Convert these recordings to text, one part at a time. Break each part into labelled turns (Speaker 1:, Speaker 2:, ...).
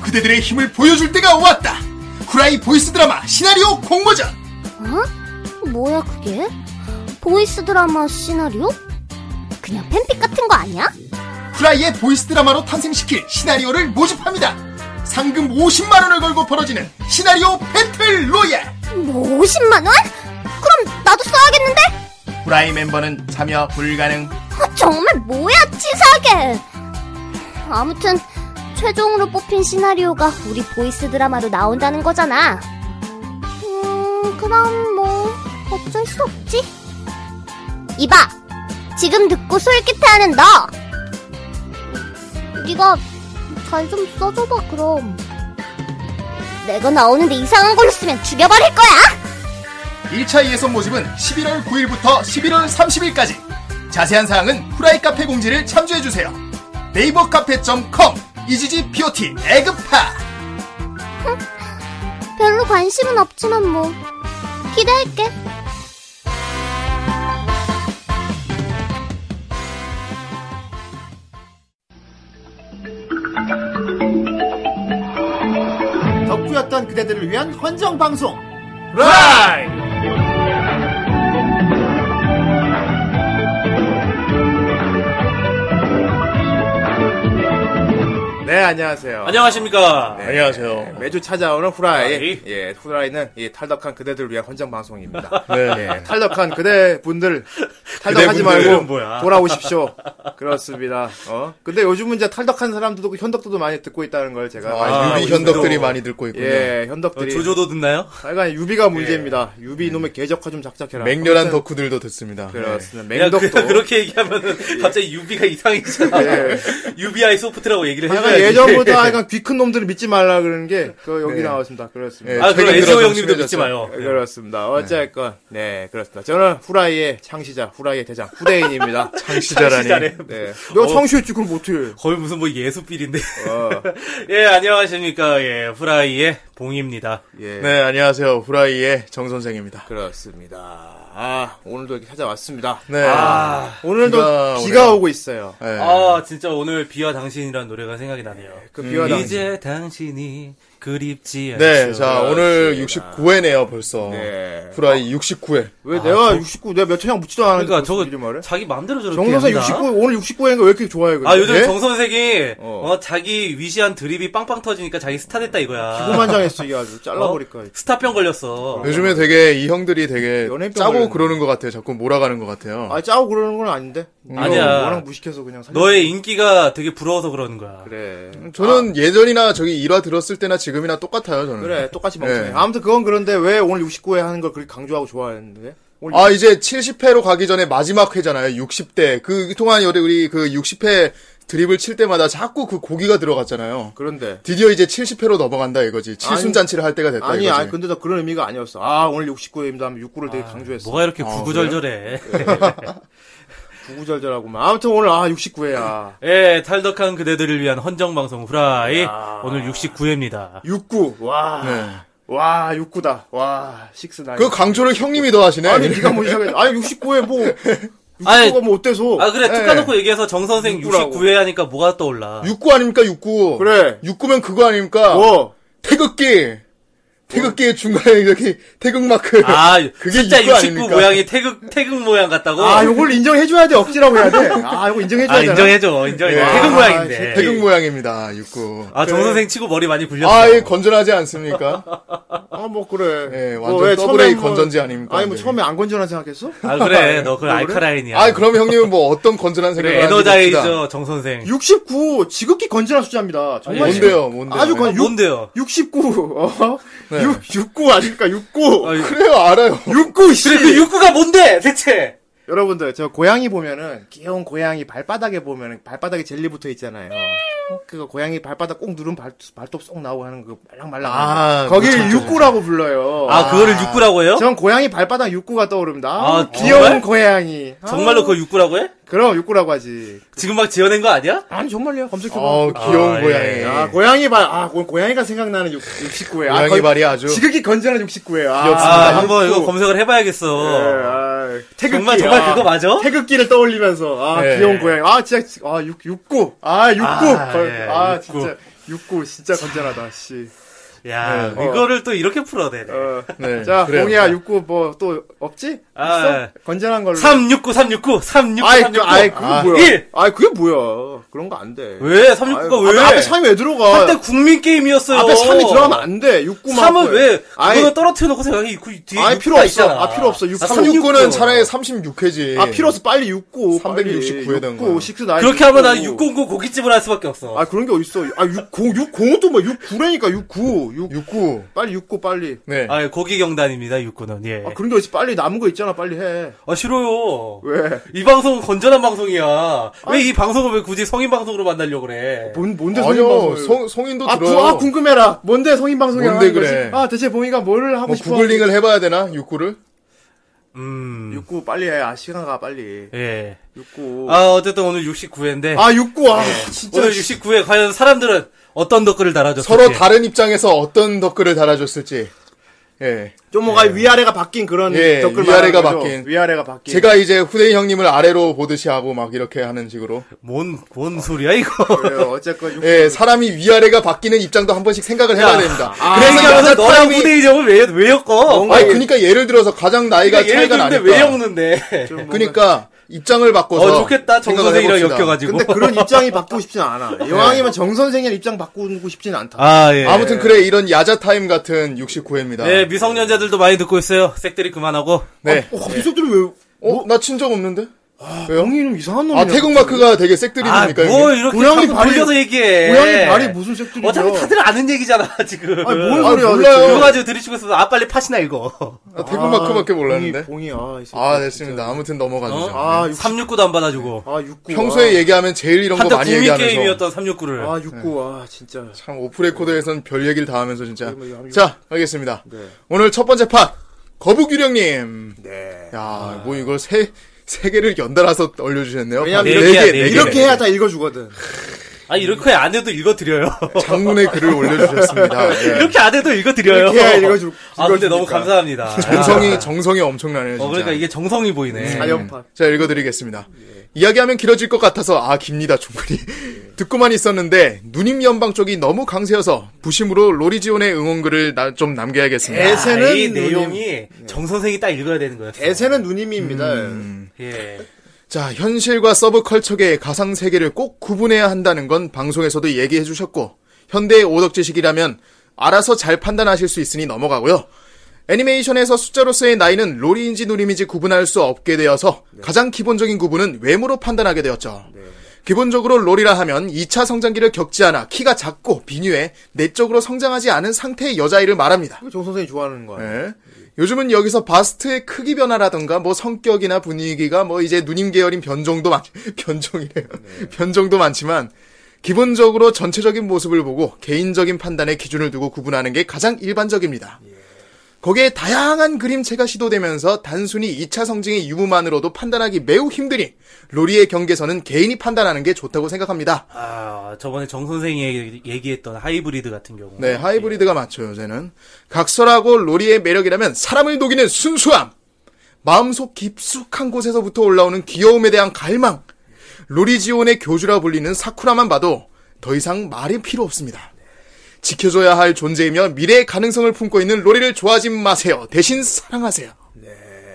Speaker 1: 그대들의 힘을 보여줄 때가 왔다 후라이 보이스 드라마 시나리오 공모전
Speaker 2: 어? 뭐야 그게? 보이스 드라마 시나리오? 그냥 팬픽 같은 거 아니야?
Speaker 1: 후라이의 보이스 드라마로 탄생시킬 시나리오를 모집합니다 상금 50만원을 걸고 벌어지는 시나리오 배틀 로얄
Speaker 2: 뭐 50만 원? 그럼 나도 써야겠는데?
Speaker 1: 후라이 멤버는 참여 불가능
Speaker 2: 아, 정말 뭐야 치사하게 아무튼 최종으로 뽑힌 시나리오가 우리 보이스 드라마로 나온다는 거잖아 음 그럼 뭐 어쩔 수 없지 이봐 지금 듣고 솔깃해하는 너 네가 잘 좀 써줘봐 그럼 내가 나오는데 이상한 걸로 쓰면 죽여버릴 거야
Speaker 1: 1차 예선 모집은 11월 9일부터 11월 30일까지 자세한 사항은 후라이 카페 공지를 참조해주세요 네이버 카페.com 이지지 POT 에그파
Speaker 2: 별로 관심은 없지만 뭐 기대할게
Speaker 3: 덕후였던 그대들을 위한 헌정 방송.
Speaker 1: 라이
Speaker 3: 네, 안녕하세요.
Speaker 4: 안녕하십니까.
Speaker 3: 네,
Speaker 5: 안녕하세요.
Speaker 3: 매주 찾아오는 후라이.
Speaker 4: 후라이.
Speaker 3: 예, 후라이는 이 탈덕한 그대들을 위한 헌정 방송입니다. 예, 탈덕한 그대 분들 탈덕하지
Speaker 5: 그대분들은
Speaker 3: 말고
Speaker 4: 뭐야?
Speaker 3: 돌아오십시오. 그렇습니다. 어? 근데 요즘은 이제 탈덕한 사람들도 있고 현덕도 많이 듣고 있다는 걸 제가 많이
Speaker 5: 아, 유비
Speaker 3: 알고
Speaker 5: 현덕들이
Speaker 4: 오늘도-
Speaker 5: 많이 듣고 있군요.
Speaker 3: 예,
Speaker 4: 어,
Speaker 3: 현덕들이
Speaker 4: 조조도 듣나요?
Speaker 3: 하여간 유비가 문제입니다. 유비 이놈의 개적화 좀 작작해라.
Speaker 5: 맹렬한
Speaker 3: 아무튼
Speaker 5: 덕후들도 듣습니다. 네.
Speaker 1: 네.
Speaker 3: 그렇습니다.
Speaker 4: 야, 그,
Speaker 3: 맹덕도 네.
Speaker 4: 그렇게 얘기하면 갑자기 유비가 이상해지잖아.
Speaker 3: 예.
Speaker 4: UBI 소프트라고 얘기를
Speaker 3: 하여간
Speaker 4: 해줘야지.
Speaker 3: 예전보다 하여간 귀 큰 놈들을 믿지 말라 그러는 게 그 여기
Speaker 5: 네.
Speaker 3: 나왔습니다. 그렇습니다.
Speaker 5: 예,
Speaker 4: 아, 그럼
Speaker 5: 최근
Speaker 4: 에지오
Speaker 5: 들어서
Speaker 4: 형님도
Speaker 5: 심해졌어요.
Speaker 4: 믿지 마요.
Speaker 3: 네, 그렇습니다. 어쨌건 네 그렇습니다. 저는 후라이의 창시자, 후라이의 대장 후대인입니다.
Speaker 5: 창시자라니.
Speaker 3: 네, 내가 창시했지 그럼 못해.
Speaker 4: 거의 무슨 뭐 예수필인데.
Speaker 3: 어,
Speaker 4: 예, 안녕하십니까. 예, 후라이의 봉입니다.
Speaker 3: 예,
Speaker 5: 네, 안녕하세요. 후라이의 정선생입니다.
Speaker 3: 그렇습니다. 아 오늘도 이렇게 찾아왔습니다.
Speaker 5: 네.
Speaker 4: 아,
Speaker 3: 오늘도
Speaker 5: 비가
Speaker 3: 비가,
Speaker 5: 오네요.
Speaker 3: 오고 있어요.
Speaker 5: 네.
Speaker 4: 아, 진짜 오늘 비와 당신이라는 노래가 생각이 나네요.
Speaker 3: 그 비와 당
Speaker 4: 음. 이제 당신이 그립지 않죠.
Speaker 5: 네, 자, 오늘 69회네요, 벌써.
Speaker 3: 네.
Speaker 5: 후라이 69회.
Speaker 3: 왜 내가 69 내가 몇 천냥 묻지도 않았는데
Speaker 4: 그러니까
Speaker 3: 벌써
Speaker 4: 저거
Speaker 3: 이리 말해?
Speaker 4: 자기 마음대로 저렇게
Speaker 3: 정선생
Speaker 4: 한다?
Speaker 3: 69 오늘 69회인가 왜 이렇게 좋아해?
Speaker 4: 아, 요즘
Speaker 3: 예?
Speaker 4: 정선생이
Speaker 3: 어.
Speaker 4: 어, 자기 위시한 드립이 빵빵 터지니까 자기 스타 됐다 이거야.
Speaker 3: 고만장했어 이게 아주 잘라버릴까.
Speaker 4: 스타병 걸렸어.
Speaker 5: 요즘에 되게 이 형들이 되게
Speaker 3: 연예병
Speaker 5: 짜고
Speaker 3: 걸렸네.
Speaker 5: 그러는 것 같아요. 자꾸 몰아가는 것 같아요.
Speaker 3: 아 짜고 그러는 건 아닌데.
Speaker 5: 음.
Speaker 4: 아니야.
Speaker 3: 워낙 무식해서 그냥 살려.
Speaker 4: 너의 인기가 되게 부러워서 그러는 거야.
Speaker 3: 그래.
Speaker 5: 음, 저는 예전이나 저기 일화 들었을 때나 지금이나 똑같아요, 저는.
Speaker 3: 아. 그래 똑같이 멍청해
Speaker 5: 예.
Speaker 3: 아무튼 그건 그런데 왜 오늘 69회 하는 걸 그렇게 강조하고 좋아하는데 오늘
Speaker 5: 아, 이제 70회로 가기 전에 마지막 회잖아요. 60대. 그 동안 우리 그 60회 드립을 칠 때마다 자꾸 그 고기가 들어갔잖아요.
Speaker 3: 그런데
Speaker 5: 드디어 이제 70회로 넘어간다 이거지.
Speaker 3: 아니-
Speaker 5: 칠순잔치를 할 때가 됐다
Speaker 3: 아니
Speaker 5: 이거지.
Speaker 3: 아니 근데 나 그런 의미가 아니었어 아 오늘 69회입니다 하면 69를 되게 강조했어
Speaker 4: 뭐가 이렇게
Speaker 5: 아,
Speaker 4: 구구절절해.
Speaker 3: 구구절절하고만 아무튼 오늘 아 69회야
Speaker 4: 예, 탈덕한 그대들을 위한 헌정방송 후라이. 오늘 69회입니다.
Speaker 3: 69 와와
Speaker 5: 네.
Speaker 3: 69다 와 식스 나이
Speaker 5: 그 강조를 형님이 더 하시네.
Speaker 3: 아니 네가 뭐 이상해 아니 69회 뭐 69가
Speaker 4: 아니,
Speaker 3: 뭐 어때서
Speaker 4: 아, 그래.
Speaker 5: 예.
Speaker 4: 툭까놓고 얘기해서 정선생
Speaker 3: 육구라고.
Speaker 4: 69회 하니까 뭐가 떠올라.
Speaker 5: 육구 아닙니까 육구.
Speaker 3: 그래.
Speaker 5: 육구면 그거 아닙니까.
Speaker 4: 어.
Speaker 3: 뭐
Speaker 5: 태극기. 태극기의 중간에 이렇게 태극 마크.
Speaker 4: 아,
Speaker 5: 그게
Speaker 4: 진짜
Speaker 5: 육구
Speaker 4: 69
Speaker 5: 아닙니까?
Speaker 4: 모양이 태극, 태극 모양 같다고?
Speaker 3: 아, 요걸 인정해줘야 돼. 억지라고 해야 돼. 아, 요거 인정해줘야
Speaker 4: 아,
Speaker 3: 돼.
Speaker 4: 인정해줘. 인정해줘.
Speaker 5: 예.
Speaker 4: 태극
Speaker 5: 아,
Speaker 4: 모양인데.
Speaker 5: 태극 모양입니다 육구.
Speaker 4: 아, 정선생 치고 머리 많이 굴렸어.
Speaker 5: 아, 예, 건전하지 않습니까?
Speaker 3: 아, 뭐, 그래.
Speaker 5: 예,
Speaker 3: 뭐
Speaker 5: 완전
Speaker 3: 왜
Speaker 5: 더블 A
Speaker 3: 처음엔 뭐-
Speaker 5: 건전지 아닙니까?
Speaker 3: 아니, 뭐,
Speaker 5: 완전히.
Speaker 3: 처음에 안 건전한 생각했어?
Speaker 4: 아, 그래. 너 그 알카라인이야.
Speaker 5: 아, 그럼 형님은 뭐 어떤 건전한 생각을
Speaker 4: 그래,
Speaker 5: 하는지
Speaker 1: 아,
Speaker 5: 봅시다.
Speaker 4: 에너자이저 정선생.
Speaker 3: 69 지극히 건전한 숫자입니다. 정말
Speaker 4: 아니,
Speaker 5: 뭔데요, 뭔데요?
Speaker 3: 아주
Speaker 4: 아,
Speaker 3: 건- 육-
Speaker 4: 뭔데요?
Speaker 3: 69 어?
Speaker 5: 네.
Speaker 3: 6 69 아닙니까? 69.
Speaker 4: 아,
Speaker 5: 그래요, 알아요.
Speaker 3: 69 씨.
Speaker 4: 그래, 그 육구가 뭔데, 대체?
Speaker 3: 여러분들 저 고양이 보면은 귀여운 고양이 발바닥에 보면은 발바닥에 젤리 붙어 있잖아요. 그 고양이 발바닥 꼭 누르면 발, 발톱 쏙 나오고 하는 그 말랑말랑.
Speaker 1: 아,
Speaker 3: 거기를
Speaker 1: 그렇죠.
Speaker 3: 육구라고 불러요.
Speaker 4: 아, 그거를 육구라고 해요?
Speaker 3: 전 고양이 발바닥 육구가 떠오릅니다. 어,
Speaker 4: 아,
Speaker 3: 귀여운
Speaker 4: 정말?
Speaker 3: 고양이. 아,
Speaker 4: 정말로 그걸 육구라고 해?
Speaker 3: 그럼 육구라고 하지.
Speaker 4: 지금 막 지어낸 거 아니야?
Speaker 3: 아니 정말요. 검색해봐.
Speaker 1: 어, 귀여운
Speaker 4: 아,
Speaker 1: 고양이.
Speaker 4: 예.
Speaker 3: 아, 고양이 발, 아, 고, 고양이가 생각나는 6, 69회.
Speaker 1: 고양이 발이 아주.
Speaker 3: 지극히 건전한 69회. 아,
Speaker 4: 아,
Speaker 1: 귀엽습니다.
Speaker 4: 한번 이거 검색을
Speaker 3: 예,
Speaker 4: 해봐야겠어.
Speaker 3: 아, 태극기.
Speaker 4: 정말, 정말
Speaker 3: 아,
Speaker 4: 그거 맞아?
Speaker 3: 태극기를 떠올리면서, 아,
Speaker 1: 예.
Speaker 3: 귀여운 고양이. 아, 진짜, 아, 6, 69. 아, 69.
Speaker 4: 아,
Speaker 3: 걸-
Speaker 4: 예,
Speaker 3: 아,
Speaker 4: 육구.
Speaker 3: 진짜. 69, 진짜 건전하다, 씨.
Speaker 4: 야,
Speaker 3: 네.
Speaker 4: 이거를 또 이렇게 풀어내네.
Speaker 3: 어.
Speaker 1: 네,
Speaker 3: 자,
Speaker 1: 그래요.
Speaker 3: 공이야, 69, 뭐, 또, 없지?
Speaker 4: 아,
Speaker 3: 있어?
Speaker 4: 예.
Speaker 3: 건전한 걸로.
Speaker 4: 369, 369, 369,
Speaker 3: 아이,
Speaker 4: 369.
Speaker 3: 그, 아이, 그게
Speaker 1: 아,
Speaker 3: 뭐야.
Speaker 4: 일.
Speaker 3: 아이, 그게 뭐야. 그런 거 안 돼.
Speaker 4: 왜?
Speaker 3: 아이,
Speaker 4: 369가
Speaker 3: 앞에,
Speaker 4: 왜?
Speaker 3: 앞에 3이 왜 들어가?
Speaker 4: 한때 국민 게임이었어요.
Speaker 3: 앞에 3이 들어가면 안 돼. 69만.
Speaker 4: 3은 왜?
Speaker 3: 아이,
Speaker 4: 그거는 떨어뜨려 놓고 생각해. 그 뒤에
Speaker 3: 아이,
Speaker 4: 육구가
Speaker 3: 필요 없어.
Speaker 4: 있잖아.
Speaker 3: 아, 필요 없어. 69.
Speaker 1: 39는 차라리 36회지.
Speaker 3: 아, 필요없어. 빨리 69.
Speaker 1: 369 에다가.
Speaker 3: 69, 69,
Speaker 4: 그렇게 하면 난 609 고깃집을 할 수밖에 없어.
Speaker 3: 아, 그런 게 어딨어. 아, 60, 60은 또 뭐, 69라니까, 69. 6,
Speaker 1: 69.
Speaker 3: 빨리 69, 빨리.
Speaker 1: 네.
Speaker 4: 아, 예, 고기 경단입니다. 69는. 예.
Speaker 3: 아, 그런 게 어딨어. 빨리 남은 거 있잖아, 빨리 해.
Speaker 4: 아, 싫어요.
Speaker 3: 왜?
Speaker 4: 이 방송은 건전한
Speaker 1: 아.
Speaker 4: 방송이야. 왜 이 방송을 왜 굳이 성인 방송으로
Speaker 1: 어,
Speaker 4: 만들려고 그래?
Speaker 3: 뭔, 뭔데
Speaker 1: 아니요,
Speaker 3: 성인방송을.
Speaker 1: 성, 성인도
Speaker 3: 아,
Speaker 1: 들어요.
Speaker 3: 구, 아, 궁금해라. 뭔데 성인방송이라고
Speaker 1: 뭔데
Speaker 3: 하는
Speaker 1: 그래.
Speaker 3: 거지? 아, 대체 봉이가 뭘 하고
Speaker 1: 뭐
Speaker 3: 싶어?
Speaker 1: 구글링을 해봐야 되나? 69를? 뭐,
Speaker 4: 음.
Speaker 3: 69, 빨리 해. 아, 시간 가, 빨리.
Speaker 4: 예.
Speaker 1: 뭐.
Speaker 3: 69. 아,
Speaker 4: 아, 어쨌든 오늘 69회인데.
Speaker 3: 69, 아, 진짜.
Speaker 4: 오늘 69회 과연 사람들은 어떤 댓글을 달아줬을지.
Speaker 1: 서로 다른 입장에서 어떤 댓글을 달아줬을지. 예.
Speaker 3: 좀 뭔가 위아래가 바뀐 그런
Speaker 1: 예,
Speaker 3: 댓글
Speaker 1: 위아래가
Speaker 3: 말하는 거죠.
Speaker 1: 바뀐.
Speaker 3: 위아래가 바뀐.
Speaker 1: 제가 이제 후대인 형님을 아래로 보듯이 하고 막 이렇게 하는 식으로.
Speaker 4: 뭔, 뭔 소리야, 이거.
Speaker 3: 그래요. 어쨌건 69.
Speaker 1: 예, 사람이 위아래가 바뀌는 입장도 한 번씩 생각을 해봐야 됩니다.
Speaker 4: 그래서 하면서
Speaker 1: 약간
Speaker 4: 너랑
Speaker 1: 아, 사람이-
Speaker 4: 후대인 형을 왜, 왜 엮어? 그러니까
Speaker 1: 아니, 그니까 예를 들어서 가장 나이가
Speaker 4: 예를
Speaker 1: 차이가
Speaker 4: 드는데
Speaker 1: 나니까.
Speaker 4: 왜 엮는데?
Speaker 1: 그니까 입장을 바꿔서.
Speaker 4: 어, 좋겠다. 정
Speaker 1: 생각을
Speaker 4: 선생이랑
Speaker 1: 해봅시다.
Speaker 4: 엮여가지고.
Speaker 3: 근데 그런 입장이 바꾸고 싶진 않아. 여왕이면 정선생의 입장 바꾸고 싶진 않다.
Speaker 4: 아, 예.
Speaker 1: 네. 아무튼 그래 이런 야자타임 같은 69회입니다.
Speaker 4: 네, 미성년자들도 많이 듣고 있어요. 색들이 그만하고.
Speaker 1: 네.
Speaker 3: 어, 미석들이 왜, 뭐? 어,
Speaker 1: 어, 나 친적 없는데?
Speaker 3: 여왕이 는 이상한 놈이야.
Speaker 1: 아, 태국 마크가 되게 색드립입니까?
Speaker 4: 아, 뭘 이렇게
Speaker 3: 고양이
Speaker 4: 자꾸
Speaker 3: 발이-
Speaker 4: 돌려서 얘기해.
Speaker 3: 고양이 발이 무슨 색들이죠?
Speaker 4: 네. 어차피 다들 아는 얘기잖아, 지금.
Speaker 3: 아니, 뭔
Speaker 1: 아,
Speaker 3: 소리야.
Speaker 1: 몰라요.
Speaker 4: 그거 가지고 들이치고 있어서 아, 빨리 팟이나 읽어.
Speaker 1: 아, 태국 마크밖에 몰랐는데.
Speaker 3: 봉이, 봉이, 아, 이 새끼.
Speaker 1: 아, 됐습니다. 아무튼 넘어가주죠.
Speaker 3: 아, 6,
Speaker 4: 369도 안 받아주고.
Speaker 3: 아, 69.
Speaker 1: 평소에 예. 얘기하면 제일 이런 거
Speaker 4: 한때
Speaker 1: 많이
Speaker 4: 국민
Speaker 1: 얘기하면서
Speaker 4: 게임이었던 369를.
Speaker 3: 아, 69,
Speaker 1: 네.
Speaker 3: 아, 진짜.
Speaker 1: 참 오프레코드에선 별 얘기를 다 하면서 진짜.
Speaker 3: 뭐, 야, 이거-
Speaker 1: 자, 알겠습니다.
Speaker 3: 네.
Speaker 1: 오늘 첫 번째 팟 거북유령님.
Speaker 3: 네.
Speaker 1: 야, 뭐 이걸 세, 세 개를 연달아서 올려주셨네요.
Speaker 3: 왜냐면
Speaker 1: 아, 네 개,
Speaker 4: 이렇게- 네
Speaker 1: 네 개.
Speaker 4: 개를.
Speaker 3: 이렇게 해야 다 읽어주거든.
Speaker 4: 아, 이렇게 안 해도 읽어드려요.
Speaker 1: 장문의 글을 올려주셨습니다. 예.
Speaker 4: 이렇게 안 해도 읽어드려요.
Speaker 3: 이렇게 해야 읽어주-
Speaker 4: 아, 근데 너무
Speaker 3: 읽어주니까.
Speaker 4: 감사합니다.
Speaker 1: 정성이, 정성이 엄청나네요, 진짜.
Speaker 4: 어, 그러니까 이게 정성이 보이네.
Speaker 3: 자연파.
Speaker 1: 자, 읽어드리겠습니다. 이야기하면 길어질 것 같아서, 아, 깁니다, 충분히. 듣고만 있었는데, 누님 연방 쪽이 너무 강세여서, 부심으로 로리지온의 응원글을 나- 좀 남겨야겠습니다.
Speaker 3: 예. 대세는
Speaker 4: 아, 이
Speaker 3: 누님.
Speaker 4: 내용이 정선생이 딱 읽어야 되는 거였어.
Speaker 3: 대세는 누님입니다.
Speaker 1: 음.
Speaker 4: 예.
Speaker 1: 자, 현실과 서브컬처계의 가상 세계를 꼭 구분해야 한다는 건 방송에서도 얘기해 주셨고, 현대의 오덕 지식이라면 알아서 잘 판단하실 수 있으니 넘어가고요. 애니메이션에서 숫자로서의 나이는 로리인지 누님인지 구분할 수 없게 되어서 가장 기본적인 구분은 외모로 판단하게 되었죠. 기본적으로 롤이라 하면 2차 성장기를 겪지 않아 키가 작고 비뉴해 내적으로 성장하지 않은 상태의 여자아이를 말합니다.
Speaker 3: 정 선생이 좋아하는 거야.
Speaker 1: 예. 요즘은 여기서 바스트의 크기 변화라던가 뭐 성격이나 분위기가 뭐 이제 누님 계열인 변종도 많 변종이래요. 변종도 많지만 기본적으로 전체적인 모습을 보고 개인적인 판단의 기준을 두고 구분하는 게 가장 일반적입니다. 거기에 다양한 그림체가 시도되면서 단순히 2차 성징의 유무만으로도 판단하기 매우 힘드니 로리의 경계선은 개인이 판단하는 게 좋다고 생각합니다.
Speaker 4: 아, 저번에 정선생이 얘기- 얘기했던 하이브리드 같은 경우.
Speaker 1: 네, 하이브리드가 맞죠, 요새는. 각설하고 로리의 매력이라면 사람을 녹이는 순수함! 마음속 깊숙한 곳에서부터 올라오는 귀여움에 대한 갈망! 로리지온의 교주라 불리는 사쿠라만 봐도 더 이상 말이 필요 없습니다. 지켜줘야 할 존재이며 미래의 가능성을 품고 있는 로리를 좋아하지 마세요. 대신 사랑하세요.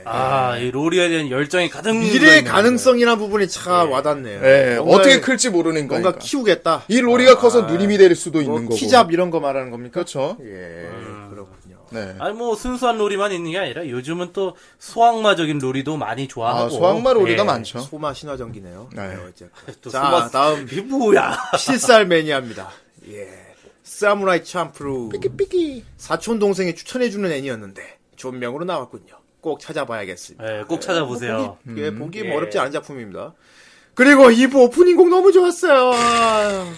Speaker 4: 아, 이 로리에 대한 열정이 가득
Speaker 1: 음,
Speaker 3: 미래의
Speaker 4: 묻어있는
Speaker 3: 가능성이라는 부분이 참 와닿네요.
Speaker 1: 예,
Speaker 3: 뭔가-
Speaker 1: 어떻게 클지 모르는 거니까. 그러니까.
Speaker 3: 뭔가 키우겠다.
Speaker 1: 이 로리가
Speaker 5: 아,
Speaker 1: 커서 누님이 될 수도
Speaker 3: 뭐
Speaker 1: 있는 거고.
Speaker 3: 키잡 이런 거 말하는 겁니까?
Speaker 1: 그렇죠.
Speaker 3: 예, 그렇군요.
Speaker 1: 네.
Speaker 4: 아니 뭐 순수한 놀이만 있는 게 아니라 요즘은 또 소악마적인 놀이도 많이 좋아하고
Speaker 1: 아,
Speaker 5: 네.
Speaker 1: 소악마 로리가
Speaker 4: 예.
Speaker 1: 많죠.
Speaker 3: 소마 신화전기네요.
Speaker 1: 그렇죠. 네.
Speaker 3: 네, 어쨌건.
Speaker 4: 또
Speaker 3: 자,
Speaker 4: 소마-
Speaker 3: 다음
Speaker 4: 이게 뭐야?
Speaker 3: 실살 매니아입니다. 예. 사무라이 참프루. 사촌 동생이 추천해주는 애니였는데 존명으로 나왔군요. 꼭 찾아봐야겠습니다.
Speaker 4: 예, 꼭 찾아보세요.
Speaker 3: 보기,
Speaker 1: 음.
Speaker 3: 예, 보기 뭐
Speaker 4: 예.
Speaker 3: 어렵지 않은 작품입니다. 그리고 이부 오프닝곡 너무 좋았어요. 아.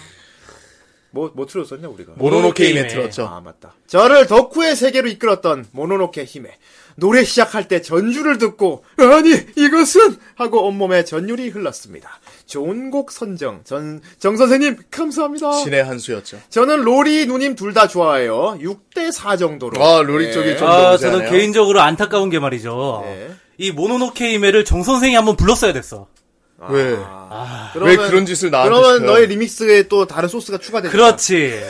Speaker 3: 뭐, 뭐 틀었었냐, 우리가?
Speaker 5: 모노노케임에
Speaker 4: 모노노케임에.
Speaker 5: 들었죠.
Speaker 3: 아, 맞다. 저를 덕후의 세계로 이끌었던 모노노케 힘에 노래 시작할 때 전주를 듣고 아니 이것은 하고 온몸에 전율이 흘렀습니다. 좋은 곡 선정 전 정 선생님 감사합니다.
Speaker 5: 신의 한 수였죠.
Speaker 3: 저는 로리 누님 둘 다 좋아해요. 6대 4 정도로.
Speaker 5: 아, 로리 쪽이 좀 더
Speaker 4: 아,
Speaker 5: 문제
Speaker 4: 저는
Speaker 5: 하네요.
Speaker 4: 개인적으로 안타까운 게 말이죠.
Speaker 3: 네.
Speaker 4: 이 모노노케이메를 정 선생이 한번 불렀어야 됐어.
Speaker 5: 왜? 왜 그런 짓을
Speaker 3: 아.
Speaker 5: 나한테
Speaker 3: 그러면
Speaker 5: 시켜요?
Speaker 3: 너의 리믹스에 또 다른 소스가 추가되죠.
Speaker 4: 그렇지.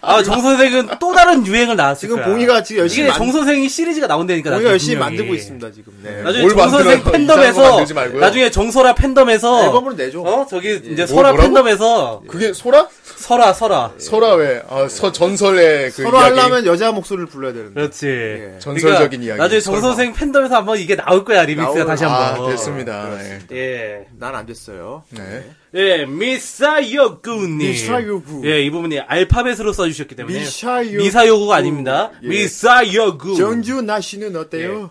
Speaker 4: 아, 정 선생은 또 다른 유행을 나왔을
Speaker 3: 지금
Speaker 4: 거야.
Speaker 3: 봉이가 지금 열심히
Speaker 4: 이게
Speaker 3: 만-
Speaker 4: 정 선생이 시리즈가 나온다니까.
Speaker 3: 우리가
Speaker 4: 나중에
Speaker 3: 열심히
Speaker 4: 분명히.
Speaker 3: 만들고 있습니다 지금. 네.
Speaker 4: 나중에
Speaker 5: 뭘
Speaker 4: 정 선생
Speaker 5: 만들어요? 이상한 거
Speaker 4: 팬덤에서
Speaker 5: 만들지 말고요.
Speaker 4: 나중에 정설아 팬덤에서
Speaker 3: 앨범으로 내줘.
Speaker 4: 어 저기 이제
Speaker 5: 뭐,
Speaker 4: 설아
Speaker 5: 뭐라고?
Speaker 4: 팬덤에서
Speaker 5: 예.
Speaker 1: 예.
Speaker 5: 그게 소라?
Speaker 4: 설아 설아.
Speaker 5: 설아 왜? 아, 서 전설의 그
Speaker 3: 서로
Speaker 5: 이야기.
Speaker 3: 하려면 여자 목소리를 불러야 되는데.
Speaker 4: 그렇지. 그러니까
Speaker 5: 전설적인 이야기.
Speaker 4: 나중에 정
Speaker 5: 설마.
Speaker 4: 선생 팬덤에서 한번 이게 나올 거야 리믹스가
Speaker 3: 나올-
Speaker 4: 다시 한번.
Speaker 3: 뭐.
Speaker 5: 아,
Speaker 3: 어,
Speaker 5: 됐습니다. 예.
Speaker 4: 예.
Speaker 3: 난 안 됐어요.
Speaker 5: 네.
Speaker 4: 예, 미사요구님.
Speaker 3: 미사요구.
Speaker 4: 예, 이 부분이 알파벳으로 써주셨기 때문에.
Speaker 3: 미사요구.
Speaker 4: 미사요구가 아닙니다. 미사요구.
Speaker 3: 정주 나씨는 어때요?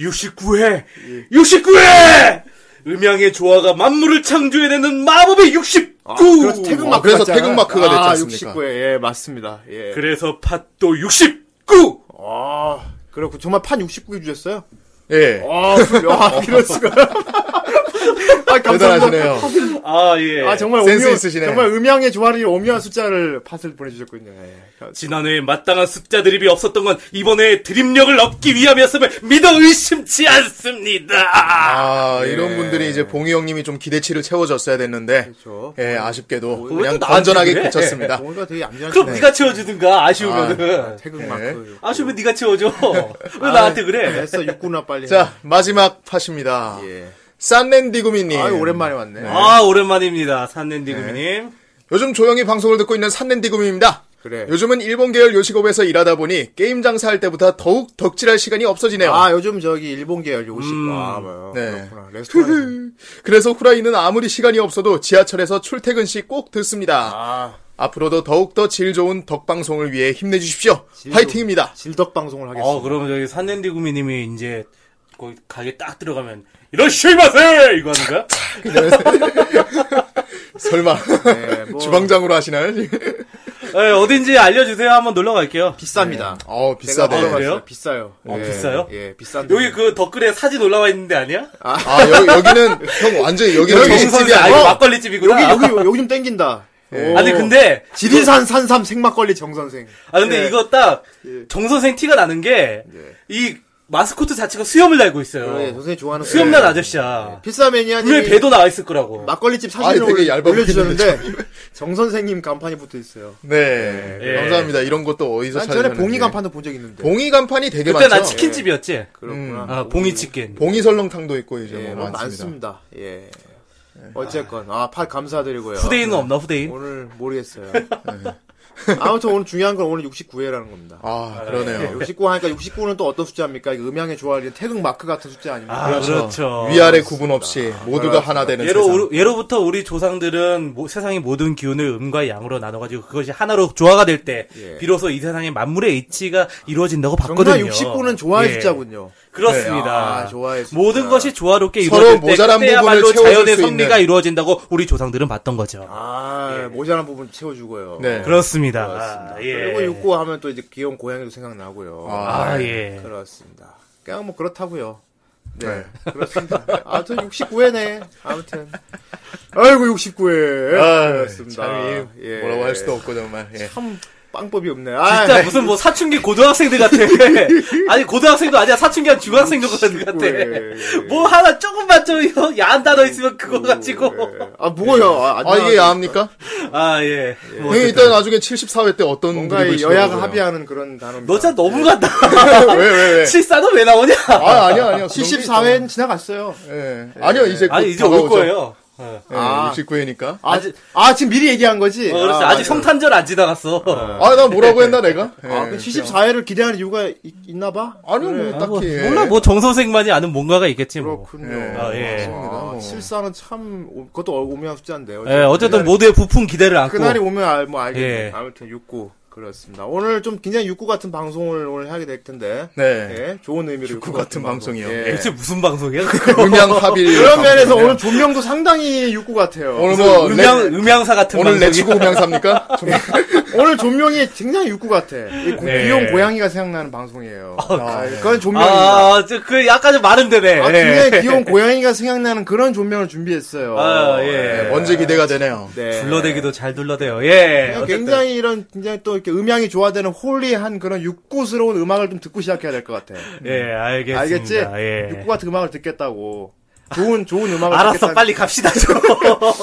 Speaker 4: 69회! 69회! 음향의 조화가 만물을 창조해내는 마법의 69!
Speaker 3: 아, 그래서 태극마크
Speaker 5: 아, 그래서
Speaker 3: 같잖아요.
Speaker 5: 태극마크가 됐지 않습니까?
Speaker 3: 아, 69회. 예, 맞습니다. 예.
Speaker 4: 그래서 팟도 69!
Speaker 3: 아, 그렇고 정말 판 69개 주셨어요?
Speaker 5: 예.
Speaker 3: 아, 훌- 아 이럴 수가. 아, 감사합니다.
Speaker 5: 대단하시네요.
Speaker 4: 아, 예.
Speaker 3: 아, 정말
Speaker 5: 센스
Speaker 3: 오묘,
Speaker 5: 있으시네.
Speaker 3: 정말 음향의 조화를 오묘한 숫자를 팟을 보내주셨군요. 예.
Speaker 4: 지난해에 마땅한 숫자 드립이 없었던 건 이번에 드립력을 얻기 위함이었음을 믿어 의심치 않습니다!
Speaker 5: 아,
Speaker 3: 예.
Speaker 5: 이런 분들이 이제 봉이 형님이 좀 기대치를 채워줬어야 됐는데.
Speaker 3: 그렇죠.
Speaker 5: 예, 아쉽게도
Speaker 4: 또
Speaker 5: 그냥
Speaker 4: 나한테
Speaker 5: 건전하게
Speaker 4: 그래?
Speaker 5: 고쳤습니다.
Speaker 3: 뭔가 되게 얌전해.
Speaker 4: 그럼 네가 채워주든가, 아쉬우면은.
Speaker 3: 네. 태극마크. 예,
Speaker 4: 아쉬우면 네가 채워줘. 왜 나한테 그래?
Speaker 3: 됐어, 육구나 빨리.
Speaker 5: 네. 자, 마지막 팟입니다.
Speaker 3: 예.
Speaker 5: 산넨디구미님.
Speaker 3: 아유, 오랜만에 왔네.
Speaker 4: 아, 오랜만입니다. 산넨디구미님.
Speaker 3: 네,
Speaker 5: 요즘 조용히 방송을 듣고 있는 산넨디구미입니다.
Speaker 3: 그래.
Speaker 5: 요즘은 일본 계열 요식업에서 일하다 보니 게임 장사할 때보다 더욱 덕질할 시간이 없어지네요.
Speaker 3: 아, 요즘 저기 일본 계열 요식. 아, 뭐요.
Speaker 5: 네.
Speaker 3: 그렇구나. 레스토랑.
Speaker 5: 그래서 후라이는 아무리 시간이 없어도 지하철에서 출퇴근 시 꼭 듣습니다.
Speaker 3: 아,
Speaker 5: 앞으로도 더욱더 질 좋은 덕방송을 위해 힘내주십시오. 화이팅입니다.
Speaker 3: 질덕 방송을 하겠습니다.
Speaker 4: 어, 그러면 저기 산넨디구미님이 이제 거기 가게 딱 들어가면 이러시 마세! 이거 하는 거야?
Speaker 5: 설마
Speaker 3: 네, 뭐
Speaker 5: 아, 주방장으로 하시나요?
Speaker 4: 예, 어딘지 알려주세요. 한번 놀러 갈게요.
Speaker 3: 비쌉니다.
Speaker 5: 어
Speaker 3: 제가
Speaker 5: 비싸대.
Speaker 3: 먹어봤어요.
Speaker 4: 먹어봤어요. 아, 그래요?
Speaker 3: 비싸요.
Speaker 4: 어, 비싸요?
Speaker 3: 예, 비싼데.
Speaker 4: 여기 그 댓글에 사진 올라와 있는데 아니야?
Speaker 5: 아 여, 여기는 형 완전히 여기는
Speaker 4: 여기
Speaker 5: 정식집이
Speaker 4: 정선생
Speaker 5: 아니.
Speaker 4: 아니고 막걸리 집이구나.
Speaker 3: 어, 여기 여기 여기 좀 땡긴다.
Speaker 5: 예.
Speaker 3: 오.
Speaker 4: 아니 근데
Speaker 3: 지리산 산삼 생막걸리 정 선생.
Speaker 4: 아 근데
Speaker 3: 예.
Speaker 4: 이거 딱 정 선생 티가 나는 게 이 마스코트 자체가 수염을 달고 있어요.
Speaker 3: 예, 선생님 좋아하는
Speaker 4: 수염난
Speaker 3: 예.
Speaker 4: 아저씨야.
Speaker 3: 필사매니아님
Speaker 4: 분명히 배도 나와 있을 거라고.
Speaker 3: 막걸리집
Speaker 5: 아니,
Speaker 3: 사진을
Speaker 5: 되게
Speaker 3: 올려-
Speaker 5: 얇아
Speaker 3: 올려주셨는데 정 선생님 간판이 붙어 있어요.
Speaker 5: 네.
Speaker 4: 예.
Speaker 5: 감사합니다. 이런 것도 어디서
Speaker 3: 난
Speaker 5: 찾아?
Speaker 3: 전에 봉이 간판도 본 적 있는데.
Speaker 5: 봉이 간판이 되게
Speaker 4: 그때
Speaker 5: 많죠.
Speaker 4: 난 치킨집이었지.
Speaker 3: 예. 그렇구나.
Speaker 4: 아 봉이 치킨.
Speaker 5: 봉이 설렁탕도 있고 이제
Speaker 3: 예,
Speaker 5: 뭐
Speaker 3: 많습니다.
Speaker 5: 많습니다.
Speaker 3: 예. 어쨌건 아팔 감사드리고요. 네.
Speaker 4: 후대인은 어. 없나 후대인?
Speaker 3: 오늘 모르겠어요.
Speaker 5: 네.
Speaker 3: 아무튼 오늘 중요한 건 오늘 69회라는 겁니다.
Speaker 5: 아 그러네요.
Speaker 3: 69 예, 하니까 69는 또 어떤 숫자입니까? 이거 음향의 조화를 태극 마크 같은 숫자 아닙니까?
Speaker 4: 아 그렇죠.
Speaker 5: 위아래 구분 없이 모두가 하나 되는
Speaker 4: 예로
Speaker 5: 세상.
Speaker 4: 우리- 예로부터 우리 조상들은 모- 세상의 모든 기운을 음과 양으로 나눠가지고 그것이 하나로 조화가 될 때 비로소 이 세상의 만물의 이치가 이루어진다고
Speaker 3: 예. 정말
Speaker 4: 봤거든요.
Speaker 3: 69는 좋아의
Speaker 4: 예.
Speaker 3: 숫자군요.
Speaker 4: 그렇습니다.
Speaker 3: 아, 좋아의 숫자.
Speaker 4: 모든 것이 조화롭게
Speaker 5: 서로
Speaker 4: 이루어질 때
Speaker 5: 모자란
Speaker 4: 그때야말로
Speaker 5: 부분을 채워줄
Speaker 4: 자연의
Speaker 5: 수 있는.
Speaker 4: 섭리가 이루어진다고 우리 조상들은 봤던 거죠.
Speaker 3: 아, 모자란 부분 채워주고요. 어,
Speaker 5: 네.
Speaker 4: 그렇습니다.
Speaker 3: 그렇습니다.
Speaker 4: 아,
Speaker 3: 그리고
Speaker 4: 예.
Speaker 3: 육구 하면 또 이제 귀여운 고양이도 생각나고요.
Speaker 4: 아, 예.
Speaker 3: 그렇습니다. 그냥 뭐 그렇다고요.
Speaker 5: 네.
Speaker 3: 그렇습니다. 아무튼 69회네. 아무튼. 아이고 69회.
Speaker 5: 아,
Speaker 3: 그렇습니다.
Speaker 5: 참, 이
Speaker 3: 예.
Speaker 5: 뭐라고 할 수도 없고 정말. 예.
Speaker 3: 참 빵법이 없네. 아,
Speaker 4: 진짜 무슨 뭐 사춘기 고등학생들 같아. 아니 고등학생도 아니야 사춘기 한 중학생 정도 같은 것 같아. 뭐 하나 조금만 좀 야한 단어 있으면 그거 가지고.
Speaker 3: 아 뭐야? 아, 안
Speaker 5: 아
Speaker 3: 나왔어.
Speaker 5: 이게 야합니까?
Speaker 4: 아 예. 뭐
Speaker 5: 형이 일단 나중에 74회 때 어떤
Speaker 3: 뭔가 이
Speaker 5: 드립을
Speaker 3: 여야가
Speaker 5: 시도하고요?
Speaker 3: 합의하는 그런 단어입니다.
Speaker 4: 너 진짜 너무 간다.
Speaker 5: 그, 왜, 왜, 왜?
Speaker 4: 실사는 왜 나오냐?
Speaker 5: 아, 아니야, 아니야.
Speaker 3: 74회는 지나갔어요.
Speaker 5: 예. 아니요, 이제.
Speaker 4: 아니
Speaker 5: 곧
Speaker 4: 이제 올
Speaker 5: 다가오죠.
Speaker 4: 거예요. 어.
Speaker 5: 예,
Speaker 3: 아.
Speaker 5: 69회니까.
Speaker 3: 아,
Speaker 4: 아직-
Speaker 3: 아, 지금 미리 얘기한 거지?
Speaker 4: 어, 그렇지.
Speaker 3: 아,
Speaker 4: 아직 성탄절 안 지나갔어.
Speaker 5: 아, 나 뭐라고 했나, 내가? 예.
Speaker 4: 그렇죠.
Speaker 3: 아, 그 74회를 기대하는 이유가 있, 나 봐?
Speaker 5: 아니요, 뭐,
Speaker 4: 아, 뭐,
Speaker 5: 딱히. 예.
Speaker 4: 몰라 뭐 정선생만이 아는 뭔가가 있겠지 뭐.
Speaker 3: 그렇군요.
Speaker 5: 예.
Speaker 4: 아, 예.
Speaker 5: 맞습니다, 뭐.
Speaker 3: 실사는 참, 오- 그것도 오묘한 숫자인데.
Speaker 4: 예, 어쨌든
Speaker 3: 그날이-
Speaker 4: 모두의 부푼 기대를 안고
Speaker 3: 그날이 오면 알, 뭐 알겠네.
Speaker 4: 예.
Speaker 3: 아무튼 69. 그렇습니다. 오늘 좀 굉장히 육구 같은 방송을 오늘 하게 될 텐데.
Speaker 5: 네.
Speaker 3: 예, 좋은 의미로
Speaker 5: 육구 같은 방송이요.
Speaker 3: 예.
Speaker 4: 대체 무슨 방송이야?
Speaker 5: 음양 합일.
Speaker 3: 그런 면에서
Speaker 5: 방송이네요.
Speaker 3: 오늘 조명도 상당히 육구 같아요.
Speaker 5: 오늘 뭐
Speaker 4: 음양
Speaker 5: 랩-
Speaker 4: 음양사 같은
Speaker 5: 오늘
Speaker 4: 방송이야.
Speaker 5: 내치고 음양사입니까? 좀-
Speaker 3: 오늘 조명이 굉장히 육구 같아. 이 고-
Speaker 4: 네.
Speaker 3: 귀여운 고양이가 생각나는 방송이에요. 아, 그런 조명입니다.
Speaker 4: 아, 저, 그, 약간 좀 마른데네. 예.
Speaker 3: 아, 굉장히 귀여운 고양이가 생각나는 그런 조명을 준비했어요.
Speaker 4: 아, 예.
Speaker 5: 네, 먼저 기대가 되네요.
Speaker 3: 네.
Speaker 4: 둘러대기도 예. 잘 둘러대요. 예.
Speaker 3: 그냥
Speaker 4: 어쨌든.
Speaker 3: 굉장히 이런 굉장히 또 이렇게 음향이 조화되는 홀리한 그런 육구스러운 음악을 좀 듣고 시작해야 될 것 같아.
Speaker 4: 예, 알겠습니다.
Speaker 3: 알겠지?
Speaker 4: 예.
Speaker 3: 육구 같은 음악을 듣겠다고. 좋은 좋은 음악을
Speaker 4: 알았어,
Speaker 3: 듣겠다고.
Speaker 4: 빨리 갑시다, 저.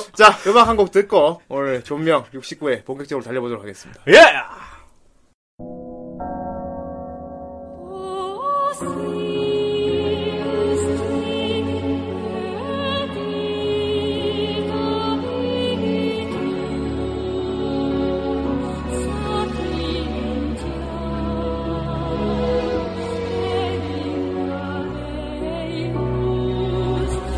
Speaker 3: 자, 음악 한 곡 듣고 오늘 조명 69회 본격적으로 달려보도록 하겠습니다.
Speaker 4: 예!
Speaker 6: Thank you.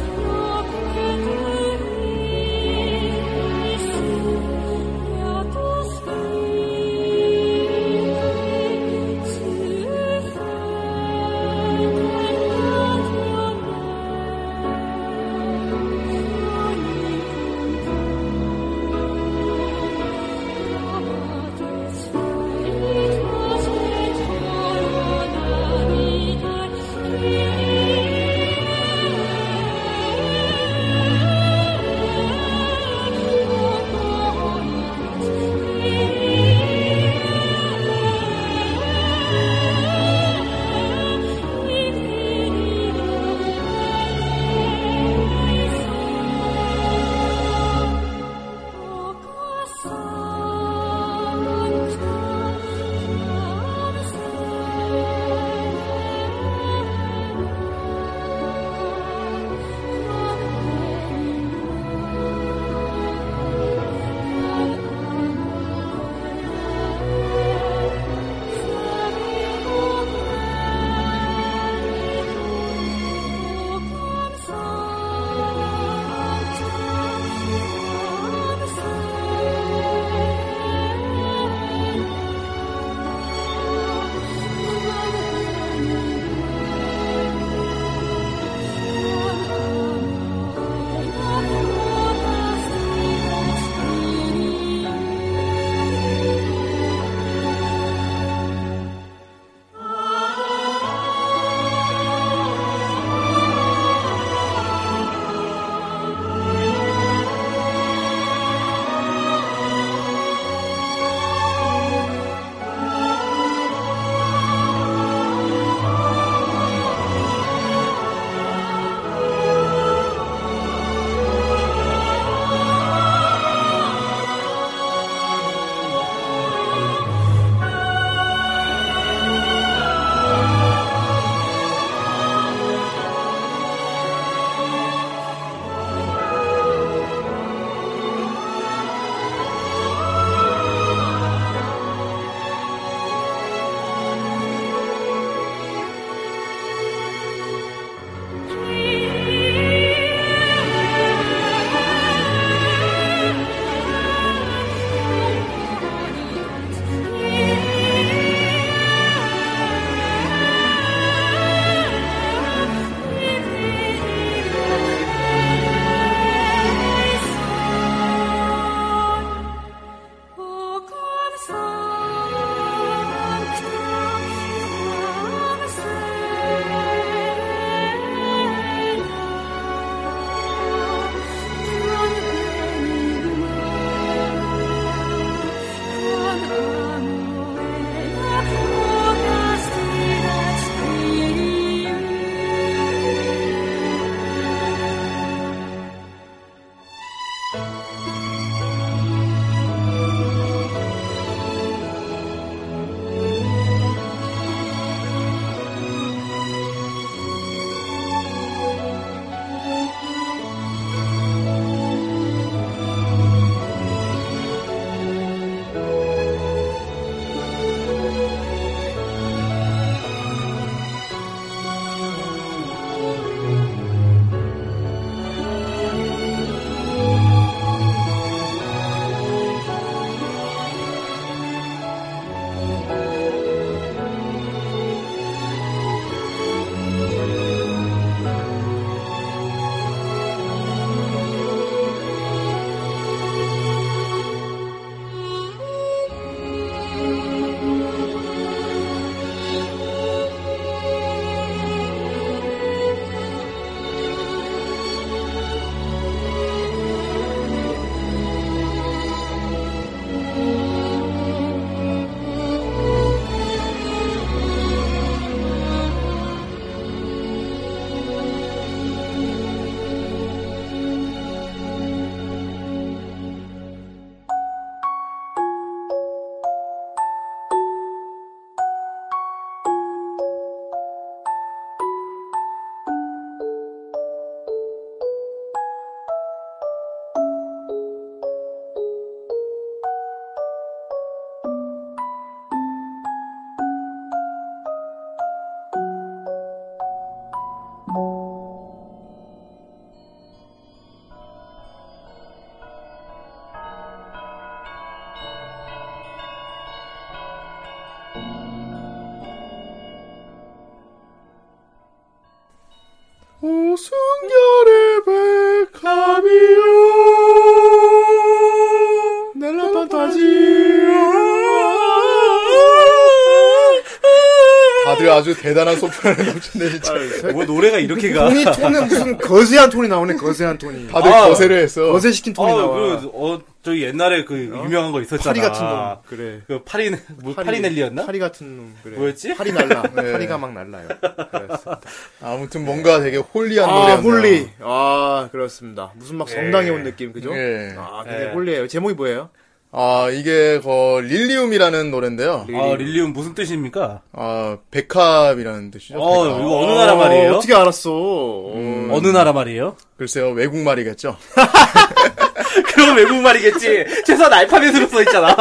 Speaker 5: 승열의 백합이요
Speaker 3: 넬라 판타지.
Speaker 5: 다들 아주 대단한 소프라노 넘친데 진짜
Speaker 4: 뭐 노래가 이렇게 가.
Speaker 3: 톤이 톤은 무슨 거세한 톤이 나오네 거세한 톤이.
Speaker 5: 다들
Speaker 4: 아,
Speaker 5: 거세를 했어
Speaker 3: 거세시킨 톤이
Speaker 4: 어,
Speaker 3: 나와. 어?
Speaker 4: 그, 어, 저 옛날에 그 유명한 거 있었잖아.
Speaker 3: 파리 같은 놈. 그래.
Speaker 4: 그 파리, 뭐 파리 넬리였나?
Speaker 3: 파리 같은 놈. 그래.
Speaker 4: 뭐였지?
Speaker 3: 파리 날라.
Speaker 5: 네.
Speaker 3: 파리가 막 날라요. 그렇습니다.
Speaker 5: 아무튼 뭔가 되게 홀리한
Speaker 3: 아,
Speaker 5: 노래였네요
Speaker 3: 홀리. 아, 그렇습니다. 무슨 막 성당에 온 느낌, 그죠?
Speaker 5: 예.
Speaker 3: 아, 근데
Speaker 4: 예.
Speaker 3: 홀리예요. 제목이 뭐예요?
Speaker 5: 아 이게 그 릴리움이라는 노래인데요
Speaker 4: 아, 릴리움 무슨 뜻입니까?
Speaker 5: 아 백합이라는 뜻이죠
Speaker 4: 어,
Speaker 5: 백합.
Speaker 4: 이거 어느 나라 말이에요? 음.
Speaker 3: 어, 어떻게 알았어? 어,
Speaker 4: 어느 나라 말이에요?
Speaker 5: 글쎄요 외국말이겠죠
Speaker 4: 그럼 외국말이겠지. 최소한 알파벳으로 써있잖아.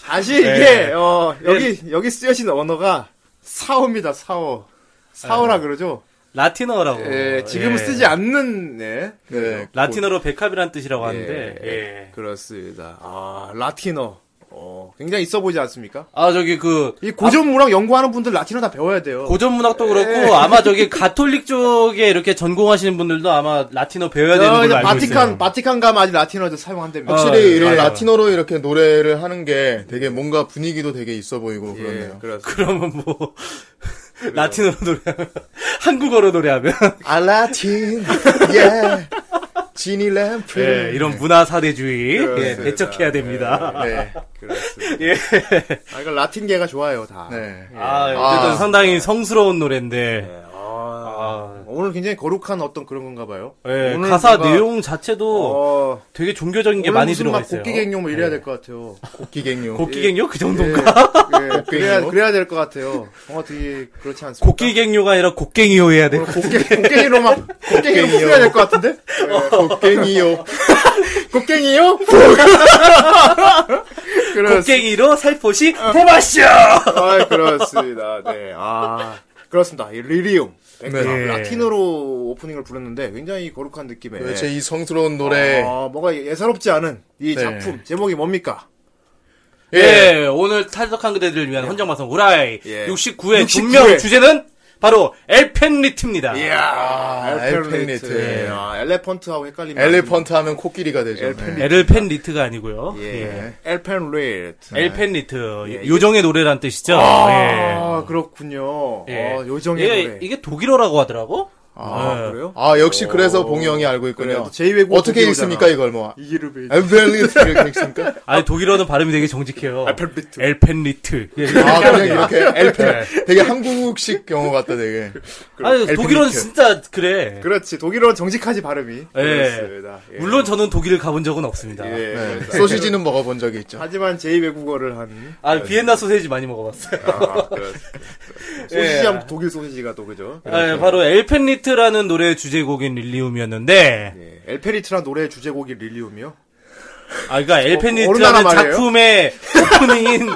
Speaker 3: 사실 이게, 어, 여기, 여기 쓰여진 언어가 사어입니다, 사어. 사어라 그러죠?
Speaker 4: 라틴어라고.
Speaker 3: 예, 지금은 쓰지 않는, 네.
Speaker 5: 네,
Speaker 4: 라틴어로 백합이란 뜻이라고 하는데,
Speaker 3: 예,
Speaker 4: 예.
Speaker 3: 그렇습니다. 아, 라틴어. 어, 굉장히 있어 보이지 않습니까?
Speaker 4: 아, 저기 그,
Speaker 3: 이 고전 문학 연구하는 분들 라틴어 다 배워야 돼요.
Speaker 4: 고전 문학도 그렇고, 아마 저기 가톨릭 쪽에 이렇게 전공하시는 분들도 아마 라틴어 배워야 되는
Speaker 3: 어,
Speaker 4: 걸로
Speaker 3: 이제
Speaker 4: 알고
Speaker 3: 바티칸,
Speaker 4: 있어요.
Speaker 3: 바티칸 가면 아직 라틴어도 사용한답니다.
Speaker 4: 아,
Speaker 5: 확실히 이런
Speaker 4: 예.
Speaker 5: 라틴어로 이렇게 노래를 하는 게 되게 뭔가 분위기도 되게 있어 보이고 그렇네요.
Speaker 3: 그렇습니다.
Speaker 4: 그러면 뭐, 라틴어로 노래하면, 한국어로 노래하면,
Speaker 5: 아 라틴, 예, 지니 램프.
Speaker 4: 예, 이런 문화 사대주의, 예,
Speaker 3: 그렇습니다.
Speaker 4: 배척해야 됩니다.
Speaker 5: 네,
Speaker 3: 그렇습니다.
Speaker 4: 예.
Speaker 3: 아, 그러니까 라틴계가 좋아요, 다.
Speaker 5: 네.
Speaker 4: 아, 어쨌든 상당히 성스러운
Speaker 3: 예.
Speaker 4: 노래인데,
Speaker 3: 아, 오늘 굉장히 거룩한 어떤 그런 건가 봐요.
Speaker 4: 예,
Speaker 3: 오늘
Speaker 4: 가사
Speaker 3: 뭔가,
Speaker 4: 내용 자체도
Speaker 3: 어,
Speaker 4: 되게 종교적인 게
Speaker 3: 오늘
Speaker 4: 많이
Speaker 3: 무슨
Speaker 4: 들어가
Speaker 3: 막
Speaker 4: 있어요.
Speaker 3: 곡기갱용 뭐 이래야 될 것 같아요.
Speaker 5: 곡기갱요.
Speaker 4: 곡기갱요? 그
Speaker 3: 예,
Speaker 4: 정도인가?
Speaker 3: 예, 그래야, 그래야 될 것 같아요. 뭔가 되게 그렇지 않습니까?
Speaker 4: 곡기갱요가 아니라 곡갱이요 해야 돼.
Speaker 3: 오늘 곡기- 곡갱이로 막, 곡갱이로 뽑혀야 될 것 같은데? 네,
Speaker 5: 곡갱이요.
Speaker 3: 곡갱이요? 그렇습니다.
Speaker 4: 곡갱이로 살포시
Speaker 3: 어.
Speaker 4: 해마쇼!
Speaker 3: 아, 그렇습니다. 네. 아, 그렇습니다. 이 리리움. 아,
Speaker 5: 네.
Speaker 3: 라틴어로 오프닝을 불렀는데 굉장히 거룩한 느낌의
Speaker 5: 도대체 그렇죠. 이 성스러운 노래.
Speaker 3: 아, 뭔가 예사롭지 않은 이
Speaker 5: 네.
Speaker 3: 작품 제목이 뭡니까?
Speaker 4: 예, 오늘 탈덕한 그대들을 위한 헌정방송 우라이
Speaker 3: 예.
Speaker 4: 69회
Speaker 3: 69회.
Speaker 4: 분명 주제는 바로 엘펜리트입니다.
Speaker 3: 아, 예. 이야,
Speaker 5: 엘펜리트.
Speaker 3: 예. 아, 엘레펀트하고 헷갈리면
Speaker 5: 엘리펀트 하면 코끼리가 되죠.
Speaker 3: 엘펜-
Speaker 5: 네.
Speaker 4: 엘펜리트가 아니고요.
Speaker 3: 안 됩니다.
Speaker 4: 예.
Speaker 3: 예.
Speaker 5: 네.
Speaker 3: 네. 엘펜리트.
Speaker 4: 엘펜리트 요정의 노래란 뜻이죠. 예.
Speaker 3: 아, 그렇군요.
Speaker 4: 예.
Speaker 3: 아, 요정의
Speaker 4: 이게,
Speaker 3: 노래.
Speaker 4: 이게 독일어라고 하더라고. 예.
Speaker 3: 아, 그래요?
Speaker 5: 아 역시 그래서
Speaker 3: 오,
Speaker 5: 봉이 형이
Speaker 3: 그래요.
Speaker 5: 알고 있군요.
Speaker 3: 또 제2외국
Speaker 5: 어떻게
Speaker 3: 곡이잖아.
Speaker 5: 읽습니까 이걸 뭐?
Speaker 3: 이기르베.
Speaker 5: 엘리펀트 이렇게 읽습니까?
Speaker 4: 아니 독일어는 발음이 되게 정직해요.
Speaker 3: 엘펜리트.
Speaker 4: 엘펜리트. 예.
Speaker 5: 아 그냥 이렇게
Speaker 3: 네.
Speaker 5: 엘펜. 되게 한국식 경호 같다 되게.
Speaker 4: 아니 독일어는
Speaker 5: 엘펜리트.
Speaker 4: 진짜 그래.
Speaker 3: 그 그렇지. 독일어는 정직하지
Speaker 5: 네.
Speaker 3: 발음이.
Speaker 4: 예.
Speaker 3: 그렇습니다. 예.
Speaker 4: 물론 저는 독일을 가본 적은 없습니다.
Speaker 3: 예.
Speaker 5: 네.
Speaker 3: 그렇습니다.
Speaker 5: 소시지는 먹어본 적이 있죠.
Speaker 3: 하지만 제2외국어를 한
Speaker 4: 아 비엔나 소세지 많이 먹어봤어요.
Speaker 3: 아, 그렇습니다. 소시지
Speaker 4: 예.
Speaker 3: 하면 독일 소시지가 또 그죠?
Speaker 4: 아, 예, 바로 엘펜리트라는 노래의 주제곡인 릴리움이었는데,
Speaker 3: 예. 엘페리트란 노래의 주제곡이 릴리움이요?
Speaker 5: 네.
Speaker 4: 아, 그니까
Speaker 3: 어느 나라
Speaker 4: 엘펜리트라는
Speaker 3: 말이에요?
Speaker 4: 작품의 오프닝인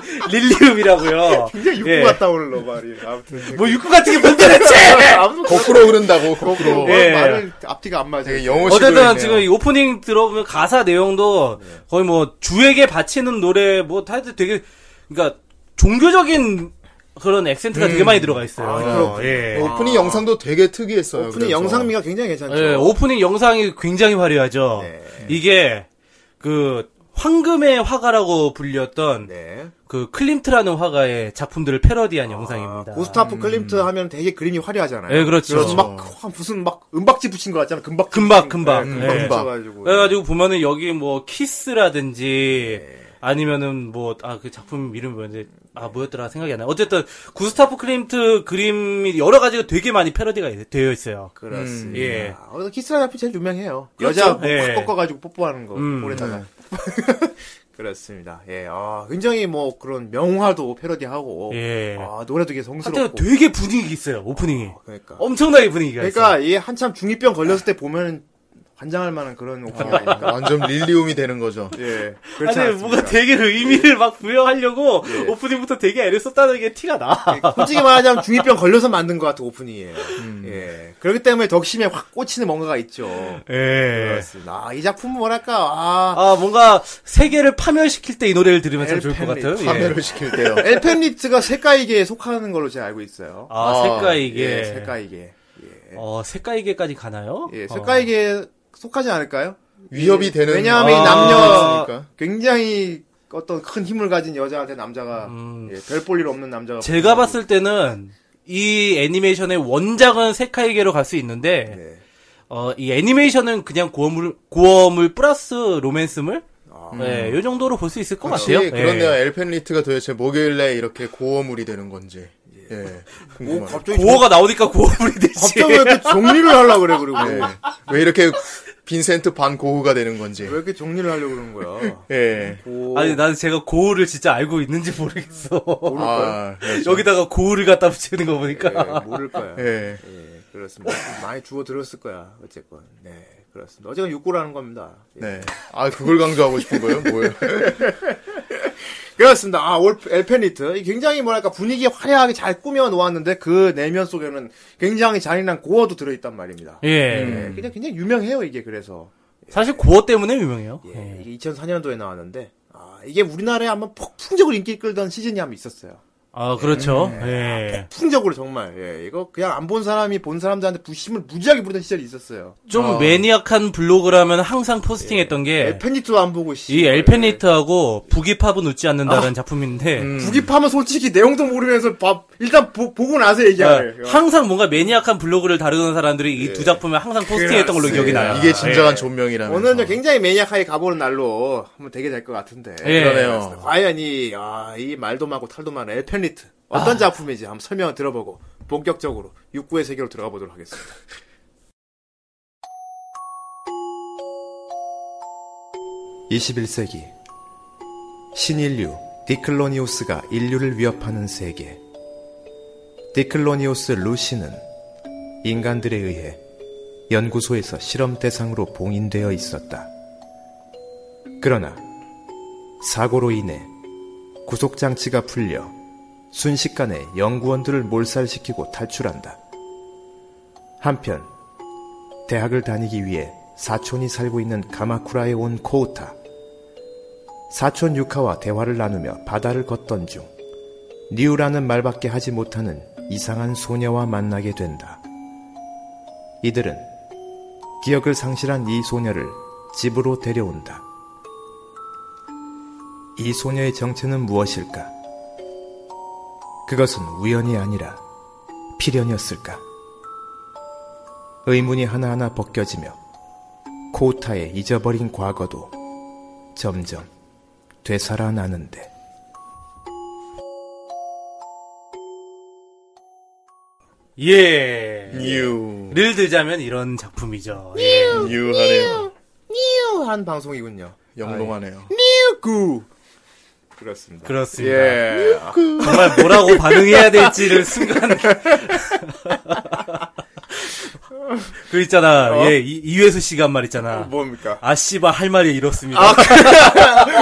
Speaker 4: 릴리움이라고요.
Speaker 3: 굉장히 육구
Speaker 4: 예.
Speaker 3: 같다 오늘 너 말이 아무튼
Speaker 4: 뭐 육구 같은 게 뭔데 대체!
Speaker 3: 아무튼
Speaker 5: 거꾸로 흐른다고 거꾸로.
Speaker 4: 예.
Speaker 3: 말을 앞뒤가 안 맞아요. 네.
Speaker 5: 되게 영어 시도
Speaker 4: 어쨌든 지금 이 오프닝 들어보면 가사 내용도 거의 뭐 주에게 바치는 노래 뭐 하여튼 되게 그러니까 종교적인 그런 액센트가 되게 많이 들어가 있어요.
Speaker 3: 음. 아, 그렇군요.
Speaker 4: 예.
Speaker 5: 네. 오프닝 영상도 되게 특이했어요.
Speaker 3: 오프닝
Speaker 5: 그래서.
Speaker 3: 영상미가 굉장히 괜찮죠.
Speaker 5: 네.
Speaker 3: 네.
Speaker 4: 예, 오프닝 영상이 굉장히 화려하죠. 이게 그 황금의 화가라고 불렸던
Speaker 3: 네. 아,
Speaker 4: 그 클림트라는 화가의 작품들을 패러디한 영상입니다.
Speaker 3: 고스타프 클림트 하면 되게 그림이 화려하잖아요.
Speaker 4: 예, 아, 음. 그렇죠.
Speaker 3: 그래서 막 확 무슨 막 은박지 붙인 거 같잖아. 금박
Speaker 4: 금박, 금박.
Speaker 3: 네,
Speaker 4: 예.
Speaker 3: 금박 붙여가지고.
Speaker 4: 그래가지고 보면은 여기 뭐 키스라든지
Speaker 3: 네.
Speaker 4: 아니면은 뭐 아 그 작품 이름이 뭐였지 아 뭐였더라 생각이 안 나. 어쨌든 구스타프 클림트 그림이 여러 가지가 되게 많이 패러디가 이- 되어 있어요.
Speaker 3: 그렇습니다.
Speaker 4: 음, 예.
Speaker 3: 그래서 키스라는 앞이 제일 유명해요.
Speaker 4: 그렇죠.
Speaker 3: 여자 목
Speaker 4: 예.
Speaker 3: 확 꺾어가지고 뽀뽀하는 거
Speaker 4: 음.
Speaker 3: 볼에다가. 그렇습니다. 예, 아, 굉장히 뭐 그런 명화도 패러디하고,
Speaker 4: 예.
Speaker 3: 아 노래도 되게
Speaker 4: 하여튼
Speaker 3: 성스럽고.
Speaker 4: 되게 분위기 있어요 오프닝이.
Speaker 3: 그러니까.
Speaker 4: 엄청나게 분위기가 있어요. 네.
Speaker 3: 그러니까 이 한참 중이병 걸렸을 때 보면 환장할 만한 그런 오프닝이니까.
Speaker 5: 완전 릴리움이 되는 거죠.
Speaker 3: 예, 그렇지
Speaker 4: 아.
Speaker 3: 네.
Speaker 4: 아니
Speaker 3: 않습니까?
Speaker 4: 뭔가 되게 의미를 막 부여하려고 오프닝부터 되게 애를 썼다는 게 티가 나.
Speaker 3: 솔직히 말하자면 중이병 걸려서 만든 것 같은 오프닝이에요.
Speaker 4: 음.
Speaker 3: 예, 그렇기 때문에 덕심에 확 꽂히는 뭔가가 있죠.
Speaker 4: 예.
Speaker 3: 그렇습니다. 아, 이 작품은 뭐랄까, 아,
Speaker 4: 아 뭔가 세계를 파멸시킬 때 이 노래를 들으면 참 좋을 것
Speaker 3: 엘펜리,
Speaker 4: 같아요. 네.
Speaker 5: 판매를 시킬 때요.
Speaker 3: 엘펜리트가 색깔이계에 속하는 걸로 제가 알고 있어요.
Speaker 4: 아 색깔 이게
Speaker 3: 예, 색깔 이게. 예.
Speaker 4: 어, 색깔이계까지 가나요?
Speaker 3: 예,
Speaker 4: 어.
Speaker 3: 색깔에게 속하지 않을까요? 예.
Speaker 5: 위협이 되는
Speaker 3: 왜냐하면 이
Speaker 4: 아,
Speaker 3: 남녀
Speaker 5: 그러니까.
Speaker 3: 굉장히 어떤 큰 힘을 가진 여자한테 남자가
Speaker 4: 음.
Speaker 3: 예, 별 볼 일 없는 남자가
Speaker 4: 제가 봤을 때는 이 애니메이션의 원작은 세카이계로 갈 수 있는데
Speaker 3: 네.
Speaker 4: 어, 이 애니메이션은 그냥 고어물 고어물 플러스 로맨스물 네, 요 정도로 볼 수 있을 것
Speaker 5: 그치,
Speaker 4: 같아요.
Speaker 5: 그렇네요.
Speaker 4: 예.
Speaker 5: 엘펜리트가 도대체 뭐길래 이렇게 고어물이 되는 건지. 예.
Speaker 3: 오,
Speaker 5: 궁금하네요.
Speaker 3: 갑자기
Speaker 4: 고어가 나오니까 고어물이 되지.
Speaker 3: 갑자기 왜 이렇게 정리를 하려고 그래 그리고
Speaker 5: 예. 왜 이렇게 빈센트 반 고흐가 되는 건지.
Speaker 3: 왜 이렇게 정리를 하려고 그러는 거야?
Speaker 5: 예.
Speaker 3: 고...
Speaker 4: 아니 나는 제가 고우를 진짜 알고 있는지 모르겠어.
Speaker 5: 아, 그렇죠.
Speaker 4: 여기다가 고우를 갖다 붙이는 거 보니까.
Speaker 3: 예, 모를 거야. 예.
Speaker 5: 예.
Speaker 3: 그렇습니다. 많이 주워 들었을 거야 어쨌건. 네 그렇습니다. 어쨌건 육고라는 겁니다. 예.
Speaker 5: 네. 아, 그걸 강조하고 싶은 거예요? 뭐예요?
Speaker 3: 그렇습니다. 아, 올, 엘펜리트. 이 굉장히 뭐랄까, 분위기 화려하게 잘 꾸며놓았는데, 그 내면 속에는 굉장히 잔인한 고어도 들어있단 말입니다.
Speaker 4: 예.
Speaker 3: 예, 그냥 굉장히 유명해요, 이게 그래서.
Speaker 4: 사실 고어 때문에 유명해요.
Speaker 3: 예,
Speaker 4: 예.
Speaker 3: 이게 2004년도에 나왔는데, 아, 이게 우리나라에 한번 폭풍적으로 인기 끌던 시즌이 한번 있었어요.
Speaker 4: 아 그렇죠.
Speaker 3: 네.
Speaker 4: 예.
Speaker 3: 폭풍적으로 정말. 예, 이거 그냥 안 본 사람이 본 사람들한테 부심을 무지하게 부르던 시절이 있었어요.
Speaker 4: 좀
Speaker 5: 아.
Speaker 4: 매니악한 블로그라면 항상 포스팅했던 게 예. 이
Speaker 3: 엘펜리트도 안 보고, 씨.
Speaker 4: 엘펜리트하고 북이팝은 웃지 않는다라는 작품인데
Speaker 3: 예. 구깁하면 솔직히 내용도 모르면서 밥, 일단 보, 고 나서 얘기하래.
Speaker 4: 아, 항상 뭔가 매니악한 블로그를 다루는 사람들이 이 두 작품을 항상 포스팅했던 걸로 기억이 나요.
Speaker 5: 네. 이게 진정한
Speaker 4: 예.
Speaker 5: 존명이라면.
Speaker 3: 오늘은 좀 굉장히 매니악하게 가보는 날로 한번 되게 될 것 같은데.
Speaker 4: 예.
Speaker 5: 그러네요.
Speaker 3: 과연 이, 아, 이 말도 많고 탈도 많은 엘펜리트.
Speaker 5: 아.
Speaker 3: 어떤 작품인지 한번 설명을 들어보고 본격적으로 육구의 세계로 들어가 보도록 하겠습니다. (21세기) 신인류 디클로니우스가 인류를 위협하는 세계 디클로니우스 루시는 인간들에 의해 연구소에서 실험 대상으로 봉인되어 있었다. 그러나 사고로 인해 구속장치가 풀려 순식간에 연구원들을 몰살시키고 탈출한다. 한편 대학을 다니기 위해 사촌이 살고 있는 가마쿠라에 온 코우타. 사촌 유카와 대화를 나누며 바다를 걷던 중 니우라는 말밖에 하지 못하는 이상한 소녀와 만나게 된다. 이들은 기억을 상실한 이 소녀를 집으로 데려온다. 이 소녀의 정체는 무엇일까? 그것은 우연이 아니라 필연이었을까? 의문이 하나하나 벗겨지며 코우타의 잊어버린 과거도 점점 되살아나는데.
Speaker 4: 예.
Speaker 5: 뉴.
Speaker 4: 를 들자면 이런 작품이죠. 예.
Speaker 5: 뉴하네요.
Speaker 3: 한 방송이군요.
Speaker 5: 영롱하네요.
Speaker 3: 구. 그렇습니다.
Speaker 4: 그렇습니다.
Speaker 3: 예.
Speaker 4: 정말 뭐라고 반응해야 될지를 순간. 그 있잖아. 예, 이, 이회수 씨가 한 말 있잖아.
Speaker 3: 뭡니까?
Speaker 4: 아, 씨발, 할 말이 이렇습니다.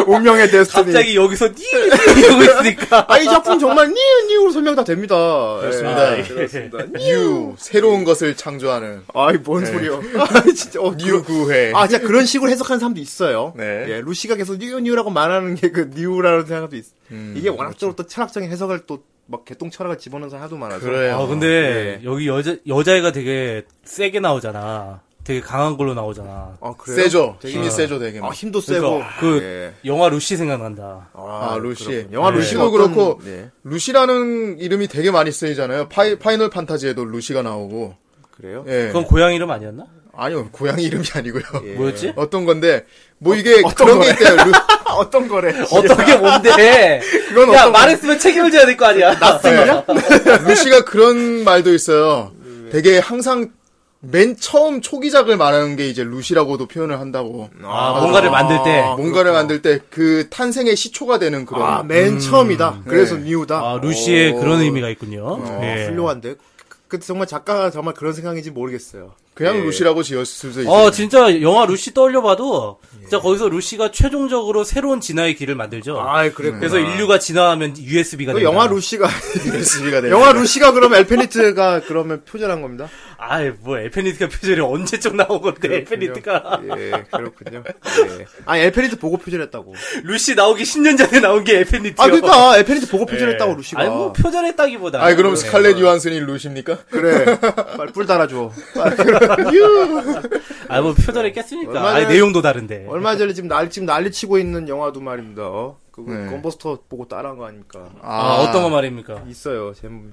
Speaker 3: 운명의 데스티니.
Speaker 4: 갑자기 여기서 니, 니 이러고 있으니까.
Speaker 3: 아, 이 작품 정말 니은 니으로 설명 다 됩니다.
Speaker 5: 그렇습니다.
Speaker 3: 예, 그렇습니다.
Speaker 5: 뉴. 새로운 것을 창조하는
Speaker 3: 아이, 뭔 소리요. 아, 진짜, 어,
Speaker 5: 뉴 네. 구회.
Speaker 3: 아, 진짜 그런 식으로 해석하는 사람도 있어요.
Speaker 5: 네.
Speaker 3: 예, 루시가 계속 뉴, 뉴라고 말하는 게 그 뉴라는 생각도 있어.
Speaker 5: 음,
Speaker 3: 이게 워낙적으로 또 철학적인 해석을 또 막 개똥 철학을 집어넣는 네. 사람 하도 많아서.
Speaker 5: 그렇죠. 그래요.
Speaker 4: 아, 근데 여기 여자, 여자애가 되게 세게 나오잖아. 되게 강한 걸로 나오잖아.
Speaker 3: 아, 그래요?
Speaker 5: 세죠. 힘이 세죠, 되게.
Speaker 3: 아,
Speaker 5: 막.
Speaker 3: 힘도 세고.
Speaker 4: 그러니까 그
Speaker 3: 예.
Speaker 4: 영화 루시 생각난다.
Speaker 5: 아, 루시.
Speaker 3: 그렇군요. 영화
Speaker 5: 네.
Speaker 3: 루시가
Speaker 5: 루시도
Speaker 3: 어떤-
Speaker 5: 그렇고
Speaker 3: 네.
Speaker 5: 루시라는 이름이 되게 많이 쓰이잖아요. 파이, 파이널 판타지에도 루시가 나오고.
Speaker 3: 그래요?
Speaker 5: 예.
Speaker 4: 그건 고양 이름 아니었나?
Speaker 5: 아니요, 고양이 이름이 아니고요.
Speaker 4: 뭐였지?
Speaker 5: 어떤 건데 뭐 이게
Speaker 3: 예. 어떤
Speaker 5: 그런 게
Speaker 3: 거예요?
Speaker 5: 있대요. 루,
Speaker 3: 아, 어떤 거래?
Speaker 4: 어떤 게 뭔데?
Speaker 3: 그건
Speaker 4: 야,
Speaker 3: 어떤
Speaker 4: 말했으면 책임을 져야 될 거 아니야.
Speaker 5: 루시가 그런 말도 있어요. 되게 항상 맨 처음 초기작을 말하는 게 이제 루시라고도 표현을 한다고.
Speaker 4: 아, 뭔가를 만들 때.
Speaker 5: 뭔가를 만들 때 그 탄생의 시초가 되는 그런.
Speaker 3: 아, 맨 처음이다. 그래서
Speaker 5: 네.
Speaker 3: 뉴다.
Speaker 4: 아, 루시의 그런 의미가 있군요.
Speaker 3: 어,
Speaker 4: 예.
Speaker 3: 훌륭한데. 그, 그 정말 작가가 정말 그런 생각인지 모르겠어요.
Speaker 5: 그냥 루시라고 지었을 수도 있어요.
Speaker 4: 어, 진짜 영화 루시 떠올려봐도
Speaker 3: 예.
Speaker 4: 진짜 거기서 루시가 최종적으로 새로운 진화의 길을 만들죠.
Speaker 3: 아이, 그랬구나.
Speaker 4: 그래서 인류가 진화하면 USB가
Speaker 3: 그
Speaker 4: 됩니다.
Speaker 3: 음. 영화 루시가
Speaker 5: USB가 네, 되는
Speaker 3: 영화 루시가 그럼 엘페니트가 그러면 표절한 겁니다.
Speaker 4: 아이, 뭐, 엘페니트가 표절이 언제쯤 나온 건데, 엘페니트가.
Speaker 3: 예, 그렇군요. 예. 아, 엘페니트 보고 표절했다고.
Speaker 4: 루시 나오기 10년 전에 나온 게 엘페니트요.
Speaker 3: 아, 그러니까 엘페니트 보고 표절했다고 루시가.
Speaker 4: 아니, 뭐, 표절했다기보다.
Speaker 5: 아니 그럼 스칼렛 유한슨이 루시입니까?
Speaker 3: 그래. 빨리 뿔 달아줘. 빨리.
Speaker 4: 아, 뭐, 표절했겠습니까?
Speaker 3: 얼마
Speaker 4: 아니,
Speaker 3: 전에-
Speaker 4: 내용도 다른데.
Speaker 3: 얼마 전에 지금 난리 지금 난리 치고 있는 영화도 말입니다. 어? 그거
Speaker 5: 네.
Speaker 3: 건버스터 보고 따라한 거 아닙니까?
Speaker 4: 아, 어떤 거 말입니까?
Speaker 3: 있어요. 제목.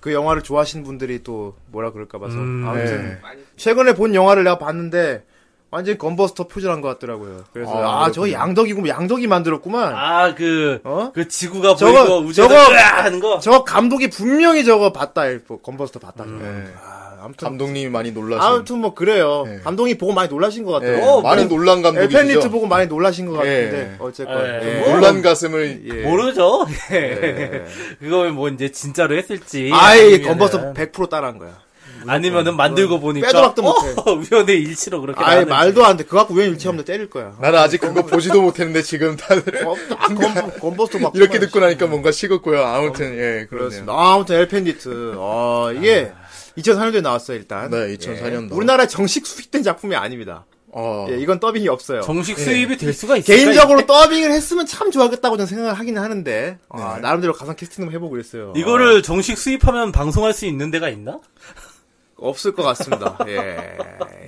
Speaker 3: 그 영화를 좋아하시는 분들이 또 뭐라 그럴까 봐서.
Speaker 4: 음,
Speaker 3: 아무튼 최근에 본 영화를 내가 봤는데 완전 히 건버스터 표절한 것 같더라고요. 그래서
Speaker 5: 아,
Speaker 3: 아, 저거 양덕이고 양덕이 만들었구만.
Speaker 4: 아, 그,
Speaker 3: 어?
Speaker 4: 그 지구가
Speaker 3: 저거-
Speaker 4: 보이고 우주가
Speaker 3: 저거-
Speaker 4: 으아 하는 거?
Speaker 3: 저 감독이 분명히 저거 봤다. 이거 건버스터 봤다. 저거.
Speaker 5: 네.
Speaker 3: 아, 아무튼
Speaker 5: 감독님이 많이 놀라신.
Speaker 3: 아무튼 뭐 그래요.
Speaker 5: 네.
Speaker 3: 감독이 보고 많이 놀라신 것
Speaker 5: 예,
Speaker 3: 같아요.
Speaker 4: 어,
Speaker 5: 많이
Speaker 4: 뭐,
Speaker 5: 놀란 감독이죠.
Speaker 3: 엘펜리트 보고 많이 놀라신 것 같은데
Speaker 5: 예.
Speaker 3: 어쨌건
Speaker 4: 예.
Speaker 3: 예.
Speaker 5: 놀란 가슴을
Speaker 3: 예.
Speaker 4: 모르죠? 그거 뭐, 이제 진짜로 했을지.
Speaker 3: 아이
Speaker 4: 아니면은-
Speaker 3: 건버스터 100% 따라한 거야.
Speaker 4: 아니면은 만들고 보니까
Speaker 3: 빼도락도
Speaker 4: 어, 우연의 일치로 그렇게
Speaker 3: 아이
Speaker 4: 나왔는지.
Speaker 3: 말도 안 돼. 그거 갖고 왜 일체없는 때릴 거야.
Speaker 5: 나는 아직 그거 보지도 못했는데 지금 다들
Speaker 3: 어, 아, 건버- 건버스터 막
Speaker 5: 이렇게 듣고 나니까 뭔가 식었고요. 아무튼 예
Speaker 3: 그렇습니다.
Speaker 5: 그렇네요. 아.
Speaker 3: 아, 아무튼 엘펜디트. 어, 이게 2004년도에 나왔어요, 일단.
Speaker 5: 네, 2004년도.
Speaker 3: 예. 우리나라에 정식 수입된 작품이 아닙니다.
Speaker 5: 어.
Speaker 3: 예, 이건 더빙이 없어요.
Speaker 4: 정식 수입이 될 수가 있을까?
Speaker 3: 예. 개인적으로 더빙을 했으면 참 좋아하겠다고 저는 생각을 하긴 하는데,
Speaker 5: 네.
Speaker 3: 아, 나름대로 가상 캐스팅도 해보고 그랬어요.
Speaker 4: 이거를 정식 수입하면 방송할 수 있는 데가 있나?
Speaker 3: 아, 없을 것 같습니다. 예.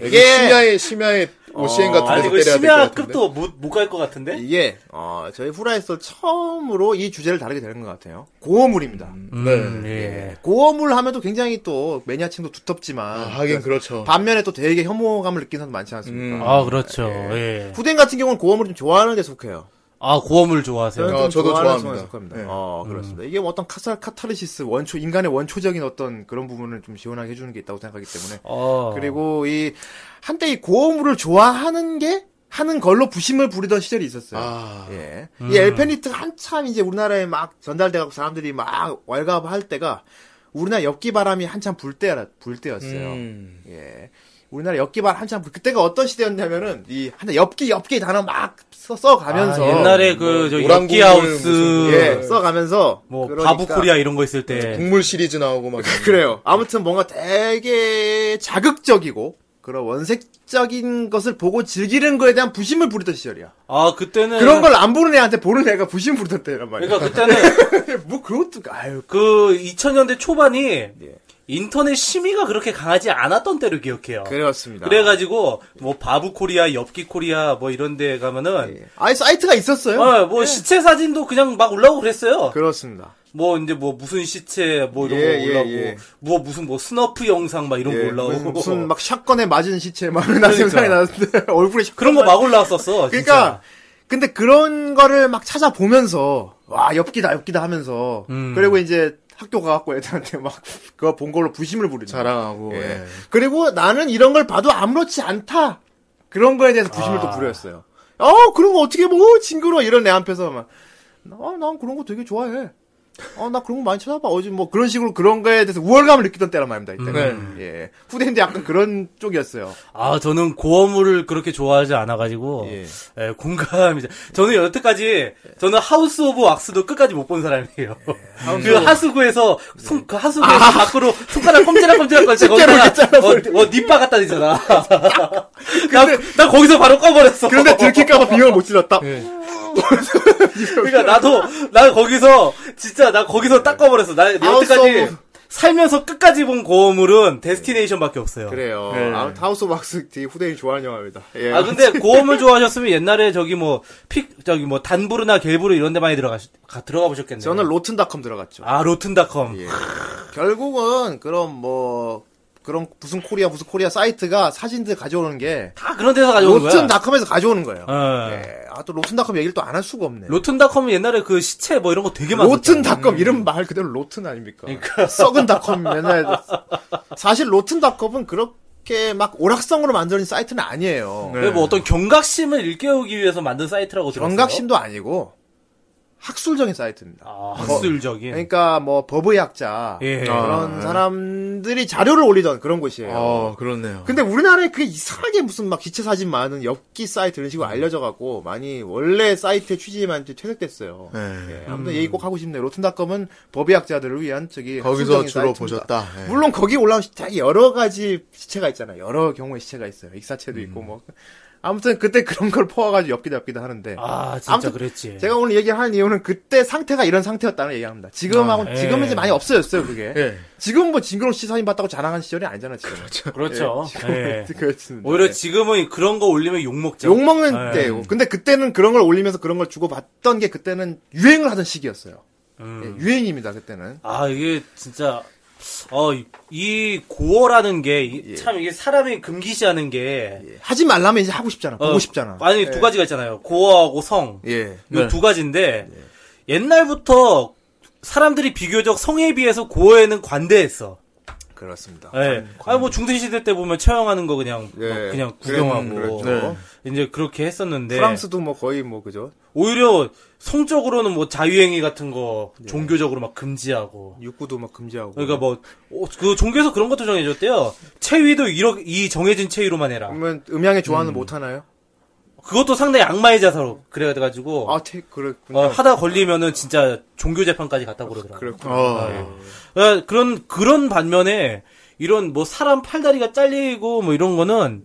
Speaker 5: 이게 심야에 심야에 OCN
Speaker 3: 어,
Speaker 5: 같은
Speaker 4: 아니
Speaker 5: 데서
Speaker 4: 그
Speaker 5: 때려야 될 것 같은데.
Speaker 4: 심야급도 못 못 갈 것 같은데.
Speaker 3: 이게, 어, 저희 후라이에서 처음으로 이 주제를 다루게 되는 것 같아요. 고어물입니다.
Speaker 4: 음,
Speaker 5: 네.
Speaker 4: 예.
Speaker 3: 고어물 하면 또 굉장히 또 매니아층도 두텁지만.
Speaker 5: 아, 하긴 그렇죠.
Speaker 3: 반면에 또 되게 혐오감을 느끼는 사람도 많지
Speaker 5: 음.
Speaker 3: 않습니까?
Speaker 4: 아 그렇죠. 예.
Speaker 3: 후대인 같은 경우는 고어물을 좀 좋아하는 데 속해요.
Speaker 4: 아 고어물 좋아하세요.
Speaker 3: 저는
Speaker 5: 어,
Speaker 3: 좀
Speaker 5: 저도
Speaker 3: 좋아하는
Speaker 5: 네. 좋아합니다.
Speaker 3: 성에 속합니다.
Speaker 5: 네.
Speaker 3: 어, 그렇습니다. 이게 뭐 어떤 카사, 카타르시스, 원초, 인간의 원초적인 어떤 그런 부분을 좀 지원하게 해주는 게 있다고 생각하기 때문에.
Speaker 4: 어.
Speaker 3: 그리고 이, 한때 이 고어물을 좋아하는 게, 하는 걸로 부심을 부리던 시절이 있었어요.
Speaker 5: 아.
Speaker 3: 예.
Speaker 4: 음.
Speaker 3: 이 엘페니트가 한참 이제 우리나라에 막 전달돼갖고 사람들이 막 왈가왈할 때가, 우리나라 엽기 바람이 한참 불 때, 불 때였어요.
Speaker 5: 음.
Speaker 3: 예. 우리나라 엽기발 한참 불- 그때가 어떤 시대였냐면은 이 한때 엽기 엽기 단어 막 써, 써가면서
Speaker 4: 아, 옛날에 그
Speaker 3: 뭐
Speaker 4: 저
Speaker 5: 노란
Speaker 4: 엽기
Speaker 5: 국물
Speaker 4: 하우스
Speaker 5: 무슨-
Speaker 3: 예 써가면서
Speaker 4: 뭐
Speaker 3: 그러니까- 네,
Speaker 4: 바부 코리아 이런 거 있을 때
Speaker 5: 국물 시리즈 나오고 막
Speaker 3: 그래요. 아무튼 뭔가 되게 자극적이고 그런 원색적인 것을 보고 즐기는 거에 대한 부심을 부리던 시절이야.
Speaker 4: 아, 그때는
Speaker 3: 그런 걸 안 보는 애한테 보는 애가 부심 부리던 때란 말이야.
Speaker 4: 그러니까 그때는
Speaker 3: 뭐 그것도 아유
Speaker 4: 그 2000년대 초반이
Speaker 3: 예.
Speaker 4: 인터넷 심의가 그렇게 강하지 않았던 때를 기억해요.
Speaker 3: 그렇습니다.
Speaker 4: 그래가지고 뭐 바부 코리아, 엽기 코리아 뭐 이런 데 가면은
Speaker 3: 예. 아예 사이트가 있었어요.
Speaker 4: 어, 뭐 시체 사진도 그냥 막 올라오고 그랬어요.
Speaker 3: 그렇습니다.
Speaker 4: 뭐 이제 뭐 무슨 시체 뭐 이런
Speaker 3: 예,
Speaker 4: 거
Speaker 3: 예,
Speaker 4: 올라오고
Speaker 3: 예.
Speaker 4: 뭐 무슨 뭐 스너프 영상 막 이런
Speaker 3: 예,
Speaker 4: 거 올라오고
Speaker 3: 무슨, 무슨 막 샷건에 맞은 시체 막 이런
Speaker 4: 그러니까.
Speaker 3: 생각이 나는데 얼굴에 샷건
Speaker 4: 그런 거 막 올라왔었어.
Speaker 3: 그러니까 근데 그런 거를 막 찾아보면서 와 엽기다 엽기다 하면서
Speaker 4: 음.
Speaker 3: 그리고 이제 학교 가갖고 애들한테 막 그거 본 걸로 부심을 부리는 거야.
Speaker 5: 자랑하고
Speaker 3: 예.
Speaker 5: 예.
Speaker 3: 그리고 나는 이런 걸 봐도 아무렇지 않다 그런 거에 대해서 부심을
Speaker 4: 아.
Speaker 3: 또 부렸어요 어 그런 거 어떻게 뭐 징그러 워 이런 애 앞에서 막어난 그런 거 되게 좋아해 어 나 그런 거 많이 찾아봐 어제 뭐 그런 식으로 그런 거에 대해서 우월감을 느끼던 때란 말입니다 이때는
Speaker 5: 음.
Speaker 3: 예 후대인데 약간 그런 쪽이었어요
Speaker 4: 진짜. 아 저는 고어물을 그렇게 좋아하지 않아가지고
Speaker 3: 예.
Speaker 4: 예, 공감이죠. 저는 여태까지 저는 하우스 오브 왁스도 끝까지 못 본
Speaker 3: 예,
Speaker 4: 사람이에요. 그 하수구에서 손, 그 하수구에서
Speaker 3: 아.
Speaker 4: 밖으로 손가락 꼼지락 꼼지락 걸쳐 거기다가 어, 어 니빠 갖다 대잖아. 나, 나 거기서 바로 꺼버렸어. 예.
Speaker 3: 그런데 들킬까봐 비명을 못 질렀다
Speaker 4: 그러니까 나도 나 거기서 진짜 나 거기서 딱 꺼버렸어. 나 여태까지
Speaker 3: 오브-
Speaker 4: 살면서 끝까지 본 고어물은 데스티네이션밖에 없어요. 예.
Speaker 3: 그래요.
Speaker 5: 네.
Speaker 3: 아, 타우스 박스 되게 후대인이 좋아하는 영화입니다. 예.
Speaker 4: 아 근데 고어물 좋아하셨으면 옛날에 저기 뭐 픽 저기 뭐 단부르나 겔부르 이런 데 많이 들어가 들어가 보셨겠네요.
Speaker 3: 저는 로튼닷컴 들어갔죠.
Speaker 4: 아 로튼닷컴.
Speaker 3: 예. 결국은 그런 뭐 그런 무슨 코리아 무슨 코리아 사이트가 사진들 가져오는 게
Speaker 4: 다 아, 그런 데서 가져오는 거야.
Speaker 3: 로튼닷컴에서 가져오는 거예요.
Speaker 4: 어.
Speaker 3: 예. 아또 로튼닷컴 얘기를 또 안 할 수가 없네.
Speaker 4: 로튼닷컴은 옛날에 그 시체 뭐 이런 거 되게 많았어.
Speaker 3: 로튼닷컴 이름 말 그대로 로튼 아닙니까? 썩은닷컴 맨날 사실 로튼닷컴은 그렇게 막 오락성으로 만들어진 사이트는 아니에요.
Speaker 4: 뭐 어떤 경각심을 일깨우기 위해서 만든 사이트라고 들었어요.
Speaker 3: 예. 경각심도 어. 아니고 학술적인 사이트입니다.
Speaker 5: 예.
Speaker 4: 아, 학술적인.
Speaker 3: 그러니까 뭐 법의학자
Speaker 4: 예.
Speaker 3: 그런 사람들 사람들이 자료를 올리던 그런 곳이에요.
Speaker 5: 아. 어, 그렇네요.
Speaker 3: 근데 우리나라에 그 이상하게 무슨 막 기체 사진 많은 엽기 사이트 이런
Speaker 5: 음.
Speaker 3: 식으로 알려져갖고 많이 원래 사이트의 취지만 이제 퇴색됐어요.
Speaker 5: 네.
Speaker 3: 예, 아무튼 얘기 꼭 하고 싶네요. 로튼닷컴은 법의학자들을 위한 저기
Speaker 5: 거기서
Speaker 3: 학술적인
Speaker 5: 주로
Speaker 3: 사이트입니다.
Speaker 5: 보셨다. 예.
Speaker 3: 물론 거기 올라온 시체 여러 가지 시체가 있잖아요. 여러 경우의 시체가 있어요.
Speaker 5: 음.
Speaker 3: 익사체도 있고 뭐 아무튼 그때 그런 걸 퍼와가지고 엽기도 엽기도 하는데
Speaker 4: 아 진짜
Speaker 3: 아무튼
Speaker 4: 그랬지.
Speaker 3: 제가 오늘 얘기하는 이유는 그때 상태가 이런 상태였다는 얘기합니다. 지금하고
Speaker 4: 아, 예.
Speaker 3: 지금은 이제 많이 없어졌어요 그게.
Speaker 5: 예.
Speaker 3: 지금 뭐 징그러운 시사인 봤다고 자랑한 시절이 아니잖아 지금. 그렇죠.
Speaker 4: 그렇죠. 예.
Speaker 3: 그렇습니다.
Speaker 4: 오히려
Speaker 3: 예.
Speaker 4: 지금은 그런 거 올리면 욕 먹죠.
Speaker 3: 욕 먹는
Speaker 4: 예.
Speaker 3: 때고. 근데 그때는 그런 걸 올리면서 그런 걸 주고 받던 게 그때는 유행을 하던 시기였어요.
Speaker 4: 음.
Speaker 3: 예, 유행입니다 그때는.
Speaker 4: 아 이게 진짜 어 이 고어라는 게 참 이게 사람이 금기시하는 게
Speaker 3: 예. 하지 말라면 이제 하고 싶잖아.
Speaker 4: 어,
Speaker 3: 보고 싶잖아.
Speaker 4: 아니 두 가지가 있잖아요. 고어하고 성.
Speaker 3: 예.
Speaker 4: 이 두 가지인데 옛날부터 사람들이 비교적 성에 비해서 고어에는 관대했어.
Speaker 3: 그렇습니다.
Speaker 4: 예. 아니 뭐 중세 시대 때 보면 처형하는 거 그냥
Speaker 3: 예.
Speaker 4: 막 그냥
Speaker 3: 음,
Speaker 4: 구경하고
Speaker 3: 그렇죠.
Speaker 4: 이제 그렇게 했었는데
Speaker 3: 프랑스도 뭐 거의 뭐 그죠.
Speaker 4: 오히려 성적으로는 뭐 자유행위 같은 거
Speaker 3: 예.
Speaker 4: 종교적으로 막 금지하고
Speaker 3: 육구도 막 금지하고.
Speaker 4: 그러니까 뭐 그 종교에서 그런 것도 정해줬대요. 체위도 이러, 이 정해진 체위로만 해라.
Speaker 3: 그러면 음향에 좋아하는 못 하나요?
Speaker 4: 그것도 상당히 악마의 자세로 그래가지고
Speaker 3: 아, 테 그렇군요. 아,
Speaker 4: 어, 하다 걸리면은 진짜 종교 재판까지 갔다 그러더라고.
Speaker 3: 그렇군.
Speaker 5: 어.
Speaker 4: 어, 그런 그런 반면에 이런 뭐 사람 팔다리가 잘리고 뭐 이런 거는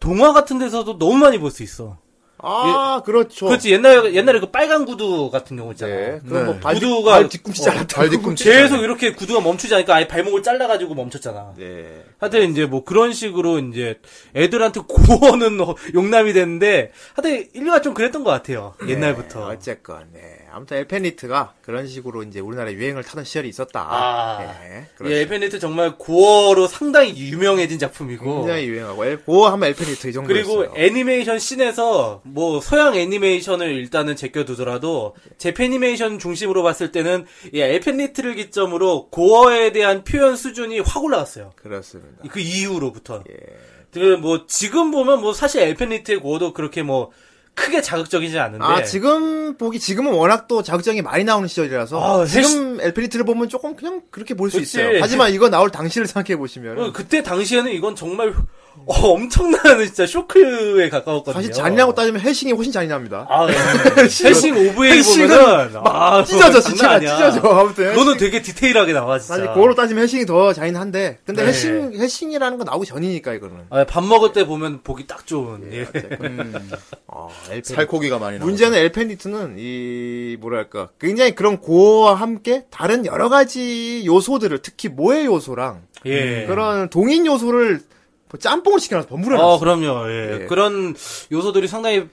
Speaker 4: 동화 같은 데서도 너무 많이 볼 수 있어.
Speaker 3: 아, 그렇죠.
Speaker 4: 예. 그렇지 옛날 옛날에 그 빨간 구두 같은 경우 있잖아.
Speaker 3: 네.
Speaker 4: 요
Speaker 3: 그럼
Speaker 5: 네.
Speaker 3: 뭐 발, 뒤-
Speaker 4: 구두가-
Speaker 3: 발 뒤꿈치 어, 잘랐다.
Speaker 5: 발 뒤꿈치.
Speaker 4: 계속 이렇게 구두가 멈추지 않으니까 아예 발목을 잘라가지고 멈췄잖아.
Speaker 3: 네.
Speaker 4: 하여튼 이제 뭐 그런 식으로 이제 애들한테 고어는 어- 용납이 됐는데 하여튼 인류가 좀 그랬던 것 같아요.
Speaker 3: 네,
Speaker 4: 옛날부터.
Speaker 3: 어쨌건, 네. 아무튼 엘페니트가 그런 식으로 이제 우리나라에 유행을 타던 시절이 있었다.
Speaker 4: 아.
Speaker 3: 네. 그렇죠.
Speaker 4: 예, 에베네트 정말 고어로 상당히 유명해진 작품이고
Speaker 3: 굉장히 유행하고, 그 엘, 고하면 엘페니트 이 정도였어요.
Speaker 4: 그리고 예. 애니메이션 씬에서 뭐 서양 애니메이션을 일단은 제껴두더라도 재패니메이션 중심으로 봤을 때는 예, 엘펜니트를 기점으로 고어에 대한 표현 수준이 확 올라갔어요.
Speaker 3: 그렇습니다.
Speaker 4: 그 이후로부터.
Speaker 3: 예.
Speaker 4: 그뭐 지금 보면 뭐 사실 엘펜니트의 고어도 그렇게 뭐 크게 자극적이지 않은데.
Speaker 3: 아, 지금 보기, 지금은 워낙 또 자극적인 게 많이 나오는 시절이라서,
Speaker 4: 아,
Speaker 3: 지금 엘페니트를 보면 조금 그냥 그렇게 볼 수
Speaker 4: 그치.
Speaker 3: 있어요. 하지만 이거 나올 당시를 생각해보시면,
Speaker 4: 어, 그때 당시에는 이건 정말 어, 엄청난 진짜 쇼크에 가까웠거든요.
Speaker 3: 사실 잔인하고 따지면 헬싱이 훨씬 잔인합니다.
Speaker 4: 아, 예. 헬싱 오브에
Speaker 3: 헬싱은
Speaker 4: 보면은
Speaker 3: 막
Speaker 4: 아,
Speaker 3: 찢어져,
Speaker 4: 장난
Speaker 3: 진짜
Speaker 4: 아니야.
Speaker 3: 찢어져. 아무튼.
Speaker 4: 너는 되게 디테일하게 나와 진짜.
Speaker 3: 사실 그거로 따지면 헬싱이 더 잔인한데, 근데
Speaker 4: 네.
Speaker 3: 헬싱, 헬싱이라는 건 나오기 전이니까, 이거는.
Speaker 4: 아, 밥 먹을 때 보면 보기 딱 좋은. 예.
Speaker 3: 아, 엘페니트.
Speaker 5: 살코기가 많이 나.
Speaker 3: 문제는 엘펜디트는 이 뭐랄까 굉장히 그런 고어와 함께 다른 여러 가지 요소들을 특히 모의 요소랑
Speaker 4: 예.
Speaker 3: 그런 동인 요소를 뭐 짬뽕을 시켜놔서 범부려
Speaker 4: 어,
Speaker 3: 놨어.
Speaker 4: 그럼요. 예.
Speaker 3: 예.
Speaker 4: 그런 요소들이 상당히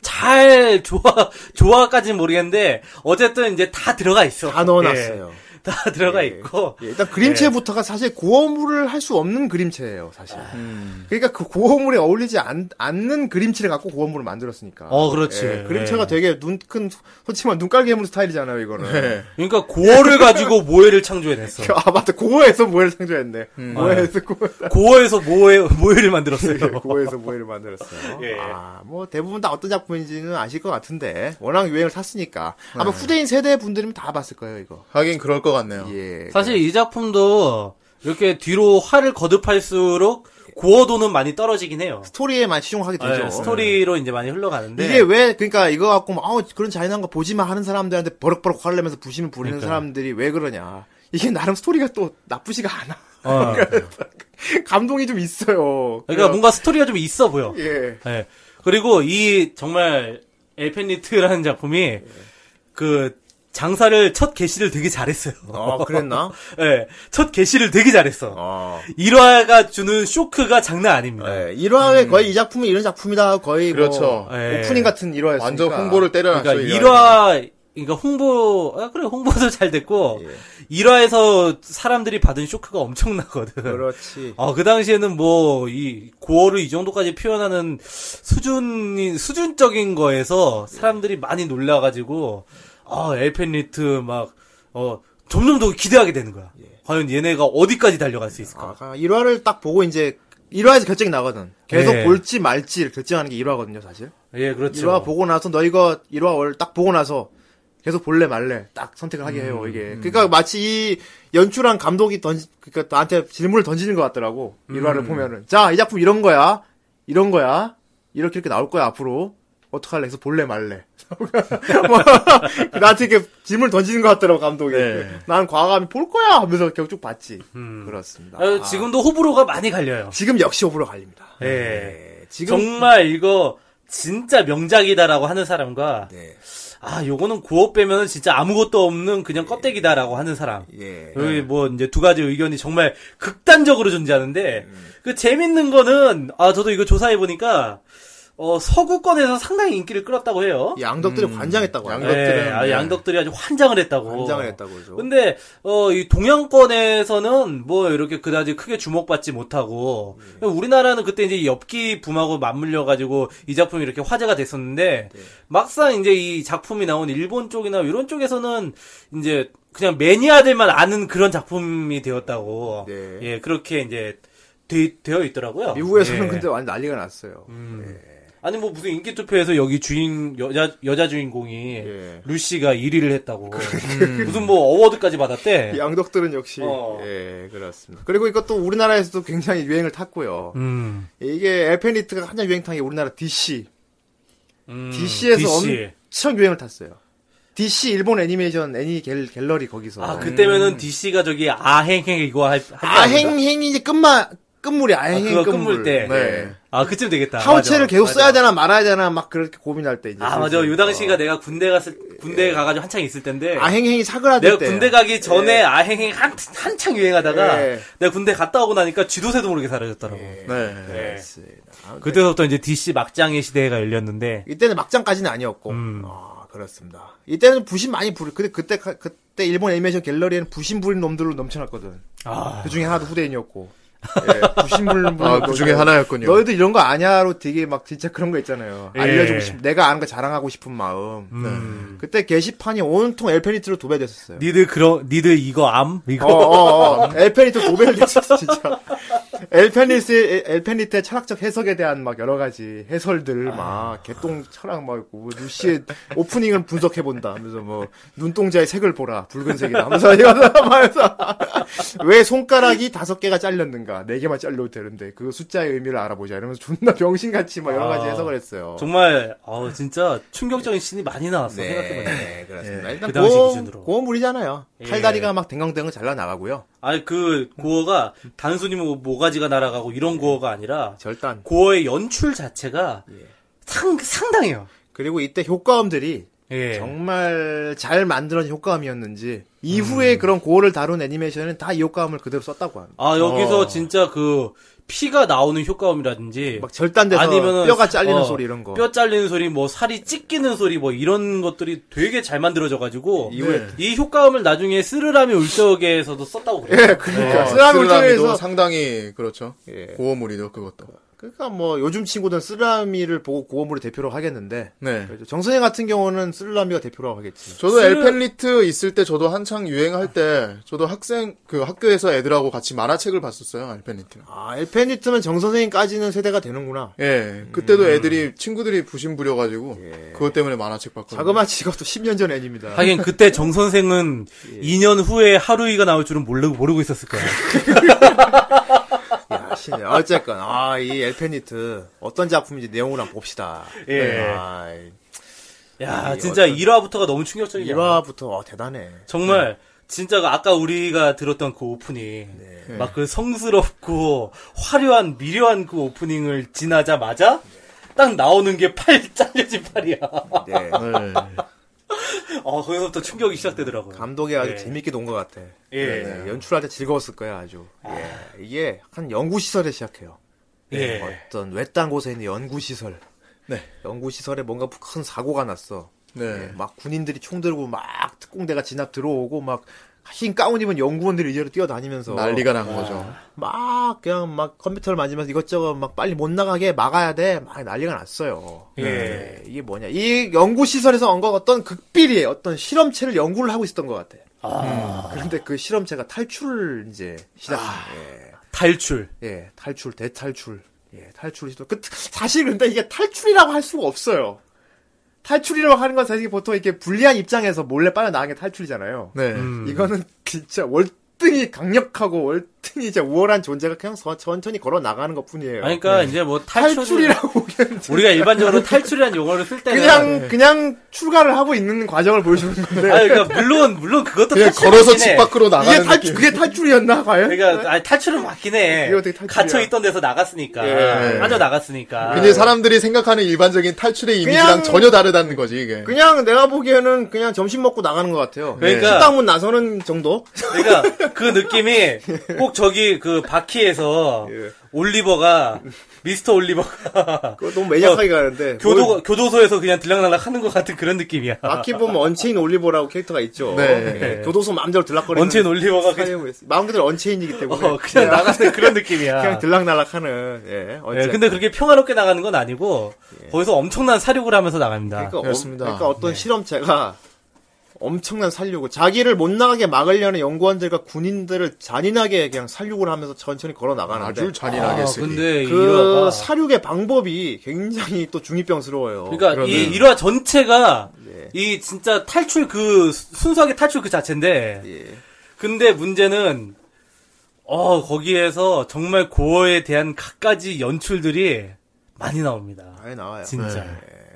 Speaker 4: 잘 조화 조화까지는 모르겠는데 어쨌든 이제 다 들어가 있어.
Speaker 3: 다 넣어놨어요.
Speaker 4: 그렇죠. 예. 다 들어가
Speaker 3: 예.
Speaker 4: 있고.
Speaker 3: 예, 일단 그림체부터가 사실 고어물을 할 수 없는 그림체예요, 사실.
Speaker 4: 아, 음.
Speaker 3: 그러니까 그 고어물에 어울리지 않, 는 그림체를 갖고 고어물을 만들었으니까.
Speaker 4: 어, 그렇지.
Speaker 3: 예, 그림체가
Speaker 4: 예.
Speaker 3: 되게 눈 큰 솔직히만 눈깔개 해물 스타일이잖아요, 이거는.
Speaker 4: 그러니까 고어를 가지고 모해를 창조해냈어.
Speaker 3: 아 맞다, 고어에서 모해를 상조했네.
Speaker 4: 음. 아, 예.
Speaker 3: 고어에서 고어.
Speaker 4: 고어에서 모해 모해를 만들었어요.
Speaker 3: 예, 고에서 모해를 만들었어요.
Speaker 4: 예.
Speaker 3: 아, 뭐 대부분 다 어떤 작품인지는 아실 것 같은데 워낙 유행을 탔으니까 아마 후대인 세대 분들이면 다 봤을 거예요 이거.
Speaker 5: 네. 하긴 그럴 것 같네요.
Speaker 3: 예.
Speaker 4: 사실 이 작품도 이렇게 뒤로 화를 거듭할수록 고어도는 많이 떨어지긴 해요.
Speaker 3: 스토리에만 치중하게
Speaker 5: 네,
Speaker 3: 되죠.
Speaker 4: 예, 스토리로 이제 많이 흘러가는데
Speaker 3: 이게 왜 그러니까 이거 갖고 막 아우 그런 잔인한 거 보지 마 하는 사람들한테 버럭버럭 화를 내면서 부심을 부리는
Speaker 4: 그러니까요.
Speaker 3: 사람들이 왜 그러냐. 이게 나름 스토리가 또 나쁘지가 않아.
Speaker 4: 어.
Speaker 3: 감동이 좀 있어요.
Speaker 4: 그러니까 뭔가 스토리가 좀 있어 보여.
Speaker 3: 예.
Speaker 4: 예. 그리고 이 정말 엘펜리트라는 작품이 그 장사를 첫 게시를 되게 잘했어요.
Speaker 3: 아 그랬나?
Speaker 4: 예. 첫 게시를 되게 잘했어.
Speaker 3: 어.
Speaker 4: 일화가 주는 쇼크가 장난 아닙니다.
Speaker 3: 예, 1화에 거의 이 작품은 이런 작품이다 거의
Speaker 5: 음. 그렇죠.
Speaker 3: 뭐 아,
Speaker 4: 예.
Speaker 3: 오프닝 같은 1화였으니까
Speaker 5: 완전 홍보를 때려놨죠.
Speaker 4: 그러니까
Speaker 5: 이
Speaker 4: 1화 그러니까 홍보 아 그래 홍보도 잘 됐고
Speaker 3: 예.
Speaker 4: 일 1화에서 사람들이 받은 쇼크가 엄청나거든.
Speaker 3: 그러니까 그렇지
Speaker 4: 아, 그 당시에는 뭐, 이, 고어를 이 정도까지 표현하는 수준이, 수준적인 거에서 사람들이 많이 놀라가지고, 아, 엘펜리트 막, 어, 점점 더 기대하게 되는 거야. 과연 얘네가 어디까지 달려갈 수 있을까?
Speaker 3: 아까 1화를 딱 보고 이제 1화에서 결정이 나거든. 계속
Speaker 5: 네.
Speaker 4: 예.
Speaker 3: 볼지 말지를 결정하는 게 1화거든요, 사실.
Speaker 4: 예, 그렇죠.
Speaker 3: 1화 보고 나서 너 이거 1화를 딱 보고 나서 계속 볼래 말래 딱 선택을 하게 해요 이게. 그러니까 마치 이 연출한 감독이 던지 그러니까 나한테 질문을 던지는 것 같더라고 일화를 보면은 자 이 작품 이런 거야 이런 거야 이렇게 이렇게 나올 거야 앞으로 어떡할래 해서 볼래 말래 뭐, 나한테 이렇게 질문을 던지는 것 같더라고 감독이
Speaker 5: 네.
Speaker 3: 난 과감히 볼 거야 하면서 결국 쭉 봤지 그렇습니다
Speaker 4: 아, 지금도 호불호가 많이 갈려요.
Speaker 3: 지금 역시 호불호 갈립니다.
Speaker 4: 예.
Speaker 3: 네, 지금
Speaker 4: 정말 이거 진짜 명작이다라고 하는 사람과
Speaker 3: 네.
Speaker 4: 아 요거는 고업 빼면 진짜 아무것도 없는 그냥 껍데기다라고 하는 사람.
Speaker 3: 예.
Speaker 4: 여기 뭐 이제 두 가지 의견이 정말 극단적으로 존재하는데
Speaker 3: 음.
Speaker 4: 그 재밌는 거는 아 저도 이거 조사해 보니까 어 서구권에서 상당히 인기를 끌었다고 해요. 음.
Speaker 3: 이 양덕들이 관장했다고 하네요.
Speaker 4: 예, 아, 양덕들이 아주 환장을 했다고.
Speaker 3: 관장을 했다고 그죠.
Speaker 4: 근데 어 이 동양권에서는 뭐 이렇게 그다지 크게 주목받지 못하고
Speaker 3: 네.
Speaker 4: 우리나라는 그때 이제 엽기 붐하고 맞물려 가지고 이 작품이 이렇게 화제가 됐었는데
Speaker 3: 네.
Speaker 4: 막상 이제 이 작품이 나온 일본 쪽이나 이런 쪽에서는 이제 그냥 매니아들만 아는 그런 작품이 되었다고
Speaker 3: 네.
Speaker 4: 예 그렇게 이제 되, 어 있더라고요.
Speaker 3: 미국에서는
Speaker 4: 예.
Speaker 3: 근데 완전 난리가 났어요.
Speaker 4: 아니 뭐 무슨 인기 투표에서 여기 주인 여자 여자 주인공이
Speaker 3: 예. 그
Speaker 4: 루시가 1위를 했다고 음. 무슨 뭐 어워드까지 받았대.
Speaker 3: 이 양덕들은 역시
Speaker 4: 어.
Speaker 3: 예 그렇습니다. 그리고 이것도 우리나라에서도 굉장히 유행을 탔고요.
Speaker 4: 음.
Speaker 3: 이게 엘펜리트가 한참 유행 탄 게 우리나라 DC,
Speaker 4: 음,
Speaker 3: DC에서
Speaker 4: DC.
Speaker 3: 엄청 유행을 탔어요. DC 일본 애니메이션 애니 갤, 갤러리 거기서
Speaker 4: 아 그때면은 DC가 저기 아행행 이거 할, 할때 아닌가?
Speaker 3: 아행행이 이제 끝마 끝물이
Speaker 4: 아,
Speaker 3: 아행행
Speaker 4: 그거
Speaker 3: 끝물.
Speaker 4: 끝물 때.
Speaker 3: 네.
Speaker 4: 아 그쯤 되겠다.
Speaker 3: 하우체를
Speaker 4: 맞아,
Speaker 3: 계속
Speaker 4: 맞아.
Speaker 3: 써야 되나 말아야 되나 막 그렇게 고민할 때 이제
Speaker 4: 아 맞아.
Speaker 3: 슬슬.
Speaker 4: 요 당시가 내가 군대 갔을 군대 에 가가지고 한창 있을 텐데.
Speaker 3: 아행행이 사그라들
Speaker 4: 내가
Speaker 3: 때
Speaker 4: 군대 가기 전에 아행행 한, 한창 유행하다가
Speaker 3: 예.
Speaker 4: 내가 군대 갔다 오고 나니까 쥐도새도 모르게 사라졌더라고.
Speaker 3: 네.
Speaker 4: 그때부터 이제 DC 막장의 시대가 열렸는데
Speaker 3: 이때는 막장까지는 아니었고
Speaker 4: 음.
Speaker 3: 아 그렇습니다 이때는 부심 많이 부르 근데 그때 가- 그때 일본 애니메이션 갤러리에는 부심 부린 놈들로 넘쳐났거든
Speaker 4: 아
Speaker 3: 그 중에 하나도 후대인이었고 예, 부심 부린
Speaker 5: 아, 그 중에 하나였군요.
Speaker 3: 너희도 이런 거 아냐로 되게 막 진짜 그런 거 있잖아요
Speaker 4: 예.
Speaker 3: 알려주고 싶 내가 아는 거 자랑하고 싶은 마음 네.
Speaker 4: 음.
Speaker 3: 그때 게시판이 온통 엘페니트로 도배됐었어요
Speaker 4: 니들 그런 니들 이거 암 이거
Speaker 3: 어어어 엘페니트 도배됐었어 진짜 엘페니스 엘페니트의 철학적 해석에 대한 막 여러 가지 해설들 막 개똥 철학 막 있고 뭐 루시의 오프닝을 분석해 본다 하면서 뭐 눈동자의 색을 보라 붉은색이다 하면서 이거 하면서 왜 손가락이 다섯 개가 잘렸는가 네 개만 잘려도 되는데 그 숫자의 의미를 알아보자 이러면서 존나 병신같이 막 여러 가지
Speaker 4: 아.
Speaker 3: 해석을 했어요.
Speaker 4: 정말 어 진짜 충격적인 신이 많이 나왔어 생각해보니까.
Speaker 3: 네, 그렇습니다. 일단
Speaker 4: 그 당시
Speaker 3: 고음-
Speaker 4: 기준으로.
Speaker 3: 고음물이잖아요.
Speaker 4: 예.
Speaker 3: 팔다리가 막 댕강댕강 잘라 나가고요.
Speaker 4: 아니 그 고어가 단순히 뭐 모가지가 날아가고
Speaker 3: 네.
Speaker 4: 이런 고어가 아니라
Speaker 3: 절단.
Speaker 4: 고어의 연출 자체가
Speaker 3: 예.
Speaker 4: 상, 상당해요.
Speaker 3: 그리고 이때 효과음들이
Speaker 4: 예.
Speaker 3: 정말 잘 만들어진 효과음이었는지 이후에 그런 고어를 다룬 애니메이션은 다 이 효과음을 그대로 썼다고 합니다.
Speaker 4: 아 여기서
Speaker 3: 어.
Speaker 4: 진짜 그 피가 나오는 효과음이라든지
Speaker 3: 막 절단돼서
Speaker 4: 아니면
Speaker 3: 뼈가 잘리는 소리 이런 거.
Speaker 4: 어, 뼈 잘리는 소리 뭐 살이 찢기는 소리 뭐 이런 것들이 되게 잘 만들어져 가지고 네.
Speaker 3: 이후에-
Speaker 4: 이 효과음을 나중에 쓰르라미 울적에서도 썼다고 그래요.
Speaker 3: 예, 그러니까
Speaker 5: 어,
Speaker 3: 쓰라미
Speaker 5: 쓰라미도
Speaker 3: 울트라에서
Speaker 5: 상당히 그렇죠.
Speaker 3: 예.
Speaker 5: 고어물이죠 그것도.
Speaker 3: 그러니까 뭐 요즘 친구들은 쓰라미를 보고 고어물을 대표로 하겠는데 그렇죠.
Speaker 5: 네.
Speaker 3: 정선생 같은 경우는 쓰라미가 대표라고 하겠지.
Speaker 5: 저도
Speaker 4: 쓰-
Speaker 5: 엘펜리트 있을 때 저도 한창 유행할 때 저도 학생 그 학교에서 애들하고 같이 만화책을 봤었어요 엘펜리트는.
Speaker 3: 아 엘펜리트는 정선생까지는 세대가 되는구나.
Speaker 5: 예,
Speaker 3: 음.
Speaker 5: 그때도 애들이 친구들이 부심부려가지고 그것 때문에 만화책 봤거든요.
Speaker 3: 예. 자그마치 이것도 10년 전 애니입니다.
Speaker 4: 하긴 그때 정 선생은
Speaker 3: 예.
Speaker 4: 2년 후에 하루이가 나올 줄은 모르고 모르고 있었을 거예요.
Speaker 3: 야, 신이야. 예, 어쨌건, 아, 이 엘페니트, 어떤 작품인지 내용을 한번 봅시다.
Speaker 4: 예.
Speaker 3: 아,
Speaker 4: 야
Speaker 3: 이
Speaker 4: 진짜
Speaker 3: 예. 어떤-
Speaker 4: 1화부터가 너무 충격적이야.
Speaker 3: 1화부터, 와, 대단해. 네.
Speaker 4: 정말 진짜 그 아까 우리가 들었던 그 오프닝
Speaker 3: 네.
Speaker 4: 막 그 성스럽고 화려한 미려한 그 오프닝을 지나자마자 딱 나오는 게 팔 잘려진 팔이야.
Speaker 3: 네.
Speaker 5: 네.
Speaker 4: 어 거기서부터 충격이 시작되더라고요.
Speaker 3: 감독이 아주
Speaker 4: 예.
Speaker 3: 재밌게 논 것 같아.
Speaker 4: 예.
Speaker 3: 네, 연출할 때 즐거웠을 거야, 아주. 예. 이게, 한 연구시설에 시작해요.
Speaker 4: 예.
Speaker 3: 어떤 외딴 곳에 있는 연구시설.
Speaker 5: 네.
Speaker 3: 연구시설에 뭔가 큰 사고가 났어. 예,
Speaker 5: 네.
Speaker 3: 막 군인들이 총 들고 막 특공대가 진압 들어오고 막, 흰 가운 입은 연구원들이 이제로 뛰어다니면서.
Speaker 5: 난리가 난 거죠.
Speaker 3: 아. 막 그냥 막 컴퓨터를 만지면서 이것저것 막 빨리 못 나가게 막아야 돼. 막 난리가 났어요.
Speaker 4: 예.
Speaker 3: 네, 이게 뭐냐? 이 연구 시설에서 언것 어떤 극비리의 어떤 실험체를 연구를 하고 있었던 것 같아. 음, 그런데 그 실험체가 탈출을 이제 시작합니다.
Speaker 4: 탈출.
Speaker 3: 예, 예, 탈출, 대탈출. 예, 탈출 시도. 그, 사실 근데 이게 탈출이라고 할 수가 없어요. 탈출이라고 하는 건 사실 보통 이렇게 불리한 입장에서 몰래 빠져나간 게 탈출이잖아요.
Speaker 5: 네.
Speaker 4: 음.
Speaker 3: 이거는 진짜 월등히 강력하고 월등히 이제 우월한 존재가 그냥 서- 천천히 걸어 나가는 것 뿐이에요.
Speaker 4: 아니, 그러니까 이제 뭐 탈출이라
Speaker 3: 탈출이라고
Speaker 4: 우리가 일반적으로 탈출이라는 용어를 쓸 때는
Speaker 3: 그냥 그냥 출가를 하고 있는 과정을 보여주는 건데
Speaker 4: 아니, 그러니까 물론 물론 그것도
Speaker 5: 그냥
Speaker 4: 탈출이긴
Speaker 5: 걸어서
Speaker 4: 해.
Speaker 5: 집 밖으로
Speaker 3: 이게
Speaker 5: 나가는
Speaker 3: 탈출 그게 탈출이었나 과연?
Speaker 4: 그러니까 아니, 탈출은 맞긴 해.
Speaker 3: 이게 어떻게 탈출이야?
Speaker 4: 갇혀 있던 데서 나갔으니까
Speaker 3: 예.
Speaker 4: 빠져 나갔으니까.
Speaker 5: 근데 사람들이 생각하는 일반적인 탈출의 이미지랑
Speaker 3: 그냥-
Speaker 5: 전혀 다르다는 거지 이게.
Speaker 3: 그냥 내가 보기에는 그냥 점심 먹고 나가는 것 같아요.
Speaker 4: 그러니까-
Speaker 3: 식당 문 나서는 정도?
Speaker 4: 그러니까 그 느낌이 꼭 저기 그 바키에서
Speaker 3: 예.
Speaker 4: 올리버가 미스터 올리버가
Speaker 3: 그거 너무 매니악하게
Speaker 5: 어,
Speaker 3: 가는데.
Speaker 4: 교도
Speaker 3: 뭘-
Speaker 4: 교도소에서 그냥 들락날락 하는 것 같은 그런 느낌이야.
Speaker 3: 막히 보면 언체인 올리버라고 캐릭터가 있죠.
Speaker 5: 네.
Speaker 3: 네. 교도소 마음대로 들락거리는.
Speaker 4: 언체인 올리버가 그냥,
Speaker 3: 사용을 했어요. 마음 그대로 언체인이기 때문에.
Speaker 4: 어, 그냥 나가는 그런 느낌이야.
Speaker 5: 아.
Speaker 3: 그냥 들락날락하는. 예.
Speaker 4: 예,
Speaker 3: 언체.
Speaker 4: 근데 그렇게 평화롭게 나가는 건 아니고 거기서 엄청난 사륙을 하면서 나갑니다.
Speaker 3: 예. 그러니까, 어,
Speaker 5: 그렇습니다. 네.
Speaker 3: 그러니까 어떤 실험체가 엄청난 살육을 자기를 못 나가게 막으려는 연구원들과 군인들을 잔인하게 그냥 살육을 하면서 천천히 걸어 나가는데
Speaker 5: 아주
Speaker 4: 아,
Speaker 5: 잔인하게 쓰니.
Speaker 4: 근데 이
Speaker 3: 그
Speaker 4: 일화가
Speaker 3: 살육의 방법이 굉장히 또 중이병스러워요.
Speaker 4: 그러니까
Speaker 5: 그러네.
Speaker 4: 이 일화 전체가 이 진짜 탈출 그 순수하게 탈출 그 자체인데
Speaker 3: 예.
Speaker 4: 근데 문제는 어 거기에서 정말 고어에 대한 각가지 연출들이 많이 나옵니다.
Speaker 3: 아예 나와요.
Speaker 4: 진짜.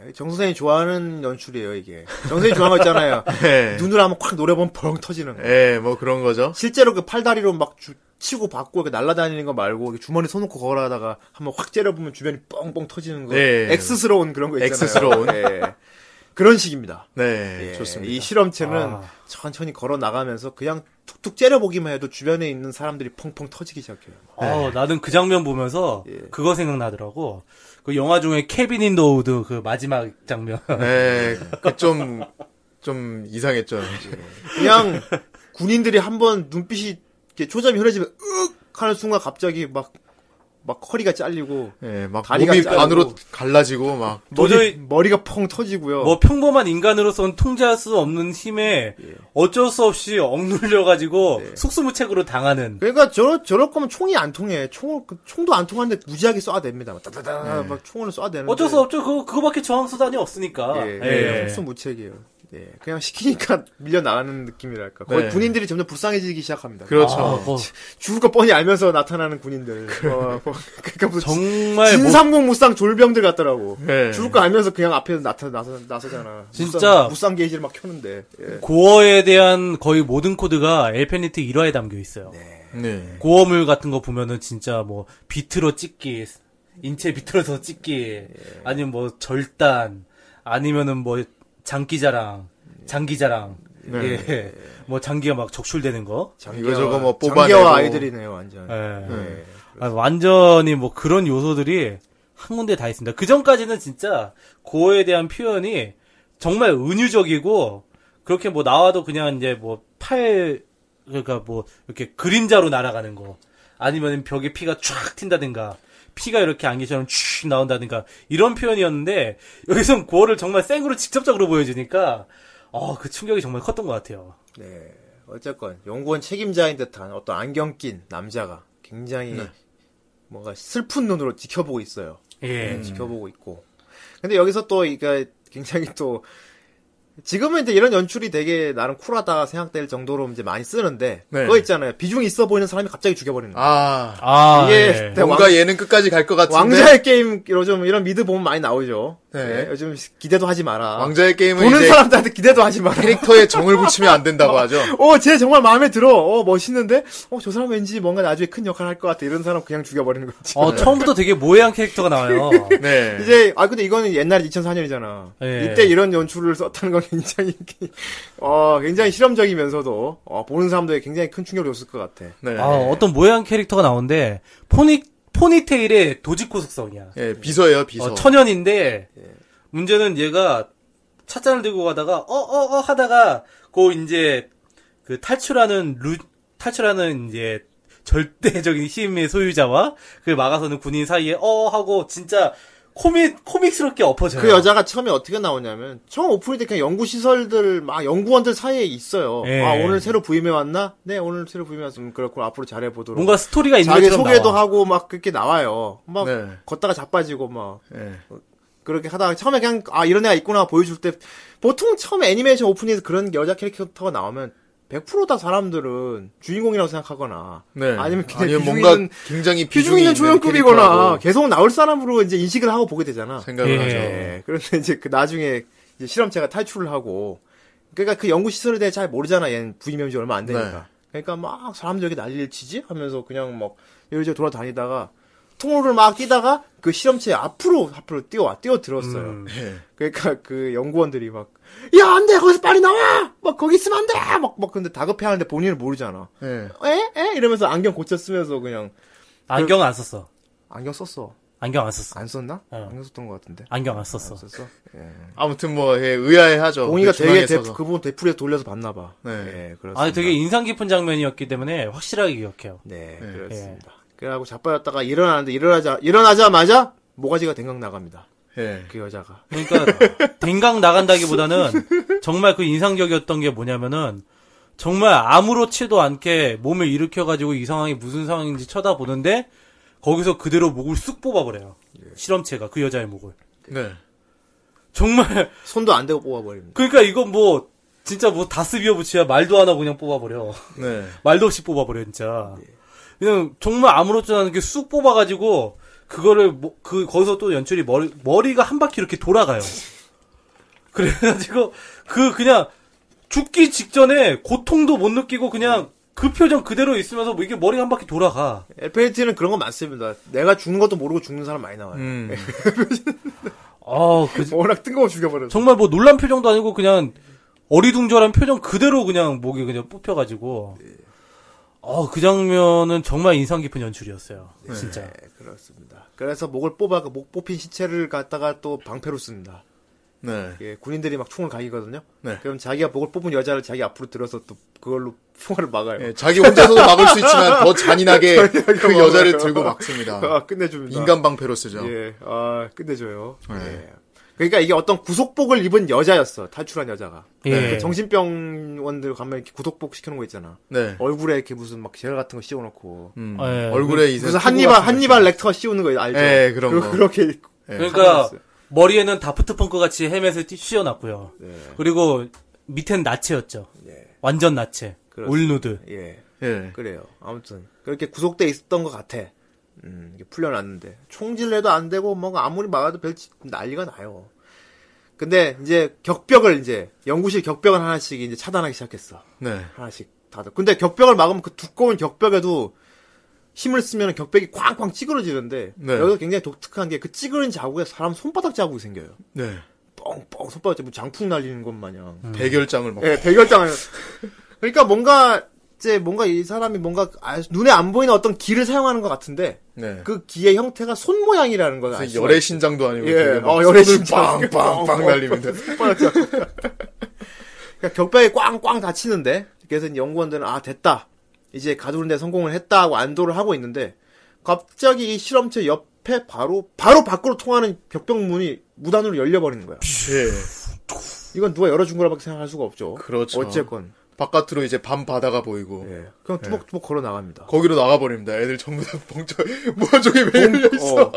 Speaker 3: 예, 정 선생이 좋아하는 연출이에요 이게. 정 선생이 좋아하는 거 있잖아요.
Speaker 5: 예.
Speaker 3: 눈을 한번 콱 노려보면 벙 터지는. 거.
Speaker 5: 예, 뭐 그런 거죠.
Speaker 3: 실제로 그 팔다리로 막 주- 치고 받고 이렇게 날아다니는 거 말고 이렇게 주머니 손놓고 걸어가다가 한번 확 째려보면 주변이 뻥뻥 터지는 거.
Speaker 5: 네.
Speaker 3: X스러운 그런 거 있잖아요.
Speaker 5: X스러운.
Speaker 3: 예. 그런 식입니다.
Speaker 5: 네,
Speaker 3: 예,
Speaker 5: 좋습니다.
Speaker 3: 이 실험체는
Speaker 4: 아.
Speaker 3: 천천히 걸어 나가면서 그냥 툭툭 째려보기만 해도 주변에 있는 사람들이 펑펑 터지기 시작해요.
Speaker 4: 어 나는 그 장면 보면서 그거 생각나더라고. 그 영화 중에 케빈 인더 우드 그 마지막 장면.
Speaker 5: 네, 그좀좀 이상했죠.
Speaker 3: 예. 그냥 군인들이 한번 눈빛이 이렇게 초점이 흐려지면 윽 하는 순간 갑자기 막 막 허리가 잘리고
Speaker 5: 예, 막
Speaker 3: 다리가
Speaker 5: 몸이
Speaker 3: 짧고.
Speaker 5: 반으로 갈라지고 막
Speaker 4: 도저히-
Speaker 3: 머리, 머리가 펑 터지고요.
Speaker 4: 뭐 평범한 인간으로선 통제할 수 없는 힘에 어쩔 수 없이 억눌려 가지고 속수무책으로 당하는.
Speaker 3: 그러니까 저럴 저럴 거면 총이 안 통해. 총 총도 안 통하는데 무지하게 쏴야 됩니다. 막
Speaker 5: 예.
Speaker 3: 따다다 막 총을 쏴야 되는데.
Speaker 4: 어쩔 수 없죠. 그 그거밖에 저항 수단이 없으니까.
Speaker 3: 네. 예,
Speaker 4: 예.
Speaker 3: 예. 속수무책이에요. 예, 그냥 시키니까 밀려 나가는 느낌이랄까. 거의
Speaker 5: 네.
Speaker 3: 군인들이 점점 불쌍해지기 시작합니다.
Speaker 5: 그렇죠.
Speaker 4: 아, 뭐
Speaker 3: 죽을 거 뻔히 알면서 나타나는 군인들. 어, 뭐, 그러니까 무슨
Speaker 4: 정말 못
Speaker 3: 진삼공 무쌍 졸병들 같더라고.
Speaker 5: 예.
Speaker 3: 죽을 거 알면서 그냥 앞에서 나타 나서 나서잖아.
Speaker 4: 진짜.
Speaker 3: 무쌍, 무쌍 게이지를 막 켜는데. 예.
Speaker 4: 고어에 대한 거의 모든 코드가 엘페니트 1화에 담겨 있어요.
Speaker 5: 네.
Speaker 4: 고어물 같은 거 보면은 진짜 뭐 비트로 찍기, 인체 비틀어서 찍기, 아니면 뭐 절단, 아니면은 뭐 장기자랑, 장기자랑, 예. 뭐 장기가 막 적출되는 거.
Speaker 3: 장기화-
Speaker 5: 이거저거 뭐 뽑아내고.
Speaker 3: 장기화 아이들이네요 완전.
Speaker 4: 예.
Speaker 5: 네.
Speaker 4: 아, 완전히 뭐 그런 요소들이 한 군데 다 있습니다. 그 전까지는 진짜 고어에 대한 표현이 정말 은유적이고 그렇게 뭐 나와도 그냥 이제 뭐 팔 그러니까 뭐 이렇게 그림자로 날아가는 거 아니면 벽에 피가 촥 튄다든가 피가 이렇게 안개처럼 쭉 나온다든가 이런 표현이었는데 여기선 고어를 정말 생으로 직접적으로 보여주니까 어그 충격이 정말 컸던 것 같아요.
Speaker 3: 네. 어쨌건 연구원 책임자인 듯한 어떤 안경 낀 남자가 굉장히 뭔가 슬픈 눈으로 지켜보고 있어요.
Speaker 4: 예.
Speaker 5: 음.
Speaker 3: 네, 지켜보고 있고. 근데 여기서 또 이게 굉장히 또 지금은 이제 이런 연출이 되게 나름 쿨하다 생각될 정도로 이제 많이 쓰는데
Speaker 5: 네.
Speaker 3: 그거 있잖아요. 비중 있어 보이는 사람이 갑자기 죽여버리는 거.
Speaker 5: 아,
Speaker 4: 아
Speaker 3: 이게
Speaker 4: 예.
Speaker 3: 네,
Speaker 5: 뭔가
Speaker 3: 왕-
Speaker 5: 얘는 끝까지 갈 것 같은데
Speaker 3: 왕자의 게임 요즘 이런 미드 보면 많이 나오죠.
Speaker 5: 네.
Speaker 3: 네, 요즘 기대도 하지 마라.
Speaker 5: 왕자의 게임은
Speaker 3: 보는
Speaker 5: 이제
Speaker 3: 사람들한테 기대도 하지 마라.
Speaker 5: 캐릭터에 정을 붙이면 안 된다고 하죠.
Speaker 3: 어, 쟤 정말 마음에 들어. 어, 멋있는데? 어, 저 사람 왠지 뭔가 나중에 큰 역할 을 할 것 같아. 이런 사람 그냥 죽여버리는 거지.
Speaker 4: 어 처음부터 되게 모해한 캐릭터가 나와요.
Speaker 5: 네.
Speaker 3: 이제, 아, 근데 이거는 옛날 2004년이잖아.
Speaker 4: 예.
Speaker 3: 이때 이런 연출을 썼다는 건 굉장히, 어, 굉장히 실험적이면서도, 어, 보는 사람들에게 굉장히 큰 충격을 줬을 것 같아.
Speaker 5: 네.
Speaker 4: 아, 어떤 모양 캐릭터가 나오는데, 포니, 포니테일의 도지코 속성이야.
Speaker 5: 예, 비서예요, 비서.
Speaker 4: 어, 천연인데, 문제는 얘가 찻잔을 들고 가다가, 어, 어, 어 하다가, 그 이제, 그 탈출하는 루, 탈출하는 이제, 절대적인 힘의 소유자와 그 막아서는 군인 사이에 어 하고 진짜 코믹 코믹스럽게 엎어져요.
Speaker 3: 그 여자가 처음에 어떻게 나오냐면, 처음 오프닝 때 그냥 연구시설들, 막 연구원들 사이에 있어요.
Speaker 4: 예.
Speaker 3: 아, 오늘 새로 부임해왔나? 네, 오늘 새로 부임해왔으면 그렇고, 앞으로 잘해보도록.
Speaker 4: 뭔가 스토리가 있는
Speaker 3: 자기
Speaker 4: 것처럼
Speaker 3: 소개도
Speaker 4: 나와.
Speaker 3: 하고 막 그렇게 나와요. 막
Speaker 5: 네.
Speaker 3: 걷다가 자빠지고 막
Speaker 5: 예.
Speaker 3: 그렇게 하다가 처음에 그냥 아 이런 애가 있구나 보여줄 때 보통 처음 애니메이션 오프닝에서 그런 여자 캐릭터가 나오면 100%다 사람들은 주인공이라고 생각하거나
Speaker 5: 네.
Speaker 3: 아니면 그냥
Speaker 5: 아니면
Speaker 3: 비중
Speaker 5: 뭔가
Speaker 3: 있는-
Speaker 5: 굉장히
Speaker 3: 비중 있는
Speaker 5: 캐릭터라고
Speaker 3: 조연급이거나 계속 나올 사람으로 이제 인식을 하고 보게 되잖아.
Speaker 5: 생각을
Speaker 4: 예.
Speaker 5: 하죠.
Speaker 3: 예. 그런데 이제 그 나중에 이제 실험체가 탈출을 하고 그러니까 그 연구 시설에 대해 잘 모르잖아. 얘는 부임한 지 얼마 안 되니까. 그러니까 막 사람들이 난리를 치지 하면서 그냥 막 여기저기 돌아다니다가 통로를 막 뛰다가 그 실험체 앞으로 앞으로 뛰어와 뛰어 들었어요.
Speaker 5: 예.
Speaker 3: 그러니까 그 연구원들이 막, 야, 안 돼! 거기서 빨리 나와! 막, 거기 있으면 안 돼! 막, 막, 근데 다급해 하는데 본인은 모르잖아.
Speaker 5: 예.
Speaker 3: 에? 에? 이러면서 안경 고쳐 쓰면서 그냥,
Speaker 4: 안경 안 썼어.
Speaker 3: 안경 썼어.
Speaker 4: 안경 안 썼어.
Speaker 3: 안 썼나?
Speaker 4: 어.
Speaker 3: 안경 썼던 것 같은데.
Speaker 4: 안경 안 썼어.
Speaker 3: 썼어? 예.
Speaker 5: 아무튼 뭐 예, 의아해하죠.
Speaker 3: 봉이가
Speaker 5: 그
Speaker 3: 되게 대,
Speaker 5: 중앙에서도.
Speaker 3: 그 부분 되풀이에서 돌려서 봤나봐.
Speaker 5: 네.
Speaker 3: 예, 그렇습니다.
Speaker 4: 아니 되게 인상 깊은 장면이었기 때문에 확실하게 기억해요. 예.
Speaker 3: 네, 그렇습니다. 그래갖고 자빠졌다가 일어나는데, 일어나자, 일어나자마자, 모가지가 댕강 나갑니다.
Speaker 5: 예.
Speaker 3: 그 여자가.
Speaker 4: 그러니까 댕강 나간다기보다는 정말 그 인상적이었던 게 뭐냐면은 정말 아무렇지도 않게 몸을 일으켜가지고 이 상황이 무슨 상황인지 쳐다보는데 거기서 그대로 목을 쑥 뽑아버려요.
Speaker 3: 예.
Speaker 4: 실험체가 그 여자의 목을.
Speaker 5: 네.
Speaker 4: 정말
Speaker 3: 손도 안 대고 뽑아버립니다.
Speaker 4: 그러니까 이건 뭐 진짜 뭐 다스 비어붙이야 말도 안 하고 그냥 뽑아버려.
Speaker 5: 네.
Speaker 4: 말도 없이 뽑아버려 진짜. 그냥 정말 아무렇지도 않은 게 쑥 뽑아가지고 그거를 뭐- 그 거기서 또 연출이 머리 머리가 한 바퀴 이렇게 돌아가요. 그래가지고 그 그냥 죽기 직전에 고통도 못 느끼고 그냥 그 표정 그대로 있으면서 뭐 이게 머리 가한 바퀴 돌아가.
Speaker 3: 엘페이트는 그런 거 많습니다. 내가 죽는 것도 모르고 죽는 사람 많이 나와요.
Speaker 5: 음.
Speaker 4: 아, 그
Speaker 3: 워낙 뜬금없이 죽여버려서.
Speaker 4: 정말 뭐 놀란 표정도 아니고 그냥 어리둥절한 표정 그대로 그냥 목이 그냥 뽑혀가지고. 아, 그 장면은 정말 인상 깊은 연출이었어요. 진짜.
Speaker 3: 네, 그렇습니다. 그래서 목을 뽑아 그 목 뽑힌 시체를 갖다가 또 방패로 씁니다.
Speaker 5: 네.
Speaker 3: 예, 군인들이 막 총을 가기거든요.
Speaker 5: 네.
Speaker 3: 그럼 자기가 목을 뽑은 여자를 자기 앞으로 들어서 또 그걸로 총알을 막아요.
Speaker 5: 예, 자기 혼자서도 막을 수 있지만 더 잔인하게 그 여자를 들고 막습니다.
Speaker 3: 아, 끝내줍니다.
Speaker 5: 인간 방패로 쓰죠.
Speaker 3: 예, 아 끝내줘요.
Speaker 5: 어. 네.
Speaker 3: 예. 그러니까 이게 어떤 구속복을 입은 여자였어. 탈출한 여자가.
Speaker 4: 예.
Speaker 3: 그 정신병원들 가면 이렇게 구속복 시켜놓은 거 있잖아.
Speaker 5: 네.
Speaker 3: 얼굴에 이렇게 무슨 막 젤 같은 거 씌워놓고.
Speaker 5: 음.
Speaker 4: 예.
Speaker 5: 얼굴에 이제
Speaker 3: 무슨
Speaker 5: 투구
Speaker 3: 한니발
Speaker 5: 같은 거
Speaker 3: 한니발 렉터 씌우는 거 알죠?
Speaker 5: 예, 그런
Speaker 3: 그-
Speaker 5: 거. 예.
Speaker 3: 그렇게
Speaker 4: 그러니까
Speaker 3: 사라졌어요.
Speaker 4: 머리에는 다프트 펑크 같이 헬멧을 띄- 씌워놨고요.
Speaker 3: 네.
Speaker 4: 그리고 밑엔 나체였죠. 완전 나체.
Speaker 3: 그렇습니다.
Speaker 4: 올누드.
Speaker 3: 예.
Speaker 5: 예.
Speaker 3: 그래요. 아무튼 그렇게 구속돼 있었던 것 같아. 음, 이게 풀려났는데 총질해도 안 되고 뭔가 아무리 막아도 별 지- 난리가 나요. 근데 이제 격벽을 이제 연구실 격벽을 하나씩 이제 차단하기 시작했어.
Speaker 5: 네.
Speaker 3: 하나씩 다들. 근데 격벽을 막으면 그 두꺼운 격벽에도 힘을 쓰면 격벽이 쾅쾅 찌그러지는데
Speaker 5: 네.
Speaker 3: 여기서 굉장히 독특한 게 그 찌그러진 자국에 사람 손바닥 자국이 생겨요.
Speaker 5: 네.
Speaker 3: 뻥뻥 손바닥 자국 장풍 날리는 것 마냥.
Speaker 5: 대결장을 막.
Speaker 3: 예, 대결당을. 그러니까 뭔가 이제 뭔가 이 사람이 뭔가 알 수- 눈에 안 보이는 어떤 기를 사용하는 것 같은데
Speaker 5: 네.
Speaker 3: 그 기의 형태가 손 모양이라는 걸
Speaker 5: 무슨
Speaker 3: 알수
Speaker 5: 열애 신장도 아니고
Speaker 3: 예,
Speaker 5: 되게 막
Speaker 3: 어 열애
Speaker 5: 손을
Speaker 3: 진짜
Speaker 5: 빵빵빵 날리는데.
Speaker 3: 그러니까 격벽에 꽝꽝 다치는데 그래서 이제 연구원들은 아 됐다 이제 가두는데 성공을 했다고 안도를 하고 있는데 갑자기 이 실험체 옆에 바로 바로 밖으로 통하는 격벽 문이 무단으로 열려버리는 거야.
Speaker 5: 예.
Speaker 3: 이건 누가 열어준 거라고 생각할 수가 없죠.
Speaker 5: 그렇죠.
Speaker 3: 어쨌건
Speaker 5: 바깥으로 이제 밤 바다가 보이고
Speaker 3: 예. 그냥 투벅투벅 걸어 나갑니다.
Speaker 5: 거기로 나가버립니다. 애들 전부 다 멍청. 뭐야 저기 왜 열려 있어?
Speaker 3: 어,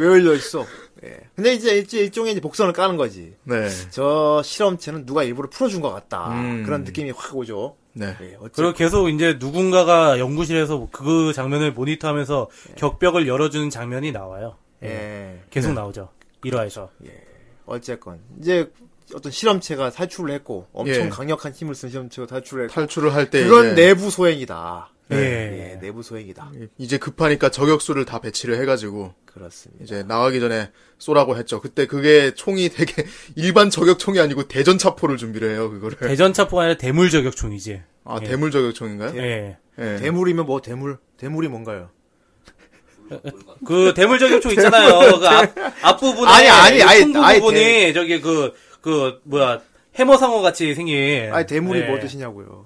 Speaker 3: 왜 열려 있어? 예. 근데 이제 일종- 일종의 이제 복선을 까는 거지.
Speaker 5: 네.
Speaker 3: 저 실험체는 누가 일부러 풀어준 것 같다.
Speaker 5: 음.
Speaker 3: 그런 느낌이 확 오죠.
Speaker 5: 네.
Speaker 3: 예, 어째-
Speaker 4: 그리고 계속 이제 누군가가 연구실에서 그 장면을 모니터하면서
Speaker 3: 네.
Speaker 4: 격벽을 열어주는 장면이 나와요.
Speaker 3: 예.
Speaker 4: 계속 나오죠. 1화에서.
Speaker 3: 네. 어쨌건 이제 어떤 실험체가 탈출을 했고 엄청
Speaker 5: 예.
Speaker 3: 강력한 힘을 쓴 실험체가 탈출을 했고
Speaker 5: 탈출을 할 때
Speaker 3: 그건
Speaker 5: 이제,
Speaker 3: 내부 소행이다.
Speaker 5: 네.
Speaker 4: 예.
Speaker 3: 예, 내부 소행이다.
Speaker 5: 이제 급하니까 저격수를 다 배치를 해가지고
Speaker 3: 그렇습니다.
Speaker 5: 이제 나가기 전에 쏘라고 했죠. 그때 그게 총이 되게 일반 저격총이 아니고 대전차포를 준비를 해요. 그거를
Speaker 4: 대전차포가 아니라 대물저격총이지.
Speaker 5: 아
Speaker 4: 예.
Speaker 5: 대물
Speaker 3: 네.
Speaker 5: 저격총인가요?
Speaker 4: 예.
Speaker 5: 예.
Speaker 3: 대물이면 뭐 대물? 대물이 뭔가요?
Speaker 4: 그 대물저격총 있잖아요. 그 앞, 앞부분에.
Speaker 3: 아니, 아니, 아니,
Speaker 4: 부
Speaker 3: 아니,
Speaker 4: 분이 저기 그, 그, 뭐야. 해머상어 같이 생긴.
Speaker 3: 아니 대물이
Speaker 4: 예.
Speaker 3: 뭐 뜻이냐고요?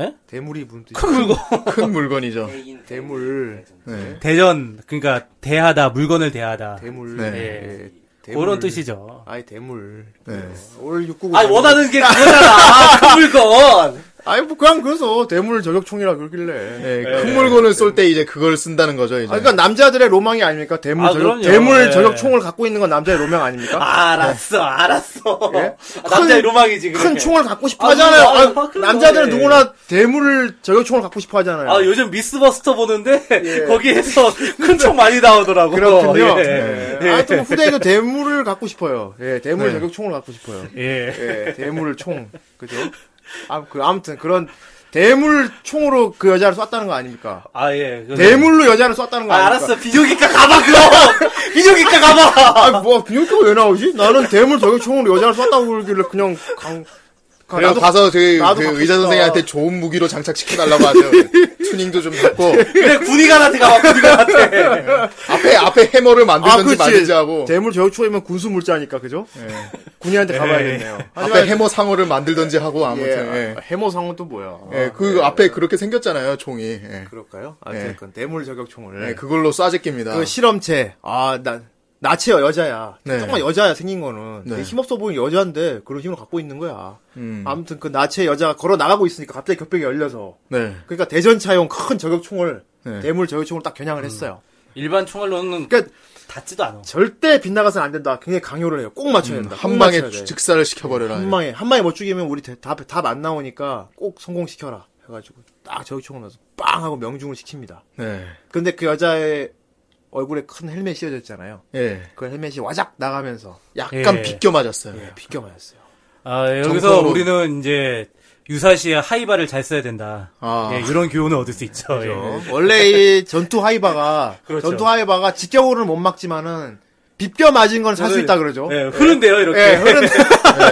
Speaker 4: 예?
Speaker 3: 대물이 무슨 뜻이?
Speaker 4: 큰 물건.
Speaker 5: 큰 물건이죠.
Speaker 3: 대물,
Speaker 5: 네.
Speaker 4: 대전, 그러니까 대하다, 물건을 대하다.
Speaker 3: 대물,
Speaker 5: 네.
Speaker 3: 예, 대물.
Speaker 4: 그런 뜻이죠.
Speaker 3: 아이 대물.
Speaker 5: 네.
Speaker 3: 올 699.
Speaker 4: 아 원하는 게 그거잖아. 그 아, 물건.
Speaker 3: 아니 뭐 그냥 그래서 대물 저격총이라 네, 그러길래.
Speaker 5: 예, 큰 물건을 쏠 때 이제 그걸 쓴다는 거죠, 이제.
Speaker 3: 아, 그러니까 남자들의 로망이 아닙니까? 대물
Speaker 4: 아,
Speaker 3: 저격
Speaker 4: 그럼요.
Speaker 3: 대물
Speaker 4: 예.
Speaker 3: 저격총을 갖고 있는 건 남자의 로망 아닙니까?
Speaker 4: 알았어, 알았어.
Speaker 3: 네. 예?
Speaker 4: 아, 남자의
Speaker 3: 큰-
Speaker 4: 로망이지, 그게.
Speaker 3: 큰 총을 갖고 싶어
Speaker 4: 아,
Speaker 3: 하잖아요.
Speaker 4: 아,
Speaker 3: 아유,
Speaker 4: 아, 그럼요.
Speaker 3: 남자들은
Speaker 4: 예.
Speaker 3: 누구나 대물 저격총을 갖고 싶어 하잖아요.
Speaker 4: 아, 요즘 미스버스터 보는데, 거기에서 큰 총 많이 나오더라고.
Speaker 3: 예. 그렇군요.
Speaker 4: 예.
Speaker 3: 예.
Speaker 4: 예.
Speaker 3: 하여튼 뭐 후대에도 대물을 갖고 싶어요. 예, 대물
Speaker 5: 네.
Speaker 3: 저격총을 갖고 싶어요.
Speaker 4: 예.
Speaker 3: 예, 대물 총. 그죠? 아, 그, 아무튼 그런 대물 총으로 그 여자를 쐈다는 거 아닙니까?
Speaker 4: 아, 예. 그거-
Speaker 3: 대물로 여자를 쐈다는 거 아닙니까?
Speaker 4: 아, 알았어. 비뇨기과 가봐, 그럼! 비뇨기과 가봐!
Speaker 3: 아, 뭐, 비뇨기가 왜 나오지? 나는 대물 저격총으로 여자를 쐈다고 그러길래 그냥 강, 가,
Speaker 5: 그리고 가서 저기
Speaker 3: 나도
Speaker 5: 그
Speaker 3: 갖고
Speaker 5: 의사
Speaker 3: 싶다.
Speaker 5: 선생님한테 좋은 무기로 장착시켜달라고 하죠. 튜닝도 좀 받고
Speaker 4: 그래, 군의관한테 가봐, 군의관한테.
Speaker 5: 앞에 앞에 해머를
Speaker 3: 아,
Speaker 5: 만들든지
Speaker 3: 그렇지.
Speaker 5: 만들지 하고
Speaker 3: 대물 저격총이면 군수 물자니까, 그죠?
Speaker 4: 네.
Speaker 3: 군인한테 가봐야겠네요.
Speaker 5: 앞에 해머 상어를 만들든지 하고 아무튼
Speaker 3: 예,
Speaker 5: 예.
Speaker 3: 해모상은 또 뭐야? 아,
Speaker 5: 예, 그 앞에 그렇게 생겼잖아요, 총이. 예.
Speaker 3: 그럴까요? 아무튼 그 대물 저격총을.
Speaker 5: 예, 그걸로 쏴제깁니다.
Speaker 3: 그 실험체. 아, 나, 나체요, 여자야.
Speaker 5: 네.
Speaker 3: 조금만 여자야, 생긴 거는.
Speaker 5: 네.
Speaker 3: 되게 힘없어 보이는 여자인데, 그런 힘을 갖고 있는 거야.
Speaker 5: 음.
Speaker 3: 아무튼 그 나체 여자가 걸어 나가고 있으니까 갑자기 겹벽이 열려서.
Speaker 5: 네.
Speaker 3: 그러니까 대전차용 큰 저격총을,
Speaker 5: 네.
Speaker 3: 대물 저격총을 딱 겨냥을 했어요.
Speaker 4: 일반 총알로는
Speaker 3: 그러니까
Speaker 4: 닿지도 않아.
Speaker 3: 절대 빗나가서는 안 된다. 굉장히 강요를 해요. 꼭 맞춰야 된다. 꼭
Speaker 5: 음, 한 방에
Speaker 3: 맞춰야 돼.
Speaker 5: 즉사를 시켜버려라.
Speaker 3: 한 방에, 한 방에 못 죽이면 우리 답 안 나오니까 꼭 성공시켜라. 해가지고 딱 저격총을 넣어서 빵! 하고 명중을 시킵니다.
Speaker 5: 네.
Speaker 3: 근데 그 여자의 얼굴에 큰 헬멧이 씌워져 있잖아요.
Speaker 5: 예.
Speaker 3: 그 헬멧이 와작 나가면서
Speaker 5: 약간
Speaker 4: 예.
Speaker 5: 비껴 맞았어요.
Speaker 3: 비껴 맞았어요.
Speaker 4: 아, 예, 여기서
Speaker 5: 정통으로.
Speaker 4: 우리는 이제 유사시에 하이바를 잘 써야 된다.
Speaker 5: 아.
Speaker 4: 예, 이런 교훈을 얻을 수 있죠.
Speaker 5: 어?
Speaker 4: 예.
Speaker 3: 네. 원래 이 전투 하이바가
Speaker 4: 그렇죠.
Speaker 3: 전투 하이바가 직격으로는 못 막지만은 비껴 맞은 건 살 수 있다
Speaker 5: 네,
Speaker 3: 그러죠.
Speaker 4: 예, 흐른대요, 이렇게.
Speaker 3: 예, 흐른
Speaker 5: 예.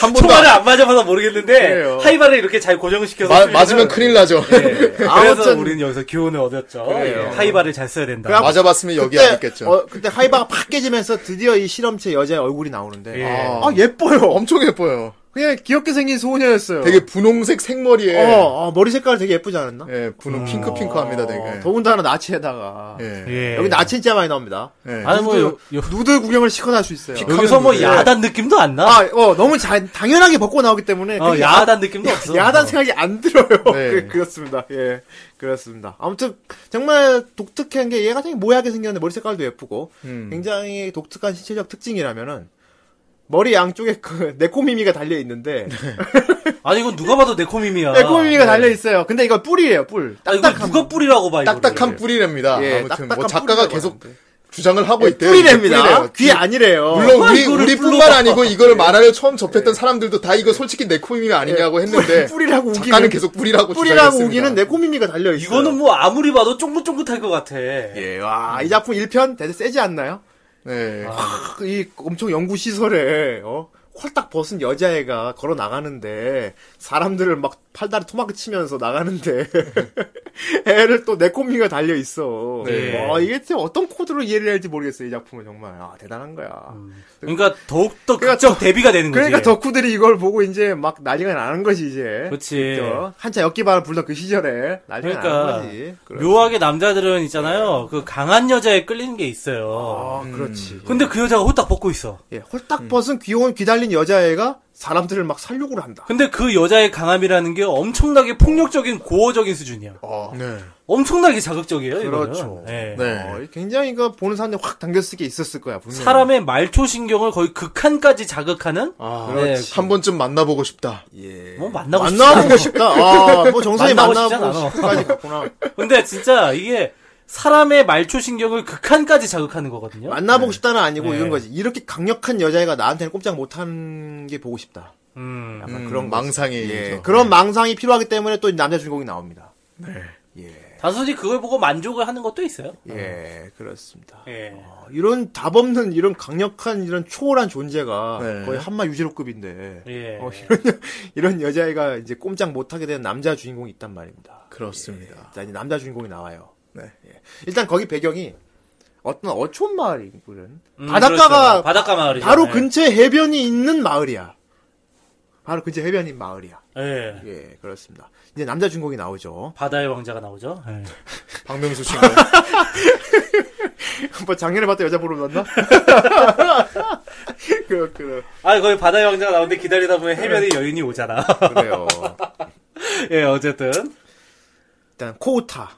Speaker 5: 한 번도
Speaker 4: 총알을
Speaker 5: 안-
Speaker 4: 안 맞아봐서 모르겠는데,
Speaker 3: 그래요.
Speaker 4: 하이바를 이렇게 잘 고정시켜서.
Speaker 5: 마-
Speaker 4: 쓰면은-
Speaker 5: 맞으면 큰일 나죠.
Speaker 4: 예. 그래서
Speaker 3: 아무튼-
Speaker 4: 우리는 여기서 교훈을 얻었죠. 예, 하이바를 잘 써야 된다.
Speaker 3: 그래갖고
Speaker 5: 맞아봤으면 여기 안
Speaker 3: 그때
Speaker 5: 있겠죠.
Speaker 3: 어, 그때 하이바가 팍 깨지면서 드디어 이 실험체 여자의 얼굴이 나오는데
Speaker 4: 예.
Speaker 3: 아, 아, 예뻐요.
Speaker 5: 엄청 예뻐요.
Speaker 3: 그냥 귀엽게 생긴 소녀였어요.
Speaker 5: 되게 분홍색 생머리에
Speaker 3: 어, 어, 머리 색깔 되게 예쁘지 않았나?
Speaker 5: 예, 분홍 핑크 핑크합니다.
Speaker 3: 어,
Speaker 5: 되게.
Speaker 3: 더군다나 나치에다가
Speaker 5: 예.
Speaker 4: 예.
Speaker 3: 여기 나치 진짜 많이 나옵니다.
Speaker 5: 예.
Speaker 4: 아니, 뭐, 여, 여,
Speaker 3: 누들 구경을 시켜날 수 있어요.
Speaker 4: 여기서 뭐
Speaker 5: 예.
Speaker 4: 야단 느낌도 안 나.
Speaker 3: 아, 어, 너무 자- 당연하게 벗고 나오기 때문에.
Speaker 4: 어,
Speaker 3: 그게
Speaker 4: 야하단 느낌도
Speaker 3: 야-
Speaker 4: 없어.
Speaker 3: 야하다는 생각이 안 들어요.
Speaker 5: 네.
Speaker 3: 그, 그렇습니다. 예. 그렇습니다. 아무튼, 정말 독특한 게 얘가 되게 모약게 생겼는데 머리 색깔도 예쁘고,
Speaker 5: 음.
Speaker 3: 굉장히 독특한 신체적 특징이라면은, 머리 양쪽에 그, 네코미미가 달려있는데,
Speaker 4: 아니, 이건 누가 봐도
Speaker 5: 아,
Speaker 4: 네코미미야.
Speaker 3: 네코미미가 달려있어요. 근데 이건 뿔이에요, 뿔.
Speaker 4: 아, 이거 누가 뿌리라고 봐, 이거.
Speaker 5: 딱딱한 뿌리랍니다.
Speaker 3: 예,
Speaker 5: 아무튼
Speaker 3: 딱딱한
Speaker 5: 뭐 작가가
Speaker 3: 뿔이라고
Speaker 5: 계속
Speaker 3: 하는데.
Speaker 5: 주장을 하고 있대요.
Speaker 3: 뿔이랍니다.
Speaker 5: 뿔이래요.
Speaker 3: 네, 귀 아니래요.
Speaker 5: 그 물론 우리
Speaker 4: 이거를
Speaker 5: 우리뿐만
Speaker 4: 불러봐.
Speaker 5: 아니고
Speaker 3: 예.
Speaker 5: 이걸 만화를 처음 접했던 사람들도 다 이거 솔직히 네코미미
Speaker 3: 예.
Speaker 5: 아니냐고 했는데
Speaker 3: 뿔이라고 우기는.
Speaker 5: 작가는 계속 뿌리라고
Speaker 3: 뿔이라고
Speaker 5: 주장했습니다.
Speaker 3: 우기는 네코미미가 달려있어요.
Speaker 4: 이거는 뭐 아무리 봐도 쫑긋쫑긋할 것 같아.
Speaker 3: 예, 와, 이 작품 1편 되게 세지 않나요?
Speaker 5: 네.
Speaker 3: 아, 탁, 이 엄청 연구 시설에 어? 홀딱 벗은 여자애가 걸어 나가는데 사람들을 막 팔다리 토막 치면서 나가는데 애를 또 내콤미가 달려 있어.
Speaker 4: 네.
Speaker 3: 와, 이게 진짜 어떤 코드로 이해를 할지 모르겠어 이 작품은 정말 아 대단한 거야.
Speaker 4: 그러니까 더욱더
Speaker 3: 그러니까
Speaker 4: 극적 대비가 되는 거지.
Speaker 3: 그러니까 덕후들이 이걸 보고 이제 막 난리가 나는 거지 이제.
Speaker 4: 네. 그렇지.
Speaker 3: 그죠? 한참 엽기바람 불던 그 시절에 난리가
Speaker 4: 그러니까
Speaker 3: 나는 거지. 그래.
Speaker 4: 묘하게 남자들은 있잖아요. 그 강한 여자에 끌리는 게 있어요.
Speaker 3: 아, 그렇지.
Speaker 4: 근데 그 여자가 호딱 벗고 있어.
Speaker 3: 예, 홀딱 벗은 귀여운 귀달린 여자애가 사람들을 막 살육을 한다.
Speaker 4: 근데 그 여자의 강함이라는 게 엄청나게 폭력적인 고어적인 수준이야.
Speaker 3: 어.
Speaker 5: 네.
Speaker 4: 엄청나게 자극적이에요. 이거는.
Speaker 3: 그렇죠.
Speaker 4: 예.
Speaker 5: 네.
Speaker 3: 어, 굉장히 그 보는 사람들 확 당겼을 게 있었을 거야. 분명히.
Speaker 4: 사람의 말초 신경을 거의 극한까지 자극하는
Speaker 3: 아, 예.
Speaker 4: 네,
Speaker 5: 한 번쯤 만나보고 싶다.
Speaker 4: 뭐 만나고 싶다.
Speaker 3: 만나보고 싶다. 아, 뭐 정선이
Speaker 4: 만나고
Speaker 3: 만나보고
Speaker 4: 싶지 않아.
Speaker 3: 싶다까지 갔구나.
Speaker 4: 근데 진짜 이게 사람의 말초 신경을 극한까지 자극하는 거거든요.
Speaker 3: 만나보고 싶다는 아니고
Speaker 4: 네.
Speaker 3: 이런 거지. 이렇게 강력한 여자애가 나한테는 꼼짝 못하는 게 보고 싶다.
Speaker 4: 음.
Speaker 3: 약간
Speaker 5: 음,
Speaker 3: 그런 거지.
Speaker 5: 망상이
Speaker 3: 예,
Speaker 5: 예.
Speaker 3: 그런 망상이 필요하기 때문에 또 남자 주인공이 나옵니다.
Speaker 4: 단순히 그걸 보고 만족을 하는 것도 있어요.
Speaker 3: 예, 그렇습니다.
Speaker 4: 예.
Speaker 3: 어, 이런 답 없는 이런 강력한 이런 초월한 존재가
Speaker 5: 네.
Speaker 3: 거의 한마 유지로급인데
Speaker 4: 예.
Speaker 3: 어, 이런 여- 이런 여자애가 이제 꼼짝 못하게 된 남자 주인공이 있단 말입니다.
Speaker 5: 그렇습니다.
Speaker 3: 자, 이제 남자 주인공이 나와요.
Speaker 5: 네.
Speaker 3: 예. 일단 거기 배경이 어떤 어촌 마을이거든.
Speaker 4: 음,
Speaker 3: 바닷가가
Speaker 4: 그렇죠. 바닷가 마을이죠.
Speaker 3: 바로
Speaker 4: 예.
Speaker 3: 근처에 해변이 있는 마을이야. 바로 근처 해변인 마을이야.
Speaker 4: 예.
Speaker 3: 예, 그렇습니다. 이제 남자 주인공이 나오죠.
Speaker 4: 바다의 왕자가 나오죠. 예.
Speaker 5: 박명수 씨인가요?
Speaker 3: 뭐 작년에 봤던 여자 보러 만나? 그, 그,
Speaker 4: 예. 아, 거기 바다의 왕자가 나오는데 기다리다 보면 해변에 여인이 오잖아.
Speaker 3: 그래요.
Speaker 4: 예, 어쨌든.
Speaker 3: 일단 코우타.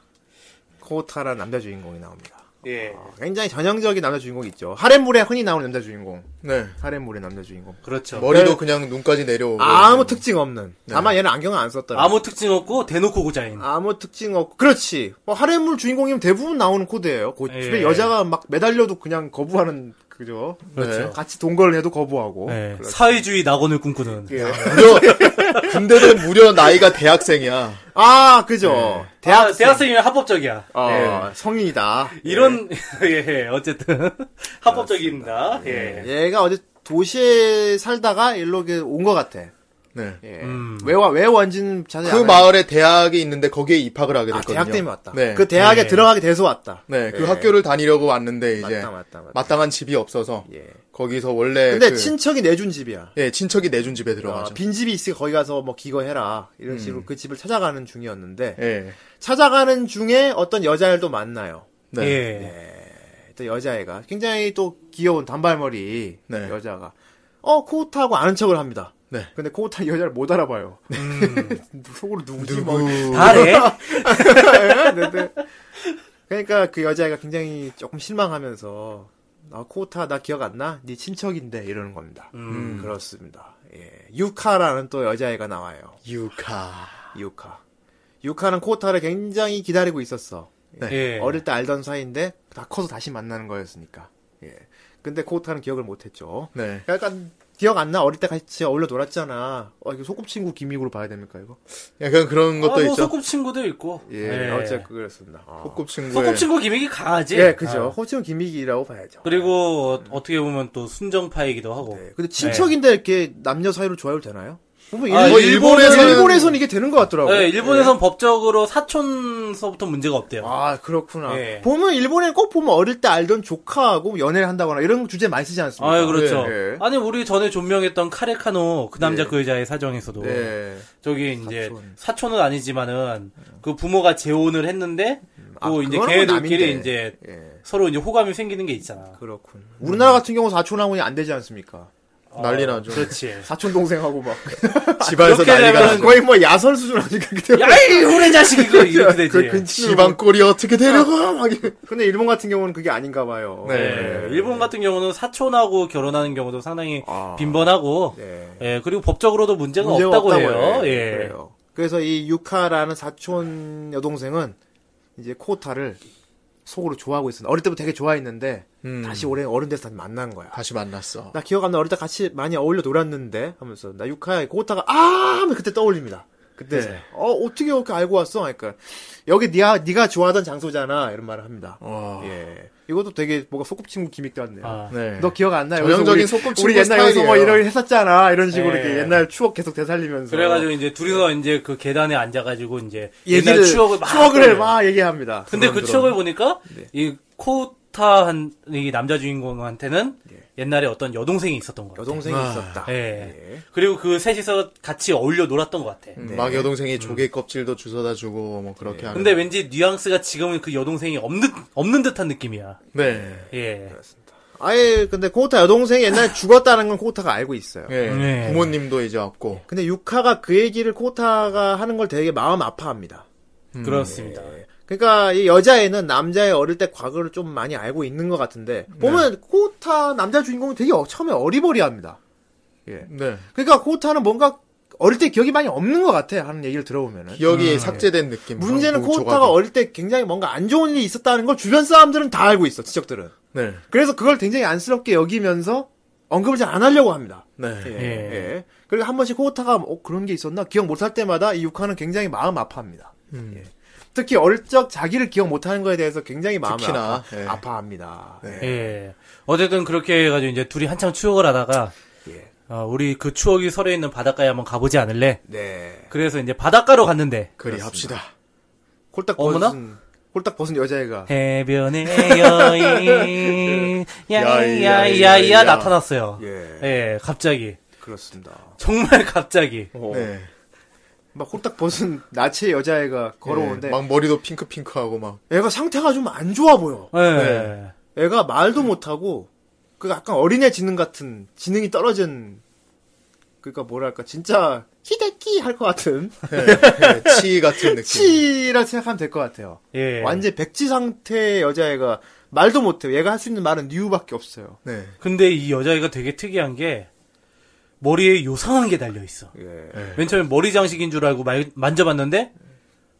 Speaker 3: 코우타라는 남자 주인공이 나옵니다.
Speaker 4: 예.
Speaker 3: 굉장히 전형적인 남자 주인공이 있죠. 하렘물에 흔히 나오는 남자 주인공.
Speaker 5: 네. 뭐
Speaker 3: 하렘물의 남자 주인공.
Speaker 4: 그렇죠.
Speaker 3: 네.
Speaker 5: 머리도 그냥 눈까지 내려오고.
Speaker 3: 아무 특징 없는.
Speaker 5: 네.
Speaker 3: 다만 얘는 안경을 안 썼더라.
Speaker 4: 아무 특징 없고 대놓고 고자인.
Speaker 3: 아무 특징 없고 그렇지 뭐 하렘물 주인공이면 대부분 나오는 코드예요 그
Speaker 4: 예.
Speaker 3: 집에 여자가 막 매달려도 그냥 거부하는 그죠 네.
Speaker 4: 그렇죠.
Speaker 3: 같이 동거를 해도 거부하고
Speaker 5: 네.
Speaker 4: 예.
Speaker 3: 그렇죠.
Speaker 4: 사회주의 낙원을 꿈꾸는. 아,
Speaker 5: 무려, 근데도 무려 나이가 대학생이야.
Speaker 3: 아 그죠
Speaker 5: 네.
Speaker 4: 대학,
Speaker 3: 대학
Speaker 4: 대학생이면 합법적이야.
Speaker 3: 어,
Speaker 5: 예.
Speaker 3: 성인이다
Speaker 4: 이런, 예, 예, 어쨌든. 합법적입니다. 예.
Speaker 3: 예. 얘가 어제 도시에 살다가 일로 온 것 같아
Speaker 5: 네.
Speaker 3: 예.
Speaker 4: 음.
Speaker 3: 왜, 와- 왜 왔는지는 자세히
Speaker 5: 그
Speaker 3: 안
Speaker 5: 마을에 대학이 있는데 거기에 입학을 하게
Speaker 3: 알아요. 아,
Speaker 5: 됐거든요.
Speaker 3: 대학 때문에 왔다
Speaker 5: 네.
Speaker 3: 그 대학에
Speaker 4: 예.
Speaker 3: 들어가게 돼서 왔다
Speaker 5: 네, 그 학교를 다니려고 왔는데 이제
Speaker 3: 맞다 맞다 맞다
Speaker 5: 마땅한 집이 없어서
Speaker 3: 예.
Speaker 5: 거기서 원래
Speaker 3: 근데
Speaker 5: 그-
Speaker 3: 친척이 내준 집이야
Speaker 5: 예, 친척이 내준 집에
Speaker 3: 아,
Speaker 5: 들어가죠. 음.
Speaker 3: 빈집이 있으니까 거기 가서 뭐 기거해라 이런 식으로 그 집을 찾아가는 중이었는데
Speaker 5: 예.
Speaker 3: 찾아가는 중에 어떤 여자애를 또 만나요.
Speaker 5: 네.
Speaker 4: 예.
Speaker 3: 또 여자애가 굉장히 또 귀여운 단발머리
Speaker 5: 네.
Speaker 3: 여자가 어 코우타하고 아는 척을 합니다.
Speaker 5: 네. 음.
Speaker 3: 근데 코우타 여자를 못 알아봐요. 속으로 누구지? 뭐. 예,
Speaker 4: 다래?
Speaker 3: 네, 네. 그러니까 그 여자애가 굉장히 조금 실망하면서 아 코우타 나 기억 안 나? 네 친척인데 이러는
Speaker 5: 음.
Speaker 3: 겁니다. 음, 그렇습니다. 예. 유카라는 또 여자애가 나와요.
Speaker 5: 유카.
Speaker 3: 유카. 유카는 코우타를 굉장히 기다리고 있었어.
Speaker 5: 네.
Speaker 4: 예.
Speaker 3: 어릴 때 알던 사이인데 다 커서 다시 만나는 거였으니까. 예. 근데 코우타는 기억을 못했죠.
Speaker 5: 네.
Speaker 3: 약간 기억 안 나? 어릴 때 같이 어울려 놀았잖아. 어, 이거 소꿉친구 기믹으로 봐야 됩니까 이거?
Speaker 5: 약간 그런 것도
Speaker 4: 아, 뭐
Speaker 5: 있죠. 네.
Speaker 4: 소꿉친구도 있고. 네.
Speaker 3: 예. 어쨌든 그랬습니다. 아.
Speaker 5: 소꿉친구의-
Speaker 4: 소꿉친구 기믹이 강하지?
Speaker 3: 예, 그죠.
Speaker 4: 아.
Speaker 3: 소꿉친구 기믹이라고 봐야죠.
Speaker 4: 그리고 어, 어떻게 보면 또 순정파이기도 하고.
Speaker 3: 네. 근데 친척인데 이렇게 남녀 사이로 좋아요 되나요? 보면
Speaker 4: 아,
Speaker 3: 일본,
Speaker 5: 일본에서는-
Speaker 3: 일본에서는 이게 되는 것 같더라고.
Speaker 4: 네, 일본에선 법적으로 사촌서부터 문제가 없대요.
Speaker 3: 아 그렇구나.
Speaker 4: 예.
Speaker 3: 보면 일본에 꼭 보면 어릴 때 알던 조카하고 연애를 한다거나 이런 주제 많이 쓰지 않습니까?
Speaker 4: 아유, 그렇죠.
Speaker 3: 예, 예.
Speaker 4: 아니, 우리 전에 존명했던 카레카노, 그 남자 그 여자의 사정에서도.
Speaker 3: 네.
Speaker 4: 저기, 이제,
Speaker 3: 사촌.
Speaker 4: 사촌. 은 아니지만은, 그 부모가 재혼을 했는데,
Speaker 3: 아,
Speaker 4: 또 이제
Speaker 3: 그거는
Speaker 4: 걔들끼리
Speaker 3: 남인데.
Speaker 4: 이제,
Speaker 3: 예.
Speaker 4: 서로 이제 호감이 생기는 게 있잖아.
Speaker 3: 그렇군.
Speaker 4: 음.
Speaker 3: 우리나라 같은 경우 사촌하고는 안 되지 않습니까?
Speaker 4: 어,
Speaker 5: 난리 나죠.
Speaker 4: 그렇지.
Speaker 3: 사촌 동생하고 막
Speaker 5: 집안에서
Speaker 4: 그렇게
Speaker 5: 난리가
Speaker 4: 되면은
Speaker 5: 나죠.
Speaker 3: 거의 뭐 야설 수준 아닌가 그때.
Speaker 4: 야이, 후레 자식, 이거, 이렇게 되지.
Speaker 3: 그 근친으로 막-
Speaker 5: 집안 꼴이 어떻게 되려고 막 이래.
Speaker 3: 근데 일본 같은 경우는 그게 아닌가 봐요.
Speaker 5: 네.
Speaker 4: 예, 일본 같은 경우는 사촌하고 결혼하는 경우도 상당히
Speaker 3: 아.
Speaker 4: 빈번하고,
Speaker 3: 네.
Speaker 4: 예, 그리고 법적으로도 문제가,
Speaker 3: 문제가
Speaker 4: 없다고, 해요.
Speaker 3: 예.
Speaker 4: 예.
Speaker 3: 그래요. 그래서 이 유카라는 사촌 여동생은 이제 코타를 속으로 좋아하고 있었는데 어릴 때부터 되게 좋아했는데
Speaker 5: 음.
Speaker 3: 다시 올해 어른 돼서 다시 만난 거야.
Speaker 5: 다시 만났어.
Speaker 3: 나 기억 안 나. 어릴 때 같이 많이 어울려 놀았는데 하면서 나 유카야 코타가 아 하면 그때 떠올립니다.
Speaker 5: 네.
Speaker 3: 그때 어 어떻게 이렇게 알고 왔어? 그러니까 여기 네가 네가 좋아하던 장소잖아 이런 말을 합니다.
Speaker 5: 와.
Speaker 3: 예. 이것도 되게 뭔가 소꿉친구 기믹 같네요.
Speaker 4: 아.
Speaker 5: 네.
Speaker 3: 너 기억 안 나?
Speaker 5: 전형적인
Speaker 3: 우리,
Speaker 5: 소꿉친구
Speaker 3: 우리 옛날 여기서 뭐
Speaker 5: 스타일이에요. 네.
Speaker 3: 이런 일 했었잖아. 이런 식으로
Speaker 4: 예.
Speaker 3: 이렇게 옛날 추억 계속 되살리면서
Speaker 4: 그래가지고 이제 둘이서 이제 그 계단에 앉아가지고 이제
Speaker 3: 얘기를,
Speaker 4: 옛날 추억을 막
Speaker 3: 추억을
Speaker 4: 꺼내요.
Speaker 3: 막 얘기합니다.
Speaker 5: 아.
Speaker 4: 근데 그
Speaker 3: 그런
Speaker 4: 추억을 보니까 이 코타 한이 남자 주인공한테는 옛날에 어떤 여동생이 있었던 것 같아.
Speaker 3: 여동생이
Speaker 5: 아,
Speaker 3: 있었다.
Speaker 4: 예.
Speaker 3: 예.
Speaker 4: 그리고 그 셋이서 같이 어울려 놀았던 것 같아.
Speaker 5: 음,
Speaker 3: 네.
Speaker 5: 막 여동생이 조개 껍질도 주워다 주고 뭐 그렇게 하는.
Speaker 4: 근데 왠지 뉘앙스가 지금은 그 여동생이 없는 없는 듯한 느낌이야.
Speaker 5: 네.
Speaker 4: 예.
Speaker 3: 아예 근데 코타 여동생이 옛날에 죽었다는 건 코타가 알고 있어요.
Speaker 5: 예.
Speaker 4: 네.
Speaker 5: 부모님도 이제 없고.
Speaker 3: 근데 유카가 그 얘기를 코타가 하는 걸 되게 마음 아파합니다.
Speaker 4: 그렇습니다.
Speaker 3: 그러니까 이 여자애는 남자의 어릴 때 과거를 좀 많이 알고 있는 것 같은데
Speaker 5: 네.
Speaker 3: 보면 코타 남자 주인공이 되게 어- 처음에 어리버리합니다. 예.
Speaker 5: 네.
Speaker 3: 그러니까 코타는 뭔가 어릴 때 기억이 많이 없는 것 같아 하는 얘기를 들어보면은
Speaker 5: 기억이 삭제된 느낌.
Speaker 3: 음. 문제는
Speaker 5: 그
Speaker 3: 코타가
Speaker 5: 조각이.
Speaker 3: 어릴 때 굉장히 뭔가 안 좋은 일이 있었다는 걸 주변 사람들은 다 알고 있어 지적들은
Speaker 5: 네.
Speaker 3: 그래서 그걸 굉장히 안쓰럽게 여기면서 언급을 잘 안 하려고 합니다
Speaker 5: 네.
Speaker 3: 예,
Speaker 4: 예.
Speaker 3: 예. 그리고 한 번씩 코타가 어, 그런 게 있었나 기억 못할 때마다 이 육화는 굉장히 마음 아파합니다 예. 특히 어릴 적 자기를 기억 못하는 거에 대해서 굉장히 마음을
Speaker 5: 특히나,
Speaker 3: 아파,
Speaker 5: 예.
Speaker 3: 아파합니다 예.
Speaker 4: 예. 어쨌든 그렇게 해가지고 이제 둘이 한창 추억을 하다가
Speaker 3: 예.
Speaker 4: 어, 우리 그 추억이 서려 있는 바닷가에 한번 가보지 않을래?
Speaker 3: 네
Speaker 4: 그래서 이제 바닷가로 갔는데
Speaker 5: 그리 합시다.
Speaker 3: 홀딱
Speaker 4: 어머나?
Speaker 3: 벗은 홀딱 벗은 여자애가
Speaker 4: 해변의 여인
Speaker 5: 야이야이야.
Speaker 4: 야야야야 나타났어요.
Speaker 3: 예.
Speaker 4: 예. 갑자기
Speaker 3: 그렇습니다
Speaker 4: 정말 갑자기
Speaker 3: 어,
Speaker 5: 네.
Speaker 3: 막 홀딱 벗은 나체 여자애가 걸어오는데
Speaker 5: 예, 막 머리도 핑크핑크하고 막.
Speaker 3: 애가 상태가 좀 안 좋아 보여.
Speaker 4: 예.
Speaker 5: 네.
Speaker 3: 애가 말도 못하고 그 약간 어린애 지능 같은 지능이 떨어진 그러니까 뭐랄까 진짜 히데키 할 것 같은
Speaker 5: 치 같은 느낌.
Speaker 3: 치라 생각하면 될 것 같아요.
Speaker 4: 예.
Speaker 3: 완전 백지 상태의 여자애가 말도 못해요. 얘가 할 수 있는 말은 뉴밖에 없어요.
Speaker 5: 네.
Speaker 4: 근데 이 여자애가 되게 특이한 게 머리에 요상한 게 달려 있어.
Speaker 3: 예,
Speaker 4: 맨 처음에 머리 장식인 줄 알고 말- 만져봤는데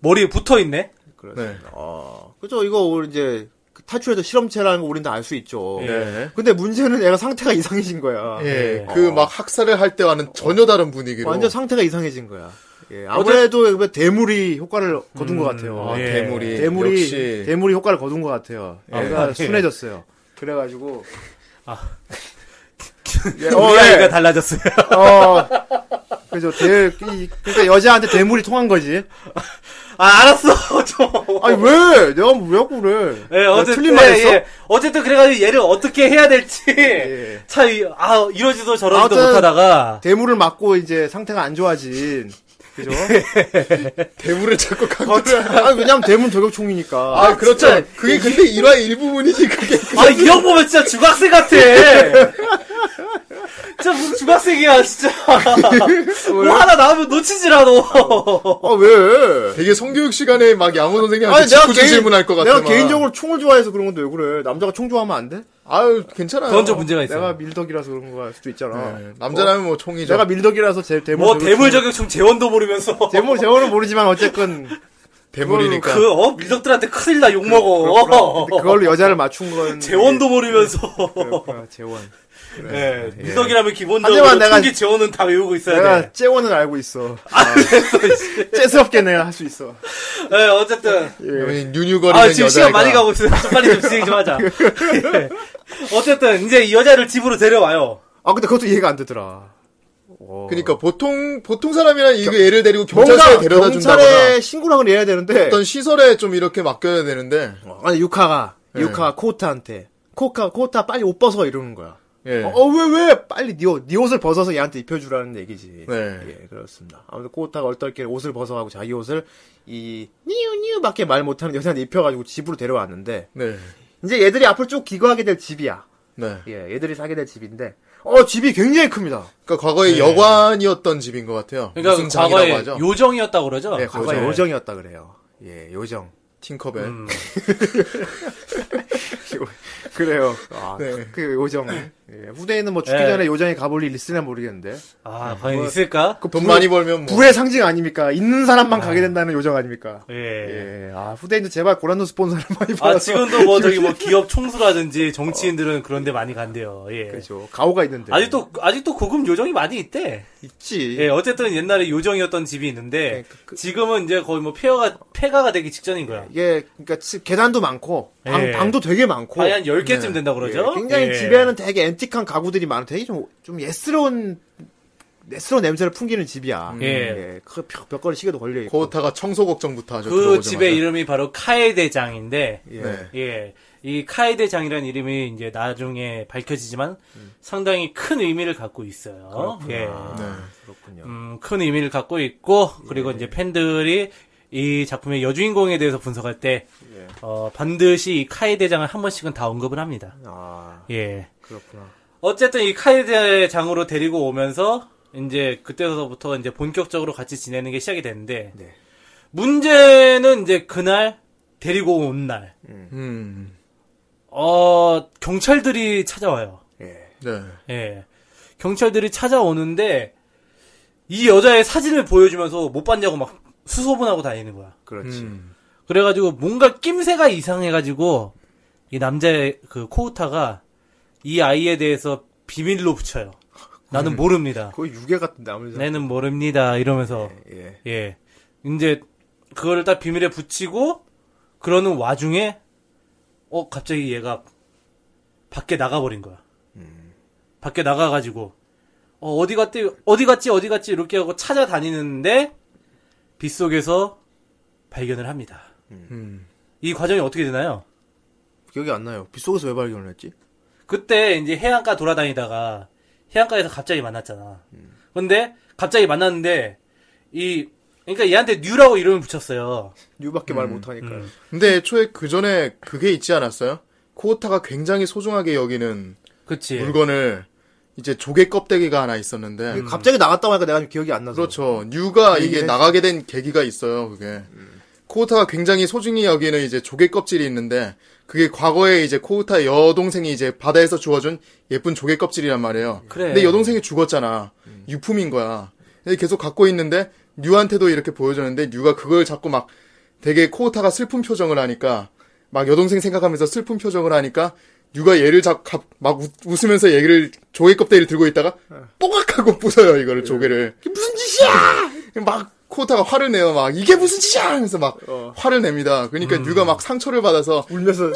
Speaker 4: 머리에 붙어 있네.
Speaker 3: 그렇습니다.
Speaker 5: 네.
Speaker 4: 아.
Speaker 3: 어, 그죠? 이거 우리 이제 그 탈출해서 실험체라는 거 우린 다 알 수 있죠.
Speaker 4: 예.
Speaker 5: 네.
Speaker 3: 근데 문제는 얘가 상태가 이상해진 거야.
Speaker 5: 예, 그 막 학살을 할 때와는 전혀 다른 분위기로.
Speaker 3: 어. 완전 상태가 이상해진 거야. 예, 아무래도 그 대물이 효과를 거둔 것 음. 같아요.
Speaker 5: 아,
Speaker 4: 예.
Speaker 5: 대물이.
Speaker 3: 대물이
Speaker 5: 역시.
Speaker 3: 대물이 효과를 거둔 것 같아요.
Speaker 5: 예.
Speaker 3: 아가
Speaker 4: 아, 예.
Speaker 3: 순해졌어요. 그래가지고
Speaker 4: 우리 아이가 달라졌어요.
Speaker 3: 어 그죠 대 이- 그러니까 여자한테 대물이 통한 거지.
Speaker 4: 아 알았어. 좀.
Speaker 3: 아니 왜 내가 왜 자꾸 그래?
Speaker 4: 예,
Speaker 3: 내가
Speaker 4: 어쨌든
Speaker 3: 틀린 말했어?
Speaker 4: 예, 예. 어쨌든 그래가지고 얘를 어떻게 해야 될지
Speaker 3: 예.
Speaker 4: 참아 이러지도 저러지도
Speaker 3: 아무튼-
Speaker 4: 못하다가
Speaker 3: 대물을 맞고 이제 상태가 안 좋아진. 그죠? 어,
Speaker 5: 대물을 자꾸 강조를. 하-
Speaker 3: 아 왜냐면 대물 저격총이니까.
Speaker 5: 아, 그렇죠. 그게 근데 일화의 일부분이지, 그게.
Speaker 4: 아이 형 보면 진짜 중학생 같아. 진짜 무슨 중학생이야 진짜. 뭐 하나 나오면 놓치지라도.
Speaker 3: 아 왜?
Speaker 5: 되게 성교육 시간에 막 양호 선생님한테
Speaker 3: 아니 내가
Speaker 5: 직구
Speaker 3: 개인,
Speaker 5: 그 질문할 것 같아.
Speaker 3: 내가
Speaker 5: 막.
Speaker 3: 개인적으로 총을 좋아해서 그런 건데 왜 그래? 남자가 총 좋아하면 안 돼?
Speaker 5: 아유, 어, 괜찮아요.
Speaker 4: 그건 좀 문제가 있어.
Speaker 3: 내가
Speaker 4: 요
Speaker 3: 밀덕이라서 그런 거일 수도 있잖아.
Speaker 5: 네, 남자라면 뭐 총이죠.
Speaker 3: 내가 밀덕이라서 제 대물
Speaker 4: 뭐 대물
Speaker 3: 저격-
Speaker 4: 저격 좀 재원도 모르면서.
Speaker 3: 대물 재원은 모르지만 어쨌건
Speaker 5: 대물이니까.
Speaker 4: 그 어 밀덕들한테 큰일 나 욕
Speaker 3: 그렇구나.
Speaker 4: 먹어.
Speaker 3: 근데 그걸로 여자를 맞춘 건
Speaker 4: 재원도 모르면서.
Speaker 3: 네. 그렇구나, 재원. 네.
Speaker 4: 예, 미덕이라면 기본적으로
Speaker 3: 하지만 내가-
Speaker 4: 총기 재원은 다 외우고 있어야 돼.
Speaker 3: 내가 재원은 알고 있어. 아, 재스럽게 내가 할 수 있어.
Speaker 4: 예, 어쨌든.
Speaker 5: 여러분, 뉴뉴거리는
Speaker 4: 아, 지금 시간
Speaker 5: 여자애가-
Speaker 4: 많이 가고 있어요. 좀 빨리 좀 진행 좀 하자. 예. 어쨌든, 이제 이 여자를 집으로 데려와요.
Speaker 3: 아 근데 그것도 이해가 안 되더라. 어.
Speaker 5: 그러니까 보통 보통 사람이란 이거 얘를 데리고 경찰서에
Speaker 3: 뭔가
Speaker 5: 데려다 준다거나
Speaker 3: 경찰에 신고를 하건 해야 되는데
Speaker 5: 어떤 시설에 좀 이렇게 맡겨야 되는데
Speaker 3: 아니 유카가
Speaker 5: 예.
Speaker 3: 유카가 코타한테 코카 코타 빨리 옷 벗어 이러는 거야.
Speaker 5: 예.
Speaker 3: 어 왜 왜 빨리 네옷네 옷을 벗어서 얘한테 입혀주라는 얘기지.
Speaker 5: 네.
Speaker 3: 예 그렇습니다. 아무튼 코타가 얼떨결에 옷을 벗어가고 자기 옷을 이 니우 니우밖에 말 못하는 여자한테 입혀가지고 집으로 데려왔는데
Speaker 5: 네.
Speaker 3: 이제 얘들이 앞으로 쭉 기거하게 될 집이야.
Speaker 5: 네.
Speaker 3: 예 얘들이 사게 될 집인데 어 집이 굉장히 큽니다. 네.
Speaker 5: 그러니까 과거에 여관이었던 집인 것 같아요.
Speaker 4: 그러니까
Speaker 5: 무슨 장이라고
Speaker 4: 과거에
Speaker 5: 하죠?
Speaker 4: 요정이었다고 그러죠?
Speaker 3: 예 과거
Speaker 4: 과거에.
Speaker 3: 요정이었다 그래요. 예 요정.
Speaker 5: 팅커벨.
Speaker 3: 음. 그래요. 아,
Speaker 5: 네.
Speaker 3: 그 요정. 예, 후대에는 뭐 죽기
Speaker 4: 예.
Speaker 3: 전에 요정이 가볼 일 있으나 모르겠는데.
Speaker 4: 아, 과연 있을까?
Speaker 3: 그
Speaker 5: 돈 많이 벌면 뭐
Speaker 3: 부의 상징 아닙니까? 있는 사람만 가게 된다는 요정 아닙니까?
Speaker 4: 예.
Speaker 3: 예. 아, 후대인도 제발 고란노 스폰서를 많이
Speaker 4: 아,
Speaker 3: 받아서.
Speaker 4: 지금도 뭐 저기 뭐 기업 총수라든지 정치인들은 그런데 많이 간대요. 예.
Speaker 3: 그죠. 가오가 있는데.
Speaker 4: 아직도, 아직도 고급 요정이 많이 있대.
Speaker 3: 있지.
Speaker 4: 예, 어쨌든 옛날에 요정이었던 집이
Speaker 3: 네,
Speaker 4: 있는데,
Speaker 3: 그,
Speaker 4: 지금은 이제 거의 뭐 폐허가, 폐가가 되기 직전인 거야.
Speaker 3: 이게 그러니까 치- 계단도 많고 방,
Speaker 4: 예.
Speaker 3: 방도 되게 많고.
Speaker 4: 거의 한 10개쯤 된다고 그러죠?
Speaker 3: 예, 굉장히
Speaker 4: 예.
Speaker 3: 집에는 되게 앤틱한 가구들이 많은 되게 좀, 좀 예스러운, 예스러운 냄새를 풍기는 집이야.
Speaker 4: 예.
Speaker 3: 그 벽, 벽걸이 시계도 걸려있고.
Speaker 5: 고타가 청소 걱정부터 하죠.
Speaker 4: 그
Speaker 5: 들어오자마자.
Speaker 4: 집의 이름이 바로 카에대장인데,
Speaker 3: 예.
Speaker 5: 네.
Speaker 4: 예. 이 카에대장이라는 이름이 이제 나중에 밝혀지지만 상당히 큰 의미를 갖고 있어요. 예.
Speaker 3: 아, 그렇군요.
Speaker 4: 음, 큰 의미를 갖고 있고,
Speaker 3: 예.
Speaker 4: 그리고 이제 팬들이 이 작품의 여주인공에 대해서 분석할 때,
Speaker 3: 예.
Speaker 4: 어, 반드시 이 카에대장을 한 번씩은 다 언급을 합니다.
Speaker 3: 아,
Speaker 4: 예.
Speaker 3: 그렇구나.
Speaker 4: 어쨌든 이 카이드장으로 데리고 오면서 이제 그때서부터 이제 본격적으로 같이 지내는 게 시작이 되는데
Speaker 3: 네.
Speaker 4: 문제는 이제 그날 데리고 온 날,
Speaker 5: 음.
Speaker 4: 어 경찰들이 찾아와요.
Speaker 3: 예.
Speaker 5: 네.
Speaker 4: 예, 경찰들이 찾아오는데 이 여자의 사진을 보여주면서 못 봤냐고 막 수소문하고 다니는 거야.
Speaker 3: 그렇지.
Speaker 5: 음.
Speaker 4: 그래가지고 뭔가 낌새가 이상해가지고 이 남자의 그 코우타가 이 아이에 대해서 비밀로 붙여요. 나는 모릅니다.
Speaker 3: 거의 유괴 같은 나무에서.
Speaker 4: 내는 모릅니다. 이러면서
Speaker 3: 예.
Speaker 4: 예 이제 그거를 딱 비밀에 붙이고 그러는 와중에 어 갑자기 얘가 밖에 나가버린 거야.
Speaker 3: 음.
Speaker 4: 밖에 나가가지고 어 어디 갔대 어디 갔지 어디 갔지 이렇게 하고 찾아다니는데 빗 속에서 발견을 합니다.
Speaker 5: 음.
Speaker 4: 이 과정이 어떻게 되나요?
Speaker 3: 기억이 안 나요. 빗속에서 왜 발견을 했지?
Speaker 4: 그때 이제 해안가 돌아다니다가 해안가에서 갑자기 만났잖아.
Speaker 3: 음.
Speaker 4: 근데 갑자기 만났는데 이 그러니까 얘한테 뉴라고 이름을 붙였어요.
Speaker 3: 뉴밖에 말 못하니까요.
Speaker 4: 음.
Speaker 5: 근데 애초에 그 전에 그게 있지 않았어요? 코타가 굉장히 소중하게 여기는
Speaker 4: 그치.
Speaker 5: 물건을 이제 조개 껍데기가 하나 있었는데
Speaker 3: 음. 갑자기 나갔다고 하니까 내가 지금 기억이 안 나서.
Speaker 5: 그렇죠. 뉴가 이게
Speaker 3: 예.
Speaker 5: 나가게 된 계기가 있어요. 그게
Speaker 3: 음.
Speaker 5: 코우타가 굉장히 소중히 여기는 이제 조개 껍질이 있는데 그게 과거에 이제 코우타 여동생이 이제 바다에서 주워준 예쁜 조개 껍질이란 말이에요.
Speaker 4: 그래.
Speaker 5: 근데 여동생이 죽었잖아.
Speaker 3: 음.
Speaker 5: 유품인 거야. 근데 계속 갖고 있는데 뉴한테도 이렇게 보여줬는데 뉴가 그걸 자꾸 막 되게 코우타가 슬픈 표정을 하니까 막 여동생 생각하면서 슬픈 표정을 하니까 뉴가 얘를 잡, 갑- 막 웃- 웃으면서 얘를 조개 껍데기를 들고 있다가 뽀각하고 부숴요 네. 이거를 조개를 무슨 짓이야! 막 코타가 화를 내요. 막 이게 무슨 짓이야! 하면서 막 화를 냅니다. 그러니까 뉴가 막 상처를 받아서
Speaker 3: 어. 울면서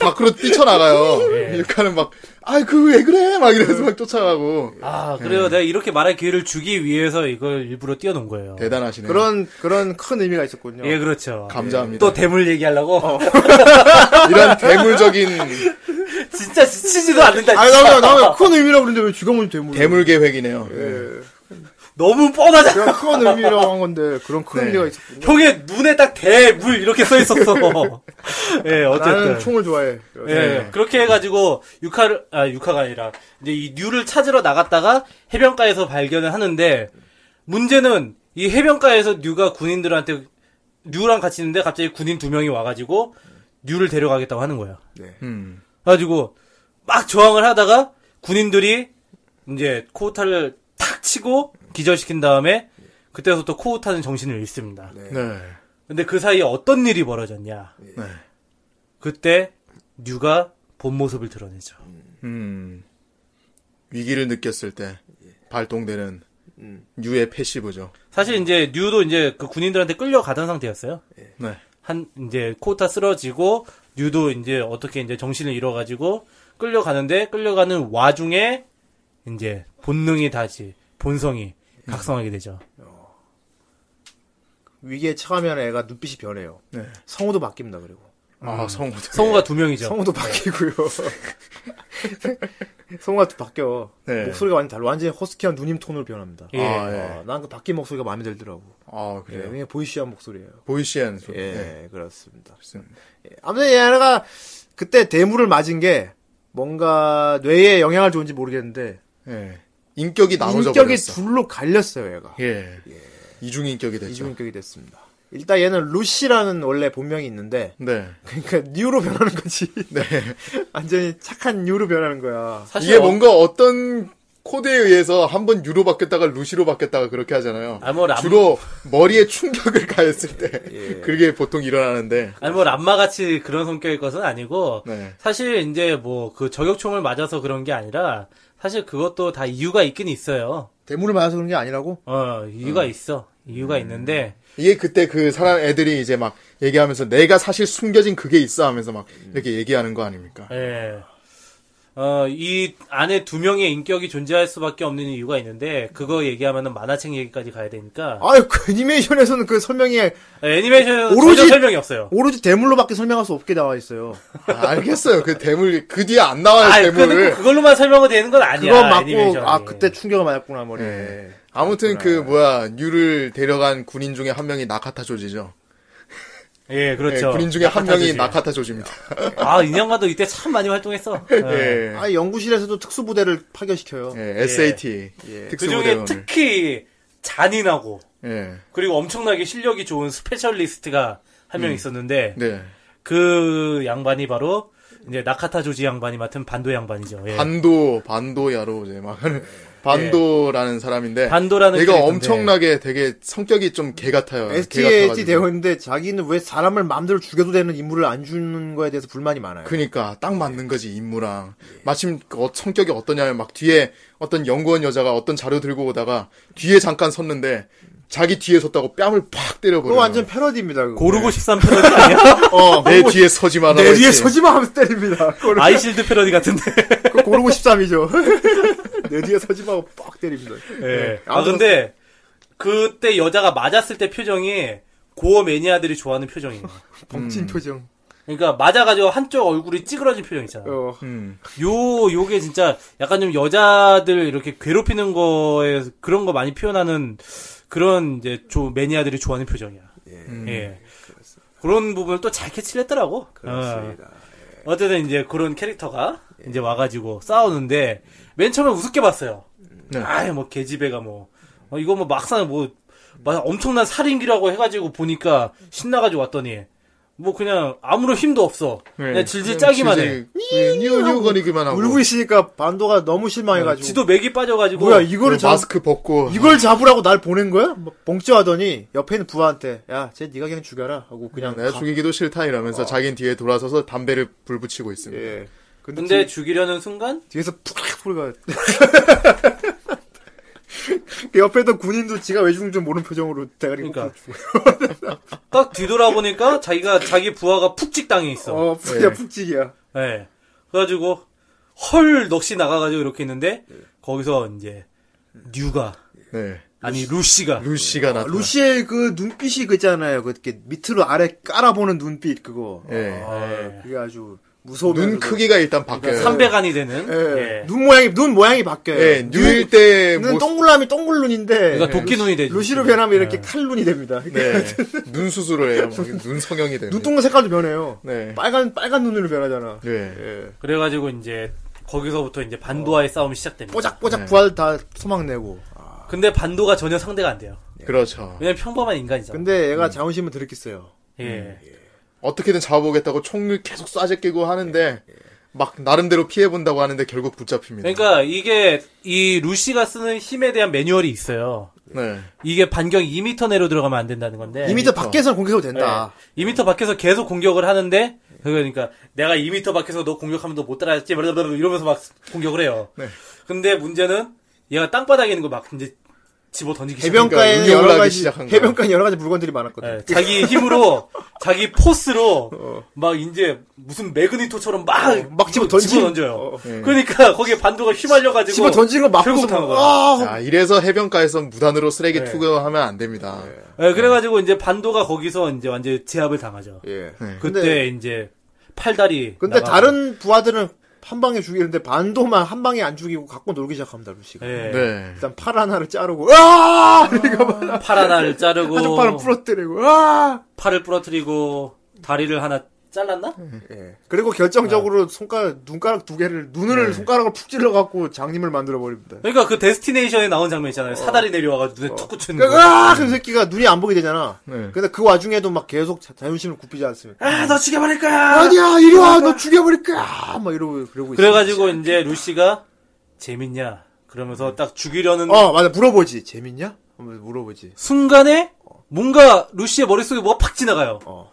Speaker 5: 밖으로 뛰쳐나가요. 유카는 막 아이 그 왜 그래? 막 이러면서 막 쫓아가고
Speaker 4: 아, 그래요. 내가 이렇게 말할 기회를 주기 위해서 이걸 일부러 띄워놓은 거예요.
Speaker 5: 대단하시네요.
Speaker 3: 그런 그런 큰 의미가 있었군요.
Speaker 4: 예, 그렇죠.
Speaker 5: 감사합니다.
Speaker 4: 또 대물 얘기하려고?
Speaker 5: 이런 괴물적인
Speaker 4: 진짜 지치지도 않는다.
Speaker 3: 아니 나왜
Speaker 4: 진짜.
Speaker 3: 나왜 큰 의미라고 그러는데 왜 쥐가 뭔지 대물?
Speaker 5: 괴물 계획이네요.
Speaker 3: 예.
Speaker 4: 너무 뻔하잖아.
Speaker 3: 그냥 큰 의미라고 한 건데 그런 큰
Speaker 5: 네.
Speaker 3: 의미가 있었군요.
Speaker 4: 형의 눈에 딱 대물 이렇게 써 있었어. 예,
Speaker 3: 나는
Speaker 4: 어쨌든.
Speaker 3: 총을 좋아해.
Speaker 4: 예,
Speaker 3: 네.
Speaker 4: 그렇게 해가지고 유카를 아 유카가 아니라 이제 이 뉴를 찾으러 나갔다가 해변가에서 발견을 하는데 문제는 이 해변가에서 뉴가 군인들한테 뉴랑 같이 있는데 갑자기 군인 두 명이 와가지고 뉴를 데려가겠다고 하는 거예요.
Speaker 5: 음.
Speaker 4: 가지고 막 저항을 하다가 군인들이 이제 코우타를 탁 치고 기절시킨 다음에 그때부터 코우타는 정신을 잃습니다.
Speaker 5: 네.
Speaker 4: 근데 그 사이에 어떤 일이 벌어졌냐?
Speaker 5: 네.
Speaker 4: 그때 뉴가 본 모습을 드러내죠.
Speaker 5: 음. 위기를 느꼈을 때 발동되는 뉴의 패시브죠.
Speaker 4: 사실 이제 뉴도 이제 그 군인들한테 끌려가던 상태였어요.
Speaker 5: 네.
Speaker 4: 한 이제 코우타 쓰러지고 뉴도 이제 어떻게 이제 정신을 잃어가지고 끌려가는데 끌려가는 와중에 이제 본능이 다시 본성이
Speaker 5: 음.
Speaker 4: 각성하게 되죠.
Speaker 3: 위기에 처하면 애가 눈빛이 변해요.
Speaker 5: 네.
Speaker 3: 성우도 바뀝니다. 그리고
Speaker 5: 아, 성우.
Speaker 4: 성우가 두 명이죠.
Speaker 3: 성우도
Speaker 5: 네.
Speaker 3: 바뀌고요. 성우가 또 바뀌어.
Speaker 5: 네.
Speaker 3: 목소리가 완전 달라. 완전히 허스키한 누님 톤으로 변합니다.
Speaker 4: 예.
Speaker 5: 아, 예.
Speaker 3: 어, 난그 바뀐 목소리가 마음에 들더라고.
Speaker 5: 아,
Speaker 3: 예,
Speaker 5: 그래요.
Speaker 3: 그냥 보이시한 목소리예요.
Speaker 5: 보이시한 소리.
Speaker 3: 예,
Speaker 5: 네.
Speaker 3: 그렇습니다. 예,
Speaker 5: 그렇습니다.
Speaker 3: 아무튼 얘네가 그때 대물을 맞은 게 뭔가 뇌에 영향을 줬는지 모르겠는데
Speaker 5: 예. 인격이 나눠져
Speaker 3: 인격이
Speaker 5: 버렸어.
Speaker 3: 둘로 갈렸어요, 얘가.
Speaker 5: 예. 이중 인격이 됐죠.
Speaker 3: 이중인격이 됐습니다. 일단 얘는 루시라는 원래 본명이 있는데
Speaker 5: 네.
Speaker 3: 그러니까 뉴로 변하는 거지. 완전히 착한 뉴로 변하는 거야.
Speaker 4: 사실
Speaker 5: 이게
Speaker 4: 어-
Speaker 5: 뭔가 어떤 코드에 의해서 한번 유로 바뀌었다가 루시로 바뀌었다가 그렇게 하잖아요.
Speaker 4: 아, 뭐 람- 예.
Speaker 5: 주로 머리에 충격을 가했을 때 그게 보통 일어나는데.
Speaker 4: 아니 뭐 람마같이 그런 성격일 것은 아니고
Speaker 5: 네.
Speaker 4: 사실 이제 뭐 그 저격총을 맞아서 그런 게 아니라 사실 그것도 다 이유가 있긴 있어요.
Speaker 3: 대물을 맞아서 그런 게 아니라고? 음.
Speaker 4: 어 이유가 있어 이유가 있는데
Speaker 5: 이게 그때 그 사람 애들이 이제 막 얘기하면서 내가 사실 숨겨진 그게 있어 하면서 막 이렇게 얘기하는 거 아닙니까?
Speaker 4: 예. 어, 이 안에 두 명의 인격이 존재할 수밖에 없는 이유가 있는데, 그거 얘기하면은 만화책 얘기까지 가야 되니까. 예,
Speaker 3: 아유, 그 애니메이션에서는 그 설명이
Speaker 4: 애니메이션
Speaker 3: 오로지-
Speaker 4: 전혀 설명이 없어요.
Speaker 3: 오로지 대물로밖에 설명할 수 없게 나와 있어요.
Speaker 5: 아, 알겠어요. 그 대물 그 뒤에 안 나와요
Speaker 4: 아,
Speaker 5: 대물.
Speaker 4: 그, 걸로만 설명이 되는 건 아니야.
Speaker 3: 그거 맞고,
Speaker 4: 애니메이션이.
Speaker 3: 아, 그때 충격을 맞았구나, 머리에.
Speaker 5: 예. 아무튼 그 뭐야 뉴를 데려간 군인 중에 한 명이 나카타 조지죠.
Speaker 4: 예,
Speaker 5: 예,
Speaker 4: 그렇죠.
Speaker 5: 군인 중에 한 명이
Speaker 4: 나카타
Speaker 5: 나카타 조지입니다.
Speaker 4: 조지. 아, 인양가도 이때 참 많이 활동했어. 예.
Speaker 5: 예.
Speaker 3: 아, 연구실에서도 특수부대를 파견시켜요. 네.
Speaker 5: 예, SAT
Speaker 4: 그 중에
Speaker 5: 특수부대원을.
Speaker 4: 특히 잔인하고,
Speaker 5: 예.
Speaker 4: 그리고 엄청나게 실력이 좋은 스페셜리스트가 한 명 있었는데,
Speaker 5: 네.
Speaker 4: 그 양반이 바로, 이제 나카타 조지 양반이 맡은 반도 양반이죠. 예.
Speaker 5: 반도 반도야로 이제 막 하는 반도라는 사람인데
Speaker 4: 반도라는
Speaker 5: 얘가
Speaker 4: 캐릭터인데.
Speaker 5: 엄청나게 되게 성격이 좀 개 같아요. 개
Speaker 3: STAT
Speaker 5: 같아가지고.
Speaker 3: 대원인데 자기는 왜 사람을 마음대로 죽여도 되는 임무를 안 주는 거에 대해서 불만이 많아요.
Speaker 5: 그니까 딱 맞는 거지 임무랑 마침 그 어- 성격이 어떠냐면 막 뒤에 어떤 연구원 여자가 어떤 자료 들고 오다가 뒤에 잠깐 섰는데 자기 뒤에 섰다고 뺨을 팍 때려버려.
Speaker 3: 그거 완전 패러디입니다. 그거.
Speaker 5: 네.
Speaker 4: 고르고 13 패러디 아니야?
Speaker 5: 어, 내 뒤에 서지 마라.
Speaker 3: 내 뒤에
Speaker 5: 했지.
Speaker 3: 서지마 하면서 때립니다. 그거를
Speaker 4: 아이실드 패러디 같은데.
Speaker 5: 네. 아.
Speaker 3: 그거 고르고 13이죠. 내 뒤에 서지마 하고 빡 때립니다.
Speaker 5: 음. 네.
Speaker 4: 예. 아, 근데, 그때 여자가 맞았을 때 표정이 고어 매니아들이 좋아하는 표정이에요.
Speaker 3: 벙친 표정.
Speaker 4: 그러니까 맞아가지고 한쪽 얼굴이 찌그러진 표정 있잖아. 요,
Speaker 3: 어.
Speaker 5: 음.
Speaker 4: 요게 진짜 약간 좀 여자들 이렇게 괴롭히는 거에 그런 거 많이 표현하는 그런 이제 조, 매니아들이 좋아하는 예.
Speaker 5: 음.
Speaker 4: 표정이야. 예. 그런 부분을 또 잘 캐치를 했더라고. 그렇습니다. 예. 어쨌든 이제 그런 캐릭터가 이제 와가지고 싸우는데 맨 처음에 우습게 봤어요.
Speaker 5: 네.
Speaker 4: 아이 뭐 개지배가 뭐 어, 이거 뭐 막상 뭐 막 엄청난 살인기라고 해가지고 보니까 신나가지고 왔더니 뭐 그냥 아무런 힘도 없어. 그냥 질질 짜기만 해.
Speaker 5: 예, 뉴뉴거리기만 하고.
Speaker 3: 울고 어. 있으니까 반도가 너무 실망해가지고
Speaker 4: 지도 맥이 빠져가지고
Speaker 3: 뭐야 이거를 잡
Speaker 5: 음. 마스크 벗고.
Speaker 3: 이걸 잡으라고 날 보낸 거야? 막 봉쩌하더니 옆에 있는 부하한테 야쟤 네가 그냥 죽여라 하고 그냥
Speaker 5: 내가
Speaker 3: 가.
Speaker 5: 죽이기도 싫다 이러면서 자기는 뒤에 돌아서서 담배를 불 붙이고 있습니다.
Speaker 3: 예. 근데,
Speaker 4: 근데
Speaker 3: 뒤,
Speaker 4: 죽이려는 순간
Speaker 3: 뒤에서 푹 불가. 그 옆에 있던 군인도 지가 왜 죽는 줄 모르는 표정으로 대가리
Speaker 4: 그러니까.
Speaker 3: 푹 죽어요.
Speaker 4: 딱 뒤돌아보니까 자기가 자기 부하가 푹찍 당해 있어.
Speaker 3: 어, 푹이야, 푹찍이야.
Speaker 4: 예. 그래가지고 헐 넋이 나가가지고 이렇게 있는데 거기서 이제 뉴가
Speaker 5: 네.
Speaker 4: 아니 루시가
Speaker 5: 루시가 나타나.
Speaker 3: 루시의 그 눈빛이 그 있잖아요. 그 이렇게 밑으로 아래 깔아보는 눈빛 그거.
Speaker 5: 예.
Speaker 3: 아, 그게 아주 무서우면서도-
Speaker 5: 눈 크기가 일단
Speaker 4: 그러니까
Speaker 5: 바뀌어요.
Speaker 4: 300안이 되는
Speaker 3: 예.
Speaker 4: 예.
Speaker 3: 눈 모양이 눈 모양이 바뀌어요.
Speaker 5: 예, 뉴일 때
Speaker 3: 눈은
Speaker 5: 모...
Speaker 3: 동글라미 동글눈인데
Speaker 4: 그러니까 도끼 눈이 되지.
Speaker 3: 네. 루시로 변하면 이렇게 칼눈이 됩니다.
Speaker 5: 네. 눈 수술을 해요. 막눈 성형이
Speaker 3: 네.
Speaker 5: 되는.
Speaker 3: 눈동자 색깔도 변해요.
Speaker 5: 네.
Speaker 3: 빨간 빨간 눈으로 변하잖아.
Speaker 1: 네.
Speaker 5: 예.
Speaker 3: 예.
Speaker 4: 그래가지고 이제 거기서부터 이제 반도와의 싸움이 시작됩니다.
Speaker 3: 뽀짝뽀짝 부활 다 소망내고.
Speaker 4: 근데 반도가 전혀 상대가 안 돼요.
Speaker 5: 그렇죠.
Speaker 4: 왜냐면 평범한 인간이잖아.
Speaker 3: 근데 얘가 자존심은 들었겠어요.
Speaker 4: 예.
Speaker 5: 어떻게든 잡아보겠다고 총을 계속 쏴재 끼고 하는데 막 나름대로 피해 본다고 하는데 결국 붙잡힙니다.
Speaker 4: 그러니까 이게 이 루시가 쓰는 힘에 대한 매뉴얼이 있어요.
Speaker 5: 네.
Speaker 4: 이게 반경 2m 내로 들어가면 안 된다는 건데.
Speaker 3: 2m 밖에서는 공격해도 된다.
Speaker 4: 2m 밖에서 계속 공격을 하는데 그러니까 내가 2m 밖에서 너 공격하면 너 못 따라했지 이러면서 막 공격을 해요. 근데 문제는 얘가 땅바닥에 있는 거 막 이제 집어 던지기 시작.
Speaker 3: 해변가에
Speaker 5: 그러니까
Speaker 3: 여러
Speaker 5: 운영을 하기
Speaker 3: 가지
Speaker 5: 시작한
Speaker 3: 해변가에 여러 가지 물건들이 많았거든.
Speaker 4: 예, 자기 힘으로 자기 포스로 막 이제 무슨 매그니토처럼 막
Speaker 3: 막 어. 집어 던지-
Speaker 4: 던져요.
Speaker 3: 어.
Speaker 4: 그러니까 거기에 반도가 휘말려 가지고
Speaker 3: 집어 던지는 거 막고서
Speaker 4: 결국 당한 거야.
Speaker 5: 아, 이래서 해변가에서 무단으로 쓰레기
Speaker 3: 네.
Speaker 5: 투거하면 안 됩니다.
Speaker 4: 예, 그래가지고 이제 반도가 거기서 이제 완전 제압을 당하죠.
Speaker 3: 예.
Speaker 4: 그때
Speaker 3: 근데-
Speaker 4: 이제 팔다리.
Speaker 3: 근데
Speaker 4: 나가고.
Speaker 3: 다른 부하들은 한 방에 죽이는데 반도만 한 방에 안 죽이고 갖고 놀기 시작합니다, 루시가.
Speaker 4: 예,
Speaker 5: 네.
Speaker 3: 일단 팔 하나를 자르고 아! 이거 막
Speaker 4: 팔 하나를 자르고
Speaker 3: 한쪽 팔을 부러뜨리고 아!
Speaker 4: 팔을 부러뜨리고 다리를 하나 잘랐나?
Speaker 3: 예. 그리고 결정적으로 손가락 눈가락 두 개를 눈을 손가락을 푹 찔러 갖고 장님을 만들어 버립니다.
Speaker 4: 그러니까 그 데스티네이션에 나온 장면 있잖아요. 사다리 내려와가지고 눈에 툭 꽂히는 거.
Speaker 3: 그러니까 으악! 그 새끼가 눈이 안 보게 되잖아.
Speaker 5: 네.
Speaker 3: 근데 그 와중에도 막 계속 자, 자존심을 굽히지 않습니까?
Speaker 4: 아, 너 죽여버릴 거야.
Speaker 3: 아니야, 이리 와, 너 죽여버릴 거야! 막 이러고, 그러고 있어.
Speaker 4: 그래가지고 이제 루시가 재밌냐? 그러면서 딱 죽이려는
Speaker 3: 어, 맞아, 물어보지. 재밌냐? 한번 물어보지.
Speaker 4: 순간에 뭔가 루시의 머릿속에 뭐가 팍 지나가요.
Speaker 3: 어.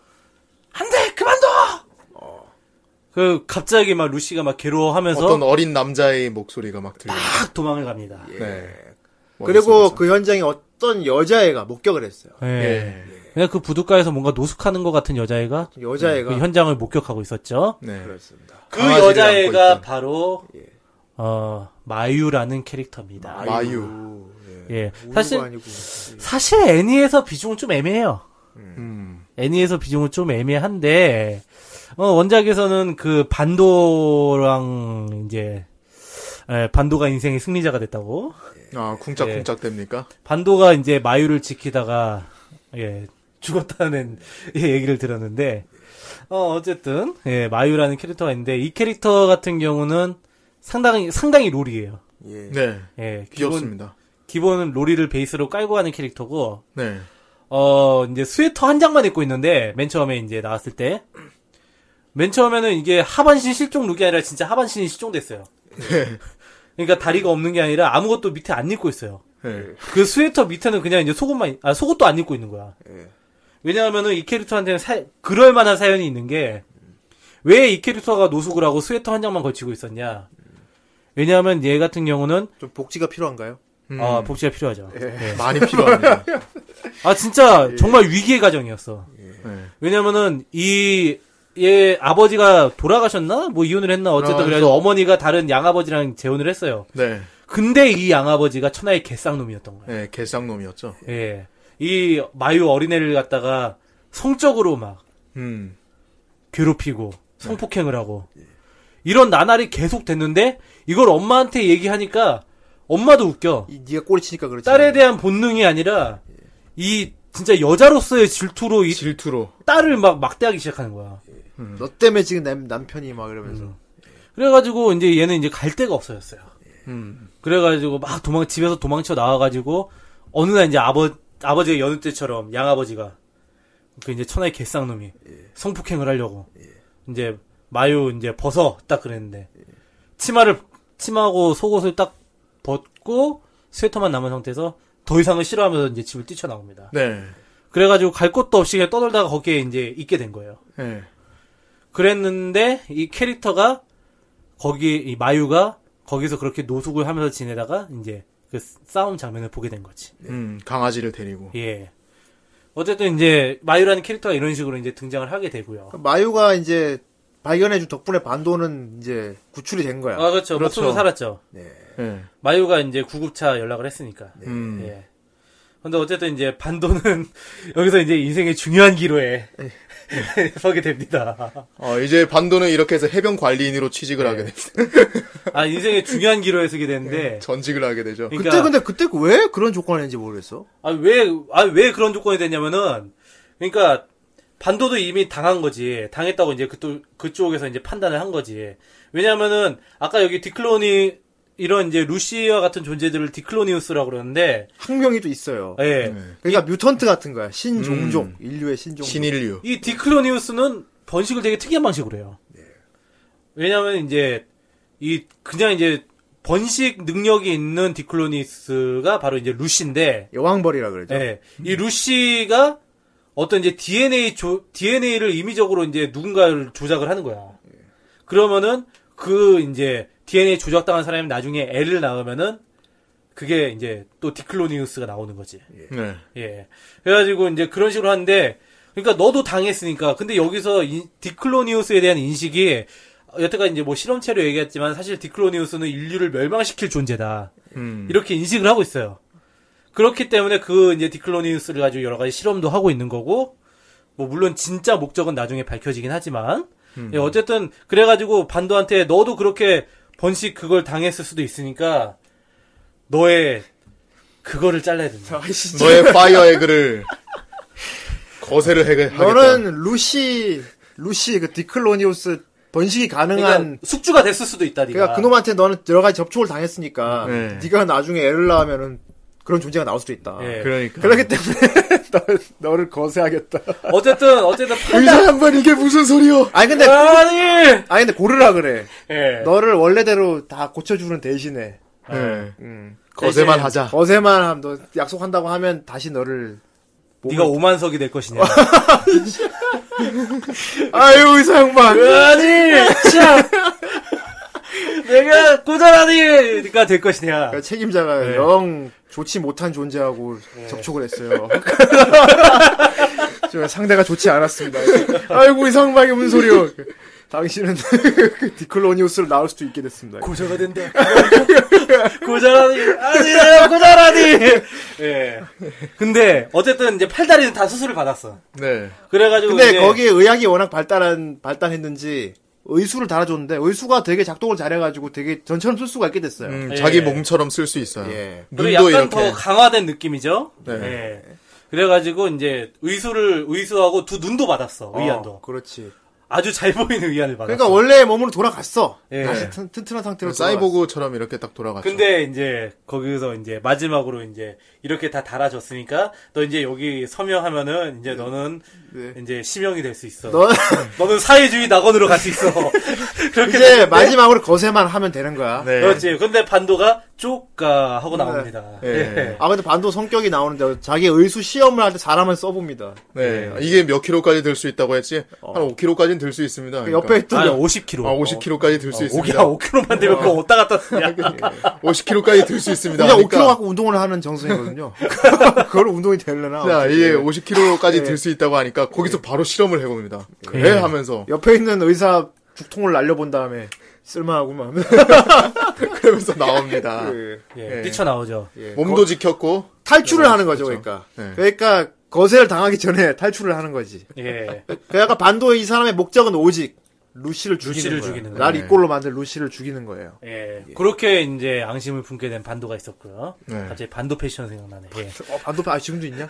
Speaker 4: 안돼 그만둬. 그 갑자기 막 루시가 막 괴로워하면서
Speaker 5: 어. 어떤 어린 남자의 목소리가 막 들려.
Speaker 4: 팍 도망을 갑니다.
Speaker 5: 네.
Speaker 3: 그리고 그 현장에 어떤 여자애가 목격을 했어요.
Speaker 4: 예.
Speaker 5: 예.
Speaker 4: 그냥 그 부두가에서 뭔가 노숙하는 것 같은 여자애가
Speaker 3: 여자애가.
Speaker 4: 그 현장을 목격하고 있었죠.
Speaker 5: 네.
Speaker 3: 그렇습니다.
Speaker 4: 그
Speaker 5: 강아지를 안고
Speaker 4: 여자애가
Speaker 5: 있던. 예.
Speaker 4: 바로 어 마유라는 캐릭터입니다.
Speaker 5: 마유.
Speaker 3: 오, 네.
Speaker 4: 예.
Speaker 3: 우유가
Speaker 4: 사실
Speaker 3: 아니고. 예.
Speaker 4: 사실 애니에서 비중은 좀 애매해요.
Speaker 5: 음.
Speaker 4: 애니에서 비중은 좀 애매한데 어, 원작에서는 그 반도랑 이제 예, 반도가 인생의 승리자가 됐다고.
Speaker 5: 아,
Speaker 3: 예.
Speaker 5: 쿵짝쿵짝 됩니까?
Speaker 4: 반도가 이제 마유를 지키다가 예, 죽었다는 예, 얘기를 들었는데 어, 어쨌든 예, 마유라는 캐릭터가 있는데 이 캐릭터 같은 경우는 상당히 상당히 롤이에요.
Speaker 3: 예.
Speaker 5: 네.
Speaker 4: 예, 기본
Speaker 5: 귀엽습니다.
Speaker 4: 기본 롤이를 베이스로 깔고 하는 캐릭터고
Speaker 5: 네.
Speaker 4: 어, 이제 스웨터 한 장만 입고 있는데, 맨 처음에 이제 나왔을 때. 맨 처음에는 이게 하반신 실종 룩이 아니라 진짜 하반신이 실종됐어요.
Speaker 5: 네.
Speaker 4: 그러니까 다리가 없는 게 아니라 아무것도 밑에 안 입고 있어요.
Speaker 5: 네.
Speaker 4: 그 스웨터 밑에는 그냥 이제 속옷만, 입- 아, 속옷도 안 입고 있는 거야.
Speaker 3: 예.
Speaker 4: 왜냐하면은 이 캐릭터한테는 사, 그럴만한 사연이 있는 게, 왜 이 캐릭터가 노숙을 하고 스웨터 한 장만 걸치고 있었냐. 왜냐하면 얘 같은 경우는,
Speaker 3: 좀 복지가 필요한가요?
Speaker 5: 음.
Speaker 4: 아, 복지가 필요하죠. 예.
Speaker 5: 많이 필요합니다. 예.
Speaker 4: 아, 진짜 정말 위기의 가정이었어.
Speaker 5: 네.
Speaker 4: 왜냐면은 이 얘 아버지가 돌아가셨나? 뭐 이혼을 했나? 어쨌든
Speaker 5: 아,
Speaker 4: 그래서 어머니가 다른 양아버지랑 재혼을 했어요.
Speaker 5: 네.
Speaker 4: 근데 이 양아버지가 천하의 개쌍놈이었던 거예요.
Speaker 5: 네, 개쌍놈이었죠.
Speaker 4: 예. 이 마유 어린애를 갖다가 성적으로 막
Speaker 5: 음. 네.
Speaker 4: 괴롭히고 성폭행을 하고 이런 나날이 계속 됐는데 이걸 엄마한테 얘기하니까 엄마도 웃겨.
Speaker 3: 이, 네가 꼬리 치니까 그렇지.
Speaker 4: 그렇죠. 딸에 대한 본능이 아니라 이 진짜 여자로서의 질투로 이
Speaker 5: 질투로.
Speaker 4: 딸을 막 막대하기 시작하는 거야.
Speaker 3: 너 때문에 지금 남, 남편이 막 이러면서.
Speaker 4: 그래가지고 이제 얘는 이제 갈 데가 없어졌어요. 음. 그래가지고 막 도망 집에서 도망쳐 나와가지고 어느 날 이제 아버 아버지의 여느 때처럼 양아버지가 그 이제 천하의 개쌍놈이 성폭행을 하려고 이제 마유 이제 벗어 딱 그랬는데 치마를 치마하고 속옷을 딱 벗고 스웨터만 남은 상태에서 더 이상은 싫어하면서 이제 집을 뛰쳐나옵니다.
Speaker 5: 네.
Speaker 4: 그래가지고 갈 곳도 없이 그냥 떠돌다가 거기에 이제 있게 된 거예요.
Speaker 5: 네.
Speaker 4: 그랬는데 이 캐릭터가 거기 이 마유가 거기서 그렇게 노숙을 하면서 지내다가 이제 그 싸움 장면을 보게 된 거지.
Speaker 5: 음, 강아지를 데리고.
Speaker 4: 예. 어쨌든 이제 마유라는 캐릭터가 이런 식으로 이제 등장을 하게 되고요.
Speaker 3: 마유가 이제 발견해준 덕분에 반도는 이제 구출이 된 거야.
Speaker 4: 아 그렇죠. 예.
Speaker 5: 그렇죠.
Speaker 4: 목숨을 살았죠.
Speaker 5: 네.
Speaker 4: 마유가 이제 구급차 연락을 했으니까.
Speaker 5: 음.
Speaker 4: 예. 근데 어쨌든 이제 반도는 여기서 이제 인생의 중요한 기로에 서게 됩니다.
Speaker 5: 어, 이제 반도는 이렇게 해서 해병 관리인으로
Speaker 3: 예.
Speaker 5: 취직을 하게 됐어요.
Speaker 4: 아 인생의 중요한 기로에 서게 되는데.
Speaker 5: 전직을 하게 되죠.
Speaker 4: 그러니까
Speaker 3: 그때 근데 그때 왜 그런 조건을 했는지 모르겠어.
Speaker 4: 아, 왜, 아, 왜 그런 조건이 됐냐면은, 그러니까, 반도도 이미 당한 거지. 당했다고 이제 그쪽, 그쪽에서 이제 판단을 한 거지. 왜냐면은, 아까 여기 디클로니, 이런 이제 루시와 같은 존재들을 디클로니우스라고 그러는데,
Speaker 3: 학명이 또 있어요.
Speaker 4: 예.
Speaker 3: 그러니까 뮤턴트 같은 거야. 신종종. 인류의 신종종.
Speaker 5: 음. 신인류.
Speaker 4: 이 디클로니우스는 번식을 되게 특이한 방식으로 해요. 왜냐면 이제, 이, 그냥 이제, 번식 능력이 있는 디클로니우스가 바로 이제 루시인데,
Speaker 3: 여왕벌이라 그러죠.
Speaker 4: 네. 이 루시가 어떤 이제 DNA 조, DNA를 임의적으로 이제 누군가를 조작을 하는 거야. 그러면은 그 이제 DNA 조작당한 사람이 나중에 애를 낳으면은 그게 이제 또 디클로니우스가 나오는 거지.
Speaker 5: 네.
Speaker 4: 예. 그래가지고 이제 그런 식으로 하는데, 그러니까 너도 당했으니까. 근데 여기서 이- 디클로니우스에 대한 인식이 여태까지 이제 뭐 실험체로 얘기했지만 사실 디클로니우스는 인류를 멸망시킬 존재다.
Speaker 5: 음.
Speaker 4: 이렇게 인식을 하고 있어요. 그렇기 때문에 그 이제 디클로니우스를 가지고 여러 가지 실험도 하고 있는 거고, 뭐 물론 진짜 목적은 나중에 밝혀지긴 하지만, 예, 어쨌든 그래가지고 반도한테 너도 그렇게 번식 그걸 당했을 수도 있으니까 너의 그거를 잘라야 된다.
Speaker 3: 예.
Speaker 5: 너의 파이어 에그를 거세를 해, 하겠다.
Speaker 3: 너는 루시 루시 그 디클로니우스 번식이
Speaker 4: 그러니까
Speaker 3: 가능한
Speaker 4: 숙주가 됐을 수도 있다. 네가.
Speaker 3: 그러니까 그놈한테 너는 여러 가지 접촉을 당했으니까
Speaker 5: 아. 네.
Speaker 3: 네가 나중에 애를 낳으면은 그런 존재가 나올 수도 있다.
Speaker 1: 아,
Speaker 4: 예.
Speaker 5: 그러니까.
Speaker 3: 그렇기 때문에 너를, 너를 거세하겠다.
Speaker 4: 어쨌든 어쨌든 판단.
Speaker 5: 의사 양반 이게 무슨 소리요?
Speaker 3: 아니 근데
Speaker 4: 아니.
Speaker 3: 아니 근데 고르라 그래.
Speaker 4: 예.
Speaker 3: 너를 원래대로 다 고쳐주는 대신에
Speaker 5: 네.
Speaker 3: 음.
Speaker 5: 거세만
Speaker 4: 대신-
Speaker 5: 하자.
Speaker 3: 거세만 함, 너 약속한다고 하면 다시 너를
Speaker 4: 네가 오만석이 될 것이냐.
Speaker 3: 아유 의사 양반
Speaker 4: 아니. 참. 내가 고자라니가 될 것이냐.
Speaker 3: 그러니까 책임자가
Speaker 4: 네.
Speaker 3: 영 좋지 못한 존재하고 접촉을 했어요. 저 상대가 좋지 않았습니다. 아이고 의사 양반이 무슨 소리요? 당신은 그 디클로니우스로 나올 수도 있게 됐습니다.
Speaker 4: 고자가 된다. 고자라니. 아니, 고자라니. 예. 근데, 어쨌든, 이제 팔다리는 다 수술을 받았어.
Speaker 5: 네.
Speaker 4: 그래가지고.
Speaker 3: 근데
Speaker 4: 이제
Speaker 3: 거기에 의학이 워낙 발달한 발달했는지 의수를 달아줬는데 의수가 되게 작동을 잘해가지고 되게 전처럼 쓸 수가 있게 됐어요.
Speaker 5: 음,
Speaker 4: 예.
Speaker 5: 자기 몸처럼 쓸 수 있어요.
Speaker 3: 예.
Speaker 5: 눈도
Speaker 4: 그리고 약간
Speaker 5: 이렇게.
Speaker 4: 더 강화된 느낌이죠?
Speaker 5: 네.
Speaker 4: 예. 그래가지고, 이제, 의수를, 의수하고 두 눈도 받았어,
Speaker 3: 어,
Speaker 4: 의안도.
Speaker 3: 그렇지.
Speaker 4: 아주 잘 보이는 의안을 받았어.
Speaker 3: 그러니까 원래 몸으로 돌아갔어.
Speaker 4: 예.
Speaker 3: 다시 튼, 튼튼한 상태로
Speaker 5: 사이보그처럼 이렇게 딱 돌아갔죠.
Speaker 4: 근데 이제 거기서 이제 마지막으로 이제 이렇게 다 달아줬으니까 너 이제 여기 서명하면은 이제 너는
Speaker 3: 네.
Speaker 4: 이제 심형이 될 수 있어.
Speaker 3: 돌아갔어.
Speaker 4: 너는 사회주의 낙원으로 갈 수 있어.
Speaker 3: 너
Speaker 4: 그렇게
Speaker 3: 이제 네. 마지막으로 거세만 하면 되는 거야.
Speaker 5: 네.
Speaker 4: 그렇지. 근데 반도가 쪼까 하고 나옵니다.
Speaker 5: 네.
Speaker 4: 예.
Speaker 3: 아 근데 반도 성격이 나오는데 자기 의수 시험을 할 때 사람을 써봅니다. 어,
Speaker 5: 네.
Speaker 3: 예.
Speaker 5: 이게 몇 킬로까지 들 수 있다고 했지? 한 5킬로까지는 들 수 있습니다.
Speaker 3: 그
Speaker 5: 그러니까.
Speaker 3: 옆에 어, 있던
Speaker 4: 아,
Speaker 3: 여-
Speaker 4: 50kg.
Speaker 5: 아, 50킬로까지 들 수
Speaker 4: 오기야
Speaker 5: 있습니다.
Speaker 4: 5kg만 되면 그거 어디다 갖다 쓰냐.
Speaker 5: 50킬로까지 들 수 있습니다.
Speaker 3: 그냥 5kg
Speaker 5: 그러니까,
Speaker 3: 갖고 운동을 하는 정성이거든요. 그러니까. 그걸 운동이 되려나?
Speaker 5: 자,
Speaker 3: 어떻게.
Speaker 5: 이게 50킬로까지
Speaker 3: 예.
Speaker 5: 들 수 있다고 하니까 거기서 바로 실험을 해봅니다. 그래 하면서
Speaker 3: 옆에 있는 의사 죽통을 날려본 다음에 쓸만하구만.
Speaker 5: 그러면서 나옵니다.
Speaker 3: 예.
Speaker 4: 예.
Speaker 5: 예.
Speaker 4: 뛰쳐나오죠.
Speaker 3: 예.
Speaker 5: 몸도 지켰고
Speaker 3: 탈출을 하는 거죠, 그러니까
Speaker 5: 네.
Speaker 3: 그러니까 거세를 당하기 전에 탈출을 하는 거지.
Speaker 4: 예.
Speaker 3: 그러니까 반도의 이 사람의 목적은 오직 루시를 죽이는
Speaker 4: 루시를
Speaker 3: 거예요.
Speaker 4: 죽이는
Speaker 3: 날
Speaker 5: 거예요.
Speaker 3: 이꼴로 만든 루시를 죽이는 거예요.
Speaker 4: 예. 그렇게 이제 앙심을 품게 된 반도가 있었고요.
Speaker 5: 네.
Speaker 4: 갑자기 반도 패션 생각나네. 예.
Speaker 3: 어, 반도파 아, 지금도 있냐?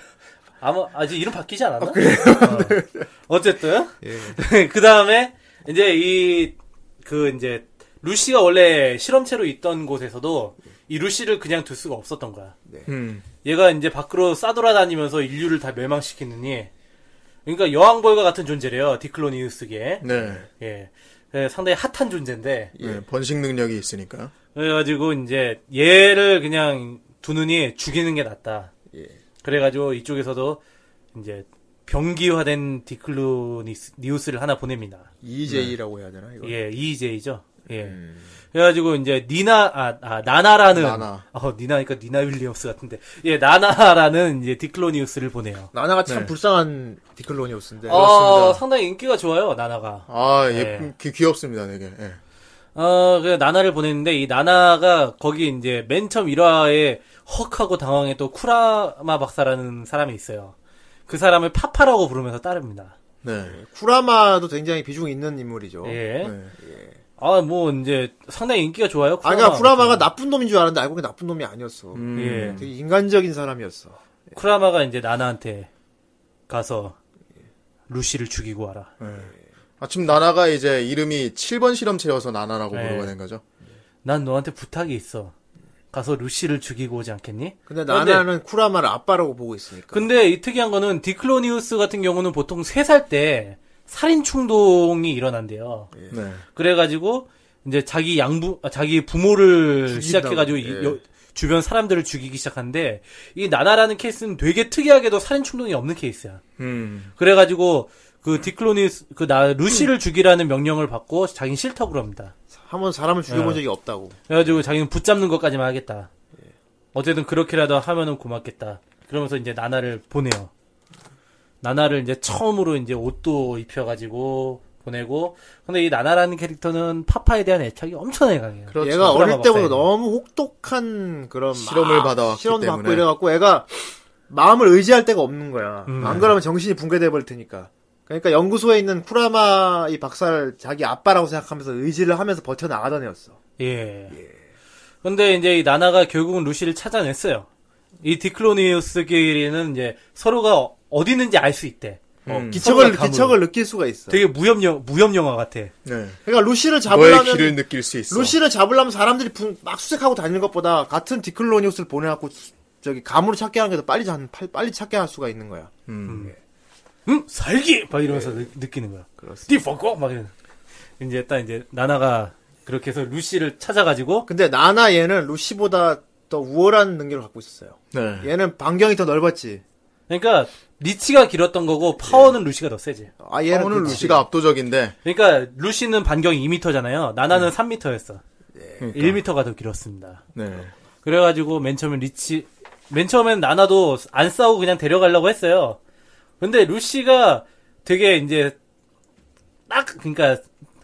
Speaker 4: 아마 아직 이름 바뀌지 않았나? 어. 어쨌든 그 다음에 이제 이 그 이제 루시가 원래 실험체로 있던 곳에서도 이 루시를 그냥 둘 수가 없었던 거야.
Speaker 5: 음.
Speaker 4: 얘가 이제 밖으로 싸돌아다니면서 인류를 다 멸망시키느니 그러니까 여왕벌과 같은 존재래요. 디클로니우스계.
Speaker 5: 네.
Speaker 4: 예. 예, 상당히 핫한 존재인데
Speaker 5: 네, 번식 능력이 있으니까.
Speaker 4: 그래가지고 이제 얘를 그냥 두느니 죽이는 게 낫다. 그래가지고 이쪽에서도 이제 병기화된 디클로 니우스를 하나 보냅니다.
Speaker 3: EJ라고 E 해야 되나 이거? 음.
Speaker 4: 예, EJ죠. 예. 그래가지고 이제 니나 아, 아, 나나라는
Speaker 5: 나나.
Speaker 4: 어 니나니까 니나 윌리엄스 같은데 예 나나라는 이제 디클로니우스를 보내요.
Speaker 3: 나나가 참
Speaker 5: 네.
Speaker 3: 불쌍한 디클로니우스인데.
Speaker 4: 어, 상당히 인기가 좋아요 나나가.
Speaker 5: 아, 예,
Speaker 4: 네.
Speaker 5: 귀, 귀엽습니다, 되게. 예.
Speaker 4: 어, 그 나나를 보냈는데 이 나나가 거기 이제 맨 처음 1화에 헉하고 당황했던 쿠라마 박사라는 사람이 있어요. 그 사람을 파파라고 부르면서 따릅니다.
Speaker 5: 네.
Speaker 3: 쿠라마도 굉장히 비중 있는 인물이죠.
Speaker 4: 예.
Speaker 5: 네.
Speaker 4: 아, 뭐 이제 상당히 인기가 좋아요.
Speaker 3: 아, 그러니까 쿠라마가 나쁜 놈인 줄 알았는데 알고 보니 나쁜 놈이 아니었어.
Speaker 5: 음.
Speaker 4: 예.
Speaker 3: 되게 인간적인 사람이었어.
Speaker 4: 쿠라마가 이제 나나한테 가서 루시를 죽이고 와라.
Speaker 5: 아침 예. 나나가 이제 이름이 7번 실험체여서 나나라고
Speaker 4: 네.
Speaker 5: 부르게 된 거죠.
Speaker 4: 난 너한테 부탁이 있어. 가서 루시를 죽이고 오지 않겠니?
Speaker 3: 근데
Speaker 4: 그런데-
Speaker 3: 나나는 쿠라마를 아빠라고 보고 있으니까.
Speaker 4: 근데 이 특이한 거는 디클로니우스 같은 경우는 보통 3살 때 살인 충동이 일어난대요.
Speaker 3: 예.
Speaker 5: 네.
Speaker 4: 그래가지고 이제 자기 양부 아, 자기 부모를
Speaker 3: 죽인다고.
Speaker 4: 시작해가지고 이-
Speaker 3: 예.
Speaker 4: 여- 주변 사람들을 죽이기 시작하는데 이 나나라는 케이스는 되게 특이하게도 살인 충동이 없는 케이스야.
Speaker 5: 음.
Speaker 4: 그래가지고 그 디클로니스 그 나 루시를 죽이라는 명령을 받고 자기는 싫다고 합니다.
Speaker 3: 한 번 사람을 죽여본
Speaker 4: 예.
Speaker 3: 적이 없다고.
Speaker 4: 그래가지고 자기는 붙잡는 것까지만 하겠다. 어쨌든 그렇게라도 하면은 고맙겠다. 그러면서 이제 나나를 보내요. 나나를 이제 처음으로 이제 옷도 입혀가지고 보내고 근데 이 나나라는 캐릭터는 파파에 대한 애착이 엄청나게 강해요.
Speaker 5: 그렇죠.
Speaker 3: 얘가 어릴
Speaker 4: 쿠라마
Speaker 3: 때부터
Speaker 4: 박사에게.
Speaker 3: 너무 혹독한 그런
Speaker 5: 실험을
Speaker 3: 막
Speaker 5: 받아왔기
Speaker 3: 실험도 받고
Speaker 5: 때문에.
Speaker 3: 이래갖고 애가 마음을 의지할 데가 없는 거야.
Speaker 4: 음.
Speaker 3: 안 그러면 정신이 붕괴돼 버릴 테니까. 그러니까 연구소에 있는 쿠라마 이 박사를 자기 아빠라고 생각하면서 의지를 하면서 버텨 나가던 애였어.
Speaker 5: 음.
Speaker 4: 예. 근데 이제 이 나나가 결국은 루시를 찾아냈어요. 이 디클로니우스끼리는 이제 서로가 어- 어디 있는지 알 수 있대.
Speaker 5: 음.
Speaker 3: 기척을
Speaker 4: 서로가 감으로.
Speaker 3: 기척을 느낄 수가 있어.
Speaker 4: 되게 무협 영 무협 영화 같아.
Speaker 5: 네.
Speaker 3: 그러니까 루시를
Speaker 5: 너의
Speaker 3: 잡으려면
Speaker 5: 길을 느낄 수 있어.
Speaker 3: 루시를 잡으려면 사람들이 분- 막 수색하고 다니는 것보다 같은 디클로니우스를 보내갖고 수- 저기 감으로 찾게 하는 게 더 빨리 잡- 빨리 찾게 할 수가 있는 거야.
Speaker 5: 음.
Speaker 4: 음 살기 막 이러면서 느, 느끼는 거야.
Speaker 3: 그렇습니다.
Speaker 4: 디퍼고 막 이런. 이제 딱 이제 나나가 그렇게 해서 루시를 찾아가지고
Speaker 3: 근데 나나 얘는 루시보다 더 우월한 능력을 갖고 있었어요.
Speaker 5: 네.
Speaker 3: 얘는 반경이 더 넓었지.
Speaker 4: 그러니까 리치가 길었던 거고 파워는
Speaker 3: 네.
Speaker 4: 루시가 더 세지.
Speaker 3: 아
Speaker 5: 아,
Speaker 3: 얘는
Speaker 5: 오늘
Speaker 3: 그치.
Speaker 5: 루시가 압도적인데.
Speaker 4: 그러니까 루시는 반경이 2m잖아요.
Speaker 3: 네.
Speaker 4: 나나는 3m였어. 1m가 더 길었습니다.
Speaker 5: 네.
Speaker 4: 그래가지고 맨 처음에 리치 맨 처음엔 나나도 안 싸우고 그냥 데려가려고 했어요. 근데 루시가 되게 이제 딱 그러니까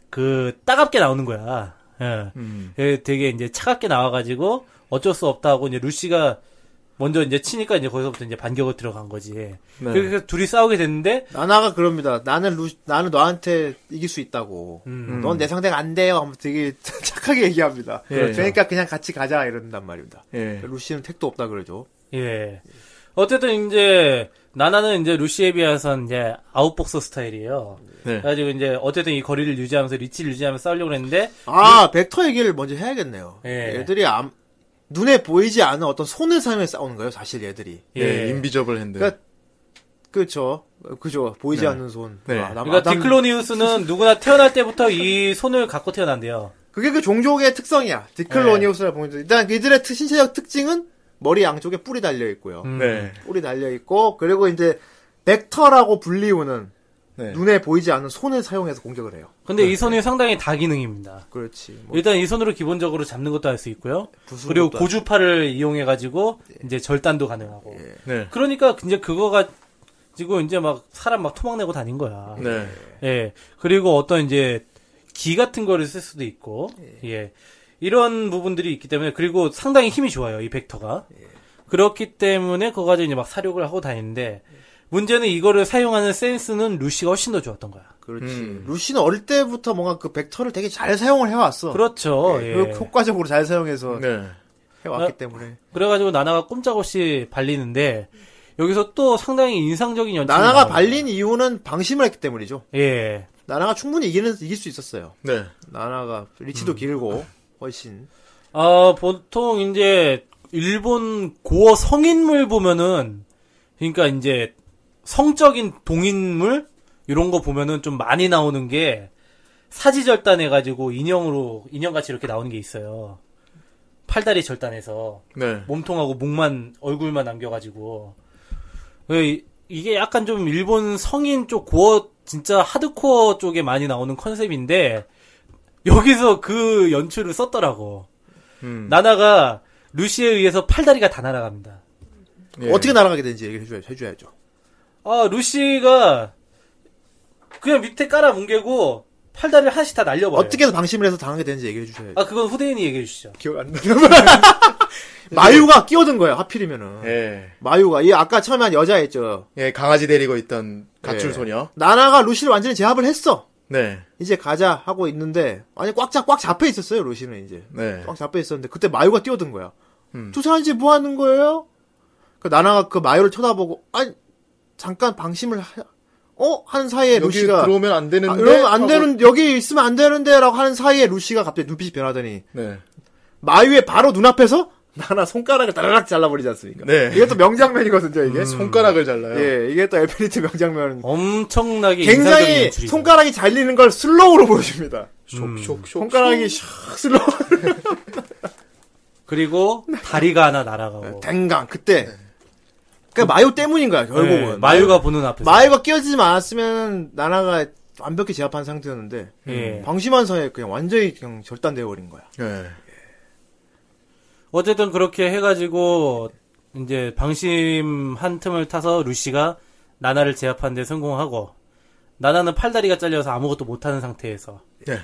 Speaker 4: 그 따갑게 나오는 거야. 예. 예, 되게 이제 차갑게 나와가지고 어쩔 수 없다고 이제 루시가 먼저 이제 치니까 이제 거기서부터 이제 반격을 들어간 거지. 그래서 둘이 싸우게 됐는데
Speaker 3: 나나가 그럽니다. 나는 루 나는 너한테 이길 수 있다고.
Speaker 5: 음.
Speaker 3: 넌 내 상대가 안 돼요. 하면 되게 착하게 얘기합니다.
Speaker 5: 예.
Speaker 3: 그러니까 그냥 같이 가자 이런단 말입니다.
Speaker 5: 예.
Speaker 3: 루시는 택도 없다 그러죠.
Speaker 4: 예. 어쨌든 이제 나나는 이제 루시에 비해서는 이제 아웃복서 스타일이에요.
Speaker 5: 네.
Speaker 4: 그래가지고 이제 어쨌든 이 거리를 유지하면서 리치를 유지하면서 싸우려고 했는데
Speaker 5: 예.
Speaker 3: 아 벡터 얘기를 먼저 해야겠네요.
Speaker 4: 예.
Speaker 3: 얘들이 암- 눈에 보이지 않은 어떤 손을 사용해 싸우는 거예요. 사실 얘들이.
Speaker 4: 예.
Speaker 5: 예, 인비저블 핸드.
Speaker 3: 그러니까- 그렇죠. 그죠. 보이지 않는 손.
Speaker 5: 네.
Speaker 3: 아, 남-
Speaker 4: 그러니까
Speaker 3: 남-
Speaker 4: 디클로니우스는 누구나 태어날 때부터 이 손을 갖고 태어난대요.
Speaker 3: 그게 그 종족의 특성이야. 디클로니우스라 보면 일단 이들의 특- 신체적 특징은 머리 양쪽에 뿔이 달려 있고요.
Speaker 4: 음.
Speaker 5: 네.
Speaker 3: 뿔이 달려 있고 그리고 이제 벡터라고 불리우는
Speaker 5: 네.
Speaker 3: 눈에 보이지 않는 손을 사용해서 공격을 해요.
Speaker 4: 근데 이 손이 상당히 다기능입니다.
Speaker 3: 그렇지. 뭐
Speaker 4: 일단 이 손으로 기본적으로 잡는 것도 할 수 있고요.
Speaker 3: 부수는 예.
Speaker 4: 그리고
Speaker 3: 것도
Speaker 4: 고주파를 이용해가지고 이제 절단도 가능하고.
Speaker 5: 네.
Speaker 4: 그러니까 이제 그거 가지고 이제 막 사람 막 토막내고 다닌 거야.
Speaker 5: 네.
Speaker 4: 예. 그리고 어떤 이제 기 같은 거를 쓸 수도 있고, 예. 이런 부분들이 있기 때문에, 그리고 상당히 힘이 좋아요, 이 벡터가.
Speaker 3: 예.
Speaker 4: 그렇기 때문에 그거 가지고 이제 막 사륙을 하고 다니는데, 문제는 이거를 사용하는 센스는 루시가 훨씬 더 좋았던 거야.
Speaker 3: 그렇지.
Speaker 5: 음.
Speaker 3: 루시는 어릴 때부터 뭔가 그 벡터를 되게 잘 사용을 해왔어.
Speaker 4: 그렇죠. 예.
Speaker 3: 그리고 효과적으로 잘 사용해서
Speaker 5: 네.
Speaker 3: 해왔기
Speaker 4: 아.
Speaker 3: 때문에
Speaker 4: 그래가지고 나나가 꼼짝없이 발리는데, 여기서 또 상당히 인상적인 연출.
Speaker 3: 나나가 발린 이유는 방심을 했기 때문이죠.
Speaker 4: 예.
Speaker 3: 나나가 충분히 이기는 이길 수 있었어요.
Speaker 5: 네. 음.
Speaker 3: 나나가 리치도 길고 훨씬
Speaker 4: 아, 보통 이제 일본 고어 성인물 보면은 그러니까 이제 성적인 동인물 이런 거 보면은 좀 많이 나오는 게 사지 절단해 가지고 인형으로 인형 같이 이렇게 나오는 게 있어요. 팔다리 절단해서
Speaker 5: 네.
Speaker 4: 몸통하고 목만 얼굴만 남겨가지고 왜 이- 이게 약간 좀 일본 성인 쪽 고어 진짜 하드코어 쪽에 많이 나오는 컨셉인데 여기서 그 연출을 썼더라고
Speaker 5: 음.
Speaker 4: 나나가 루시에 의해서 팔다리가 다 날아갑니다
Speaker 5: 예.
Speaker 3: 네. 어떻게 날아가게 되는지 얘기를 해줘야, 해줘야죠.
Speaker 4: 아 루시가 그냥 밑에 깔아 뭉개고 팔다리를 하나씩 다 날려버려요
Speaker 3: 어떻게 해서 방심을 해서 당하게 되는지 얘기해 주셔야죠.
Speaker 4: 아 그건 후대인이 얘기해 주시죠
Speaker 3: 기억 안 나. 네. 마유가 끼어든 거예요, 하필이면은.
Speaker 5: 예.
Speaker 3: 마유가 이 아까 처음에 한 여자 있죠.
Speaker 5: 예, 강아지 데리고 있던
Speaker 3: 예.
Speaker 5: 가출 소녀.
Speaker 3: 나나가 루시를 완전히 제압을 했어.
Speaker 5: 네.
Speaker 3: 이제 가자 하고 있는데 아니 꽉꽉 꽉 잡혀 있었어요 루시는 이제
Speaker 5: 네.
Speaker 3: 꽉 잡혀 있었는데 그때 마유가 뛰어든 거야.
Speaker 5: 음.
Speaker 3: 두 사람 이제 뭐 하는 거예요? 그 나나가 그 마유를 쳐다보고 아니 잠깐 방심을 하, 어 하는 사이에
Speaker 5: 여기
Speaker 3: 루시가
Speaker 5: 들어오면 안 되는데.
Speaker 3: 아, 이러면 안
Speaker 5: 하고-
Speaker 3: 되는 여기 있으면 안 되는데라고 하는 사이에 루시가 갑자기 눈빛이 변하더니
Speaker 5: 네.
Speaker 3: 마유의 바로 눈앞에서 나나 손가락을 다라락 잘라버리지 않습니까?
Speaker 5: 네. 음.
Speaker 3: 이게 또 명장면이거든요 이게.
Speaker 5: 이게 손가락을 잘라요.
Speaker 3: 예, 이게 또 엘피니트 명장면.
Speaker 4: 엄청나게 인상적인
Speaker 3: 굉장히
Speaker 4: 어, 연출이
Speaker 3: 손가락이 잘리는 걸 슬로우로 보여줍니다.
Speaker 5: 음. 촉촉촉.
Speaker 3: 손가락이 샥 슬로우.
Speaker 4: 그리고 다리가 하나 날아가고
Speaker 3: 댕강 그때 그 마요 때문인 거야 결국은
Speaker 4: 예, 마유가 보는 앞에서
Speaker 3: 마요가 끼어지지 않았으면 나라가 완벽히 제압한 상태였는데
Speaker 4: 예.
Speaker 3: 방심한 사이에 그냥 완전히 그냥 절단돼 버린 거야
Speaker 5: 예.
Speaker 4: 어쨌든 그렇게 해가지고 이제 방심한 틈을 타서 루시가 나나를 제압하는 데 성공하고 나나는 팔다리가 잘려서 아무것도 못하는 상태에서
Speaker 5: 예.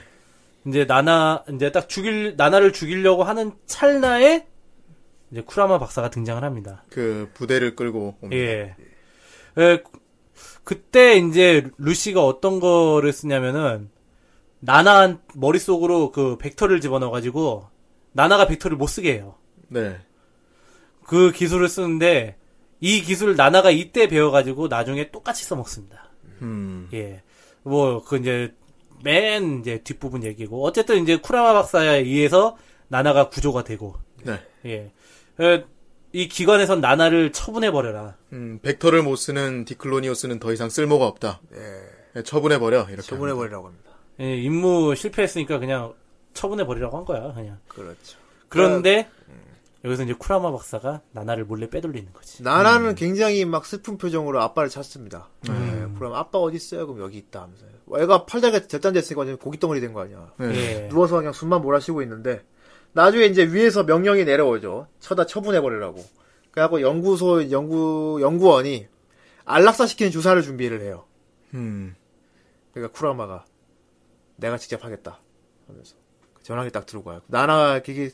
Speaker 4: 이제 나나 이제 딱 죽일 나나를 죽이려고 하는 찰나에 이제 쿠라마 박사가 등장을 합니다.
Speaker 5: 그 부대를 끌고 옵니다.
Speaker 4: 예. 예, 그- 그때 이제 루시가 어떤 거를 쓰냐면은 나나 머릿속으로 그 벡터를 집어넣어 가지고 나나가 벡터를 못 쓰게 해요.
Speaker 5: 네.
Speaker 4: 그 기술을 쓰는데 이 기술 나나가 이때 배워가지고 나중에 똑같이 써먹습니다.
Speaker 5: 음.
Speaker 4: 예, 뭐 그 이제 맨 이제 뒷부분 얘기고 어쨌든 이제 쿠라마 박사에 의해서 나나가 구조가 되고
Speaker 5: 네.
Speaker 4: 예, 에, 이 기관에선 나나를 처분해 버려라.
Speaker 5: 음, 벡터를 못 쓰는 디클로니오스는 더 이상 쓸모가 없다.
Speaker 3: 네.
Speaker 5: 예, 처분해 버려. 이렇게.
Speaker 3: 처분해
Speaker 5: 합니다.
Speaker 3: 버리라고 합니다
Speaker 4: 예, 임무 실패했으니까 그냥 처분해 버리라고 한 거야 그냥.
Speaker 3: 그렇죠 음.
Speaker 4: 그런데 여기서 이제 쿠라마 박사가 나나를 몰래 빼돌리는 거지.
Speaker 3: 나라는 굉장히 막 슬픈 표정으로 아빠를 찾습니다 예, 그럼 아빠 어디 있어요 그럼 여기 있다 하면서 애가 팔다리가 절단됐으니까 완전 고기 덩어리 된 거 아니야
Speaker 4: 예,
Speaker 3: 네. 누워서 그냥 숨만 몰아쉬고 있는데 나중에 이제 위에서 명령이 내려오죠. 쳐다 처분해 버리라고. 그래갖고 연구소 연구 연구원이 안락사 시키는 주사를 준비를 해요.
Speaker 5: 음.
Speaker 3: 그러니까 쿠라마가 내가 직접 하겠다 하면서 그 전화기 딱 들고 와요. 나나 기기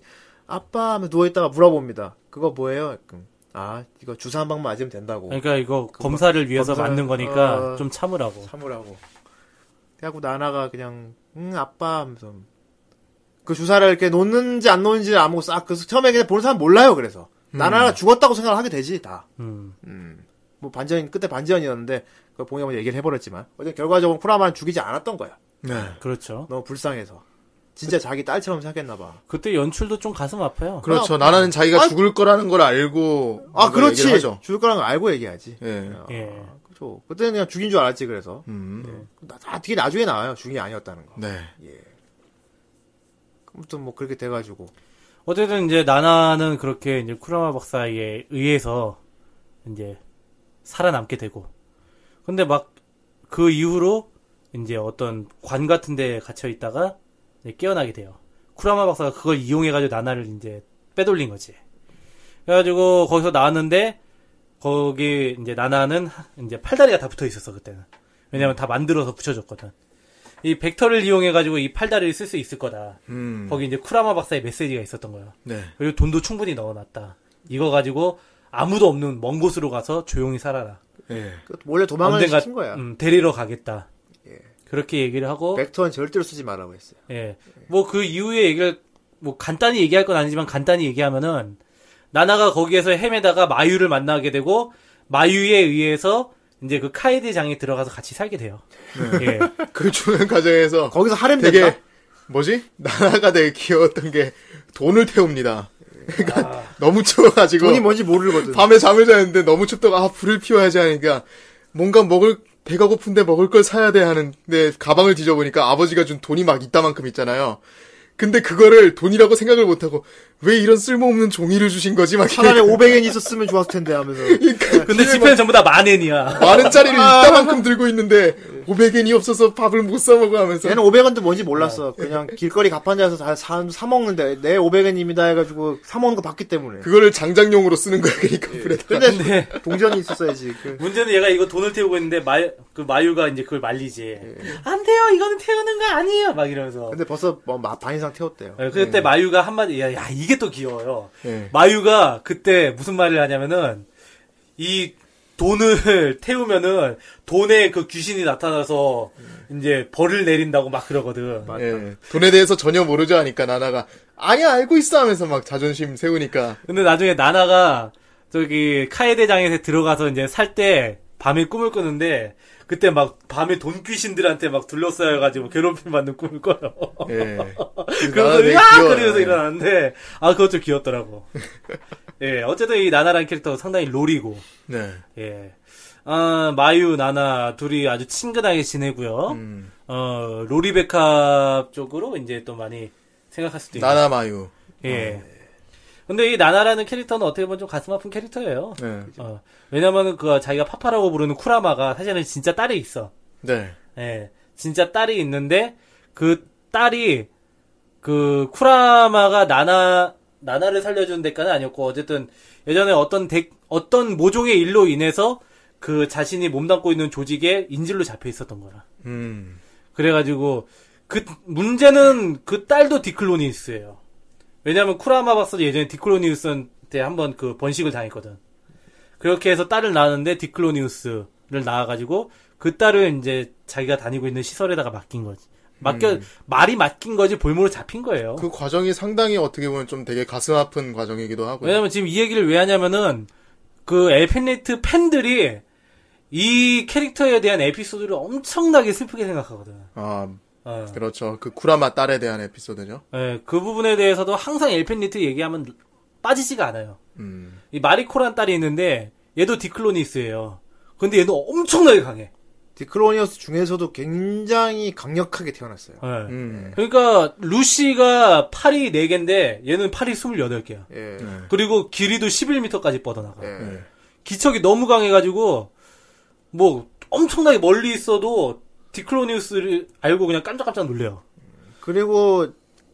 Speaker 3: 아빠 하면 누워 있다가 물어봅니다. 그거 뭐예요? 그럼, 아 이거 주사 한 방만 맞으면 된다고
Speaker 4: 그러니까 이거 검사를 위해서
Speaker 3: 검사를-
Speaker 4: 만든 거니까
Speaker 3: 어.
Speaker 4: 좀 참으라고.
Speaker 3: 참으라고. 그래갖고 나나가 그냥 응 아빠 하면서 그 주사를 이렇게 놓는지 안 놓는지 아무고 싹 그래서 처음에 그냥 보는 사람 몰라요 그래서 나나가 죽었다고 생각을 하게 되지 다.
Speaker 4: 음.
Speaker 3: 뭐 반전 그때 반전이었는데 그 봉이 한번 얘기를 해버렸지만 어쨌든 결과적으로 쿠라마는 죽이지 않았던 거야.
Speaker 5: 네.
Speaker 4: 그렇죠.
Speaker 3: 너무 불쌍해서 진짜 자기 딸처럼 생각했나 봐.
Speaker 4: 그때 연출도 좀 가슴 아파요.
Speaker 5: 그렇죠. 나는 자기가
Speaker 3: 아.
Speaker 5: 죽을 거라는 걸 알고
Speaker 3: 아
Speaker 5: 뭔가
Speaker 3: 그렇지
Speaker 5: 얘기를 하죠.
Speaker 3: 죽을 거라는 걸 알고 얘기하지.
Speaker 5: 예.
Speaker 4: 예.
Speaker 3: 그죠. 그때는 그냥 죽인 줄 알았지 그래서 예.
Speaker 5: 음.
Speaker 3: 나, 나 되게 나중에 나와요 죽인 게 아니었다는 거. 예.
Speaker 5: 네.
Speaker 3: 아무튼 뭐 그렇게 돼가지고
Speaker 4: 어쨌든 이제 나나는 그렇게 이제 쿠라마 박사에 의해서 이제 살아남게 되고. 근데 막 그 이후로 이제 어떤 관 같은 데 갇혀 있다가 이제 깨어나게 돼요. 쿠라마 박사가 그걸 이용해 가지고 나나를 이제 빼돌린 거지. 그래 가지고 거기서 나왔는데 거기 이제 나나는 하- 이제 팔다리가 다 붙어 있었어 그때는. 왜냐면 다 만들어서 붙여줬거든. 이 벡터를 이용해 가지고 이 팔다리를 쓸 수 있을 거다.
Speaker 5: 음.
Speaker 4: 거기 이제 쿠라마 박사의 메시지가 있었던 거예요.
Speaker 5: 네.
Speaker 4: 그리고 돈도 충분히 넣어놨다. 이거 가지고 아무도 없는 먼 곳으로 가서 조용히 살아라.
Speaker 5: 예.
Speaker 3: 그 원래 도망을
Speaker 4: 언젠가
Speaker 3: 시킨 거야. 예. 네.
Speaker 4: 음, 데리러 가겠다. 그렇게 얘기를 하고
Speaker 3: 벡터는 절대로 쓰지 말라고 했어요.
Speaker 4: 예. 뭐 그 이후에 얘기를 뭐 간단히 얘기할 건 아니지만 간단히 얘기하면은 나나가 거기에서 헤매다가 마유를 만나게 되고 마유에 의해서 이제 그 카에드 장에 들어가서 같이 살게 돼요.
Speaker 3: 네.
Speaker 4: 예.
Speaker 5: 그 주는 과정에서
Speaker 3: 거기서 하렘
Speaker 5: 되게
Speaker 3: 된다.
Speaker 5: 뭐지 나라가 되게 귀여웠던 게 돈을 태웁니다. 그러니까 너무 추워가지고
Speaker 3: 예. 아. 돈이 뭔지 뭐 모르거든.
Speaker 5: 네. 밤에 잠을 자는데 너무 춥다가 아 불을 피워야지 하니까 뭔가 먹을 배가 고픈데 먹을 걸 사야 돼 하는데 가방을 뒤져보니까 아버지가 준 돈이 막 이따만큼 있잖아요. 근데 그거를 돈이라고 생각을 못하고 왜 이런 쓸모없는 종이를 주신 거지 막
Speaker 3: 차라리 500엔 있었으면 좋았을 텐데 하면서.
Speaker 4: 근데 지폐는 전부 다 만엔이야.
Speaker 5: 만 원짜리를
Speaker 4: 아.
Speaker 5: 이따만큼 들고 있는데 500엔이 없어서 밥을 못 사 먹어 하면서
Speaker 3: 얘는 500원도 뭔지 몰랐어.
Speaker 5: 네.
Speaker 3: 그냥 길거리 가판대에서 다 사, 사 먹는데 내 500엔입니다 해가지고 사 먹는 거 봤기 때문에.
Speaker 5: 그거를 장작용으로 쓰는 거야 그러니까
Speaker 4: 예,
Speaker 5: 불에다.
Speaker 3: 근데 동전이 있었어야지. 그-
Speaker 4: 문제는 얘가 이거 돈을 태우고 있는데 마, 그 마유가 이제 그걸 말리지. 안 돼요, 이거는 태우는 거 아니에요, 막 이러면서.
Speaker 3: 근데 벌써 뭐 마- 반 이상 태웠대요.
Speaker 4: 예, 그때 마유가 한마디, 야, 야, 이게 또 귀여워요.
Speaker 5: 예.
Speaker 4: 마유가 그때 무슨 말을 하냐면은, 이 돈을 태우면은, 돈에 그 귀신이 나타나서, 이제 벌을 내린다고 막 그러거든.
Speaker 5: 예. 돈에 대해서 전혀 모르죠 하니까 나나가 아니야 알고 있어 하면서 막 자존심 세우니까
Speaker 4: 근데 나중에 나나가, 저기, 카에대장에 들어가서 이제 살 때, 밤에 꿈을 꾸는데, 그때 막, 밤에 돈 귀신들한테 막 둘러싸여가지고 괴롭힘 받는 꿈을 꿔요.
Speaker 5: 예. 나나
Speaker 4: 그러면서
Speaker 5: 되게
Speaker 4: 으악!
Speaker 5: 귀여워요.
Speaker 4: 그러면서 일어났는데, 아, 그것 좀 귀엽더라고. 예, 어쨌든 이 나나라는 캐릭터가 상당히 롤이고,
Speaker 5: 네.
Speaker 4: 예. 아, 마유, 나나, 둘이 아주 친근하게 지내고요.
Speaker 5: 음.
Speaker 4: 어, 로리베카 쪽으로 이제 또 많이 생각할 수도 있고.
Speaker 5: 나나마유.
Speaker 4: 예. 근데 이 나나라는 캐릭터는 어떻게 보면 좀 가슴 아픈 캐릭터예요.
Speaker 5: 네.
Speaker 4: 어, 왜냐면은 그 자기가 파파라고 부르는 쿠라마가 사실은 진짜 딸이 있어.
Speaker 5: 네.
Speaker 4: 예. 진짜 딸이 있는데 그 딸이 그 쿠라마가 나나 나나를 살려주는 대가는 아니었고 어쨌든 예전에 어떤 대 어떤 모종의 일로 인해서 그 자신이 몸담고 있는 조직에 인질로 잡혀 있었던 거라.
Speaker 5: 음.
Speaker 4: 그래가지고 그 문제는 그 딸도 디클로니우스예요. 왜냐하면 쿠라마 박사도 예전에 디클로니우스한테 한번 그 번식을 당했거든. 그렇게 해서 딸을 낳았는데 디클로니우스를 낳아가지고 그 딸을 이제 자기가 다니고 있는 시설에다가 맡긴 거지. 맡겨 말이 맡긴 거지 볼모로 잡힌 거예요.
Speaker 5: 음. 그 과정이 상당히 어떻게 보면 좀 되게 가슴 아픈 과정이기도 하고요.
Speaker 4: 왜냐면 지금 이 얘기를 왜 하냐면은 그 엘펜레이트 팬들이 이 캐릭터에 대한 에피소드를 엄청나게 슬프게 생각하거든.
Speaker 5: 아,
Speaker 4: 어.
Speaker 5: 그렇죠. 그 쿠라마 딸에 대한 에피소드죠.
Speaker 4: 예, 그 부분에 대해서도 항상 엘펜리트 얘기하면 빠지지가 않아요.
Speaker 5: 음.
Speaker 4: 이 마리코란 딸이 있는데 얘도 디클로니스예요. 근데 얘는 엄청나게 강해.
Speaker 3: 디크로니어스 중에서도 굉장히 강력하게 태어났어요.
Speaker 4: 예.
Speaker 5: 음.
Speaker 4: 그러니까 루시가 팔이 4개인데 얘는 팔이 28개야.
Speaker 3: 예.
Speaker 4: 그리고 길이도 11m까지 뻗어나가.
Speaker 3: 예.
Speaker 4: 기척이 너무 강해가지고 뭐 엄청나게 멀리 있어도 디클로니우스를 알고 그냥 깜짝깜짝 놀래요.
Speaker 3: 그리고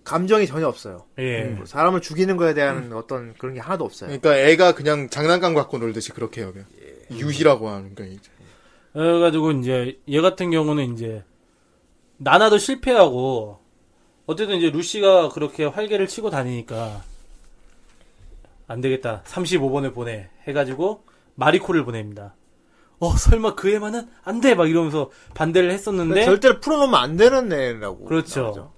Speaker 3: 감정이 전혀 없어요.
Speaker 4: 예.
Speaker 3: 사람을 죽이는 거에 대한
Speaker 5: 음.
Speaker 3: 어떤 그런 게 하나도 없어요.
Speaker 5: 그러니까 애가 그냥 장난감 갖고 놀듯이 그렇게 여겨.
Speaker 4: 예.
Speaker 5: 유희라고 하는 거 이제.
Speaker 4: 그래가지고 이제 얘 같은 경우는 이제 나나도 실패하고 어쨌든 이제 루시가 그렇게 활개를 치고 다니니까 안 되겠다 35번을 보내 해가지고 마리코를 보냅니다. 어 설마 그 애만은 안돼 막 이러면서 반대를
Speaker 3: 근데
Speaker 4: 했었는데
Speaker 3: 절대로 풀어놓으면 안 되는 애라고.
Speaker 4: 그렇죠.
Speaker 3: 나오죠.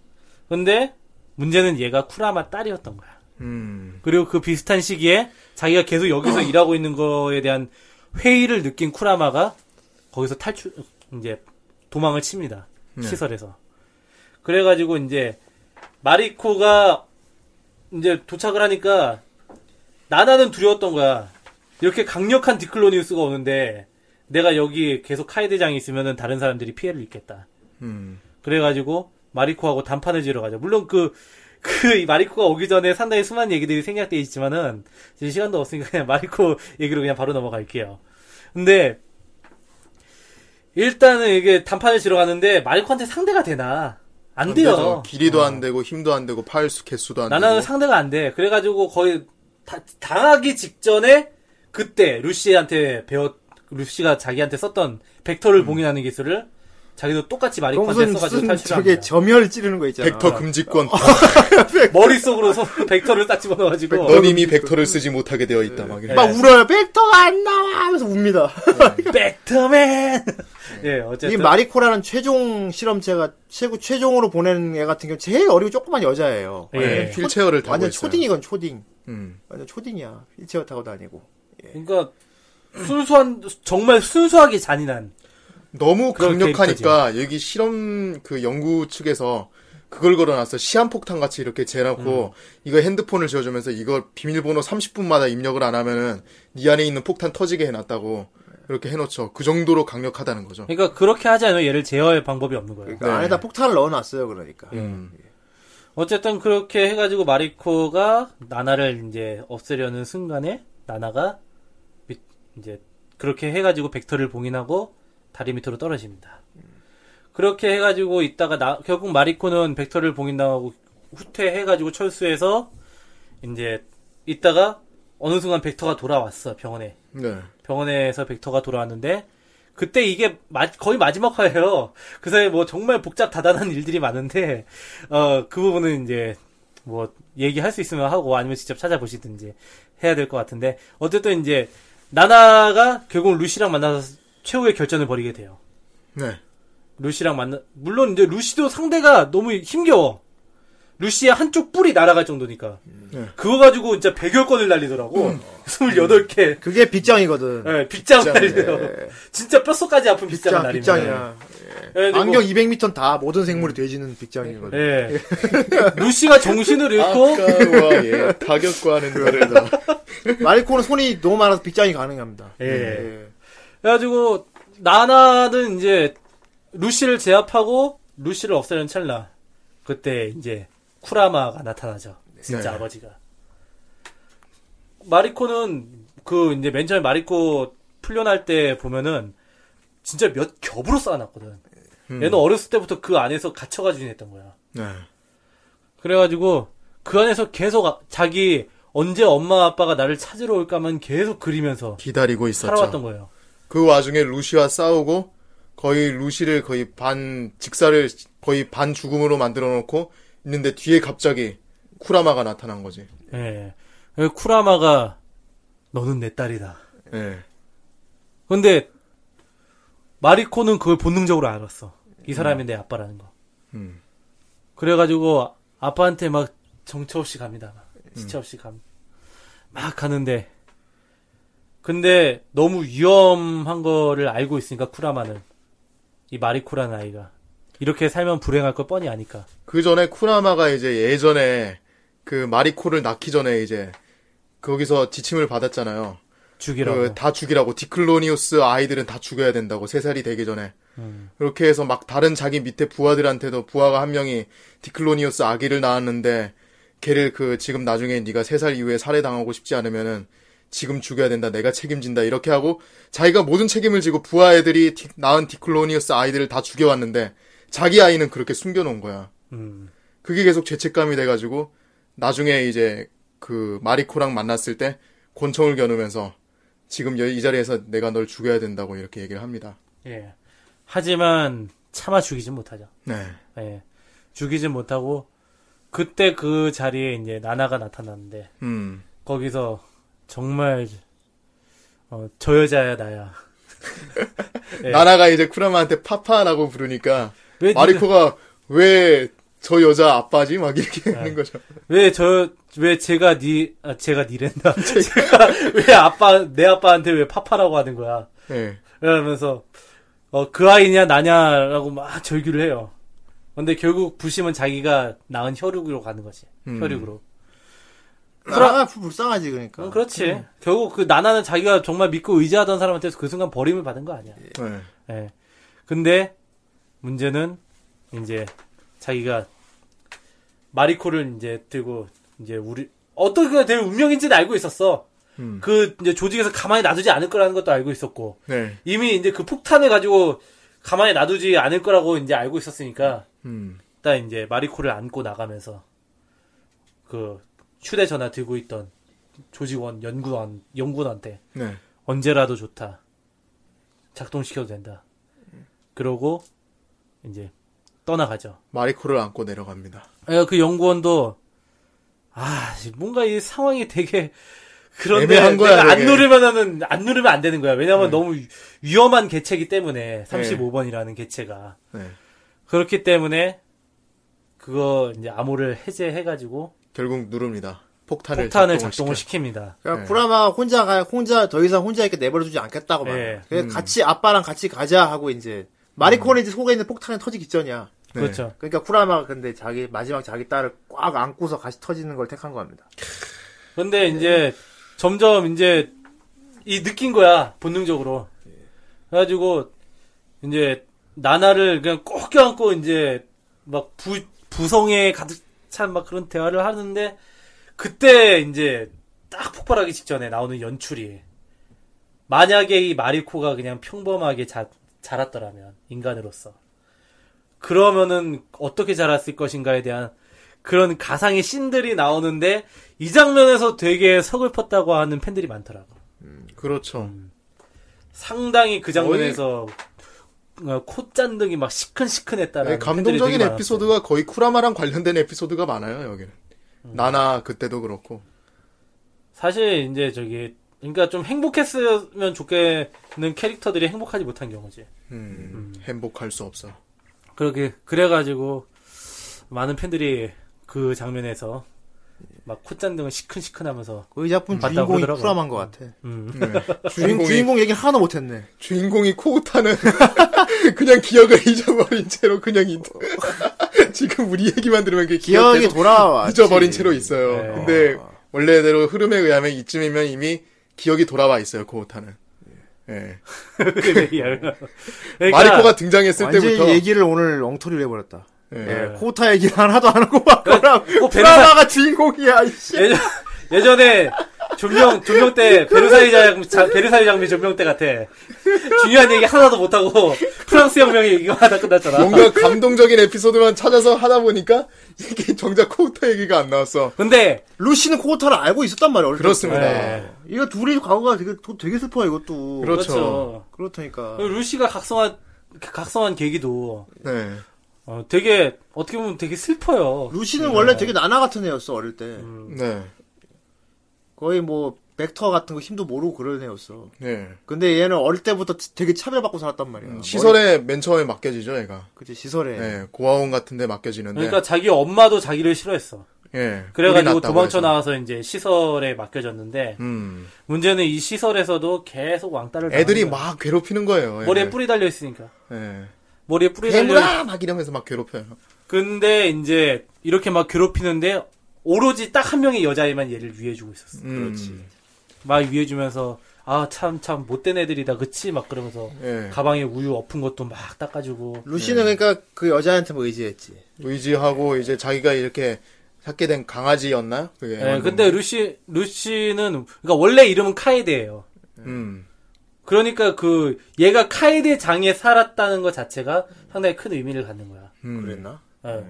Speaker 4: 근데 문제는 얘가 쿠라마 딸이었던 거야.
Speaker 5: 음.
Speaker 4: 그리고 그 비슷한 시기에 자기가 계속 여기서 일하고 있는 거에 대한 회의를 느낀 쿠라마가 거기서 탈출 이제 도망을 칩니다 시설에서 그래가지고 이제 마리코가 이제 도착을 하니까 나나는 두려웠던 거야 이렇게 강력한 디클로니우스가 오는데 내가 여기 계속 카이대장이 있으면은 다른 사람들이 피해를 입겠다
Speaker 5: 음.
Speaker 4: 그래가지고 마리코하고 담판을 지러 가자. 물론 그, 그, 이 마리코가 오기 전에 상당히 수많은 얘기들이 생략돼 있지만은, 지금 시간도 없으니까 그냥 마리코 얘기로 그냥 바로 넘어갈게요. 근데, 일단은 이게 담판을 지러 가는데, 마리코한테 상대가 되나? 안 돼요. 어.
Speaker 5: 되죠. 길이도 안 되고 힘도 안 되고 팔 수 개수도 안
Speaker 4: 나나는
Speaker 5: 되고.
Speaker 4: 상대가 안 돼. 그래가지고 거의 다- 당하기 직전에 그때 루시한테 배웠 루시가 자기한테 썼던 벡터를 봉인하는 기술을 자기도
Speaker 3: 음.
Speaker 4: 똑같이
Speaker 3: 그거
Speaker 4: 마리코한테
Speaker 3: 무슨,
Speaker 4: 써가지고
Speaker 3: 무슨
Speaker 4: 탈출합니다.
Speaker 3: 저게 점혈 찌르는 거 있잖아.
Speaker 5: 벡터 금지권.
Speaker 4: 머릿속으로 손, 벡터를 딱 집어넣어가지고
Speaker 5: 넌 이미 벡터를 쓰지 못하게 되어 있다. 막 이런.
Speaker 3: 막 울어요. 벡터가 안 나와! 하면서 웁니다.
Speaker 4: 벡터맨 예
Speaker 3: 이
Speaker 4: 어쨌든
Speaker 3: 마리코라는 최종 실험체가 최고 최종으로 보내는 애 같은 경우 제일 어리고 조그만 여자예요.
Speaker 4: 예.
Speaker 5: 예. 휠체어를 타고
Speaker 3: 완전
Speaker 5: 있어요.
Speaker 3: 초딩이건 초딩.
Speaker 5: 음.
Speaker 3: 완전 초딩이야. 휠체어 타고 다니고.
Speaker 4: 그러니까 순수한 정말 순수하게 잔인한
Speaker 5: 너무
Speaker 4: 그런
Speaker 5: 강력하니까 여기 실험 그 연구 측에서 그걸 걸어놨어. 시한폭탄 같이 이렇게 재놓고
Speaker 4: 음.
Speaker 5: 이거 핸드폰을 지어주면서 이거 비밀번호 30분마다 입력을 안 하면은 니 안에 있는 폭탄 터지게 해놨다고 이렇게 해놓죠. 그 정도로 강력하다는 거죠.
Speaker 4: 네. 그러니까 그렇게 하지 않으면 얘를 제어할 방법이 없는 거예요.
Speaker 3: 그러니까
Speaker 5: 네.
Speaker 3: 안에다 폭탄을 넣어놨어요, 그러니까.
Speaker 5: 음.
Speaker 4: 어쨌든 그렇게 해가지고 마리코가 나나를 이제 없애려는 순간에 나나가 밑- 이제 그렇게 해가지고 벡터를 봉인하고 다리 밑으로 떨어집니다. 그렇게 해가지고 있다가 나- 결국 마리코는 벡터를 봉인당하고 후퇴해가지고 철수해서 이제 있다가 어느 순간 벡터가 돌아왔어 병원에
Speaker 5: 네.
Speaker 4: 병원에서 벡터가 돌아왔는데 그때 이게 마- 거의 마지막 화예요. 그 사이 뭐 정말 복잡다단한 일들이 많은데 어 그 부분은 이제 뭐 얘기할 수 있으면 하고 아니면 직접 찾아보시든지 해야 될 것 같은데 어쨌든 이제 나나가 결국 루시랑 만나서 최후의 결전을 벌이게 돼요.
Speaker 5: 네.
Speaker 4: 루시랑 만나 물론 이제 루시도 상대가 너무 힘겨워. 루시의 한쪽 뿔이 날아갈 정도니까. 그거 가지고 진짜 백여권을 날리더라고. 28개.
Speaker 3: 그게 빗장이거든.
Speaker 4: 예, 빗장
Speaker 5: 빗장,
Speaker 4: 날려요. 진짜 뼛속까지 아픈 빗장
Speaker 3: 빗장,
Speaker 4: 날립니다. 네.
Speaker 3: 빗장이야. 안경 200m 다 모든 생물이 돼지는 빗장이거든.
Speaker 4: 예. 루시가 정신을 잃고
Speaker 5: 아까와 예, 타격과는 다르다.
Speaker 3: 마리코는 손이 너무 많아서 빗장이 가능합니다.
Speaker 4: 예. 그래가지고 나나는 이제 루시를 제압하고 루시를 없애려는 찰나 그때 이제 쿠라마가 나타나죠. 진짜
Speaker 5: 네.
Speaker 4: 아버지가 마리코는 그 이제 맨 처음에 마리코 풀려날 때 보면은 진짜 몇 겹으로 쌓아놨거든. 얘는 어렸을 때부터 그 안에서 갇혀가지고 지냈던 거야.
Speaker 5: 음. 네.
Speaker 4: 그래가지고 그 안에서 계속 아- 자기 언제 엄마 아빠가 나를 찾으러 올까만 계속 그리면서
Speaker 5: 기다리고 있었죠.
Speaker 4: 살아왔던 거예요.
Speaker 5: 그 와중에 루시와 싸우고 거의 루시를 거의 반 직사를 거의 반 죽음으로 만들어 놓고 있는데 뒤에 갑자기 쿠라마가 나타난 거지.
Speaker 4: 예. 그 쿠라마가 너는 내 딸이다.
Speaker 5: 예.
Speaker 4: 근데 마리코는 그걸 본능적으로 알았어. 이 사람이 내 아빠라는 거.
Speaker 5: 음.
Speaker 4: 그래가지고 아빠한테 막 정처 없이 갑니다. 막.
Speaker 5: 음.
Speaker 4: 지체 없이 감. 막 가는데. 근데 너무 위험한 거를 알고 있으니까 쿠라마는 이 마리코라는 아이가 이렇게 살면 불행할 걸 뻔히 아니까.
Speaker 5: 그 전에 쿠라마가 이제 예전에 그 마리코를 낳기 전에 이제 거기서 지침을 받았잖아요.
Speaker 4: 죽이라고.
Speaker 5: 그 다 죽이라고 디클로니우스 아이들은 다 죽여야 된다고 세 살이 되기 전에 그렇게 해서 막 다른 자기 밑에 부하들한테도 부하가 한 명이 디클로니우스 아기를 낳았는데 걔를 그 지금 나중에 네가 세 살 이후에 살해당하고 싶지 않으면은 지금 죽여야 된다 내가 책임진다 이렇게 하고 자기가 모든 책임을 지고 부하 애들이 디- 낳은 디클로니우스 아이들을 다 죽여왔는데 자기 아이는 그렇게 숨겨놓은 거야
Speaker 4: 음.
Speaker 5: 그게 계속 죄책감이 돼가지고 나중에 이제 그 마리코랑 만났을 때 권총을 겨누면서 지금 여기 이 자리에서 내가 널 죽여야 된다고 이렇게 얘기를 합니다.
Speaker 4: 예. 하지만 참아 죽이진 못하죠.
Speaker 5: 네.
Speaker 4: 예. 죽이진 못하고 그때 그 자리에 이제 나나가 나타났는데
Speaker 5: 음.
Speaker 4: 거기서 정말 어, 저 여자야 나야. 네.
Speaker 5: 나나가 이제 쿠라마한테 파파라고 부르니까
Speaker 4: 왜
Speaker 5: 마리코가 왜 저 여자 아빠지? 막 이렇게 하는 거죠.
Speaker 4: 왜 저 왜 제가 니 아, 제가 니랜다. 제가 왜 아빠 내 아빠한테 왜 파파라고 하는 거야.
Speaker 5: 네.
Speaker 4: 이러면서 어, 그 아이냐 나냐라고 막 절규를 해요. 근데 결국 부심은 자기가 낳은 혈육으로 가는 거지.
Speaker 5: 음.
Speaker 4: 혈육으로.
Speaker 3: 아, 불쌍하지, 그러니까.
Speaker 4: 음, 그렇지. 결국 그 나나는 자기가 정말 믿고 의지하던 사람한테서 그 순간 버림을 받은 거 아니야.
Speaker 5: 네.
Speaker 4: 예. 근데 문제는 이제 자기가 마리코를 이제 들고 이제 우리 어떻게 될 운명인지는 알고 있었어.
Speaker 5: 음.
Speaker 4: 그 이제 조직에서 가만히 놔두지 않을 거라는 것도 알고 있었고
Speaker 5: 네.
Speaker 4: 이미 이제 그 폭탄을 가지고 가만히 놔두지 않을 거라고 이제 알고 있었으니까
Speaker 5: 음.
Speaker 4: 일단 이제 마리코를 안고 나가면서 그 휴대전화 들고 있던 조직원 연구원 연구원한테
Speaker 5: 네.
Speaker 4: 언제라도 좋다. 작동시켜도 된다. 그러고 이제 떠나가죠.
Speaker 5: 마리코를 안고 내려갑니다.
Speaker 4: 에, 그 연구원도 아 뭔가 이 상황이 되게 그런데
Speaker 5: 애매한 거야,
Speaker 4: 내가 안
Speaker 5: 되게. 네.
Speaker 4: 누르면은 안 누르면 안 되는 거야. 왜냐면 너무 위- 위험한 개체기 때문에 35번이라는 개체가
Speaker 5: 네.
Speaker 4: 그렇기 때문에 그거 이제 암호를 해제해가지고
Speaker 5: 결국 누릅니다. 폭탄을,
Speaker 4: 폭탄을
Speaker 5: 작동을
Speaker 4: 작동을
Speaker 5: 시켜.
Speaker 4: 시킵니다.
Speaker 3: 그러니까
Speaker 5: 네.
Speaker 3: 쿠라마 혼자 가 혼자 더 이상 혼자 이렇게 내버려두지 않겠다고 말.
Speaker 4: 예.
Speaker 3: 그래
Speaker 5: 음.
Speaker 3: 같이 아빠랑 같이 가자 하고 이제 마리코는 이제 속에 있는 폭탄이 터지기 전이야.
Speaker 5: 네.
Speaker 4: 그렇죠.
Speaker 3: 그러니까 쿠라마가 근데 자기 마지막 자기 딸을 꽉 안고서 같이 터지는 걸 택한 겁니다.
Speaker 4: 근데 이제 점점 이제 이 느낀 거야 본능적으로. 그래가지고 이제 나나를 그냥 꼭 껴안고 이제 막 부, 부성에 가득 찬 막 그런 대화를 하는데 그때 이제 딱 폭발하기 직전에 나오는 연출이 만약에 이 마리코가 그냥 평범하게 자, 자랐더라면 인간으로서 그러면은 어떻게 자랐을 것인가에 대한 그런 가상의 씬들이 나오는데 이 장면에서 되게 서글펐다고 하는 팬들이 많더라고.
Speaker 5: 그렇죠.
Speaker 4: 상당히 그 장면에서 어, 콧잔등이 막 시큰시큰했다라는
Speaker 5: 네, 감동적인
Speaker 4: 팬들이 되게 많았어요.
Speaker 5: 에피소드가 거의 쿠라마랑 관련된 에피소드가 많아요 여기는. 음. 나나 그때도 그렇고.
Speaker 4: 사실 이제 저기 그러니까 좀 행복했으면 좋겠는 캐릭터들이 행복하지 못한 경우지.
Speaker 5: 음, 행복할 수 없어.
Speaker 4: 그렇게 그래가지고 많은 팬들이 그 장면에서 막 콧잔등을 시큰시큰하면서
Speaker 3: 그 이 작품
Speaker 4: 맞다
Speaker 3: 주인공이
Speaker 4: 그러더라고요.
Speaker 3: 쿠라마인 것 같아.
Speaker 4: 음.
Speaker 5: 네.
Speaker 3: 주인,
Speaker 5: 주인공이
Speaker 3: 주인공 얘기 하나 못했네.
Speaker 5: 주인공이 코우타는 그냥 기억을 잊어버린 채로 그냥 있... 지금 우리 얘기만 들으면 그 어. 기억이
Speaker 3: 기억이 돌아와.
Speaker 5: 잊어버린 채로 있어요.
Speaker 4: 네.
Speaker 5: 근데 원래대로 흐름에 의하면 이쯤이면 이미 기억이 돌아와 있어요 그 코우타는. 예.
Speaker 4: 그러니까
Speaker 5: 마리코가 등장했을
Speaker 3: 완전히
Speaker 5: 때부터
Speaker 3: 얘기를 오늘 엉터리로 해버렸다.
Speaker 5: 예.
Speaker 3: 예, 코타 얘기 하나도 안 하고 막 쿠라-
Speaker 4: 꼭
Speaker 3: 쿠라마가 주인공이야. 이씨.
Speaker 4: 예전, 예전에 조명 조명 때 베르사유 장 자- 베르사유 장미 조명 때 같아. 중요한 얘기 하나도 못 하고 프랑스 혁명 얘기만 하다 끝났잖아.
Speaker 5: 뭔가 감동적인 에피소드만 찾아서 하다 보니까 이게 정작 코우타 얘기가 안 나왔어.
Speaker 4: 근데
Speaker 3: 루시는 코타를 알고 있었단 말이야. 어릴
Speaker 5: 그렇습니다.
Speaker 3: 때부터.
Speaker 4: 네.
Speaker 3: 이거 둘이 과거가 되게 도- 되게 슬퍼 이것도.
Speaker 5: 그렇-
Speaker 4: 그렇죠.
Speaker 3: 그렇다니까.
Speaker 4: 그리고 루시가 각성한 각성한 계기도
Speaker 5: 네.
Speaker 4: 어, 되게 어떻게 보면 되게 슬퍼요.
Speaker 3: 루시는 원래 되게 나나 같은 애였어 어릴 때.
Speaker 5: 네.
Speaker 3: 거의 뭐 벡터 같은 거 힘도 모르고 그런 애였어.
Speaker 5: 네.
Speaker 3: 근데 얘는 어릴 때부터 치- 되게 차별받고 살았단 말이야. 머리-
Speaker 5: 시설에 맨 처음에 맡겨지죠, 얘가.
Speaker 3: 그치 시설에.
Speaker 5: 음. 네. 고아원 같은 데 맡겨지는데.
Speaker 4: 그러니까 자기 엄마도 자기를 싫어했어.
Speaker 5: 예.
Speaker 4: 그래가지고
Speaker 5: 네. 우리 낳았다고
Speaker 4: 도망쳐
Speaker 5: 해서.
Speaker 4: 나와서 이제 시설에 맡겨졌는데
Speaker 5: 음.
Speaker 4: 문제는 이 시설에서도 계속 왕따를
Speaker 5: 애들이
Speaker 4: 당하는 거야.
Speaker 5: 막 네. 괴롭히는 거예요.
Speaker 4: 머리에
Speaker 5: 얘를.
Speaker 4: 뿌리 달려 있으니까
Speaker 5: 예.
Speaker 4: 머리에 뿌리 달려 있-
Speaker 5: 괴물아! 막 이러면서 막 괴롭혀요.
Speaker 4: 근데 이제 이렇게 막 괴롭히는데 오로지 딱 한 명의 여자애만 얘를 위해주고 있었어.
Speaker 5: 음.
Speaker 4: 막 위해주면서 아 참 참 못된 애들이다 그치 막 그러면서
Speaker 5: 예.
Speaker 4: 가방에 우유 엎은 것도 막 닦아주고
Speaker 3: 루시는
Speaker 5: 네.
Speaker 3: 그러니까 그 여자한테만 의지했지.
Speaker 5: 의지하고 이제 자기가 이렇게 찾게 된 강아지였나요? 그게.
Speaker 4: 예, 근데 루시 루시는 그러니까 원래 이름은 카에데예요.
Speaker 5: 음.
Speaker 4: 그러니까 그 얘가 카에데 장에 살았다는 것 자체가 상당히 큰 의미를 갖는 거야.
Speaker 5: 음.
Speaker 3: 그랬나?
Speaker 4: 예.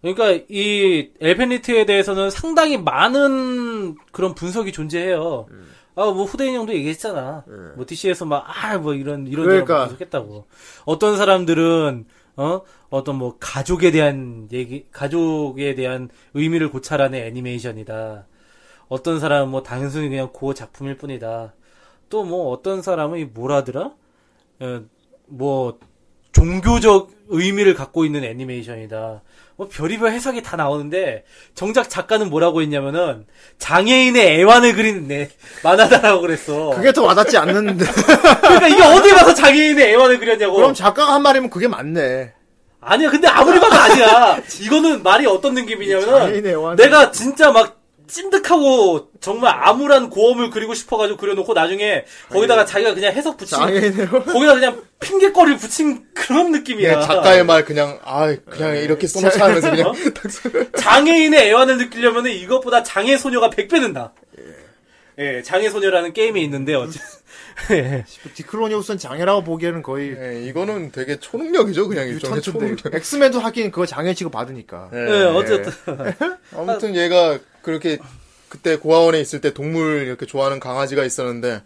Speaker 4: 그러니까 이 엘페니트에 대해서는 상당히 많은 그런 분석이 존재해요.
Speaker 3: 음.
Speaker 4: 아 뭐 후대인 형도 얘기했잖아.
Speaker 3: 예.
Speaker 4: 뭐 DC에서 막 아 뭐 이런 이런
Speaker 3: 그러니까.
Speaker 4: 저런 분석했다고. 어떤 사람들은 어 어떤 뭐 가족에 대한 얘기 가족에 대한 의미를 고찰하는 애니메이션이다. 어떤 사람은 뭐 단순히 그냥 고 작품일 뿐이다. 또 뭐 어떤 사람은 이 뭐라더라? 어, 뭐 종교적 의미를 갖고 있는 애니메이션이다. 뭐 별의별 해석이 다 나오는데 정작 작가는 뭐라고 했냐면은 장애인의 애환을 그리는 애- 만화다라고 그랬어.
Speaker 3: 그게 더 와닿지 않는데.
Speaker 5: 어.
Speaker 4: 그러니까 이게 어디 가서 장애인의 애환을 그렸냐고.
Speaker 3: 그럼 작가가 한 말이면 그게 맞네.
Speaker 4: 아니야. 근데 아무리 봐도 아니야. 이거는 말이 어떤 느낌이냐면은
Speaker 3: 장애인의 애환.
Speaker 4: 내가 진짜 막 찐득하고 정말 암울한 고음을 그리고 싶어가지고 그려놓고 나중에 거기다가 자기가 그냥 해석 붙인
Speaker 3: 장애인의
Speaker 4: 거기다 그냥 핑계거리를 붙인 그런 느낌이야.
Speaker 3: 예,
Speaker 5: 그냥 작가의 말 그냥 아 그냥
Speaker 3: 네.
Speaker 5: 이렇게 써놓자 하면서 그냥 딱 써요.
Speaker 4: 장애인의 애환을 느끼려면 이것보다 장애 소녀가 100배는 나. 예, 장애 소녀라는 게임이 있는데 어째 예.
Speaker 3: 디클로니우스는 장애라고 보기에는 거의
Speaker 5: 예, 이거는 되게 초능력이죠 그냥 일종의
Speaker 3: 유턴초인데
Speaker 5: 초능력
Speaker 3: 엑스맨도 하긴 그거 장애 취급 받으니까.
Speaker 5: 예,
Speaker 4: 예, 어쨌든
Speaker 5: 아무튼 얘가 그렇게 그때 고아원에 있을 때 동물 이렇게 좋아하는 강아지가 있었는데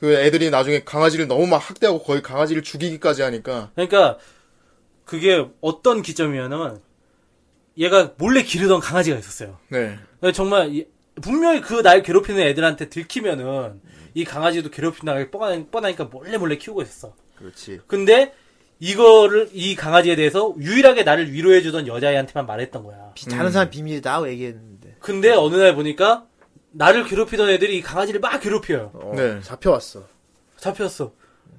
Speaker 5: 그 애들이 나중에 강아지를 너무 막 학대하고 거의 강아지를 죽이기까지 하니까
Speaker 4: 그러니까 그게 어떤 기점이냐면 얘가 몰래 기르던 강아지가 있었어요.
Speaker 5: 네
Speaker 4: 근데 정말 이- 분명히 그 날 괴롭히는 애들한테 들키면은 이 강아지도 괴롭힌다는 게 뻔하- 뻔하니까 몰래 몰래 키우고 있었어.
Speaker 3: 그렇지.
Speaker 4: 근데 이거를 이 강아지에 대해서 유일하게 나를 위로해주던 여자애한테만 말했던 거야.
Speaker 3: 비- 다른
Speaker 5: 음.
Speaker 3: 사람 비밀이다 얘기했는데
Speaker 4: 근데 어느 날 보니까 나를 괴롭히던 애들이 이 강아지를 막 괴롭혀요.
Speaker 3: 어,
Speaker 5: 네.
Speaker 3: 잡혀왔어.
Speaker 4: 잡혔어.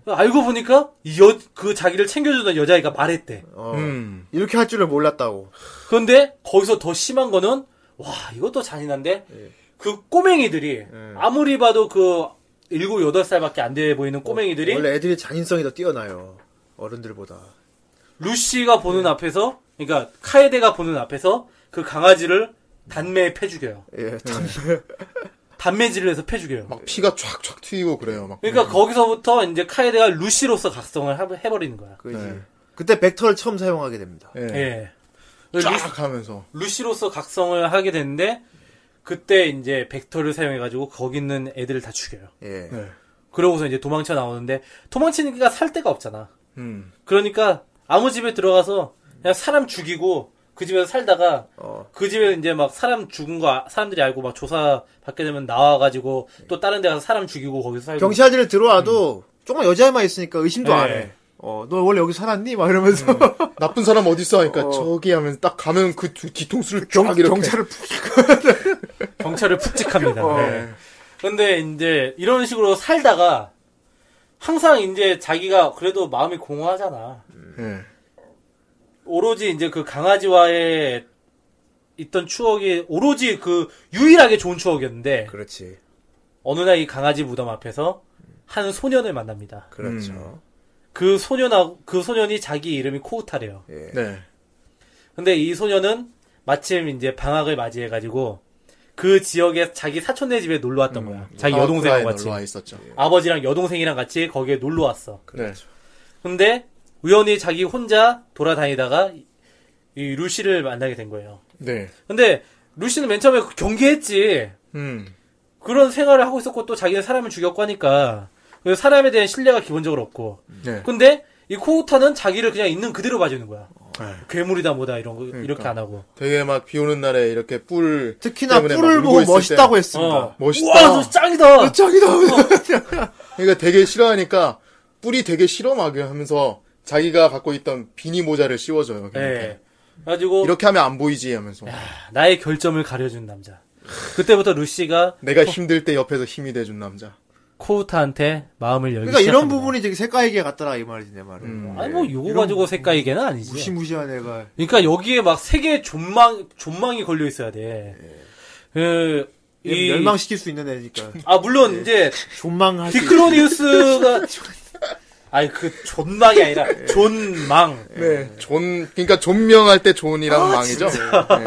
Speaker 4: 알고 보니까 이 여, 그 자기를 챙겨주던 여자애가 말했대.
Speaker 3: 어.
Speaker 5: 음.
Speaker 3: 이렇게 할 줄을 몰랐다고.
Speaker 4: 그런데 거기서 더 심한 거는 와 이것도 잔인한데
Speaker 3: 예.
Speaker 4: 그 꼬맹이들이 아무리 봐도 그 일곱 여덟 살밖에 안 돼 보이는 꼬맹이들이
Speaker 3: 어, 원래 애들이 잔인성이 더 뛰어나요. 어른들보다.
Speaker 4: 루시가 보는 앞에서 그러니까 카에데가 보는 앞에서 그 강아지를 단매에 패죽여요.
Speaker 3: 예,
Speaker 4: 단매질을 해서 패죽여요.
Speaker 5: 막 피가 쫙쫙 튀고 그래요. 막.
Speaker 3: 음.
Speaker 4: 그러니까 거기서부터 이제 카에데가 루시로서 각성을 해- 해버리는 거야.
Speaker 3: 그지.
Speaker 5: 네.
Speaker 3: 그때 벡터를 처음 사용하게 됩니다.
Speaker 5: 예.
Speaker 4: 예.
Speaker 5: 쫙 하면서.
Speaker 4: 루시로서 각성을 하게 되는데 그때 이제 벡터를 사용해가지고 거기 있는 애들을 다 죽여요.
Speaker 3: 예.
Speaker 5: 네.
Speaker 4: 그러고서 이제 도망쳐 나오는데 도망치니까 살 데가 없잖아.
Speaker 5: 음.
Speaker 4: 그러니까 아무 집에 들어가서 그냥 사람 죽이고 그 집에서 살다가
Speaker 3: 어.
Speaker 4: 그 집에 이제 막 사람 죽은 거 아- 사람들이 알고 막 조사 받게 되면 나와가지고 또 다른 데 가서 사람 죽이고 거기서 살고
Speaker 3: 경찰들이 들어와도 조금만 여자애만 있으니까 의심도
Speaker 4: 예.
Speaker 3: 안 해. 어, 너 원래 여기 살았니? 막 이러면서
Speaker 5: 음. 나쁜 사람 어디 있어? 그러니까
Speaker 3: 어.
Speaker 5: 저기 하면 딱 가면 그 뒤- 뒤통수를
Speaker 3: 경,
Speaker 5: 쫙 이렇게.
Speaker 3: 경찰을 푹
Speaker 4: 경찰을 푹찍합니다.
Speaker 3: 어.
Speaker 4: 네. 근데 이제 이런 식으로 살다가 항상 이제 자기가 그래도 마음이 공허하잖아.
Speaker 5: 예.
Speaker 4: 오로지 이제 그 강아지와의 있던 추억이 오로지 그 유일하게 좋은 추억이었는데
Speaker 3: 그렇지.
Speaker 4: 어느 날 이 강아지 무덤 앞에서 한 소년을 만납니다.
Speaker 3: 그렇죠.
Speaker 4: 그 소년하 그 소년이 자기 이름이 코우타래요.
Speaker 3: 예.
Speaker 5: 네.
Speaker 4: 근데 이 소년은 마침 이제 방학을 맞이해 가지고 그 지역에 자기 사촌네 집에 놀러 왔던 거야. 자기
Speaker 5: 아,
Speaker 4: 여동생하고
Speaker 5: 그라인
Speaker 4: 같이
Speaker 5: 올라와 있었죠.
Speaker 4: 아버지랑 여동생이랑 같이 거기에 놀러 왔어.
Speaker 5: 네.
Speaker 4: 근데 우연히 자기 혼자 돌아다니다가 이- 이 루시를 만나게 된 거예요.
Speaker 5: 네.
Speaker 4: 근데 루시는 맨 처음에 경계했지.
Speaker 5: 음.
Speaker 4: 그런 생활을 하고 있었고 또 자기는 사람을 죽였고 하니까 그래서 사람에 대한 신뢰가 기본적으로 없고
Speaker 5: 네.
Speaker 4: 근데 이 코우타는 자기를 그냥 있는 그대로 봐주는 거야
Speaker 5: 네.
Speaker 4: 괴물이다 뭐다 이런 거 이렇게
Speaker 5: 그러니까.
Speaker 4: 안 하고
Speaker 5: 되게 막 비 오는 날에 이렇게 뿔.
Speaker 3: 특히나
Speaker 5: 때문에 막
Speaker 3: 뿔을
Speaker 5: 울고
Speaker 3: 보고
Speaker 5: 있을
Speaker 3: 멋있다고
Speaker 5: 때. 어.
Speaker 3: 했습니다.
Speaker 5: 멋있다.
Speaker 4: 어. 우와 너 짱이다
Speaker 3: 짱이다.
Speaker 5: 그러니까 되게 싫어하니까 뿔이 되게 싫어 막 하면서 자기가 갖고 있던 비니 모자를 씌워줘요.
Speaker 4: 예
Speaker 5: 걔한테.
Speaker 4: 그래가지고
Speaker 5: 네. 이렇게 하면 안 보이지 하면서
Speaker 4: 나의 결점을 가려준 남자 그때부터 루시가
Speaker 5: 내가 힘들 때 옆에서 힘이 돼준 남자.
Speaker 4: 코우타한테 마음을 열기
Speaker 3: 그러니까 이런
Speaker 4: 시작합니다.
Speaker 3: 부분이 되게 색깔이게 같더라 이 말이지 내 말은.
Speaker 5: 음.
Speaker 4: 아니 뭐 요거 가지고 색깔이게는 아니지
Speaker 3: 무시무시한 애가.
Speaker 4: 그러니까 여기에 막 세계의 존망 존망이 걸려 있어야 돼 그, 이-
Speaker 3: 예, 멸망시킬 예. 아, 수 있는 애니까.
Speaker 4: 아 물론 이제
Speaker 3: 존망할 수 있는.
Speaker 4: 디클로니우스가
Speaker 3: 그-
Speaker 4: 아니 그 존망이
Speaker 3: 예.
Speaker 4: 아니라 존망
Speaker 5: 네. 존 그러니까 존명할 때 존이랑 망이죠. 네.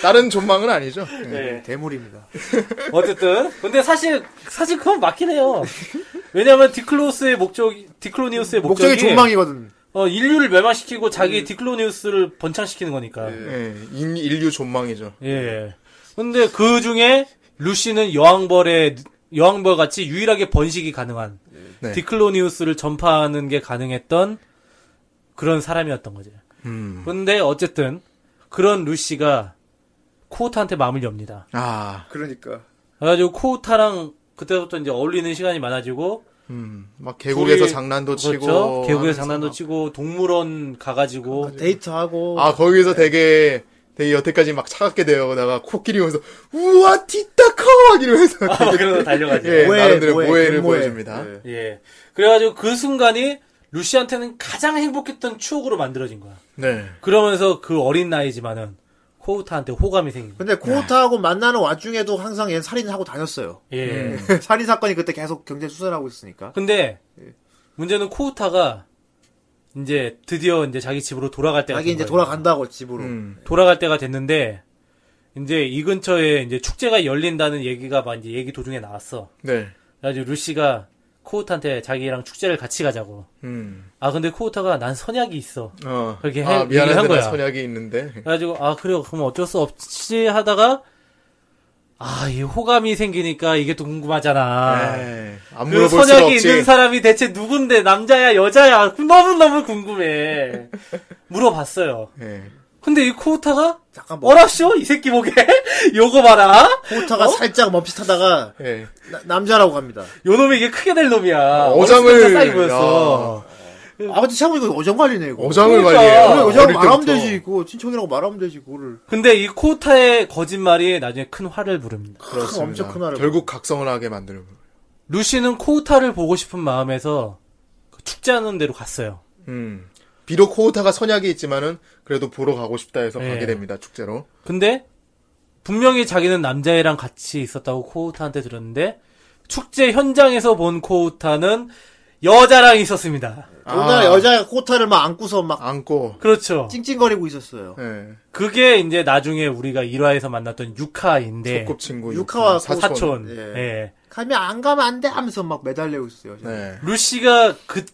Speaker 5: 다른 존망은 아니죠. 네.
Speaker 4: 네.
Speaker 3: 대물입니다.
Speaker 4: 어쨌든 근데 사실 사실 그건 맞긴 해요 왜냐면 디클로스의 목적 디클로니우스의 목적이,
Speaker 3: 목적이 존망이거든. 음.
Speaker 4: 어, 인류를 멸망시키고 자기 디클로니우스를 번창시키는 거니까
Speaker 3: 예.
Speaker 5: 네. 인, 인류 존망이죠.
Speaker 4: 예 근데 그 중에 루시는 여왕벌의 여왕벌 같이 유일하게 번식이 가능한
Speaker 5: 네.
Speaker 4: 디클로니우스를 전파하는 게 가능했던 그런 사람이었던 거지
Speaker 5: 음.
Speaker 4: 근데 어쨌든 그런 루시가 코우타한테 마음을 엽니다.
Speaker 5: 아.
Speaker 3: 그러니까.
Speaker 4: 그래가지고 코우타랑 그때부터 이제 어울리는 시간이 많아지고
Speaker 5: 음. 막 계곡에서
Speaker 4: 둘이-
Speaker 5: 장난도
Speaker 4: 그렇죠?
Speaker 5: 치고
Speaker 4: 개구에
Speaker 5: 하면서
Speaker 4: 장난도
Speaker 5: 막-
Speaker 4: 치고 동물원 가가지고
Speaker 3: 데이트하고.
Speaker 5: 아 거기서 되게 되게 여태까지 막 차갑게 되어다가 코끼리 오면서 우와 티타커 막 이러면서
Speaker 4: 막 그러면서 달려가지.
Speaker 5: 예,
Speaker 3: 모해,
Speaker 5: 나름대로
Speaker 3: 모해,
Speaker 5: 모해를 네.
Speaker 3: 모해.
Speaker 5: 보여줍니다.
Speaker 3: 예.
Speaker 4: 예. 그래가지고 그 순간이 루시한테는 가장 행복했던 추억으로 만들어진 거야.
Speaker 5: 네.
Speaker 4: 그러면서 그 어린 나이지만은 코우타한테 호감이 생긴 거야.
Speaker 3: 근데 코우타하고 만나는 와중에도 항상 얘는 살인하고 다녔어요.
Speaker 4: 예.
Speaker 5: 음.
Speaker 3: 살인 사건이 그때 계속 경제 수사를 하고 있으니까.
Speaker 4: 근데 문제는 코우타가 이제 드디어 이제 자기 집으로 돌아갈 때가
Speaker 3: 자기
Speaker 4: 된
Speaker 3: 이제
Speaker 4: 거예요.
Speaker 3: 돌아간다고 집으로.
Speaker 5: 음.
Speaker 4: 돌아갈 때가 됐는데 이제 이 근처에 이제 축제가 열린다는 얘기가 막 이제 얘기 도중에 나왔어.
Speaker 5: 네.
Speaker 4: 그래가지고 루시가 코우타한테 자기랑 축제를 같이 가자고.
Speaker 5: 음.
Speaker 4: 아 근데 코우타가 난 선약이 있어.
Speaker 5: 어.
Speaker 4: 그렇게 해-
Speaker 5: 아,
Speaker 4: 얘기를 한
Speaker 5: 미안한데 나
Speaker 4: 거야.
Speaker 5: 선약이 있는데.
Speaker 4: 그래가지고 아 그래요 그럼 어쩔 수 없지 하다가 아 이 호감이 생기니까 이게 또 궁금하잖아.
Speaker 5: 에이, 안
Speaker 4: 그
Speaker 5: 네. 물어볼 수
Speaker 4: 선약이
Speaker 5: 없지.
Speaker 4: 있는 사람이 대체 누군데 남자야 여자야 너무 너무 궁금해. 물어봤어요.
Speaker 5: 예.
Speaker 4: 근데 이 코우타가
Speaker 3: 잠깐 뭐
Speaker 4: 어랍쇼 이 새끼 보게 요거 봐라.
Speaker 3: 코우타가 살짝 멈칫하다가
Speaker 5: 예.
Speaker 3: 나- 남자라고 갑니다.
Speaker 4: 요 놈이 이게 크게 될 놈이야.
Speaker 5: 아, 어장을-
Speaker 4: 어렸을 때부터 싸이 보였어.
Speaker 3: 아버지 참고 이거 어장 관리네 이거.
Speaker 5: 어장을
Speaker 4: 그러니까.
Speaker 5: 관리해요.
Speaker 3: 그래 어장
Speaker 5: 어릴
Speaker 3: 말하면
Speaker 5: 때부터.
Speaker 3: 되지 이거 친척이라고 말하면 되지 그거를.
Speaker 4: 근데 이 코타의 거짓말이 나중에 큰 화를 부릅니다.
Speaker 5: 그렇습니다.
Speaker 3: 엄청 큰 화를
Speaker 5: 결국 각성을 하게 만들고.
Speaker 4: 루시는 코타를 보고 싶은 마음에서 그 축제하는 데로 갔어요.
Speaker 5: 음. 비록 코우타가 선약이 있지만은 그래도 보러 가고 싶다 해서
Speaker 4: 예.
Speaker 5: 가게 됩니다. 축제로.
Speaker 4: 근데 분명히 자기는 남자애랑 같이 있었다고 코우타한테 들었는데 축제 현장에서 본 코우타는 여자랑 있었습니다.
Speaker 3: 오늘
Speaker 5: 아.
Speaker 3: 여자 네, 코타를 막 안고서 막
Speaker 5: 안고.
Speaker 4: 그렇죠.
Speaker 3: 찡찡거리고 있었어요.
Speaker 5: 예.
Speaker 4: 그게 이제 나중에 우리가 1화에서 만났던
Speaker 5: 네.
Speaker 4: 유카인데
Speaker 5: 소꿉친구
Speaker 3: 유카와
Speaker 4: 사촌.
Speaker 3: 예.
Speaker 4: 예.
Speaker 3: 가면 안 가면 안 돼 하면서 막 매달리고 있었어요. 여자.
Speaker 5: 네.
Speaker 4: 루시가 그,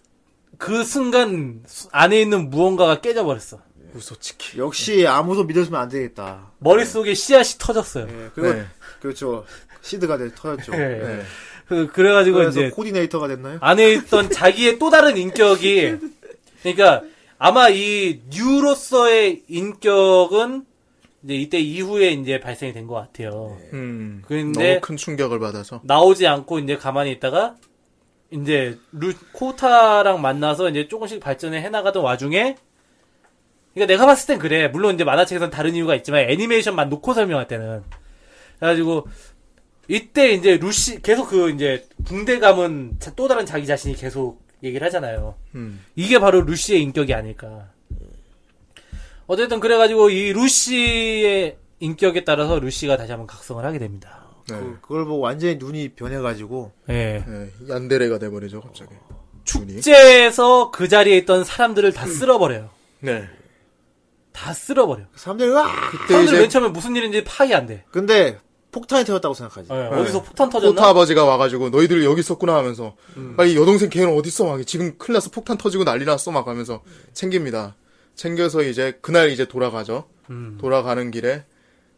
Speaker 4: 그 순간 수- 안에 있는 무언가가 깨져버렸어.
Speaker 5: 우소치키.
Speaker 3: 역시 아무도 믿었으면 안 되겠다.
Speaker 4: 머릿속에 씨앗이 터졌어요.
Speaker 3: 예, 그리고
Speaker 5: 네.
Speaker 3: 그렇죠. 시드가 돼, 터졌죠.
Speaker 4: 예.
Speaker 5: 네.
Speaker 4: 그, 그래가지고
Speaker 3: 그래서
Speaker 4: 이제
Speaker 3: 코디네이터가 됐나요?
Speaker 4: 안에 있던 자기의 또 다른 인격이, 그러니까 아마 이 뉴로서의 인격은 이제 이때 이후에 이제 발생이 된 것 같아요.
Speaker 5: 음.
Speaker 4: 근데
Speaker 5: 너무 큰 충격을 받아서.
Speaker 4: 나오지 않고 이제 가만히 있다가 이제 루 코타랑 만나서 이제 조금씩 발전을 해나가던 와중에 그러니까 내가 봤을 땐 그래 물론 이제 만화책에선 다른 이유가 있지만 애니메이션만 놓고 설명할 때는 그래가지고 이때 이제 루시 계속 그 이제 붕대 감은 자- 또 다른 자기 자신이 계속 얘기를 하잖아요
Speaker 5: 음.
Speaker 4: 이게 바로 루시의 인격이 아닐까 어쨌든 그래가지고 이 루시의 인격에 따라서 루시가 다시 한번 각성을 하게 됩니다
Speaker 5: 네.
Speaker 3: 그, 그걸 보고 완전히 눈이 변해가지고
Speaker 4: 예.
Speaker 5: 네. 얀데레가 돼버리죠 갑자기. 눈이.
Speaker 4: 축제에서 그 자리에 있던 사람들을 다 쓸어버려요.
Speaker 5: 네.
Speaker 4: 다 쓸어버려.
Speaker 3: 그 사람들이 와
Speaker 5: 그때
Speaker 4: 사람들
Speaker 5: 이제
Speaker 4: 맨 처음에 무슨 일인지 파악이 안 돼.
Speaker 3: 근데 폭탄이 터졌다고 생각하지.
Speaker 4: 어, 디서 폭탄
Speaker 5: 코타
Speaker 4: 터졌나? 음.
Speaker 5: 아버지가 와가지고 너희들 여기 있었구나 하면서 아 이 여동생 걔는 어딨어 막 지금 큰일 났어 폭탄 터지고 난리 났어 막 하면서 챙깁니다 챙겨서 이제 그날 이제 돌아가죠
Speaker 4: 음.
Speaker 5: 돌아가는 길에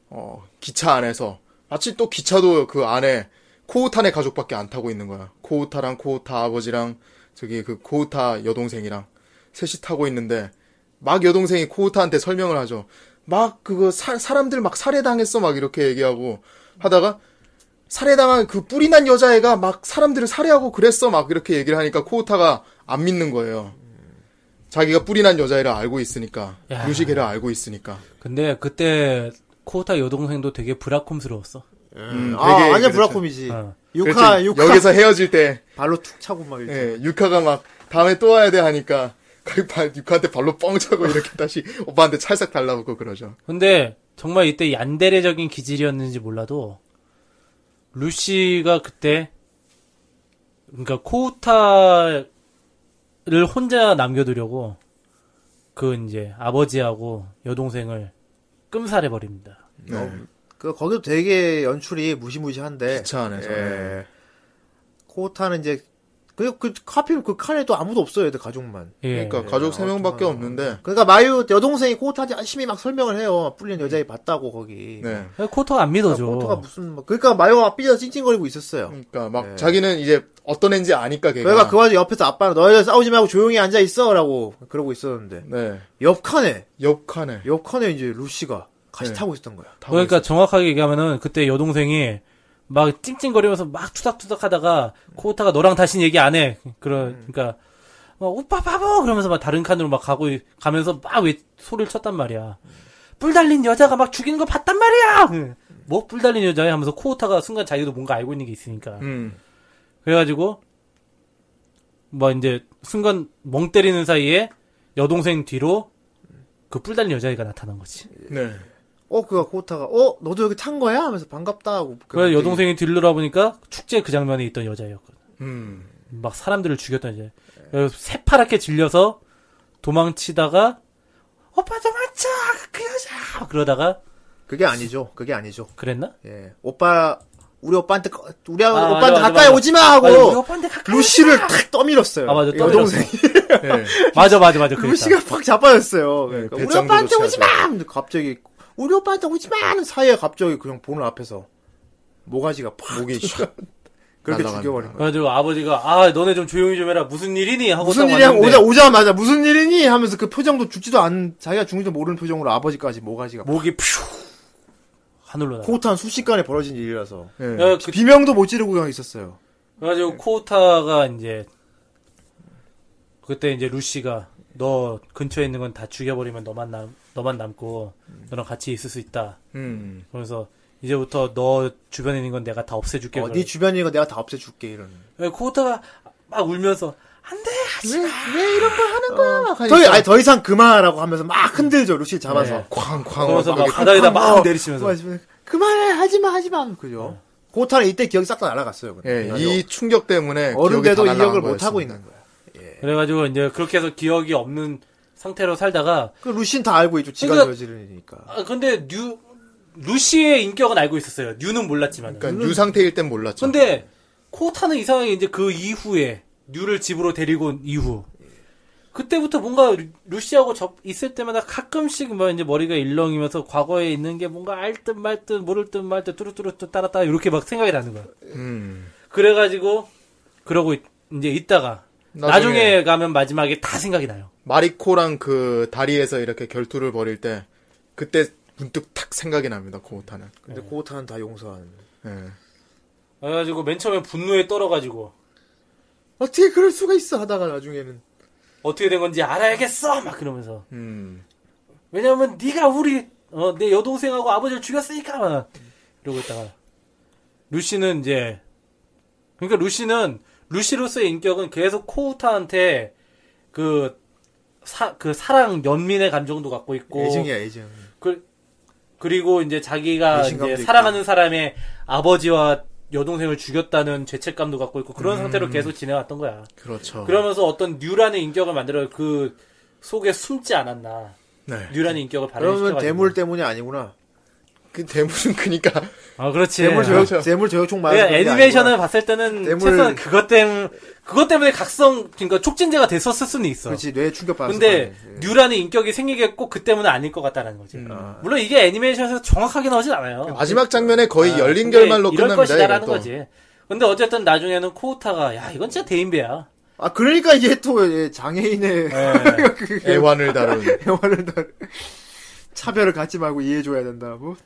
Speaker 5: 어 기차 안에서 마치 또 기차도 그 안에 코우탄의 가족밖에 안 타고 있는 거야 코우타랑 코우타 아버지랑 저기 그 코우타 여동생이랑 셋이 타고 있는데 막 여동생이 코우타한테 설명을 하죠 막 그거 사, 사람들 막 살해당했어 막 이렇게 얘기하고 하다가 살해당한 그 뿌리 난 여자애가 막 사람들을 살해하고 그랬어 막 이렇게 얘기를 하니까 코우타가 안 믿는 거예요. 자기가 뿌리 난 여자애를 알고 있으니까
Speaker 4: 야.
Speaker 5: 루시게를 알고 있으니까
Speaker 4: 근데 그때 코타 여동생도 되게 브라콤스러웠어.
Speaker 5: 음,
Speaker 3: 아
Speaker 5: 되게
Speaker 3: 완전
Speaker 5: 그렇죠.
Speaker 3: 브라콤이지.
Speaker 4: 어.
Speaker 3: 유카
Speaker 5: 그렇지.
Speaker 3: 유카
Speaker 5: 여기서 헤어질 때
Speaker 3: 발로 툭 차고 막 이렇게.
Speaker 5: 예, 유카가 막 다음에 또 와야 돼 하니까 그 발- 유카한테 발로 뻥 차고 이렇게 다시 오빠한테 찰싹 달라붙고 그러죠.
Speaker 4: 근데 정말 이때 얀데레적인 기질이었는지 몰라도 루시가 그때 그러니까 코우타를 혼자 남겨두려고 그 이제 아버지하고 여동생을 끔살해 버립니다.
Speaker 5: 네.
Speaker 3: 그 거기도 되게 연출이 무시무시한데. 예.
Speaker 5: 기차 안에서. 네.
Speaker 3: 코타는 이제 그, 그 하필 그 칸에 또 아무도 없어요, 애들 가족만.
Speaker 4: 예.
Speaker 5: 그러니까 가족 세
Speaker 3: 어,
Speaker 5: 명밖에
Speaker 3: 정말.
Speaker 5: 없는데
Speaker 3: 그러니까 마유 여동생이 코타한테 열심히 막 설명을 해요. 뿔린 여자애 봤다고 거기.
Speaker 5: 네.
Speaker 4: 코터가 안 믿어줘.
Speaker 3: 코타가 무슨 막- 그러니까 마유가 삐져서 찡찡거리고 있었어요.
Speaker 5: 그러니까 막
Speaker 3: 네.
Speaker 5: 자기는 이제 어떤 애인지 아니까 걔가
Speaker 3: 내가 그 와중에 옆에서 아빠는 너희들 싸우지 말고 조용히 앉아 있어라고 그러고 있었는데
Speaker 5: 네.
Speaker 3: 옆 칸에
Speaker 5: 옆 칸에
Speaker 3: 옆 칸에 이제 루시가 같이
Speaker 5: 네.
Speaker 3: 타고 있었던 거야.
Speaker 5: 타고
Speaker 4: 그러니까 정확하게 얘기하면은 그때 여동생이 막 찡찡거리면서 막 투닥투닥 하다가 코우타가 너랑 다신 얘기 안 해. 그러,
Speaker 5: 음.
Speaker 4: 그러니까 막 오빠 바보 그러면서 막 다른 칸으로 막 가고 있- 가면서 막 왜 소리를 쳤단 말이야. 뿔 달린 여자가 막 죽이는 거 봤단 말이야. 뭐 뿔 달린 여자야 하면서 코우타가 순간 자기도 뭔가 알고 있는 게 있으니까.
Speaker 5: 음.
Speaker 4: 그래가지고 막 이제 순간 멍 때리는 사이에 여동생 뒤로 그 뿔 달린 여자애가 나타난 거지.
Speaker 5: 네.
Speaker 3: 어, 그가 코타가 어, 너도 여기 탄 거야? 하면서 반갑다 하고.
Speaker 4: 그래서 여동생이 뒤를 돌아보니까 축제 그 장면에 있던 여자였거든.
Speaker 5: 음.
Speaker 4: 막 사람들을 죽였던 여자. 그래서 새파랗게 질려서 도망치다가 오빠 도망쳐 그 여자 막 그러다가
Speaker 3: 그게 아니죠. 그게 아니죠.
Speaker 4: 그랬나?
Speaker 3: 예. 오빠 우리 오빠한테 꺼- 우리 오빠한테
Speaker 4: 맞아, 맞아,
Speaker 3: 가까이
Speaker 4: 맞아.
Speaker 3: 오지 마 하고
Speaker 4: 아니, 우리 오빠한테 가까이
Speaker 3: 루시를 탁 떠밀었어요. 예,
Speaker 4: 아, 맞아,
Speaker 3: 여동생이
Speaker 5: 네.
Speaker 4: 맞아 맞아 맞아 그랬다.
Speaker 3: 루시가 팍 자빠졌어요.
Speaker 5: 네,
Speaker 3: 그러니까 우리
Speaker 5: 배짱도
Speaker 3: 오빠한테
Speaker 5: 좋지
Speaker 3: 오지 마. 근데 갑자기 우리 오빠한테 오지 마 하는 사이에 갑자기 그냥 보는 앞에서 모가지가 팍
Speaker 5: 목이 샥
Speaker 3: 그렇게
Speaker 5: 날아갑니다.
Speaker 3: 죽여버린 거야.
Speaker 4: 그래가지고 아버지가 아 너네 좀 조용히 좀 해라 무슨 일이니 하고
Speaker 3: 무슨
Speaker 4: 딱
Speaker 3: 일이야?
Speaker 4: 왔는데
Speaker 3: 오자 오자마자 무슨 일이니? 하면서 그 표정도 죽지도 않은 자기가 죽는지도 모르는 표정으로 아버지까지 모가지가
Speaker 4: 목이 퓨 하늘로 나.
Speaker 3: 코타는 순식간에 벌어진 일이라서
Speaker 4: 가
Speaker 5: 네.
Speaker 4: 그,
Speaker 3: 네. 비명도 못 지르고 그냥 있었어요.
Speaker 4: 그래가지고 코우타가 이제 그때 이제 루시가 너 근처에 있는 건 다 죽여버리면 너만 남 너만 남고
Speaker 3: 음.
Speaker 4: 너랑 같이 있을 수 있다.
Speaker 5: 음.
Speaker 4: 그러면서 이제부터 너 주변에 있는 건 내가 다 없애줄게.
Speaker 3: 어, 네 주변에 이거 내가 다 없애줄게 이런.
Speaker 4: 네 코타가 막 울면서 안돼 하지 마.
Speaker 3: 더, 어. 아니, 더 이상 그만하라고 하면서 막 흔들죠 루시 잡아서.
Speaker 4: 네.
Speaker 5: 쾅쾅.
Speaker 4: 그러면서 막 바닥에다 막
Speaker 3: 어,
Speaker 4: 내리치면서 네.
Speaker 3: 그만해, 그만해 하지마 하지마 그죠. 고타는 이때 기억이 싹 다 날아갔어요.
Speaker 5: 예,
Speaker 3: 그냥.
Speaker 5: 이 충격 때문에
Speaker 3: 어른
Speaker 5: 기억이
Speaker 3: 돼도
Speaker 5: 다 날아간
Speaker 3: 이역을 못 하고
Speaker 5: 거였습니다.
Speaker 3: 있는 거야.
Speaker 4: 그래가지고 이제 그렇게 해서 기억이 없는 상태로 살다가
Speaker 3: 그 루시는 다 알고 있죠. 지가
Speaker 4: 그러니까-
Speaker 3: 저지르니까.
Speaker 4: 아 근데 뉴 루시의 인격은 알고 있었어요. 뉴는 몰랐지만.
Speaker 5: 그러니까 유 상태일 땐 몰랐죠.
Speaker 4: 근데 코타는 이상하게 이제 그 이후에 뉴를 집으로 데리고 온 이후 그때부터 뭔가 루- 루시하고 접 있을 때마다 가끔씩 막 이제 머리가 일렁이면서 과거에 있는 게 뭔가 알듯 말듯 모를 듯 말듯 뚜루뚜루 뚜 따랐다 이렇게 막 생각이 나는 거야.
Speaker 5: 음.
Speaker 4: 그래가지고 그러고 있- 이제 있다가
Speaker 5: 나중에-
Speaker 4: 나중에 가면 마지막에 다 생각이 나요.
Speaker 5: 마리코랑 그 다리에서 이렇게 결투를 벌일 때 그때 문득 탁 생각이 납니다. 고타는.
Speaker 3: 근데
Speaker 4: 그
Speaker 3: 고타는 다 용서하는.
Speaker 5: 예.
Speaker 4: 그래가지고 맨 처음에 분노에 떨어가지고
Speaker 3: 어떻게 그럴 수가 있어 하다가 나중에는
Speaker 4: 어떻게 된 건지 알아야겠어 막 그러면서
Speaker 5: 음.
Speaker 4: 왜냐면 네가 우리 어, 내 여동생하고 아버지를 죽였으니까 막 이러고 있다가 루시는 이제 그러니까 루시는 루시로서의 인격은 계속 코우타한테 그, 사, 그 사랑 연민의 감정도 갖고 있고
Speaker 3: 애증이야 애증.
Speaker 4: 그, 그리고 이제 자기가
Speaker 3: 배신감도
Speaker 4: 이제
Speaker 3: 있고.
Speaker 4: 사랑하는 사람의 아버지와 여동생을 죽였다는 죄책감도 갖고 있고 그런
Speaker 3: 음.
Speaker 4: 상태로 계속 지내왔던 거야
Speaker 5: 그렇죠.
Speaker 4: 그러면서 어떤 뉴라는 인격을 만들어 그 속에 숨지 않았나
Speaker 5: 네.
Speaker 4: 뉴라는 인격을 발현시켜가지고
Speaker 3: 그러면 대물 때문이 아니구나.
Speaker 5: 그 대물은 그니까
Speaker 4: 아 그렇지
Speaker 3: 대물 조역
Speaker 5: 그렇죠.
Speaker 3: 대물 조역총 맞은
Speaker 4: 내가
Speaker 3: 그런 게
Speaker 4: 그러니까 네, 애니메이션을
Speaker 3: 아니구나.
Speaker 4: 봤을 때는
Speaker 3: 대물-
Speaker 4: 최소한 그것 때문에 그것 때문에 각성 그러니까 촉진제가 됐었을 수는 있어
Speaker 3: 그렇지 예. 뇌 충격 받았어.
Speaker 4: 근데 뉴라는 인격이 생기게 꼭 그 때문은 아닐 것 같다라는 거지
Speaker 3: 음.
Speaker 4: 물론 이게 애니메이션에서 정확하게 나오진
Speaker 3: 그
Speaker 4: 않아요
Speaker 5: 마지막 장면에 거의
Speaker 4: 아,
Speaker 5: 열린
Speaker 4: 근데
Speaker 5: 결말로
Speaker 4: 이럴
Speaker 5: 끝납니다.
Speaker 4: 것이다라는
Speaker 5: 이것도.
Speaker 4: 거지 근데 어쨌든 나중에는 코우타가 야 이건 진짜 대인배야
Speaker 3: 아 그러니까 이게 또 예, 장애인의
Speaker 4: 네.
Speaker 5: 애환을 다룬.
Speaker 3: 영화를 다 차별을 갖지 말고 이해해줘야 된다고.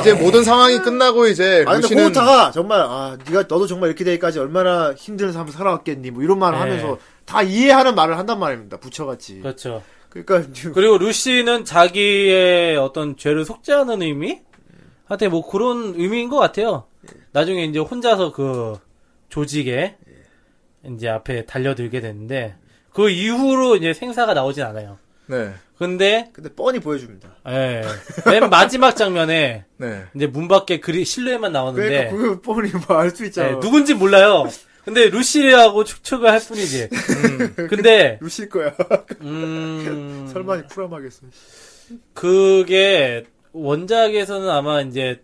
Speaker 5: 이제 모든 상황이 끝나고 이제
Speaker 3: 아 근데
Speaker 5: 루시는
Speaker 3: 코우타가 정말 아 네가 너도 정말 이렇게 되기까지 얼마나 힘든 삶을 살아왔겠니 뭐 이런 말을
Speaker 4: 네.
Speaker 3: 하면서 다 이해하는 말을 한단 말입니다. 부처같이.
Speaker 4: 그렇죠
Speaker 3: 그러니까 지금
Speaker 4: 그리고 루시는 자기의 어떤 죄를 속죄하는 의미? 하여튼 뭐 그런 의미인 것 같아요. 나중에 이제 혼자서 그 조직에 이제 앞에 달려들게 되는데 그 이후로 이제 생사가 나오진 않아요.
Speaker 5: 네.
Speaker 4: 근데
Speaker 3: 근데 뻔히 보여줍니다.
Speaker 4: 예, 맨 마지막 장면에
Speaker 5: 네.
Speaker 4: 이제 문 밖에 그리 실루엣만 나오는데
Speaker 3: 그러니까 그거 뻔히 뭐 알 수
Speaker 4: 예,
Speaker 3: 있잖아.
Speaker 4: 누군지 몰라요. 근데 루시하고 축축을 할 뿐이지. 음. 근데
Speaker 3: 루실 거야.
Speaker 4: 음
Speaker 3: 설마 쿨함하겠어.
Speaker 4: 그게 원작에서는 아마 이제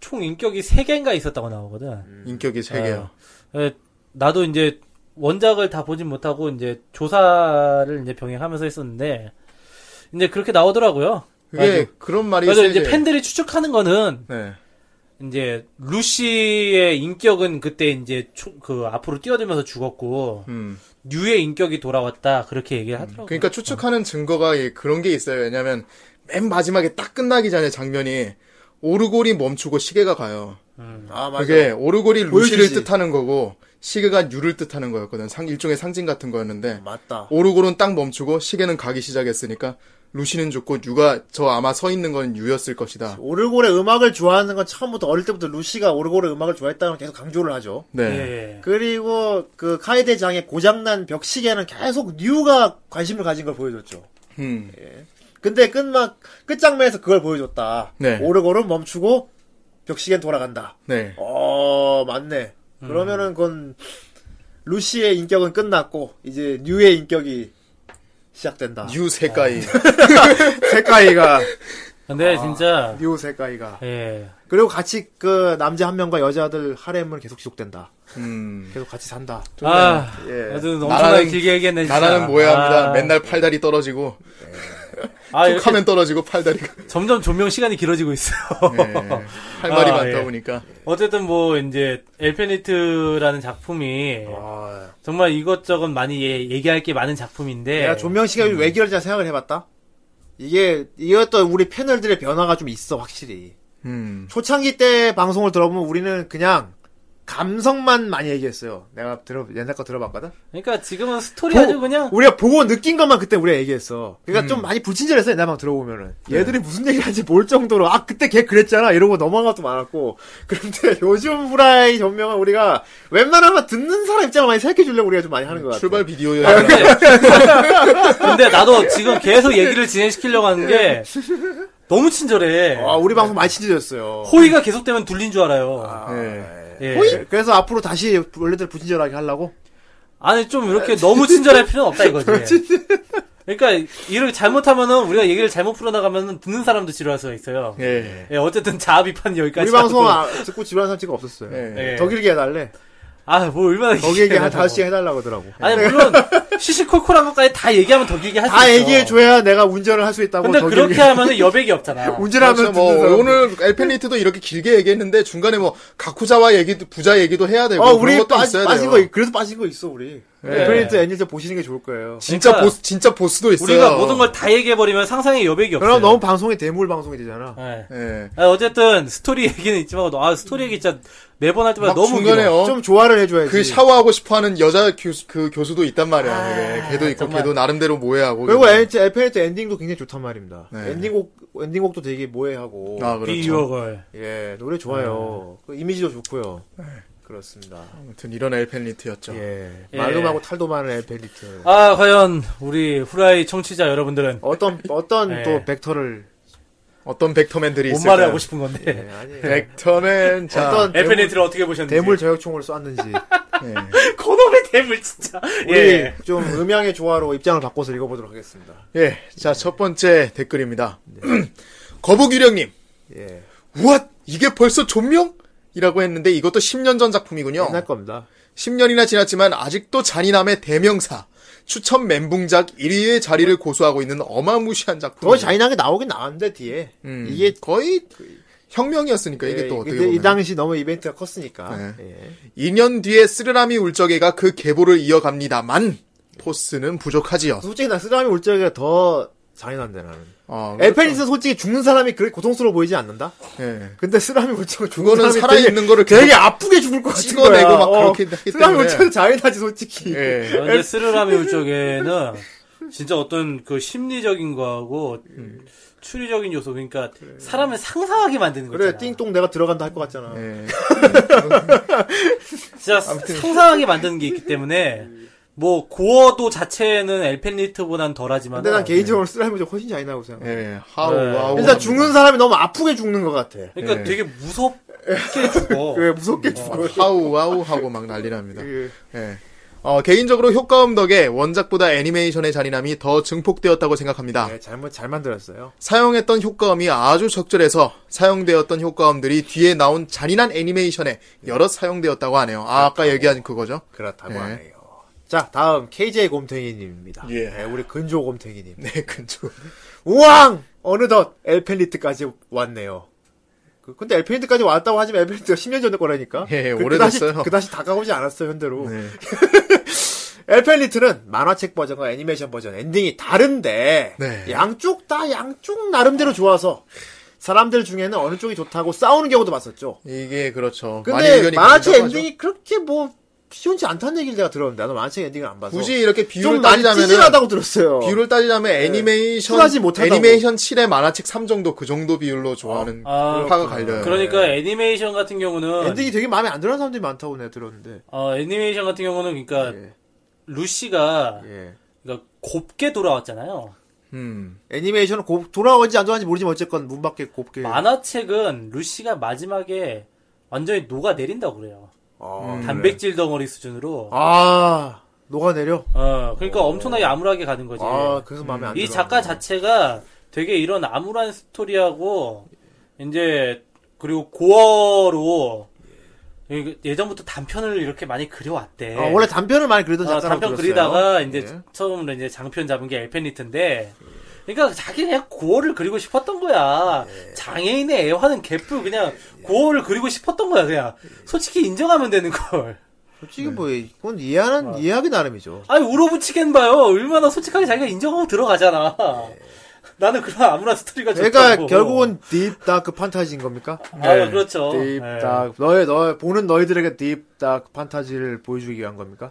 Speaker 4: 총 인격이 3개인가 있었다고 나오거든.
Speaker 5: 인격이 세 개요.
Speaker 4: 어, 에, 나도 이제 원작을 다 보진 못하고 이제 조사를 이제 병행하면서 했었는데 이제 그렇게 나오더라고요.
Speaker 5: 그게
Speaker 4: 아주.
Speaker 5: 그런 말이
Speaker 4: 그래서 이제
Speaker 5: 세지.
Speaker 4: 팬들이 추측하는 거는
Speaker 5: 네.
Speaker 4: 이제 루시의 인격은 그때 이제 초- 그 앞으로 뛰어들면서 죽었고
Speaker 5: 음.
Speaker 4: 뉴의 인격이 돌아왔다 그렇게 얘기를 하더라고요.
Speaker 5: 그러니까 추측하는 증거가 이- 그런 게 있어요. 왜냐면 맨 마지막에 딱 끝나기 전에 장면이 오르골이 멈추고 시계가 가요.
Speaker 3: 아 맞아.
Speaker 5: 그게 오르골이 루시를
Speaker 3: 보여주지.
Speaker 5: 뜻하는 거고 시계가 유를 뜻하는 거였거든. 상 일종의 상징 같은 거였는데
Speaker 3: 맞다.
Speaker 5: 오르골은 딱 멈추고 시계는 가기 시작했으니까 루시는 죽고 유가 저 아마 서 있는 건 유였을 것이다.
Speaker 3: 오르골의 음악을 좋아하는 건 처음부터 어릴 때부터 루시가 오르골의 음악을 좋아했다는 걸 계속 강조를 하죠.
Speaker 5: 네.
Speaker 4: 예.
Speaker 3: 그리고 그 카이데 장의 고장난 벽시계는 계속 뉴가 관심을 가진 걸 보여줬죠. 예.
Speaker 5: 음.
Speaker 3: 근데 끝막 끝장면에서 그걸 보여줬다.
Speaker 5: 네.
Speaker 3: 오르골은 멈추고 벽시계는 돌아간다.
Speaker 5: 네.
Speaker 3: 어 맞네. 그러면은 그건 루시의 인격은 끝났고 이제 뉴의 인격이 시작된다.
Speaker 5: 유 색깔이
Speaker 3: 세카이가
Speaker 4: 근데
Speaker 5: 아.
Speaker 4: 진짜
Speaker 3: 뉴 세카이가
Speaker 4: 예.
Speaker 3: 그리고 같이 그 남자 한 명과 여자들 하렘은 계속 지속된다.
Speaker 5: 음.
Speaker 3: 계속 같이 산다.
Speaker 4: 아,
Speaker 3: 예.
Speaker 4: 아주 엄청나게
Speaker 5: 나라는-
Speaker 4: 길게 얘기했네. 진짜.
Speaker 5: 나라는 뭐야 합니다.
Speaker 4: 아.
Speaker 5: 맨날 팔다리 떨어지고
Speaker 4: 아, 이렇게
Speaker 5: 툭하면 떨어지고 팔다리가
Speaker 4: 점점 조명 시간이 길어지고 있어요.
Speaker 5: 네. 할 말이
Speaker 4: 아,
Speaker 5: 많다
Speaker 4: 예.
Speaker 5: 보니까
Speaker 4: 어쨌든 뭐 이제 엘페니트라는 작품이
Speaker 3: 아,
Speaker 4: 정말 이것저것 많이 예- 얘기할 게 많은 작품인데
Speaker 5: 예.
Speaker 3: 내가 조명 씨가
Speaker 5: 음.
Speaker 3: 왜 그런지 생각을 해봤다. 이게 이것도 우리 패널들의 변화가 좀 있어 확실히.
Speaker 5: 음.
Speaker 3: 초창기 때 방송을 들어보면 우리는 그냥 감성만 많이 얘기했어요. 내가 들어 옛날 거 들어봤거든.
Speaker 4: 그러니까 지금은 스토리
Speaker 3: 보-
Speaker 4: 아주 그냥
Speaker 3: 우리가 보고 느낀 것만 그때 우리가 얘기했어.
Speaker 5: 음.
Speaker 3: 그러니까 좀 많이 불친절했어 옛날 방 들어보면은
Speaker 5: 네.
Speaker 3: 얘들이 무슨 얘기를 하는지 모를 정도로 아 그때 걔 그랬잖아 이러고 넘어간 것도 많았고 그런데 요즘 후라이 전명은 우리가 웬만하면 듣는 사람 입장을 많이 생각해 주려고 우리가 좀 많이 하는 것 같아.
Speaker 5: 출발 비디오 여행.
Speaker 4: 근데 나도 지금 계속 얘기를 진행시키려고 하는
Speaker 5: 예.
Speaker 4: 게 너무 친절해.
Speaker 3: 아 우리 방송 많이 친절했어요.
Speaker 4: 호의가 계속되면 둘린 줄 알아요.
Speaker 5: 네.
Speaker 4: 예.
Speaker 3: 호이? 그래서 앞으로 다시 원래대로 불친절하게 하려고?
Speaker 4: 아니 좀 이렇게 너무 친절할 필요는 없다 이거지. 그러니까 이렇게 잘못하면은 우리가 얘기를 잘못 풀어나가면은 듣는 사람도 지루할 수가 있어요. 예.
Speaker 5: 예.
Speaker 4: 어쨌든 자아 비판 여기까지.
Speaker 3: 우리
Speaker 5: 그
Speaker 3: 방송
Speaker 4: 하고.
Speaker 3: 아, 듣고 지루한 사람 찍어 없었어요.
Speaker 5: 예.
Speaker 4: 예.
Speaker 3: 더 길게 해달래.
Speaker 4: 아, 뭐 얼마나
Speaker 3: 더 길게 한 다섯 시간 해달라고 하더라고.
Speaker 4: 아니 물론 시시콜콜한 것까지 다 얘기하면 더 길게 할 수 있어.
Speaker 3: 다
Speaker 5: 그렇죠.
Speaker 3: 얘기해줘야 내가 운전을 할 수 있다고.
Speaker 4: 근데
Speaker 3: 더
Speaker 4: 그렇게
Speaker 3: 길게.
Speaker 4: 하면은 여백이 없잖아.
Speaker 5: 그래서
Speaker 3: 운전하면
Speaker 5: 뭐
Speaker 3: 듣는 사람.
Speaker 5: 오늘 엘펜리트도 이렇게 길게 얘기했는데 중간에 뭐 가쿠자와 얘기도 부자 얘기도 해야 되고
Speaker 3: 어,
Speaker 5: 뭐 그런
Speaker 3: 우리
Speaker 5: 것도
Speaker 3: 빠진,
Speaker 5: 있어야
Speaker 3: 빠진
Speaker 5: 돼요. 네.
Speaker 3: 거, 있- 그래서 빠진 거 있어, 우리. 프린트 애니저 보시는 게 좋을 거예요.
Speaker 5: 진짜
Speaker 4: 그러니까
Speaker 5: 보스 진짜 보스도 있어요.
Speaker 4: 우리가 모든 걸 다 얘기해버리면 상상의 여백이 없어요.
Speaker 3: 그럼 너무 방송이 대물 방송이 되잖아.
Speaker 4: 예.
Speaker 5: 예.
Speaker 4: 아, 어쨌든 스토리 얘기는 있지만 아 스토리 얘기 진짜 매번 할 때마다
Speaker 5: 막
Speaker 4: 너무
Speaker 5: 중간에
Speaker 4: 길어.
Speaker 5: 어,
Speaker 3: 좀 조화를 해줘야지. 아,
Speaker 5: 그 샤워하고 싶어하는 여자 교수 그 교수도 있단 말이야. 이게. 걔도 있고
Speaker 4: 정말.
Speaker 5: 걔도 나름대로 모해하고.
Speaker 3: 그리고
Speaker 5: 그냥.
Speaker 3: 엘펜 엘펜 엔딩도 굉장히 좋단 말입니다.
Speaker 5: 네.
Speaker 3: 엔딩곡, 엔딩곡도 되게 모해하고.
Speaker 5: 아 네. 그렇죠.
Speaker 4: 비유어걸.
Speaker 3: 예, 노래 좋아요. 그 이미지도 좋고요.
Speaker 5: 네.
Speaker 3: 그렇습니다.
Speaker 5: 아무튼 이런 엘펜리트였죠.
Speaker 3: 예.
Speaker 4: 예.
Speaker 3: 말름하고 탈도 많은 엘펜리트.
Speaker 4: 아 과연 우리 후라이 청취자 여러분들은
Speaker 3: 어떤, 어떤
Speaker 4: 예.
Speaker 3: 또 벡터를.
Speaker 5: 어떤 벡터맨들이
Speaker 4: 뭔
Speaker 5: 있을까요?
Speaker 4: 말을 하고 싶은 건데
Speaker 3: 예, 아니.
Speaker 5: 벡터맨 자
Speaker 3: 어떤
Speaker 4: 엘펜리트
Speaker 3: 대물,
Speaker 4: 를 어떻게 보셨는지.
Speaker 3: 대물 저격총을 쐈는지.
Speaker 5: 예.
Speaker 4: 고놈의 대물 진짜.
Speaker 3: 우리
Speaker 4: 예.
Speaker 3: 좀 음향의 조화로 입장을 바꿔서 읽어보도록 하겠습니다.
Speaker 5: 예, 자, 첫 번째 댓글입니다. 거북유령님,
Speaker 3: 네. 예.
Speaker 5: 우왓! 이게 벌써 존명? 이라고 했는데 이것도 10년 전 작품이군요.
Speaker 3: 끝날 겁니다.
Speaker 5: 10년이나 지났지만 아직도 잔인함의 대명사. 추천 멘붕작 1위의 자리를 고수하고 있는 어마무시한 작품.
Speaker 3: 더 잔인하게 나오긴 나왔는데, 뒤에.
Speaker 5: 음.
Speaker 3: 이게 거의,
Speaker 5: 혁명이었으니까 이게
Speaker 3: 예,
Speaker 5: 또 어떻게
Speaker 3: 근데
Speaker 5: 보면. 네.
Speaker 3: 이 당시 너무 이벤트가 컸으니까. 예.
Speaker 5: 2년 뒤에 쓰르라미 울적애가 그 계보를 이어갑니다만 포스는 부족하지요.
Speaker 3: 솔직히 난 쓰라미 울적이가 더 잔인한데, 나는.
Speaker 5: 아,
Speaker 3: 엘펜리스 솔직히 죽는 사람이 그렇게 고통스러워 보이지 않는다?
Speaker 5: 예.
Speaker 3: 근데 쓰라미 울적은 죽는
Speaker 5: 그거는
Speaker 3: 사람이
Speaker 5: 살아있는 거를
Speaker 3: 되게, 되게
Speaker 5: 계속
Speaker 3: 아프게 죽을 것 같은
Speaker 5: 찍어내고
Speaker 3: 거야.
Speaker 5: 막 그렇게 했기
Speaker 3: 쓰라미
Speaker 5: 때문에.
Speaker 3: 울적은 잔인하지, 솔직히.
Speaker 5: 예.
Speaker 4: 근데 어, 스르라미 울적에는 진짜 어떤 그 심리적인 거하고 추리적인 요소 음. 그러니까 사람을 상상하게 만드는 거잖아.
Speaker 3: 그래, 띵똥 내가 들어간다 할 것 같잖아.
Speaker 5: 예.
Speaker 4: 진짜 상상하게 만드는 게 있기 때문에 뭐 고어도 자체는 엘펜리트보단 덜하지만
Speaker 3: 근데 난 개인적으로 쓰라미 울적 훨씬 잔인하고 생각해.
Speaker 5: 예. 하우
Speaker 4: 네.
Speaker 5: 와우.
Speaker 3: 어. 일단 죽는 사람이 너무 아프게 죽는 것 같아.
Speaker 4: 그러니까
Speaker 5: 예.
Speaker 4: 되게 무섭게 죽어.
Speaker 3: 왜 무섭게 죽어.
Speaker 5: 하우 와우 하고 막 난리 납니다.
Speaker 3: 예.
Speaker 5: 예. 어, 개인적으로 효과음 덕에 원작보다 애니메이션의 잔인함이 더 증폭되었다고 생각합니다.
Speaker 3: 네, 잘못 잘 만들었어요.
Speaker 5: 사용했던 효과음이 아주 적절해서 사용되었던 효과음들이 뒤에 나온 잔인한 애니메이션에 여러 사용되었다고 하네요. 아, 아까 얘기한 그거죠?
Speaker 3: 그렇다고
Speaker 5: 네.
Speaker 3: 하네요. 자, 다음 KJ 곰탱이님입니다.
Speaker 5: 예.
Speaker 3: 네, 우리 근조 곰탱이님.
Speaker 5: 네, 근조.
Speaker 3: 우왕! 어느덧 엘펜리트까지 왔네요. 그- 근데 엘펜리트까지 왔다고 하지만 엘펜리트가 10년 전의 거라니까.
Speaker 5: 예,
Speaker 3: 그,
Speaker 5: 오래됐어요.
Speaker 3: 그다시, 그다시 다가오지 않았어요, 현대로.
Speaker 5: 네.
Speaker 3: 엘펜리트는 만화책 버전과 애니메이션 버전 엔딩이 다른데
Speaker 5: 네.
Speaker 3: 양쪽 다 양쪽 나름대로 좋아서 사람들 중에는 어느 쪽이 좋다고 싸우는 경우도 봤었죠.
Speaker 5: 이게 그렇죠. 많이
Speaker 3: 근데
Speaker 5: 의견이
Speaker 3: 만화책
Speaker 5: 갈린다고 하죠.
Speaker 3: 엔딩이 그렇게 뭐 쉬운지 않다는 얘기를 내가 들었는데 나도 만화책 엔딩을 안 봐서
Speaker 5: 굳이 이렇게
Speaker 3: 좀
Speaker 5: 비율을
Speaker 3: 많이
Speaker 5: 따지자면
Speaker 3: 찌질하다고 들었어요.
Speaker 5: 비율을 따지자면 애니메이션
Speaker 3: 쿨하지 못하다고.
Speaker 5: 애니메이션 7의 만화책 3 정도 그 정도 비율로 좋아하는
Speaker 4: 아,
Speaker 5: 파가 갈려요.
Speaker 4: 그러니까 애니메이션 같은 경우는
Speaker 3: 엔딩이 되게 마음에 안 드는 사람들이 많다고 내가 들었는데
Speaker 4: 어, 애니메이션 같은 경우는 그러니까
Speaker 3: 예.
Speaker 4: 루시가
Speaker 3: 예.
Speaker 4: 그러니까 곱게 돌아왔잖아요.
Speaker 5: 음.
Speaker 3: 애니메이션은 곱- 돌아오는지 안 돌아오는지 모르지만 어쨌건 문 밖에 곱게
Speaker 4: 만화책은 루시가 마지막에 완전히 녹아 내린다고 그래요. 음.
Speaker 3: 아,
Speaker 4: 단백질 덩어리 수준으로.
Speaker 3: 아 녹아내려
Speaker 4: 어, 그러니까 엄청나게 암울하게 가는 거지.
Speaker 3: 아 그래서 마음에 안 들어
Speaker 4: 예. 이 작가 자체가 되게 이런 암울한 스토리하고 이제 그리고 고어로 예- 예전부터 단편을 이렇게 많이 그려왔대.
Speaker 3: 아, 원래 단편을 많이 그리던
Speaker 4: 아,
Speaker 3: 작가라고
Speaker 4: 단편
Speaker 3: 들었어요.
Speaker 4: 그리다가 이제
Speaker 3: 예.
Speaker 4: 처음으로 이제 장편 잡은 게 엘펜리트인데 그러니까 자기 그냥 고어를 그리고 싶었던 거야
Speaker 3: 예.
Speaker 4: 장애인의 애화는 개뿔 그냥 고어를 그리고 싶었던 거야 그냥 솔직히 인정하면 되는 걸
Speaker 3: 솔직히
Speaker 4: 네.
Speaker 3: 뭐 그건
Speaker 4: 아.
Speaker 3: 이해하는 이해하기 나름이죠. 예.
Speaker 4: 아니 우로부치겐 봐요 얼마나 솔직하게 자기가 인정하고 들어가잖아 나는 그런 아무런 스토리가
Speaker 3: 제가
Speaker 4: 좋다고.
Speaker 3: 결국은 딥 다크 판타지인 겁니까?
Speaker 4: 아, 그렇죠.
Speaker 3: 딥
Speaker 4: 네.
Speaker 3: 다크 너의 너의 보는 너희들에게 딥 다크 판타지를 보여주기 위한 겁니까?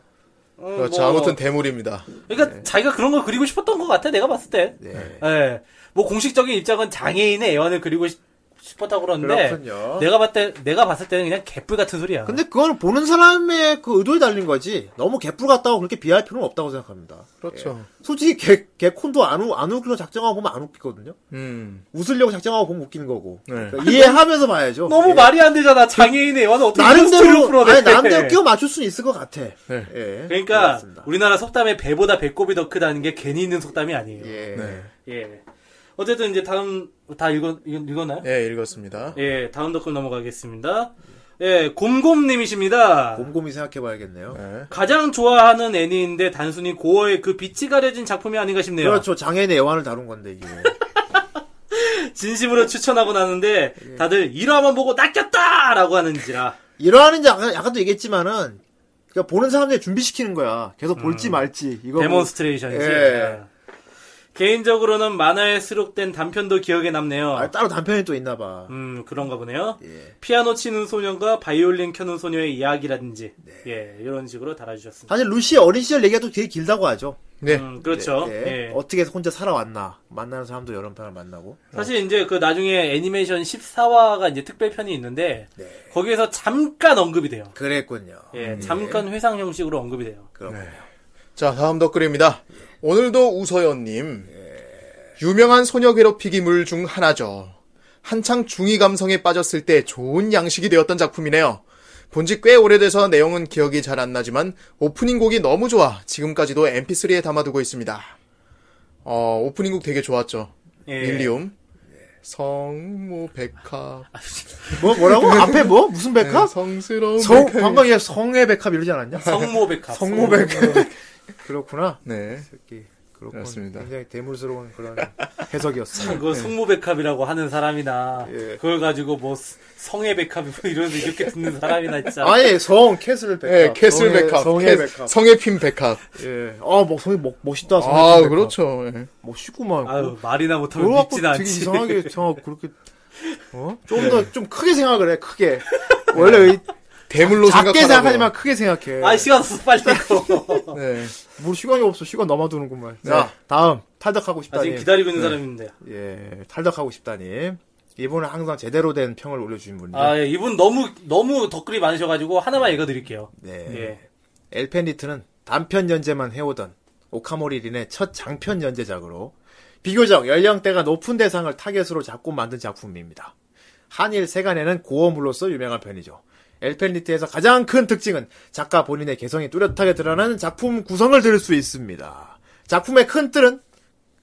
Speaker 4: 음,
Speaker 5: 그렇죠.
Speaker 4: 뭐,
Speaker 5: 아무튼 대물입니다.
Speaker 4: 그러니까
Speaker 3: 네.
Speaker 4: 자기가 그런 걸 그리고 싶었던 것 같아 내가 봤을 때. 네. 뭐 공식적인 입장은 장애인의 애완을 그리고 싶- 싶었다고 그러는데
Speaker 3: 그렇군요.
Speaker 4: 내가 봤을 때 내가 봤을 때는 그냥 개뿔 같은 소리야.
Speaker 3: 근데 그건 보는 사람의 그 의도에 달린 거지. 너무 개뿔 같다고 그렇게 비할 필요는 없다고 생각합니다.
Speaker 5: 그렇죠.
Speaker 3: 솔직히 개, 개콘도 안, 우, 안 웃기려고 작정하고 보면 안 웃기거든요.
Speaker 5: 음.
Speaker 3: 웃으려고 작정하고 보면 웃기는 거고.
Speaker 5: 네.
Speaker 3: 그러니까 이해하면서 봐야죠.
Speaker 4: 너무
Speaker 3: 예.
Speaker 4: 말이 안 되잖아. 장애인의 애완을 어떻게 그런 스토리로
Speaker 3: 나름대로,
Speaker 4: 풀어내? 예.
Speaker 3: 아니, 나름대로 끼워 맞출 수는 있을 것 같아.
Speaker 5: 네.
Speaker 3: 예.
Speaker 4: 그러니까
Speaker 3: 그렇습니다.
Speaker 4: 우리나라 속담에 배보다 배꼽이 더 크다는 게 괜히 있는 속담이 아니에요. 예.
Speaker 3: 예.
Speaker 5: 네.
Speaker 4: 어쨌든 이제 다음 다 읽었 읽었나요?
Speaker 5: 예, 읽었습니다.
Speaker 4: 예, 다음 댓글 넘어가겠습니다. 예, 곰곰님이십니다.
Speaker 3: 곰곰이 생각해봐야겠네요.
Speaker 5: 네.
Speaker 4: 가장 좋아하는 애니인데 단순히 고어의 그 빛이 가려진 작품이 아닌가 싶네요.
Speaker 3: 그렇죠. 장애인의 애환을 다룬 건데, 이게.
Speaker 4: 진심으로 추천하고 나는데
Speaker 3: 예.
Speaker 4: 다들 1화만 보고 낚였다! 라고 하는지라.
Speaker 3: 이러하는지 아까, 아까도 얘기했지만은, 그러니까 보는 사람들이 준비시키는 거야. 계속 볼지 말지. 이거. 뭐-
Speaker 4: 데몬스트레이션이지.
Speaker 3: 예.
Speaker 4: 개인적으로는 만화에 수록된 단편도 기억에 남네요.
Speaker 3: 아, 예. 따로 단편이 또 있나 봐.
Speaker 4: 음, 그런가 보네요. 피아노 치는 소년과 바이올린 켜는 소녀의 이야기라든지.
Speaker 3: 네.
Speaker 4: 예, 이런 식으로 달아주셨습니다.
Speaker 3: 사실 루시 어린 시절 얘기가 또 되게 길다고 하죠.
Speaker 5: 네.
Speaker 4: 음, 그렇죠.
Speaker 3: 예.
Speaker 4: 예.
Speaker 3: 어떻게 해서 혼자 살아왔나. 만나는 사람도 여러 편을 만나고.
Speaker 4: 사실 이제 그 나중에 애니메이션 14화가 이제 특별편이 있는데
Speaker 3: 네.
Speaker 4: 거기에서 잠깐 언급이 돼요.
Speaker 3: 그랬군요.
Speaker 4: 예, 잠깐 회상 형식으로 언급이 돼요.
Speaker 3: 아, 그렇군요.
Speaker 5: 자, 다음 덧글입니다. 오늘도 우서연님. 유명한 소녀 괴롭히기물 중 하나죠. 한창 중이 감성에 빠졌을 때 좋은 양식이 되었던 작품이네요. 본지 꽤 오래돼서 내용은 기억이 잘 안 나지만 오프닝 곡이 너무 좋아 지금까지도 mp3에 담아두고 있습니다. 어, 오프닝 곡 되게 좋았죠.
Speaker 4: 예.
Speaker 3: 네.
Speaker 5: 밀리움, 성모 백합,
Speaker 3: 뭐, 뭐라고? 앞에 뭐? 무슨 백합?
Speaker 5: 성스러운
Speaker 3: 성,
Speaker 5: 백합.
Speaker 3: 방금 얘 성의 백합 이러지 않았냐?
Speaker 4: 성모백합.
Speaker 3: 성모백. 그렇구나.
Speaker 5: 네.
Speaker 3: 새끼. 그렇군.
Speaker 5: 그렇습니다.
Speaker 3: 굉장히 대물스러운 그런 해석이었어요.
Speaker 4: 그거 성모백합이라고 하는 사람이나
Speaker 3: 예.
Speaker 4: 그걸 가지고 뭐 스- 성애백합 뭐 이런 이렇게 듣는 사람이나 진짜
Speaker 3: 아예 성 캐슬 백합.
Speaker 5: 예, 캐슬 백합,
Speaker 3: 성의
Speaker 5: 캐-
Speaker 3: 백합.
Speaker 5: 성의 핀 백합.
Speaker 3: 예. 아, 뭐 성이 뭐, 멋있다. 성의
Speaker 5: 아,
Speaker 3: 백합.
Speaker 5: 그렇죠. 예.
Speaker 3: 멋있구만.
Speaker 4: 아유 말이나 못하면
Speaker 3: 뭐 그거 갖고
Speaker 4: 믿진
Speaker 3: 되게
Speaker 4: 않지. 네.
Speaker 3: 이상하게 생각 그렇게 어? 좀 더 좀 크게 생각을 해. 크게. 원래 이-
Speaker 5: 대물로
Speaker 3: 작게
Speaker 5: 네. 생각하라고요.
Speaker 3: 생각하지만 크게 생각해.
Speaker 4: 아 시간 없어 빨리 읽어.
Speaker 5: 네.
Speaker 3: 뭐 시간이 없어. 시간 넘어두는구만. 자, 다음. 탈덕하고
Speaker 4: 아
Speaker 3: 싶다님.
Speaker 4: 지금 기다리고 있는 사람인데.
Speaker 3: 예, 탈덕하고 싶다님. 이분은 항상 제대로 된 평을 올려주신 분인데.
Speaker 4: 아 예, 이분 너무 너무 덧글이 많으셔가지고 하나만 읽어드릴게요.
Speaker 3: 네.
Speaker 4: 예.
Speaker 3: 엘펜리트는 단편 연재만 해오던 오카모리 린의 첫 장편 연재작으로 비교적 연령대가 높은 대상을 타겟으로 잡고 만든 작품입니다. 한일 세간에는 고어물로서 유명한 편이죠. 엘펜리트에서 가장 큰 특징은 작가 본인의 개성이 뚜렷하게 드러나는 작품 구성을 들을 수 있습니다. 작품의 큰 틀은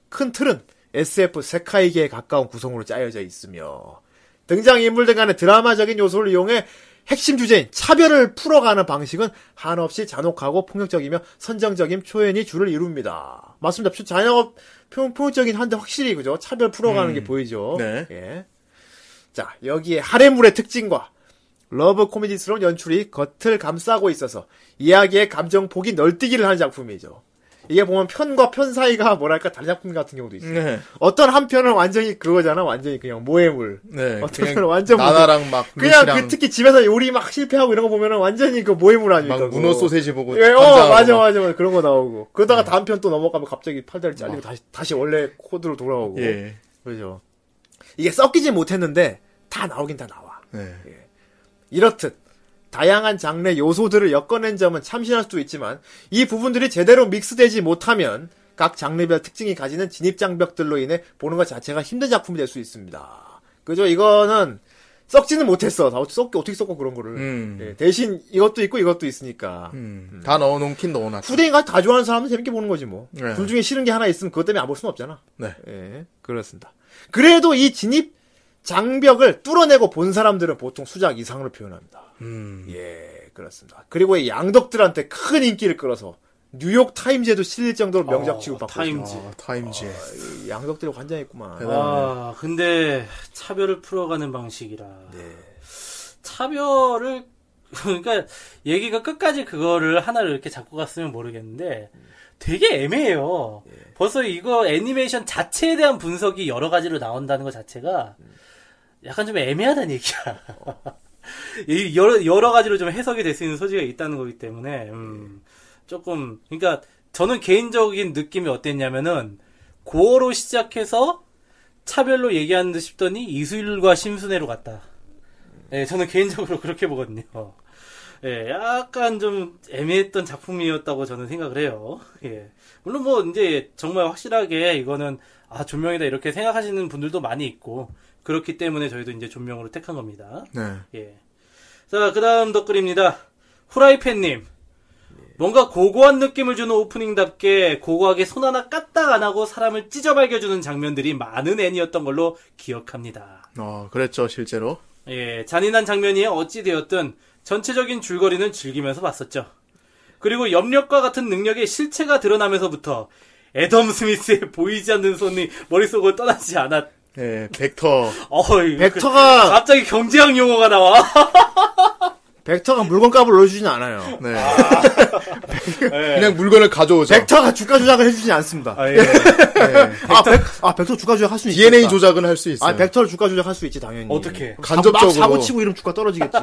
Speaker 3: 큰 틀은 SF 세카이계에 가까운 구성으로 짜여져 있으며 등장인물들 간의 드라마적인 요소를 이용해 핵심 주제인 차별을 풀어가는 방식은 한없이 잔혹하고 폭력적이며 선정적인 표현이 주를 이룹니다. 맞습니다. 표- 잔혹 표현 폭력적인 한데 확실히 그죠? 차별 풀어가는 게 보이죠.
Speaker 5: 네.
Speaker 3: 예. 자 여기에 하렘물의 특징과 러브 코미디스러운 연출이 겉을 감싸고 있어서 이야기의 감정폭이 널뛰기를 하는 작품이죠. 이게 보면 편과 편 사이가 뭐랄까 다른 작품 같은 경우도 있어요.
Speaker 5: 네.
Speaker 3: 어떤 한 편은 완전히 그거잖아. 완전히 그냥 모해물.
Speaker 5: 네.
Speaker 3: 어떤
Speaker 5: 그냥
Speaker 3: 사람은 완전
Speaker 5: 나나랑 막
Speaker 3: 그냥
Speaker 5: 루시랑
Speaker 3: 그 특히 집에서 요리 막 실패하고 이런 거 보면은 완전히 그 모해물 아닙니까?
Speaker 5: 막
Speaker 3: 그거.
Speaker 5: 문어 소세지 보고
Speaker 3: 예, 어,
Speaker 5: 환장하고
Speaker 3: 맞아,
Speaker 5: 뭐 막. 예.
Speaker 3: 맞아, 맞아. 그런 거 나오고. 그러다가 다음 편 또 넘어가면 갑자기 팔다리 잘리고 다시, 다시 원래 코드로 돌아오고.
Speaker 5: 뭐. 예.
Speaker 3: 그죠. 이게 섞이지 못했는데, 다 나오긴 다 나와. 예.
Speaker 5: 네.
Speaker 3: 이렇듯 다양한 장르 요소들을 엮어낸 점은 참신할 수도 있지만 이 부분들이 제대로 믹스되지 못하면 각 장르별 특징이 가지는 진입장벽들로 인해 보는 것 자체가 힘든 작품이 될 수 있습니다. 그죠? 이거는 썩지는 못했어. 다 썩, 어떻게 썩고 그런 거를.
Speaker 5: 음.
Speaker 3: 예, 대신 이것도 있고 이것도 있으니까.
Speaker 5: 음. 다 넣어 놓긴 넣어 놨.
Speaker 3: 후대인가 다 좋아하는 사람은 재밌게 보는 거지 뭐.
Speaker 5: 네.
Speaker 3: 둘 중에 싫은 게 하나 있으면 그것 때문에 안 볼 수는 없잖아.
Speaker 5: 네.
Speaker 3: 예, 그렇습니다. 그래도 이 진입 장벽을 뚫어내고 본 사람들은 보통 수작 이상으로 표현합니다.
Speaker 5: 음.
Speaker 3: 예, 그렇습니다. 그리고 이 양덕들한테 큰 인기를 끌어서 뉴욕 타임즈에도 실릴 정도로 명작 취급받고
Speaker 4: 어, 타임즈.
Speaker 5: 아, 타임지.
Speaker 3: 있습니다. 이 양덕들이 관장했구만.
Speaker 4: 아 근데 차별을 풀어가는 방식이라. 차별을 그러니까 얘기가 끝까지 그거를 하나를 이렇게 잡고 갔으면 모르겠는데 되게 애매해요. 벌써 이거 애니메이션 자체에 대한 분석이 여러 가지로 나온다는 것 자체가 약간 좀 애매하다는 얘기야. 이 여러, 여러 가지로 좀 해석이 될 수 있는 소지가 있다는 거기 때문에, 음, 조금, 그러니까 저는 개인적인 느낌이 어땠냐면은, 고어로 시작해서 차별로 얘기하는 듯 싶더니 이수일과 심순애로 갔다. 예, 저는 개인적으로 그렇게 보거든요. 예, 약간 좀 애매했던 작품이었다고 저는 생각을 해요. 예. 물론 뭐 이제 정말 확실하게 이거는 아, 존명이다 이렇게 생각하시는 분들도 많이 있고 그렇기 때문에 저희도 이제 존명으로 택한 겁니다.
Speaker 5: 네.
Speaker 4: 예. 자, 그다음 댓글입니다. 후라이팬님. 뭔가 고고한 느낌을 주는 오프닝답게 고고하게 손 하나 까딱 안 하고 사람을 찢어발겨주는 장면들이 많은 애니였던 걸로 기억합니다.
Speaker 3: 아.
Speaker 5: 어, 그랬죠, 실제로.
Speaker 4: 예, 잔인한 장면이 어찌되었든 전체적인 줄거리는 즐기면서 봤었죠. 그리고 염력과 같은 능력의 실체가 드러나면서부터 애덤 스미스의 보이지 않는 손이 머릿속을 떠나지 않았.
Speaker 5: 예, 벡터.
Speaker 4: 어이,
Speaker 3: 벡터가-
Speaker 4: 갑자기 경제학 용어가 나와.
Speaker 3: 벡터가 물건값을 넣어주진 않아요.
Speaker 5: 네. 그냥 물건을 가져오죠.
Speaker 3: 벡터가 주가 조작을 해주진 않습니다.
Speaker 4: 아, 예.
Speaker 3: 아, 벡, 아, 벡터 주가 조작할 수 있지.
Speaker 5: DNA 조작은 할 수 있어요.
Speaker 3: 아, 벡터를 주가 조작할 수 있지, 당연히.
Speaker 4: 어떻게?
Speaker 3: 사-
Speaker 5: 간접적으로.
Speaker 3: 막 사고 치고 이름 주가 떨어지겠지.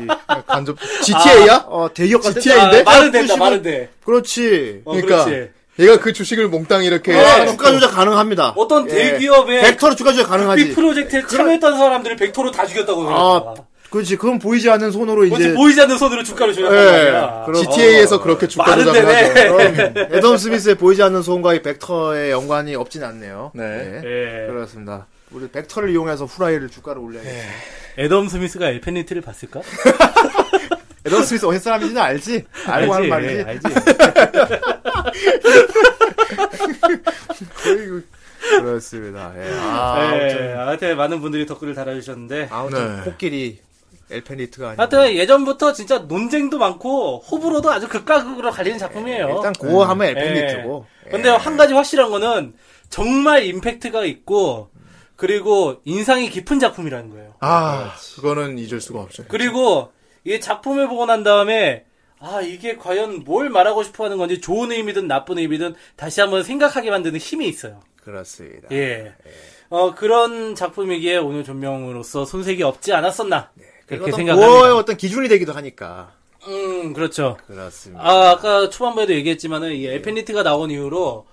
Speaker 5: 간접. GTA야?
Speaker 3: 어, 대기업 같은
Speaker 5: GTA인데?
Speaker 4: 아, 말은 된다, 말은 돼.
Speaker 3: 그렇지.
Speaker 4: 어,
Speaker 5: 그러니까
Speaker 4: 그렇지. 네.
Speaker 5: 얘가 그 주식을 몽땅 이렇게
Speaker 3: 아, 주가 조작 가능합니다.
Speaker 4: 어떤
Speaker 3: 예.
Speaker 4: 대기업의
Speaker 3: 벡터로 주가 조작
Speaker 4: 빅
Speaker 3: 가능하지.
Speaker 4: 그 프로젝트에 참여했던 사람들을 벡터로 다 죽였다고
Speaker 3: 그 아,
Speaker 4: 그러니까.
Speaker 3: 그렇지. 그건 보이지 않는 손으로
Speaker 4: 그렇지
Speaker 3: 이제.
Speaker 4: 보이지 않는 어. 손으로 주가를 줄였단
Speaker 3: 예.
Speaker 4: 말이야.
Speaker 3: 그럼-
Speaker 5: GTA에서 그렇게 주가
Speaker 4: 많은
Speaker 5: 조작을
Speaker 4: 데네.
Speaker 5: 하죠.
Speaker 3: 그럼 애덤 스미스의 보이지 않는 소음과 이 벡터의 연관이 없진 않네요.
Speaker 5: 네.
Speaker 4: 예.
Speaker 3: 그렇습니다. 우리 벡터를 이용해서 후라이를 주가로
Speaker 4: 네.
Speaker 3: 올려야겠어.
Speaker 4: 애덤 스미스가 엘페니트를 봤을까?
Speaker 3: 애덤 스미스 어디 사람인지는 알지? 알고 하는
Speaker 4: 예,
Speaker 3: 말이지.
Speaker 4: 알지.
Speaker 3: 그렇습니다. 예. 아,
Speaker 4: 예, 하여튼 많은 분들이 댓글을 달아주셨는데.
Speaker 3: 아무튼
Speaker 5: 네.
Speaker 3: 코끼리 엘펜리트가 아니고
Speaker 4: 하여튼 예전부터 진짜 논쟁도 많고 호불호도 아주 극과 극으로 갈리는 작품이에요.
Speaker 3: 일단 고어하면
Speaker 4: 예.
Speaker 3: 엘펜리트고.
Speaker 4: 근데 한 가지 확실한 거는 정말 임팩트가 있고 그리고 인상이 깊은 작품이라는 거예요.
Speaker 5: 아, 그거는 잊을 수가 없죠.
Speaker 4: 그리고 이 작품을 보고 난 다음에 아 이게 과연 뭘 말하고 싶어하는 건지 좋은 의미든 나쁜 의미든 다시 한번 생각하게 만드는 힘이 있어요.
Speaker 3: 그렇습니다.
Speaker 4: 예. 어 그런 작품이기에 오늘 존명으로서 손색이 없지 않았었나 예, 그렇게
Speaker 3: 어떤
Speaker 4: 생각합니다.
Speaker 3: 고어의 어떤 기준이 되기도 하니까.
Speaker 4: 음 그렇죠.
Speaker 3: 그렇습니다.
Speaker 4: 아, 아까 초반부에도 얘기했지만은 이 에페니트가 나온 이후로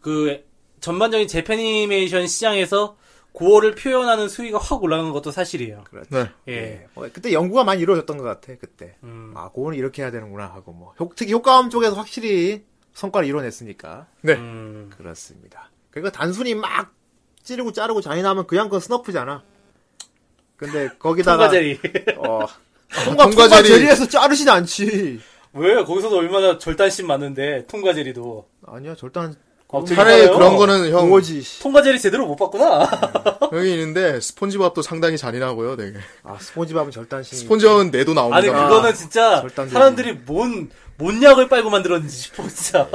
Speaker 4: 그 전반적인 재패니메이션 시장에서 고어를 표현하는 수위가 확 올라간 것도 사실이에요.
Speaker 5: 네.
Speaker 4: 예.
Speaker 3: 예. 어, 그때 연구가 많이 이루어졌던 것 같아, 그때.
Speaker 4: 음.
Speaker 3: 아, 고거는 이렇게 해야 되는구나 하고, 뭐. 효- 특히 효과음 쪽에서 확실히 성과를 이뤄냈으니까.
Speaker 5: 네.
Speaker 4: 음,
Speaker 3: 그렇습니다. 그러니까 단순히 막 찌르고 자르고 잔인하면 그냥 그건 스너프잖아. 근데 거기다가.
Speaker 4: 통과제리.
Speaker 3: 어.
Speaker 4: 아,
Speaker 5: 통과,
Speaker 3: 통과
Speaker 5: 통과제리.
Speaker 3: 제리에서 자르진 않지.
Speaker 4: 왜 거기서도 얼마나 절단씬 많은데 통과제리도.
Speaker 3: 아니야, 절단.
Speaker 4: 어, 되게
Speaker 5: 차라리
Speaker 4: 많아요.
Speaker 5: 그런 거는 형
Speaker 3: 뭐지, 씨.
Speaker 4: 통과제리 제대로 못
Speaker 3: 그러니까.
Speaker 4: 봤구나.
Speaker 5: 여기 있는데 스폰지밥도 상당히 잔인하고요, 되게.
Speaker 3: 아, 스폰지밥은 절단신.
Speaker 5: 스폰지밥은 내도 나옵니다.
Speaker 4: 아니 그거는 진짜
Speaker 3: 절단제리.
Speaker 4: 사람들이 뭔 뭔약을 빨고 만들었는지 싶어 진짜.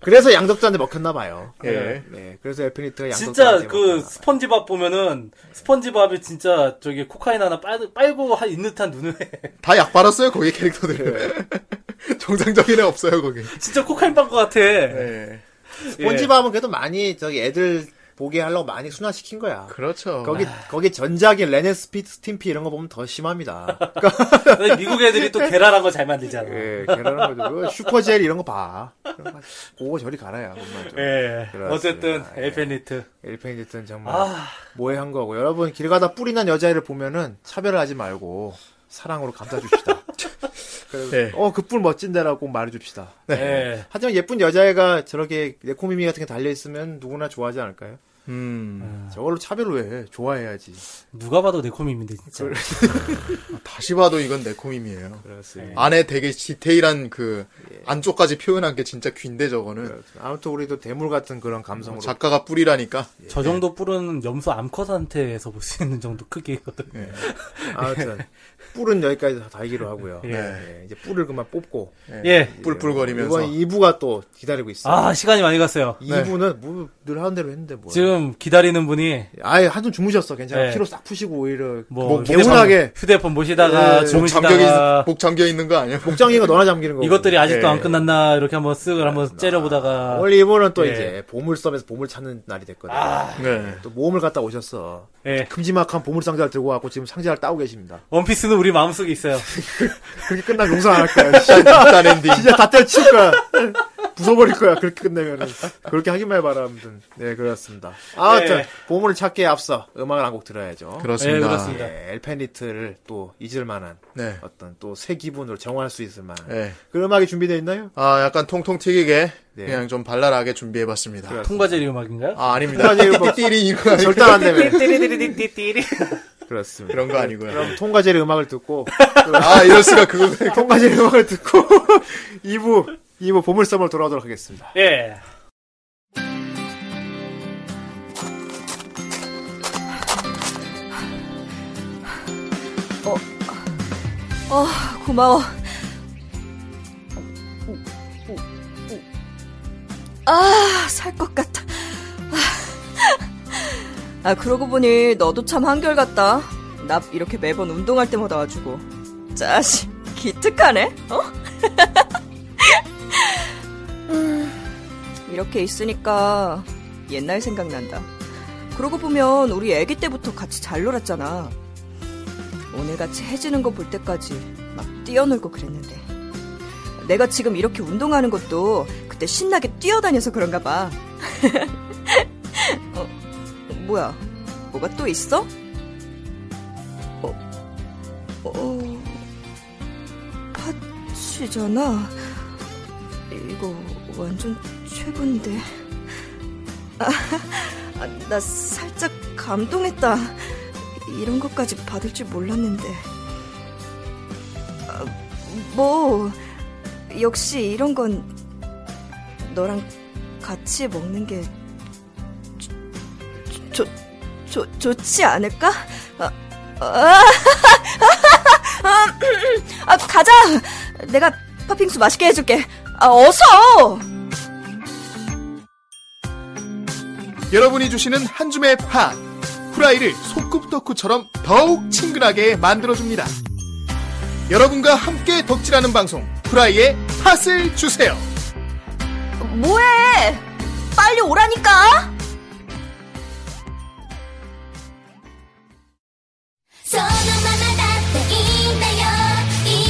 Speaker 3: 그래서 양적자한테 먹혔나봐요.
Speaker 5: 예.
Speaker 3: 네, 그래서 엘피니트가 양적자한테
Speaker 4: 진짜 그
Speaker 3: 먹혔나 봐요.
Speaker 4: 스펀지밥 보면은 스펀지밥이 진짜 저기 코카인 하나 빨, 빨고 하- 있는 듯한 눈을 해.
Speaker 5: 다 약 빨았어요, 거기 캐릭터들.
Speaker 3: 네.
Speaker 5: 정상적인 애 없어요, 거기.
Speaker 4: 진짜 코카인 빤것 같아.
Speaker 3: 예.
Speaker 5: 네.
Speaker 3: 스폰지밥은 그래도 많이 저기 애들 보게 하려고 많이 순화시킨 거야.
Speaker 5: 그렇죠.
Speaker 3: 거기 거기 전작인 레네스피 스팀피 이런 거 보면 더 심합니다.
Speaker 4: 근데 미국 애들이 또 계란한 거 잘 만들잖아. 예.
Speaker 3: 예, 계란을 가지고 슈퍼젤 이런 거 봐. 그런 거 오고 저리 가라야 정말. 좀. 그렇습니다.
Speaker 4: 예. 어쨌든
Speaker 3: 예.
Speaker 4: 엘페니트.
Speaker 3: 엘펜이든 정말
Speaker 4: 아.
Speaker 3: 모해한 거고 여러분 길 가다 뿌리 난 여자애를 보면은 차별하지 말고 사랑으로 감싸줍시다.
Speaker 5: 네.
Speaker 3: 어그 뿔 멋진데라고 꼭 말해줍시다.
Speaker 4: 예.
Speaker 3: 하지만 예쁜 여자애가 저렇게 네코미미 같은 게 달려 있으면 누구나 좋아하지 않을까요?
Speaker 5: 음.
Speaker 3: 저걸로 차별을 왜? 좋아해야지.
Speaker 4: 누가 봐도 내코미인데 진짜.
Speaker 5: 아, 다시 봐도 이건 내코밈이에요. 네.
Speaker 3: 그렇습니다.
Speaker 5: 안에 되게 디테일한 그 안쪽까지 표현한 게 진짜 귀인데
Speaker 3: 네.
Speaker 5: 저거는
Speaker 3: 아무튼 우리도 대물 같은 그런 감성으로
Speaker 5: 작가가 뿌리라니까.
Speaker 3: 예.
Speaker 4: 저 정도 뿔은 염소 암컷한테에서 볼 수 있는 정도 크기거든.
Speaker 5: 예.
Speaker 3: 아무튼 뿔은 여기까지 다 달기로 하고요.
Speaker 4: 예.
Speaker 3: 예, 이제 뿔을 그만 뽑고
Speaker 4: 예.
Speaker 5: 뿔뿔거리면서
Speaker 3: 이번 2부가 또 기다리고 있어요.
Speaker 4: 아 시간이 많이 갔어요.
Speaker 3: 2부는 뭐 늘 하는 대로 했는데 뭐.
Speaker 4: 지금 지금 기다리는 분이
Speaker 3: 아예 한숨 주무셨어. 괜찮아.
Speaker 4: 네.
Speaker 3: 피로 싹 푸시고 오히려
Speaker 4: 뭐
Speaker 5: 목-
Speaker 3: 개운하게
Speaker 4: 휴대폰 모시다가
Speaker 3: 예,
Speaker 5: 목 잠겨
Speaker 4: 주무시다가
Speaker 5: 목 잠겨 있는 거 아니야?
Speaker 3: 목장이가 너나 잠기는 거.
Speaker 4: 이것들이 아직도
Speaker 3: 예. 아, 어.
Speaker 4: 안 끝났나 이렇게 한번 쓱을 한번 째려보다가
Speaker 3: 원래 이번은 또
Speaker 4: 예. 아.
Speaker 3: 이제 보물섬에서 보물 찾는 날이 됐거든.
Speaker 5: 네.
Speaker 3: 또 모험을 갔다 오셨어.
Speaker 4: 예.
Speaker 3: 큼지막한 보물 상자를 들고 와고 지금 상자를 따고 계십니다.
Speaker 4: 원피스는 우리 마음속에 있어요. 예,
Speaker 3: 그렇게 끝나면 용서 안 할 거야. 씨.
Speaker 5: 딴 엔딩.
Speaker 3: 진짜 다 때려칠 거야. 부숴버릴 거야. 그렇게 끝내면은. 그렇게 하기만 해봐라. 아무튼. 네, 그렇습니다. 아무튼,
Speaker 4: 네.
Speaker 3: 보물을 찾기에 앞서 음악을 한 곡 들어야죠.
Speaker 5: 그렇습니다.
Speaker 4: 예, 그렇습니다.
Speaker 3: 예, 엘펜리트를 또 잊을 만한
Speaker 5: 네.
Speaker 3: 어떤 또 새 기분으로 정화할 수 있을 만한
Speaker 5: 예.
Speaker 3: 그 음악이 준비되어 있나요?
Speaker 5: 아, 약간 통통 튀기게
Speaker 3: 네.
Speaker 5: 그냥 좀 발랄하게 준비해 봤습니다.
Speaker 4: 통과제리 음악인가요?
Speaker 5: 아, 아닙니다.
Speaker 3: 통과제리 음악.
Speaker 5: 띠띠리 이거 아니-
Speaker 3: 절대 안 되면
Speaker 4: 띠리리리리리리리.
Speaker 3: 그렇습니다.
Speaker 5: 그런 거 아니고요.
Speaker 3: 그럼 통과제리 음악을 듣고
Speaker 5: 아, 이럴 수가 그거
Speaker 3: 통과제리 음악을 듣고 2부 2부 보물섬으로 돌아오도록 하겠습니다.
Speaker 4: 예.
Speaker 6: 어, 고마워. 아, 살 것 같아. 아, 그러고 보니 너도 참 한결같다. 나 이렇게 매번 운동할 때마다 와주고. 짜식, 기특하네, 어? 음, 이렇게 있으니까 옛날 생각난다. 그러고 보면 우리 애기 때부터 같이 잘 놀았잖아. 오늘같이 해지는 거 볼 때까지 막 뛰어놀고 그랬는데 내가 지금 이렇게 운동하는 것도 그때 신나게 뛰어다녀서 그런가 봐 어, 뭐야 뭐가 또 있어? 어, 어, 파치잖아 이거 완전 최고인데 아, 아, 나 살짝 감동했다 이런 것까지 받을 줄 몰랐는데. 아, 뭐, 역시 이런 건 너랑 같이 먹는 게 좋, 좋, 좋, 좋지 않을까? 아, 아, 아, 가자! 내가 팥빙수 맛있게 해줄게. 아, 어서!
Speaker 5: 여러분이 주시는 한 줌의 팥 후라이를 소꿉 덕후처럼 더욱 친근하게 만들어줍니다. 여러분과 함께 덕질하는 방송 후라이의 팥을 주세요.
Speaker 6: 뭐해! 빨리 오라니까!
Speaker 7: そのままだっていいんだよ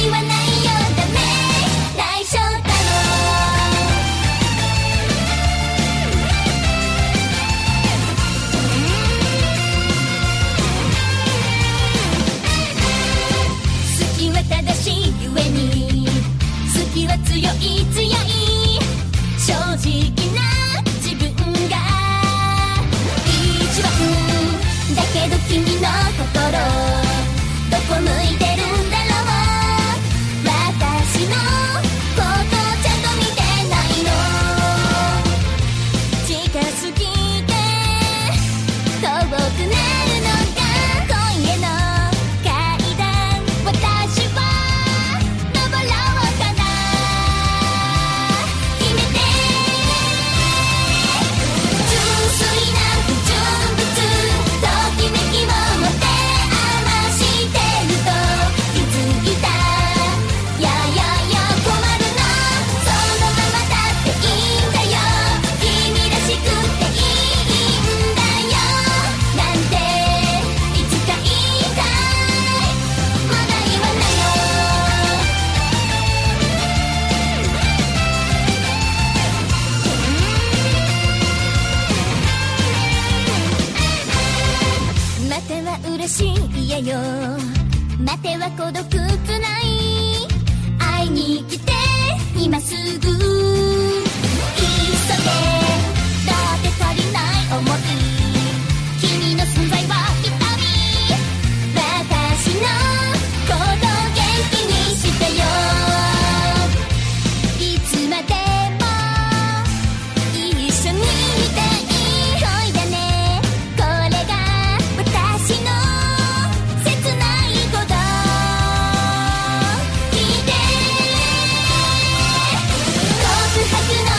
Speaker 7: 言わないよダメ内緒だろ好きは正しいゆえに好きは強い強い正直な自分が一番だけど君の心どこ向いてるんだろう私のことちゃんと見てないの近すぎて遠くなるのが今夜の階段私は登ろうかな決めて純粋な不純物ときめきを持て余してると気づいたややや困るのそのままだっていいんだよ君らしくていいんだよなんていつか言いたいまだ言わないよ待ては嬉しいやよ待ては孤独つない会いに来て今すぐ急げだって足りない思い君の存在は痛み私のこと元気にしてよいつまでも一緒にいたい恋だねこれが私の切ないこと聞いて純粋な不純物と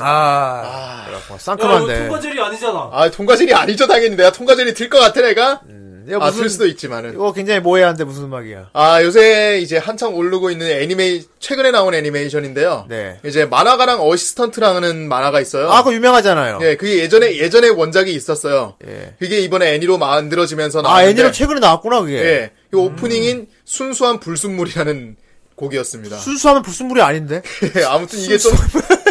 Speaker 3: 아, 그렇고
Speaker 4: 야,
Speaker 3: 상큼한데.
Speaker 4: 이거 통과젤이 아니잖아.
Speaker 5: 아, 통과젤이 아니죠, 당연히. 내가 통과젤이 들 것 같아, 내가?
Speaker 3: 이거 네,
Speaker 5: 아,
Speaker 3: 무슨
Speaker 5: 들 수도 있지만은.
Speaker 3: 이거 굉장히 모해한데 무슨 음악이야?
Speaker 5: 아, 요새 이제 한창 오르고 있는 애니메이, 최근에 나온 애니메이션인데요.
Speaker 3: 네.
Speaker 5: 이제 만화가랑 어시스턴트라는 만화가 있어요.
Speaker 3: 아, 그거 유명하잖아요.
Speaker 5: 예, 그게 예전에, 예전에 원작이 있었어요.
Speaker 3: 예.
Speaker 5: 그게 이번에 애니로 만들어지면서
Speaker 3: 아,
Speaker 5: 나왔는데.
Speaker 3: 애니로 최근에 음. 나왔구나 그게.
Speaker 5: 예. 이 오프닝인 순수한 불순물이라는 곡이었습니다.
Speaker 3: 순수하면 불순물이 아닌데.
Speaker 5: 예, 아무튼 이게 좀,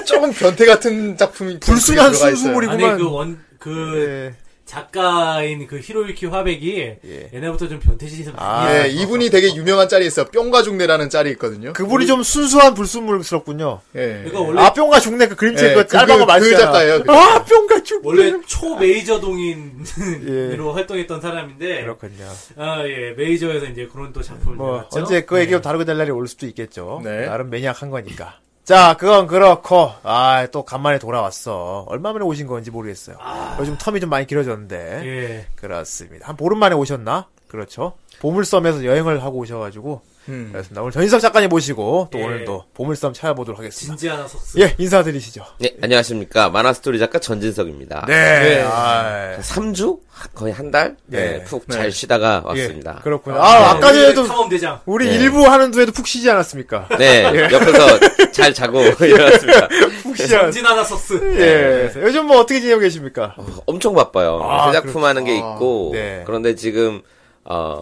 Speaker 5: 조금 변태 같은 작품이.
Speaker 3: 불순한
Speaker 5: 들어가 있어요.
Speaker 3: 순수물이-
Speaker 4: 아니
Speaker 3: 그만.
Speaker 4: 그 원 그
Speaker 3: 예.
Speaker 4: 작가인 그 히로유키 화백이 옛날부터 좀 변태짓을
Speaker 3: 아,
Speaker 4: 많이
Speaker 5: 예, 이분이 되게 유명한 짤이 있어요. 뿅과 중내라는 짤이 있거든요.
Speaker 3: 그분이 좀 순수한 불순물스럽군요.
Speaker 5: 예.
Speaker 4: 그러니까 원래
Speaker 3: 아, 뿅가 죽네 그 그림체
Speaker 5: 예,
Speaker 3: 그거
Speaker 5: 그-
Speaker 3: 짧은
Speaker 5: 그-
Speaker 3: 거 말이야.
Speaker 5: 그 작가예요, 그
Speaker 3: 아, 뿅가 죽네.
Speaker 4: 원래 초 메이저 동인으로
Speaker 3: 예.
Speaker 4: 활동했던 사람인데
Speaker 3: 그렇군요.
Speaker 4: 아, 예. 메이저에서 이제 그런 또 작품을
Speaker 3: 뭐
Speaker 4: 내놨죠.
Speaker 3: 언제 그 얘기로 다루게 될 날이 올 수도 있겠죠.
Speaker 5: 네.
Speaker 3: 나름 매니악한 거니까. 자, 그건 그렇고 아, 또 간만에 돌아왔어. 얼마 만에 오신 건지 모르겠어요. 요즘 텀이 좀 많이 길어졌는데.
Speaker 4: 예.
Speaker 3: 그렇습니다. 한 보름 만에 오셨나? 그렇죠. 보물섬에서 여행을 하고 오셔가지고
Speaker 5: 음.
Speaker 3: 그렇습니다. 오늘 전인석 작가님 모시고 또
Speaker 4: 예.
Speaker 3: 오늘도 보물섬 찾아보도록 하겠습니다.
Speaker 4: 진지 하나 석스.
Speaker 3: 예, 인사드리시죠.
Speaker 8: 네, 안녕하십니까. 만화스토리 작가 전진석입니다.
Speaker 3: 네. 아,
Speaker 8: 3주? 거의 한 달?
Speaker 3: 네.
Speaker 8: 네. 푹 잘 쉬다가 왔습니다.
Speaker 3: 예, 그렇군요. 아, 아까 전에도
Speaker 4: 탐험 대장.
Speaker 3: 우리
Speaker 8: 네.
Speaker 3: 일부 하는 두에도 푹 쉬지 않았습니까?
Speaker 8: 네, 옆에서 잘 자고
Speaker 3: 예.
Speaker 8: 일어났습니다.
Speaker 3: 푹 쉬지 않았습니까?
Speaker 4: 진지 하나 석스.
Speaker 3: 예. 요즘 뭐 어떻게 지내고 계십니까?
Speaker 8: 엄청 바빠요.
Speaker 3: 아,
Speaker 8: 새 작품 하는 게 있고
Speaker 3: 네.
Speaker 8: 그런데 지금 어,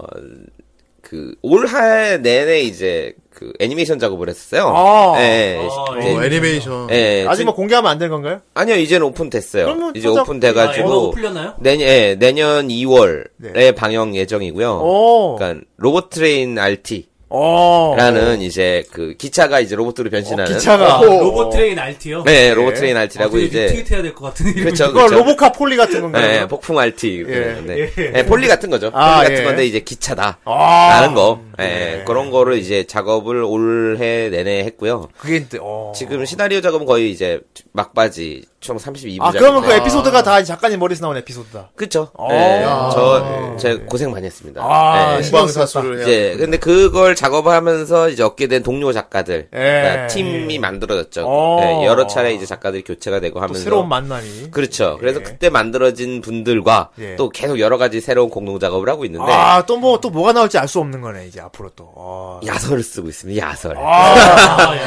Speaker 8: 그, 어그올한 내내 이제 그 애니메이션 작업을 했었어요.
Speaker 3: 아.
Speaker 8: 네,
Speaker 4: 아,
Speaker 8: 이제-
Speaker 5: 어, 애니메이션.
Speaker 8: 네,
Speaker 3: 아직
Speaker 8: 지-
Speaker 3: 뭐 공개하면 안 되는 건가요?
Speaker 8: 아니요, 이제는 오픈됐어요.
Speaker 3: 그러면
Speaker 8: 이제
Speaker 3: 찾아-
Speaker 4: 아, 앨범
Speaker 8: 오픈돼가지고
Speaker 4: 풀렸나요?
Speaker 8: 내년 예, 내년 2월에
Speaker 3: 네.
Speaker 8: 방영 예정이고요.
Speaker 3: 오.
Speaker 8: 그러니까 로봇 트레인 RT
Speaker 3: 어.
Speaker 8: 라는 이제 그 기차가 이제 로봇으로 변신하는
Speaker 3: 기차가. 예.
Speaker 5: 어.
Speaker 4: 로봇 트레인 RT요.
Speaker 8: 네 로봇 트레인 RT라고
Speaker 4: 라고 이제
Speaker 8: 이제
Speaker 4: 트윗 해야 될 것 같은 이름.
Speaker 8: 그렇죠
Speaker 3: 그거
Speaker 8: 그렇죠
Speaker 3: 로보카 폴리 같은 건가요?
Speaker 8: 네, 폭풍 RT 네, 네.
Speaker 4: 예.
Speaker 8: 네, 폴리 같은 거죠
Speaker 3: 아,
Speaker 8: 폴리 같은
Speaker 3: 예.
Speaker 8: 건데 이제 기차다
Speaker 3: 아.
Speaker 8: 라는 거
Speaker 3: 네.
Speaker 8: 예, 그런 거를 이제 작업을 올해 내내 했고요
Speaker 3: 그게 이제 어.
Speaker 8: 지금 시나리오 작업은 거의 이제 막바지 총 32부
Speaker 3: 아, 그러면 그 에피소드가 다 작가님 머리에서 나온 에피소드다.
Speaker 8: 그쵸
Speaker 3: 아.
Speaker 8: 예,
Speaker 3: 야.
Speaker 8: 저 제가 고생 많이 했습니다
Speaker 3: 아,
Speaker 8: 예.
Speaker 3: 신경 쓰였다.
Speaker 5: 공방사수를 해야
Speaker 8: 이제 근데 그걸 작업하면서 이제 얻게 된 동료 작가들
Speaker 3: 예.
Speaker 8: 그러니까 팀이 만들어졌죠.
Speaker 3: 어.
Speaker 8: 예, 여러 차례 이제 작가들이 교체가 되고
Speaker 3: 또
Speaker 8: 하면서
Speaker 3: 새로운 만남이.
Speaker 8: 그렇죠. 그래서
Speaker 3: 예.
Speaker 8: 그때 만들어진 분들과
Speaker 3: 예.
Speaker 8: 또 계속 여러 가지 새로운 공동 작업을 하고 있는데
Speaker 3: 아, 또 뭐, 또 뭐가 나올지 알 수 없는 거네, 이제 앞으로 또. 아.
Speaker 8: 야설을 쓰고 있습니다. 야설.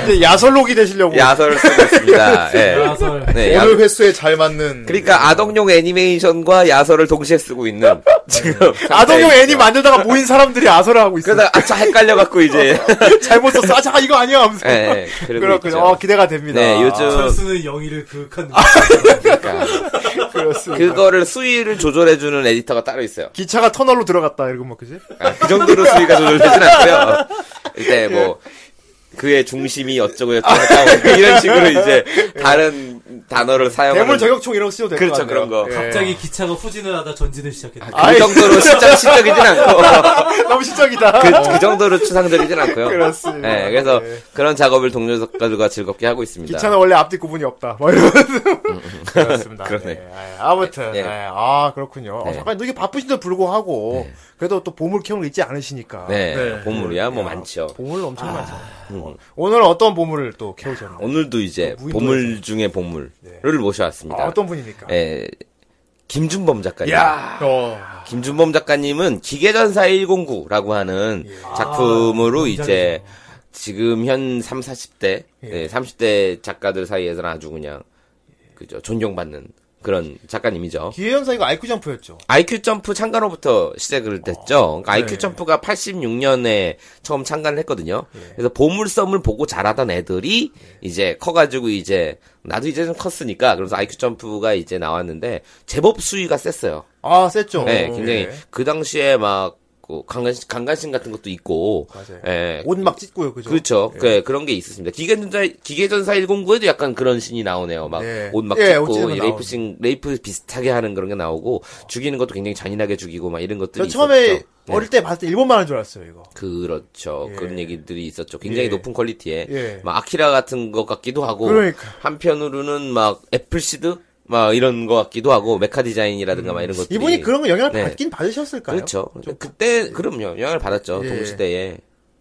Speaker 3: 이제 야설록이 되시려고.
Speaker 8: 야설을 쓰고 있습니다. 예.
Speaker 4: 야설.
Speaker 8: 네, 야-
Speaker 5: 오늘 횟수에 잘 맞는.
Speaker 8: 그러니까 아동용 애니메이션과 야설을 동시에 쓰고 있는 지금
Speaker 3: 네. 아동용
Speaker 8: 상태에
Speaker 3: 애니
Speaker 8: 있죠.
Speaker 3: 만들다가 모인 사람들이 아설을 하고 있어.
Speaker 8: 그러다 아차 헷갈려 갖고 이제
Speaker 3: 잘못 썼어. 아, 잠깐, 이거 아니야. 하면서.
Speaker 8: 예, 예, 그러고
Speaker 3: 그렇군요.
Speaker 8: 있죠.
Speaker 3: 어, 기대가 됩니다. 아,
Speaker 8: 네, 요즘-
Speaker 4: 철수는 영희를 그윽한
Speaker 8: 아, 그러니까
Speaker 3: 아, 그렇습니다.
Speaker 8: 그거를 수위를 조절해주는 에디터가 따로 있어요.
Speaker 3: 기차가 터널로 들어갔다, 이런 거, 그지?
Speaker 8: 아, 그 정도로 수위가 조절되진 않고요. 이제 뭐 그의 중심이 어쩌고 저쩌고 하고 이런 식으로 이제 다른 단어를 사용하는
Speaker 3: 대물 저격총 이런 거 쓰셔도 될것
Speaker 8: 그렇죠
Speaker 3: 같아요. 예.
Speaker 8: 그런 거.
Speaker 4: 갑자기 기차가 후진을 하다 전진을 시작했다.
Speaker 8: 그 정도로 시적 시적이진 않고
Speaker 3: 너무 시적이다.
Speaker 8: 그, 그 정도로 추상적이진 않고요.
Speaker 3: 그렇습니다.
Speaker 8: 네, 그래서
Speaker 3: 네.
Speaker 8: 그런 작업을 동료 작가들과 즐겁게 하고 있습니다.
Speaker 3: 기차는 원래 앞뒤 구분이 없다. 뭐 이런. 그렇습니다.
Speaker 8: 그러네.
Speaker 3: 네, 아, 아무튼,
Speaker 8: 네.
Speaker 3: 네, 아, 그렇군요.
Speaker 8: 네.
Speaker 3: 잠깐, 이게 바쁘신데도 불구하고, 그래도 또 보물 캐는 거 잊지 않으시니까.
Speaker 8: 네,
Speaker 5: 네.
Speaker 8: 보물이야 뭐
Speaker 3: 야,
Speaker 8: 많죠.
Speaker 3: 보물 엄청 많죠. 어,
Speaker 8: 음.
Speaker 3: 오늘은 어떤 보물을 또 캐오셨나요?
Speaker 8: 오늘도 이제
Speaker 3: 어, 무인도에서.
Speaker 8: 보물 중에 보물을 모셔왔습니다.
Speaker 3: 아, 어떤 분입니까?
Speaker 8: 예, 김준범 작가님.
Speaker 5: 어.
Speaker 8: 김준범 작가님은 기계전사 109라고 하는 작품으로 이제 지금 현 3, 40대, 30대 작가들 사이에서는 아주 그냥 그죠 존경받는 그런 작가님이죠.
Speaker 3: 기회연사 이거 아이쿠 점프였죠.
Speaker 8: IQ 점프 창간호부터 시작을 됐죠. 그러니까 IQ 점프가 86년에 처음 창간을 했거든요. 그래서 보물섬을 보고 자라던 애들이 이제 커가지고 이제 나도 이제 좀 컸으니까 그래서 IQ 점프가 이제 나왔는데 제법 수위가 셌어요.
Speaker 3: 아, 셌죠.
Speaker 8: 네, 굉장히
Speaker 3: 예.
Speaker 8: 그 당시에 막그 강간신, 강간신 같은 것도 있고,
Speaker 3: 맞아요.
Speaker 8: 예,
Speaker 3: 옷 막 찢고요, 그죠? 예.
Speaker 8: 그렇죠. 그 그런 게 있었습니다. 기계전사 기계전사 109에도 약간 그런 신이 나오네요. 막
Speaker 3: 네.
Speaker 8: 옷 막
Speaker 3: 예, 옷
Speaker 8: 찢고
Speaker 3: 찢는 거
Speaker 8: 레이프 신 레이프 비슷하게 하는 그런 게 나오고 죽이는 것도 굉장히 잔인하게 죽이고 막 이런 것들이
Speaker 3: 저 처음에
Speaker 8: 있었죠. 네.
Speaker 3: 어릴 때 봤을 때 일본만 하는 줄 알았어요, 이거.
Speaker 8: 그렇죠.
Speaker 3: 예.
Speaker 8: 그런 얘기들이 있었죠. 굉장히
Speaker 3: 예.
Speaker 8: 높은 퀄리티에
Speaker 3: 예.
Speaker 8: 막 아키라 같은 것 같기도 하고
Speaker 3: 그러니까.
Speaker 8: 한편으로는 막 애플시드 막 이런 것 같기도 하고 메카 디자인이라든가 막 이런 것들이
Speaker 3: 이분이 음. 그런 거 영향을
Speaker 8: 네.
Speaker 3: 받긴 받으셨을까요?
Speaker 8: 그렇죠. 그때 그럼요 영향을 받았죠
Speaker 3: 예.
Speaker 8: 동시대에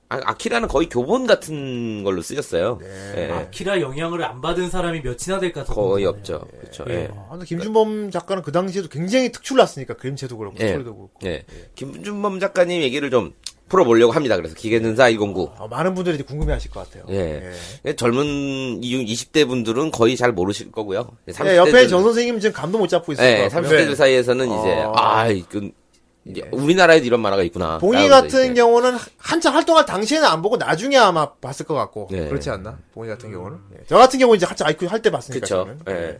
Speaker 8: 아, 아키라는 거의 교본 같은 걸로 쓰였어요.
Speaker 3: 네.
Speaker 8: 예.
Speaker 4: 아키라 영향을 안 받은 사람이 몇이나 될까
Speaker 8: 거의
Speaker 3: 네.
Speaker 8: 없죠. 그렇죠.
Speaker 4: 예.
Speaker 8: 예.
Speaker 3: 아, 근데 김준범 작가는 그 당시에도 굉장히 특출났으니까 그림체도 그렇고
Speaker 8: 예.
Speaker 3: 소리도 그렇고
Speaker 8: 예. 김준범 작가님 얘기를 좀 풀어보려고 합니다. 그래서 기계전사 209.
Speaker 3: 아, 많은 분들이 이제 궁금해하실 것 같아요.
Speaker 8: 예. 젊은 이 20대 분들은 거의 잘 모르실 거고요. 30대
Speaker 3: 예, 옆에
Speaker 8: 들-
Speaker 3: 전 선생님 지금 감도 못 잡고 있을
Speaker 8: 예,
Speaker 3: 것
Speaker 8: 30대들
Speaker 3: 같아요. 네. 어.
Speaker 8: 사이에서는 이제 아, 이건 이제 우리나라에도 이런 만화가 있구나.
Speaker 3: 봉이
Speaker 8: 라고
Speaker 3: 예. 같은
Speaker 8: 이제.
Speaker 3: 경우는 한참 활동할 당시에는 안 보고 나중에 아마 봤을 것 같고
Speaker 8: 예.
Speaker 3: 그렇지 않나? 봉이 같은 경우는 예. 저 같은 경우 이제 한참 아이큐 할 때 봤으니까
Speaker 8: 그쵸.
Speaker 3: 저는.
Speaker 8: 예.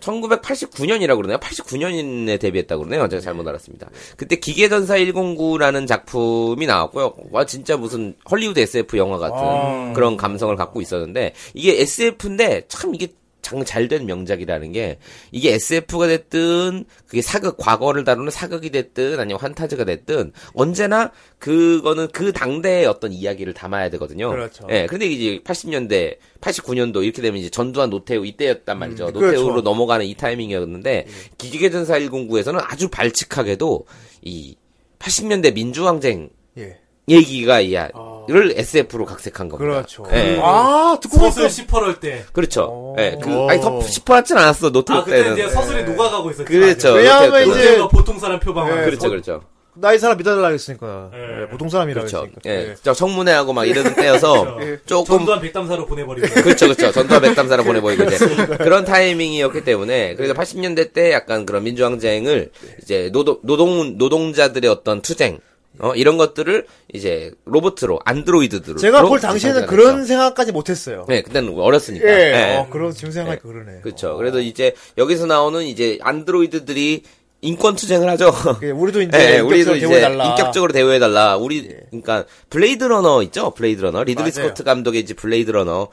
Speaker 8: 1989년이라고 그러네요. 89년에 데뷔했다고 그러네요. 제가 잘못 알았습니다. 그때 기계전사 109라는 작품이 나왔고요. 와, 진짜 무슨 헐리우드 SF 영화 같은
Speaker 3: 아.
Speaker 8: 그런 감성을 갖고 있었는데, 이게 SF인데, 참 이게 장 잘 된 명작이라는 게, 이게 SF가 됐든, 그게 사극, 과거를 다루는 사극이 됐든, 아니면 환타지가 됐든, 언제나 그거는 그 당대의 어떤 이야기를 담아야 되거든요.
Speaker 3: 그렇죠.
Speaker 8: 예, 근데 이제 80년대, 89년도 이렇게 되면 이제 전두환 노태우 이때였단 말이죠.
Speaker 3: 음,
Speaker 8: 노태우로
Speaker 3: 그렇죠.
Speaker 8: 넘어가는 이 타이밍이었는데 기계전사 109에서는 아주 발칙하게도 이 80년대 민주항쟁
Speaker 3: 예.
Speaker 8: 얘기가 이야를 SF로 각색한 겁니다.
Speaker 3: 그렇죠.
Speaker 8: 예.
Speaker 3: 아 듣고 보니까
Speaker 4: 서술 시퍼럴 때.
Speaker 8: 그렇죠. 예, 그
Speaker 3: 오.
Speaker 8: 아니 더 싶어하진 않았어 노태우
Speaker 4: 아 그때
Speaker 8: 때는.
Speaker 4: 이제 서술이 녹아가고 있었죠.
Speaker 8: 그렇죠.
Speaker 3: 왜냐하면
Speaker 8: 노태우 때는.
Speaker 3: 이제-
Speaker 4: 노태우가 보통 사람 표방하는.
Speaker 3: 예,
Speaker 8: 그렇죠,
Speaker 3: 서-
Speaker 8: 그렇죠.
Speaker 3: 나이 사람 믿어달라 했으니까
Speaker 4: 예.
Speaker 3: 예, 보통 사람이라고
Speaker 8: 그렇죠.
Speaker 3: 했으니까
Speaker 8: 예, 그렇죠. 저 청문회하고 막 이러는 때여서 조금
Speaker 4: 전두환 백담사로 보내버리고.
Speaker 8: 그렇죠, 그렇죠. 전투와 백담사로 보내보이고 이제 그런 타이밍이었기 때문에 그래서 80년대 때 약간 그런 민주항쟁을 이제 노동 노동 노동자들의 어떤 투쟁 어 이런 것들을 이제 로봇으로 안드로이드로
Speaker 3: 제가 볼 당시에는 그런 생각까지 못했어요.
Speaker 8: 네 그때는 어렸으니까
Speaker 3: 예,
Speaker 8: 예.
Speaker 3: 어, 그런 지금 생각하니까 그러네.
Speaker 8: 그렇죠. 그래서 이제 여기서 나오는 이제 안드로이드들이 인권 투쟁을 하죠.
Speaker 3: 예, 우리도 이제
Speaker 8: 예, 예, 우리도
Speaker 3: 인격적으로
Speaker 8: 이제
Speaker 3: 대우해달라. 예.
Speaker 8: 인격적으로 대우해달라. 우리 그러니까 블레이드 러너 있죠, 블레이드 러너 리들리
Speaker 3: 맞아요. 음.
Speaker 8: 스코트 감독의 이제 블레이드 러너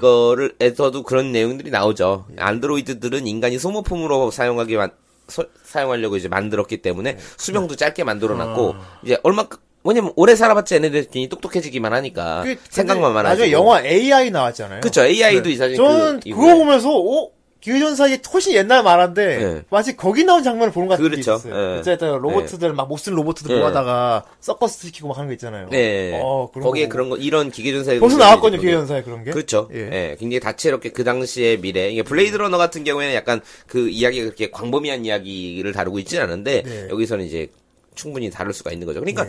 Speaker 8: 이거를에서도 그런 내용들이 나오죠.
Speaker 3: 예.
Speaker 8: 안드로이드들은 인간이 소모품으로 사용하기 만 소- 사용하려고 이제 만들었기 때문에
Speaker 3: 예.
Speaker 8: 수명도 짧게 만들어놨고
Speaker 3: 아.
Speaker 8: 이제 얼마 왜냐면 오래 살아봤자 얘네들이 똑똑해지기만 하니까
Speaker 3: 그- 근데
Speaker 8: 생각만 많아지고.
Speaker 3: 나중에 영화 AI 나왔잖아요.
Speaker 8: 그쵸 AI도 이 사진
Speaker 3: 저는
Speaker 8: 그
Speaker 3: 그, 거 보면서 어? 기회전사의 훨씬 옛날 말한데
Speaker 8: 예.
Speaker 3: 마치 거기 나온 장면을 보는 것 같은 게
Speaker 8: 그렇죠.
Speaker 3: 있었어요.
Speaker 8: 예.
Speaker 3: 어쨌든 로봇들 막 못쓴 로봇들
Speaker 8: 예.
Speaker 3: 모아다가 서커스 시키고 막 하는 거 있잖아요.
Speaker 8: 네
Speaker 3: 어, 그런
Speaker 8: 거기에
Speaker 3: 거 보고.
Speaker 8: 그런 거 이런 기계전사에
Speaker 3: 벌써 나왔거든요 기회전사의 그런 게.
Speaker 8: 그렇죠.
Speaker 3: 예. 음.
Speaker 8: 예. 굉장히 다채롭게 그 당시의 미래. 이게 블레이드 러너 같은 경우에는 약간 그 이야기가 그렇게 광범위한 이야기를 다루고 있지는 않은데
Speaker 3: 네.
Speaker 8: 여기서는 이제 충분히 다룰 수가 있는 거죠. 그러니까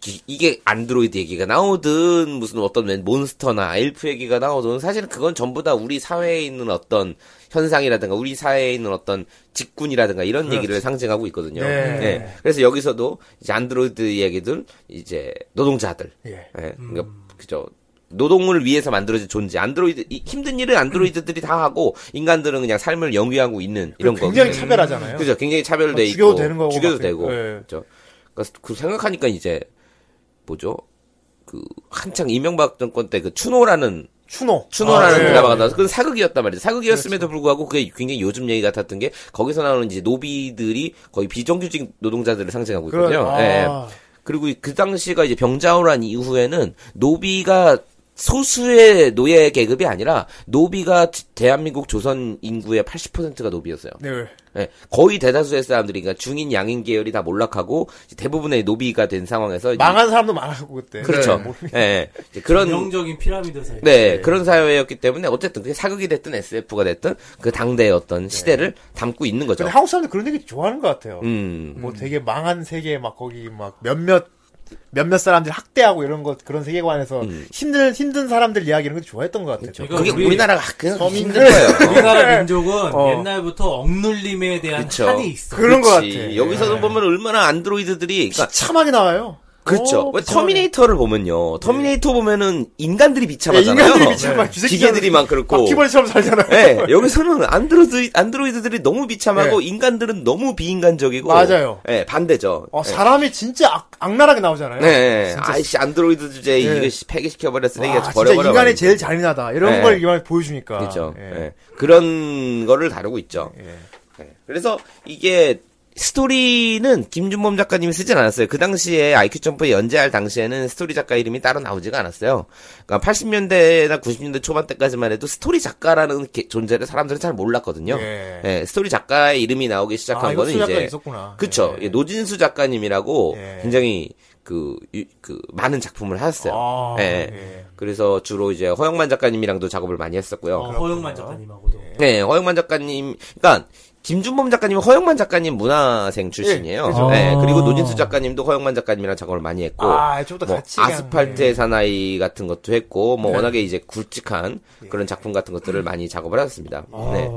Speaker 8: 기- 이게 안드로이드 얘기가 나오든 무슨 어떤 웬 몬스터나 엘프 얘기가 나오든 사실은 그건 전부 다 우리 사회에 있는 어떤 현상이라든가 우리 사회에 있는 어떤 직군이라든가 이런 얘기를 상징하고 있거든요.
Speaker 3: 그렇죠. 네.
Speaker 8: 예. 그래서 여기서도 이제 안드로이드 얘기들 이제 노동자들
Speaker 3: 예.
Speaker 8: 예, 그러니까 그죠. 노동을 위해서 만들어진 존재. 안드로이드 이- 힘든 일을 안드로이드들이 다 하고 인간들은 그냥 삶을 영위하고 있는 이런 거.
Speaker 3: 굉장히 차별하잖아요.
Speaker 8: 그죠. 굉장히 차별돼
Speaker 3: 막
Speaker 8: 있고
Speaker 3: 죽여도 되는 거고
Speaker 8: 죽여도
Speaker 3: 막
Speaker 8: 되고.
Speaker 3: 그- 예.
Speaker 8: 그죠. 그러니까 그 생각하니까 이제 뭐죠? 그 한창 이명박 정권 때 그 추노라는
Speaker 3: 추노.
Speaker 8: 추노라는
Speaker 3: 아, 예. 그렇죠.
Speaker 8: 드라마가 나와서 그건 사극이었단 말이죠. 사극이었음에도 불구하고 그게 굉장히 요즘 얘기 같았던 게 거기서 나오는 이제 노비들이 거의 비정규직 노동자들을 상징하고
Speaker 3: 그런-
Speaker 8: 있거든요.
Speaker 3: 아,
Speaker 8: 예, 예. 그리고 그 당시가 이제 병자호란 이후에는 노비가 소수의 노예 계급이 아니라 노비가 지- 대한민국 조선 인구의 80%가 노비였어요.
Speaker 3: 네.
Speaker 8: 예, 거의 대다수의 사람들이 그러니까 중인 양인 계열이 다 몰락하고 이제 대부분의 노비가 된 상황에서 이제-
Speaker 3: 망한 사람도 많았고 그때.
Speaker 8: 그렇죠.
Speaker 3: 네.
Speaker 8: 예, 예. 이제 그런
Speaker 4: 전형적인 피라미드 사회.
Speaker 8: 네, 그런 사회였기 때문에 어쨌든 그게 사극이 됐든 SF가 됐든 그 당대의 어떤 시대를 담고 있는 거죠.
Speaker 3: 근데 한국 사람들 그런 얘기 좋아하는 것 같아요.
Speaker 8: 음.
Speaker 3: 뭐 되게 망한 세계 막 거기 막 몇몇 몇몇 사람들 학대하고 이런 것 그런 세계관에서 힘든 힘든 사람들 이야기 이런 거 좋아했던 것 같아요. 네.
Speaker 4: 이거
Speaker 8: 음. 그렇죠. 그게
Speaker 4: 우리-
Speaker 8: 우리나라가 그냥 힘든 거예요.
Speaker 4: 우리나라 민족은
Speaker 3: 어.
Speaker 4: 옛날부터 억눌림에 대한
Speaker 8: 그쵸. 그렇죠.
Speaker 4: 한이 있어.
Speaker 3: 그런 것
Speaker 8: 그치.
Speaker 3: 같아.
Speaker 8: 여기서도 보면 얼마나 안드로이드들이 그러니까
Speaker 3: 비참하게 나와요.
Speaker 8: 그렇죠.
Speaker 3: 어,
Speaker 8: 왜
Speaker 3: 비참하게.
Speaker 8: 터미네이터를 보면요. 터미네이터 보면은 인간들이
Speaker 3: 예,
Speaker 8: 비참하잖아요.
Speaker 3: 인간들이 비참한
Speaker 8: 네. 기계들이 막 그렇고.
Speaker 3: 바퀴벌처럼 살잖아요.
Speaker 8: 예, 여기서는 안드로이드 안드로이드들이 너무 비참하고 인간들은 너무 비인간적이고.
Speaker 3: 네. 맞아요.
Speaker 8: 예, 반대죠.
Speaker 3: 어,
Speaker 8: 예.
Speaker 3: 사람이 진짜 악, 악랄하게 나오잖아요.
Speaker 8: 네, 예.
Speaker 3: 진짜.
Speaker 8: 아이씨 안드로이드 주제에
Speaker 3: 예.
Speaker 8: 이거 씨, 폐기시켜버려 쓰레기가
Speaker 3: 와, 진짜
Speaker 8: 버려버려.
Speaker 3: 인간이 제일 잔인하다 이런
Speaker 8: 예.
Speaker 3: 걸 이만에 보여주니까.
Speaker 8: 그렇죠.
Speaker 3: 예.
Speaker 8: 예. 그런 거를 다루고 있죠. 예. 그래서 이게 스토리는 김준범 작가님이 쓰진 않았어요. 그 당시에 IQ 점프에 연재할 당시에는 스토리 작가 이름이 따로 나오지가 않았어요. 그러니까 80년대나 90년대 초반 때까지만 해도 스토리 작가라는 게- 존재를 사람들은 잘 몰랐거든요.
Speaker 3: 예.
Speaker 8: 예, 스토리 작가의 이름이 나오기 시작한
Speaker 3: 아, 이거
Speaker 8: 거는
Speaker 3: 수작가
Speaker 8: 이제
Speaker 3: 있었구나.
Speaker 8: 그쵸.
Speaker 3: 예.
Speaker 8: 예, 노진수 작가님이라고
Speaker 3: 예.
Speaker 8: 굉장히 그, 유- 그 많은 작품을 하셨어요.
Speaker 3: 아,
Speaker 8: 예.
Speaker 3: 예.
Speaker 8: 그래서 주로 이제 허영만 작가님이랑도 작업을
Speaker 3: 아,
Speaker 8: 많이 했었고요.
Speaker 4: 어, 허영만 작가님하고도.
Speaker 8: 네, 허영만 작가님, 그러니까 김준범 작가님은 허영만 작가님 문화생 출신이에요.
Speaker 3: 예, 그죠.
Speaker 8: 네, 그리고
Speaker 4: 아.
Speaker 8: 노진수 작가님도 허영만 작가님이랑 작업을 많이 했고,
Speaker 3: 아, 좀더
Speaker 8: 뭐
Speaker 3: 같이. 그냥,
Speaker 8: 아스팔트의
Speaker 3: 예. 네.
Speaker 8: 사나이 같은 것도 했고, 뭐 워낙에 이제 굵직한
Speaker 3: 예.
Speaker 8: 그런 작품 같은
Speaker 3: 음.
Speaker 8: 것들을 많이 작업을 하셨습니다.
Speaker 3: 아,
Speaker 8: 네,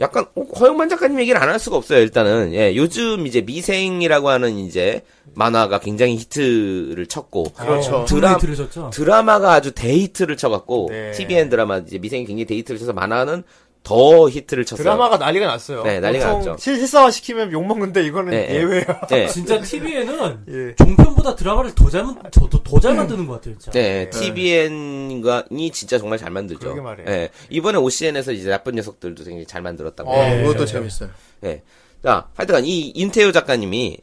Speaker 8: 약간 어, 허영만 작가님 얘기를 안 할 수가 없어요. 일단은 예, 요즘 이제 미생이라고 하는 이제 만화가 굉장히 히트를 쳤고,
Speaker 3: 그렇죠.
Speaker 8: 드라-
Speaker 4: 드라마 들으셨죠?
Speaker 8: 드라마가 아주 대히트를 쳐갖고
Speaker 3: 네.
Speaker 8: TVN 드라마 이제 미생이 굉장히 대히트를 쳐서 만화는 더 히트를 쳤어요.
Speaker 3: 드라마가 난리가 났어요.
Speaker 8: 네, 난리가
Speaker 3: 보통
Speaker 8: 났죠.
Speaker 3: 실- 실사화 시키면 욕 먹는데 이거는
Speaker 8: 네, 네.
Speaker 3: 예외야.
Speaker 8: 네.
Speaker 4: 진짜 TV에는
Speaker 3: 예.
Speaker 4: 종편보다 드라마를 더 잘, 만- 저도 더 잘
Speaker 8: 음.
Speaker 4: 만드는 것 같아요, 진짜.
Speaker 8: 네, TVN이 진짜 정말 잘 만들죠.
Speaker 3: 그러게 말이에요.
Speaker 8: 네, 이번에 OCN에서 이제 나쁜 녀석들도 굉장히 잘 만들었다고.
Speaker 5: 어,
Speaker 8: 네.
Speaker 5: 그것도 재밌어요.
Speaker 8: 자, 하여튼간 이 인태호 작가님이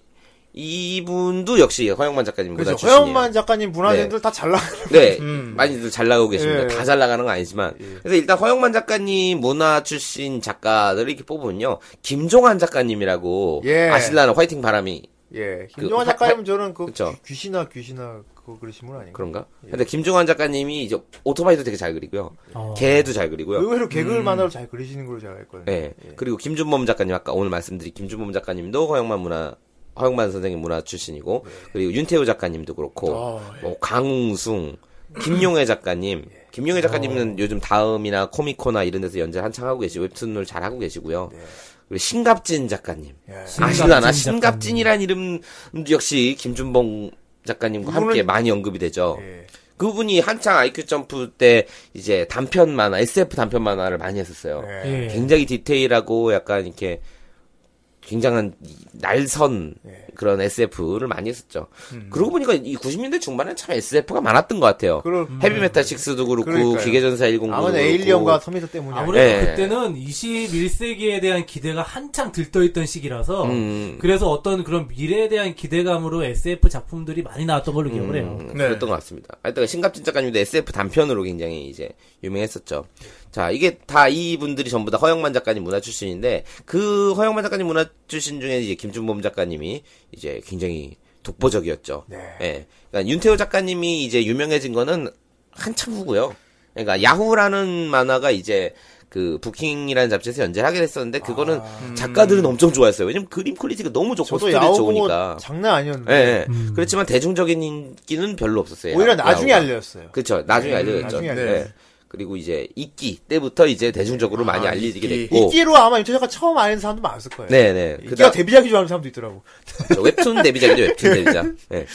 Speaker 8: 이분도 역시 허영만 작가님 문화
Speaker 3: 그죠.
Speaker 8: 출신이에요.
Speaker 3: 그렇죠. 허영만 작가님 문화재들 다 잘 나가는.
Speaker 8: 네, 많이들 잘 나가고 계십니다.
Speaker 3: 음. 예.
Speaker 8: 다 잘 나가는 건 아니지만. 그래서 일단 허영만 작가님 문화 출신 작가들을 이렇게 뽑으면요. 김종환 작가님이라고
Speaker 3: 예.
Speaker 8: 아실라는 화이팅 바람이
Speaker 3: 예.
Speaker 8: 그
Speaker 3: 김종환
Speaker 8: 화-
Speaker 3: 작가님은 저는 그
Speaker 8: 그쵸.
Speaker 3: 귀- 귀신아 귀신아 그거 그리신 분 아닌가?
Speaker 8: 그런가? 근데 김종환 작가님이 이제 오토바이도 되게 잘 그리고요.
Speaker 4: 어.
Speaker 8: 개도 잘 그리고요.
Speaker 3: 의외로
Speaker 8: 음.
Speaker 3: 개그를 만화로 잘 그리시는 걸로 제가 알거든요.
Speaker 8: 예. 그리고 김준범 작가님 아까 오늘 말씀드린 김준범 작가님도 허영만 문화 허영만 선생님 문화 출신이고 그리고 윤태호 작가님도 그렇고 뭐 강웅숭 김용혜 작가님 김용혜 작가님은 요즘 다음이나 코미코나 이런 데서 연재 한창 하고 계시고 웹툰을 잘 하고 계시고요. 그리고 신갑진 작가님 아실라나 네. 예. 신갑진이란 이름 역시 김준범 작가님과 함께 많이 언급이 되죠. 그분이 한창 아이큐 점프 때 이제 단편 만화 SF 단편 만화를 많이 했었어요.
Speaker 4: 예.
Speaker 8: 굉장히 디테일하고 약간 이렇게 굉장한 이 날선
Speaker 3: 예.
Speaker 8: 그런 SF를 많이 했었죠.
Speaker 3: 음.
Speaker 8: 그러고 보니까 이 90년대 중반에 참 SF가 많았던 것 같아요.
Speaker 3: 그럴-
Speaker 8: 헤비메탈 6도 그렇고
Speaker 3: 음. 그러니까요.
Speaker 8: 기계전사 109도
Speaker 3: 아무래도
Speaker 8: 그렇고
Speaker 3: 에일리언과 터미터 때문이 아니라
Speaker 4: 아무래도
Speaker 8: 예.
Speaker 4: 그때는 21세기에 대한 기대가 한창 들떠있던 시기라서
Speaker 8: 음.
Speaker 4: 그래서 어떤 그런 미래에 대한 기대감으로 SF 작품들이 많이 나왔던 걸로 기억을 해요.
Speaker 8: 음,
Speaker 3: 네.
Speaker 8: 그랬던 것 같습니다. 하여튼 신갑진 작가님도 SF 단편으로 굉장히 이제 유명했었죠. 자, 이게 다 이분들이 전부 다 허영만 작가님 문화 출신인데 그 허영만 작가님 문화 출신 중에 이제 김준범 작가님이 이제 굉장히 독보적이었죠.
Speaker 3: 네.
Speaker 8: 예. 그러니까 윤태호 작가님이 이제 유명해진 거는 한참 후고요. 그러니까 야후라는 만화가 이제 그 부킹이라는 잡지에서 연재를 하게 됐었는데 그거는 작가들은 엄청 좋아했어요. 왜냐면 그림 퀄리티가 너무
Speaker 3: 아.
Speaker 8: 좋고
Speaker 3: 음. 저도
Speaker 8: 스토리
Speaker 3: 야오 보고
Speaker 8: 좋으니까.
Speaker 3: 장난 아니었는데
Speaker 8: 예, 예. 그렇지만 대중적인 인기는 별로 없었어요.
Speaker 3: 오히려
Speaker 8: 야-
Speaker 3: 나중에
Speaker 8: 야구가.
Speaker 3: 알려졌어요.
Speaker 8: 그렇죠. 나중에
Speaker 3: 예,
Speaker 8: 알려졌죠.
Speaker 3: 나중에
Speaker 8: 네.
Speaker 3: 알려졌어요.
Speaker 8: 그리고 이제 이끼 때부터 이제 대중적으로 많이
Speaker 5: 아,
Speaker 8: 알려지게
Speaker 5: 이끼.
Speaker 8: 됐고.
Speaker 3: 이끼로 아마 임초 작가 처음 아는 사람도 많았을 거예요.
Speaker 8: 네, 네.
Speaker 3: 이끼가
Speaker 8: 그다음
Speaker 3: 데뷔작이 좋아하는 사람도 있더라고.
Speaker 8: 저 웹툰 데뷔작이죠. 웹툰 데뷔작. 네.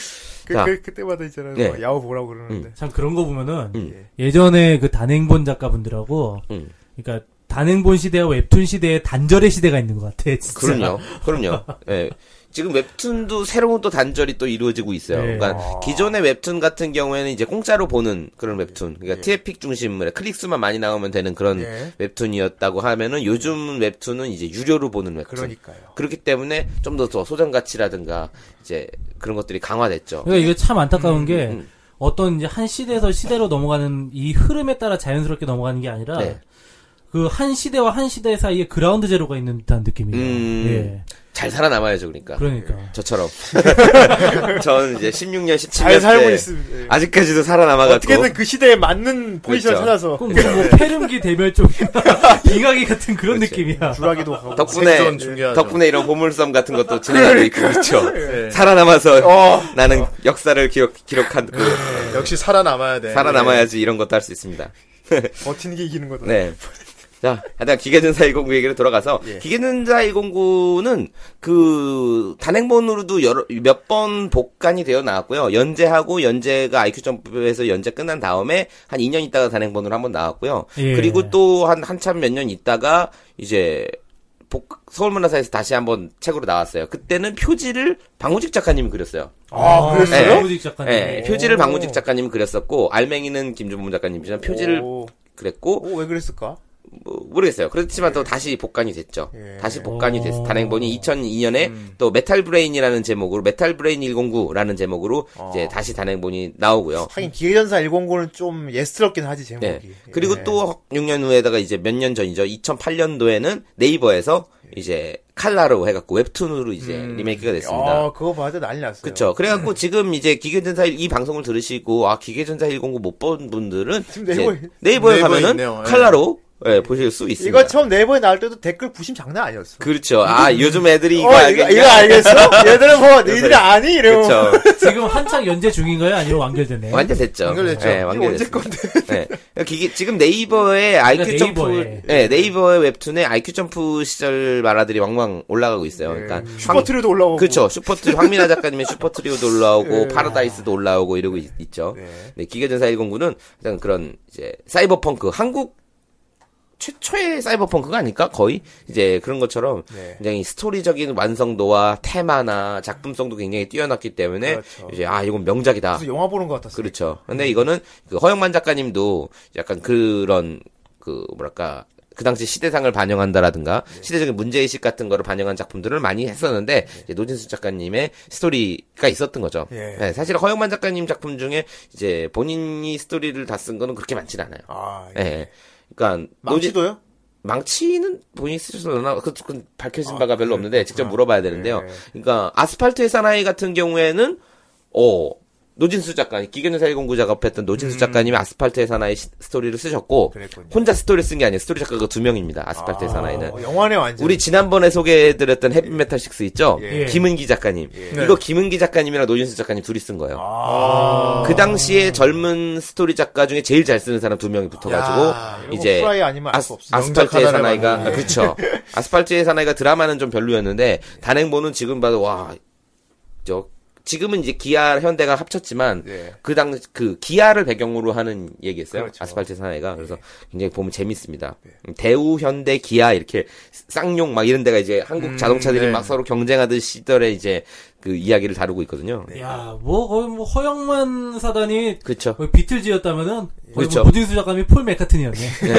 Speaker 3: 그,
Speaker 8: 자.
Speaker 3: 그, 그때마다 있잖아요.
Speaker 8: 네.
Speaker 3: 뭐 야오 보라고 그러는데.
Speaker 4: 참 그런 거 보면은
Speaker 8: 음.
Speaker 4: 예전에 그 단행본 작가분들하고
Speaker 8: 음.
Speaker 4: 그러니까 단행본 시대와 웹툰 시대의 단절의 시대가 있는 것 같아. 진짜.
Speaker 8: 그럼요. 그럼요. 예. 지금 웹툰도 새로운 또 단절이 또 이루어지고 있어요.
Speaker 3: 네.
Speaker 4: 예.
Speaker 8: 그러니까
Speaker 3: 아.
Speaker 8: 기존의 웹툰 같은 경우에는 이제 공짜로 보는 그런 웹툰.
Speaker 3: 네.
Speaker 8: 그러니까 트래픽 중심으로 클릭수만 많이 나오면 되는 그런
Speaker 3: 예.
Speaker 8: 웹툰이었다고 하면은 요즘 웹툰은 이제 유료로 보는 웹툰.
Speaker 3: 그러니까요.
Speaker 8: 그렇기 때문에 좀 더 더 소장 가치라든가 이제 그런 것들이 강화됐죠.
Speaker 4: 그러니까 이게 참 안타까운 게
Speaker 8: 음.
Speaker 4: 어떤 이제 한 시대에서 시대로 넘어가는 이 흐름에 따라 자연스럽게 넘어가는 게 아니라
Speaker 8: 네.
Speaker 4: 그 한 시대와 한 시대 사이에 그라운드 제로가 있는 듯한 느낌이에요.
Speaker 8: 음.
Speaker 4: 예.
Speaker 8: 잘 살아남아야죠, 그러니까.
Speaker 4: 그러니까.
Speaker 8: 저처럼. 저는 이제 16년, 17년
Speaker 3: 잘 살고
Speaker 8: 때
Speaker 3: 있습니다. 예.
Speaker 8: 아직까지도 살아남아가지고
Speaker 3: 어떻게든 그 시대에 맞는 포지션을
Speaker 8: 그렇죠.
Speaker 3: 찾아서
Speaker 4: 그럼 무슨 뭐 폐렴기 대멸종이나 빙하기 같은 그런
Speaker 8: 그렇죠.
Speaker 4: 느낌이야.
Speaker 3: 주라기도 하고.
Speaker 8: 덕분에
Speaker 5: 어, 생존 중요하죠. 그러니까. 예.
Speaker 8: 덕분에 이런 보물섬 같은 것도 진행하고 있고 그렇죠. 살아남아서 나는 역사를 기록 기록한 그
Speaker 5: 어. 역시 살아남아야 돼. 네.
Speaker 8: 살아남아야지 이런 것도 할 수 있습니다.
Speaker 3: 버티는 게 이기는 거다.
Speaker 8: 네. 자, 하여튼 기계전사 109 얘기로 돌아가서
Speaker 4: 예.
Speaker 8: 기계전사 109는 그 단행본으로도 여러 몇 번 복간이 되어 나왔고요. 연재하고 연재가 IQ 점프에서 연재 끝난 다음에 한 2년 있다가 단행본으로 한 번 나왔고요.
Speaker 4: 예.
Speaker 8: 그리고 또 한 한참 몇 년 있다가 이제 복- 서울문화사에서 다시 한번 책으로 나왔어요. 그때는 표지를 방우직 작가님이 그렸어요.
Speaker 3: 아, 그랬어요?
Speaker 8: 네.
Speaker 4: 방우직 작가님.
Speaker 8: 예, 표지를 방우직 작가님이 그렸었고 알맹이는 김준범 작가님이지만 표지를
Speaker 3: 오,
Speaker 8: 그랬고
Speaker 3: 오, 왜 그랬을까?
Speaker 8: 뭐, 모르겠어요. 그렇지만
Speaker 3: 예.
Speaker 8: 또 다시 복간이 됐죠. 다시 복간이 됐어. 단행본이 2002년에
Speaker 3: 음.
Speaker 8: 또 메탈 브레인이라는 제목으로 메탈 브레인 109라는 제목으로
Speaker 3: 어.
Speaker 8: 이제 다시 단행본이 나오고요.
Speaker 3: 하긴 기계전사 109는 좀 예스럽긴 하지 제목이. 예.
Speaker 8: 네. 그리고 또 6년 후에다가 이제 몇 년 전이죠. 2008년도에는 네이버에서
Speaker 3: 예.
Speaker 8: 이제 칼라로 해갖고 웹툰으로 이제 리메이크가 됐습니다.
Speaker 3: 음. 아, 그거 봐도 난리 났어요.
Speaker 8: 그쵸. 그래갖고 지금 이제 기계전사 1, 이 방송을 들으시고, 아, 기계전사 109 못 본 분들은
Speaker 3: 지금 네이버에-
Speaker 8: 이제 네이버에
Speaker 5: 네이버에
Speaker 8: 가면은
Speaker 5: 있네요. 예.
Speaker 8: 칼라로 예, 보실 수 있습니다.
Speaker 3: 이거 처음 네이버에 나올 때도 댓글 부심 장난 아니었어.
Speaker 8: 그렇죠. 아, 요즘 애들이 이거
Speaker 3: 어, 이거,
Speaker 8: 알겠냐?
Speaker 3: 이거 알겠어? 얘들은 뭐, 너희들이 아니? 이러면.
Speaker 8: 그렇죠.
Speaker 9: 지금 한창 연재 중인가요? 아니면 완결됐네요?
Speaker 8: 완전 됐죠.
Speaker 5: 완결됐죠.
Speaker 8: 예,
Speaker 3: 이거 언제
Speaker 8: 완결됐습니다.
Speaker 3: 건데?
Speaker 8: 네. 기계, 지금 네이버의 IQ 점프,
Speaker 9: 네이버에.
Speaker 8: 네, 네이버의 웹툰에 IQ 점프 시절 만화들이 왕왕 올라가고 있어요. 그러니까
Speaker 3: 네.
Speaker 8: 황-
Speaker 3: 음. 슈퍼트리오도 올라오고. 예.
Speaker 8: 그렇죠. 슈퍼트 황민아 작가님의 슈퍼트리오도 올라오고 파라다이스도 올라오고 이러고 있, 죠 네, 기계전사 109는 일단 그런 이제 사이버펑크 한국 최초의 사이버펑크가 아닐까 거의 이제 그런 것처럼
Speaker 3: 네.
Speaker 8: 굉장히 스토리적인 완성도와 테마나 작품성도 굉장히 뛰어났기 때문에
Speaker 3: 그렇죠.
Speaker 8: 이제 아 이건 명작이다.
Speaker 3: 무슨 영화 보는 것 같았어.
Speaker 8: 그렇죠. 근데 이거는 그 허영만 작가님도 약간 그런 그 뭐랄까 그 당시 시대상을 반영한다라든가
Speaker 3: 네.
Speaker 8: 시대적인 문제의식 같은 거를 반영한 작품들을 많이 했었는데 이제 노진수 작가님의 스토리가 있었던 거죠.
Speaker 3: 예.
Speaker 8: 네, 사실 허영만 작가님 작품 중에 이제 본인이 스토리를 다 쓴 거는 그렇게 많진 않아요.
Speaker 3: 아,
Speaker 8: 예.
Speaker 3: 예.
Speaker 8: 그러니까 노진-
Speaker 3: 망치도요?
Speaker 8: 망치는 본인이 쓰셨나? 그, 그 밝혀진
Speaker 3: 아,
Speaker 8: 바가 별로 없는데 직접 물어봐야 되는데요.
Speaker 3: 예.
Speaker 8: 그러니까 아스팔트의 사나이 같은 경우에는 어 노진수 작가님 기계는 사일공구 작업했던 노진수 작가님이 아스팔트의 사나이 시- 스토리를 쓰셨고
Speaker 3: 음. 그랬군요.
Speaker 8: 혼자 스토리 쓴 게 아니에요. 스토리 작가가 두 명입니다. 아스팔트의 사나이는.
Speaker 3: 어, 영화네, 완전.
Speaker 8: 우리 지난번에 소개해드렸던 해피메탈 식스 있죠?
Speaker 3: 예.
Speaker 8: 김은기 작가님. 이거 김은기 작가님이랑 노진수 작가님 둘이 쓴 거예요.
Speaker 3: 아.
Speaker 8: 그 당시에 젊은 스토리 작가 중에 제일 잘 쓰는 사람 두 명이 붙어가지고
Speaker 3: 야, 이거
Speaker 8: 이제
Speaker 3: 프라이 아니면 알수 없어.
Speaker 8: 아스팔트의
Speaker 5: 명작
Speaker 8: 사나이가
Speaker 5: 하나를
Speaker 8: 아, 그쵸 아스팔트의 사나이가 드라마는 좀 별로였는데 단행본은 지금 봐도 와저 지금은 이제 기아 현대가 합쳤지만
Speaker 3: 예.
Speaker 8: 그 당 그 기아를 배경으로 하는 얘기했어요
Speaker 3: 그렇죠. 예.
Speaker 8: 아스팔트의 사나이가 그래서 굉장히 보면 재밌습니다 음, 대우 현대 기아 이렇게 쌍용 막 이런 데가 이제 한국
Speaker 3: 음,
Speaker 8: 자동차들이
Speaker 5: 네.
Speaker 8: 막 서로 경쟁하듯 시절에 이제 그 이야기를 다루고 있거든요
Speaker 3: 네.
Speaker 9: 야, 뭐 거의 뭐 허영만 사단이
Speaker 8: 그쵸
Speaker 9: 거의 비틀즈였다면은 거의
Speaker 8: 그렇죠.
Speaker 9: 뭐 노진수 작가님이 폴 메카트니였네.
Speaker 8: 네.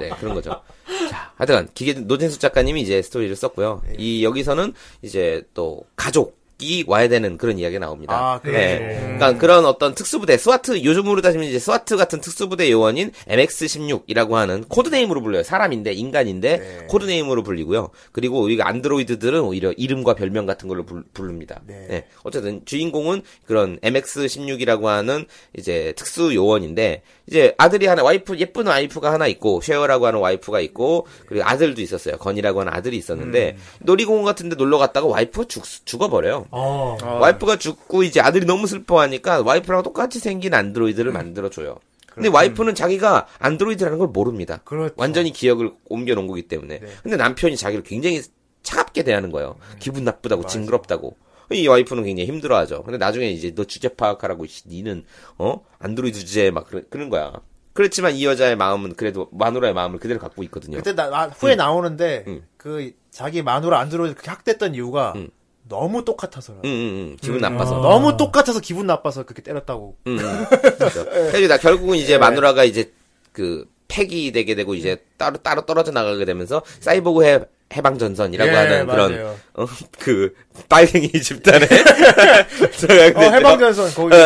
Speaker 8: 네, 그런 거죠. 자, 하여튼 기계 노진수 작가님이 이제 스토리를 썼고요.
Speaker 3: 네.
Speaker 8: 이 여기서는 이제 또 가족이 와야 되는 그런 이야기가 나옵니다.
Speaker 3: 아, 그래.
Speaker 8: 그러니까 그런 어떤 특수부대 스와트 요즘으로 따지면 이제 스와트 같은 특수부대 요원인 MX16이라고 하는 코드네임으로 불려요. 사람인데 인간인데 코드네임으로 불리고요. 그리고 우리가 안드로이드들은 오히려 이름과 별명 같은 걸로 불, 부릅니다. 네. 어쨌든 주인공은 그런 MX16이라고 하는 이제 특수 요원인데 이제 아들이 하나 와이프 예쁜 와이프가 하나 있고 쉐어라고 하는 와이프가 있고 그리고 아들도 있었어요. 건이라고 하는 아들이 있었는데 놀이공원 같은 데 놀러 갔다가 와이프가 죽, 죽어버려요.
Speaker 9: 어.
Speaker 8: 와이프가 죽고 이제 아들이 너무 슬퍼하니까 와이프랑 똑같이 생긴 안드로이드를
Speaker 3: 음.
Speaker 8: 만들어줘요. 근데 와이프는 자기가 안드로이드라는 걸 모릅니다.
Speaker 3: 그렇죠. 네.
Speaker 8: 완전히 기억을 옮겨놓은 거기 때문에. 근데 남편이 자기를 굉장히 차갑게 대하는 거예요. 기분 나쁘다고, 징그럽다고. 이 와이프는 굉장히 힘들어하죠. 근데 나중에 이제 너 주제 파악하라고, 씨, 니는, 어? 안드로이드 주제 막 그러, 그런 거야. 그렇지만 이 여자의 마음은 그래도 마누라의 마음을 그대로 갖고 있거든요.
Speaker 3: 그때 나, 나-
Speaker 8: 음.
Speaker 3: 후에 나오는데,
Speaker 8: 응.
Speaker 3: 그, 자기 마누라 안드로이드 그렇게 학대했던 이유가,
Speaker 8: 응.
Speaker 3: 너무 똑같아서라.
Speaker 8: 응, 응, 응. 음,
Speaker 3: 음.
Speaker 8: 기분 나빠서.
Speaker 3: 너무 똑같아서 기분 나빠서 그렇게 때렸다고.
Speaker 8: 음. 그렇죠. 그래서 나 결국은
Speaker 3: 예.
Speaker 8: 이제 마누라가 이제 그 팩이 되게 되고 이제 따로 따로 떨어져 나가게 되면서 사이보그 해, 해방 전선이라고
Speaker 3: 예,
Speaker 8: 하는 그런
Speaker 3: 맞아요. 예.
Speaker 8: 어, 그 빨갱이 집단에 들어가게
Speaker 3: 어,
Speaker 8: 되죠.
Speaker 3: 해방전선 아, 거기.
Speaker 8: 어,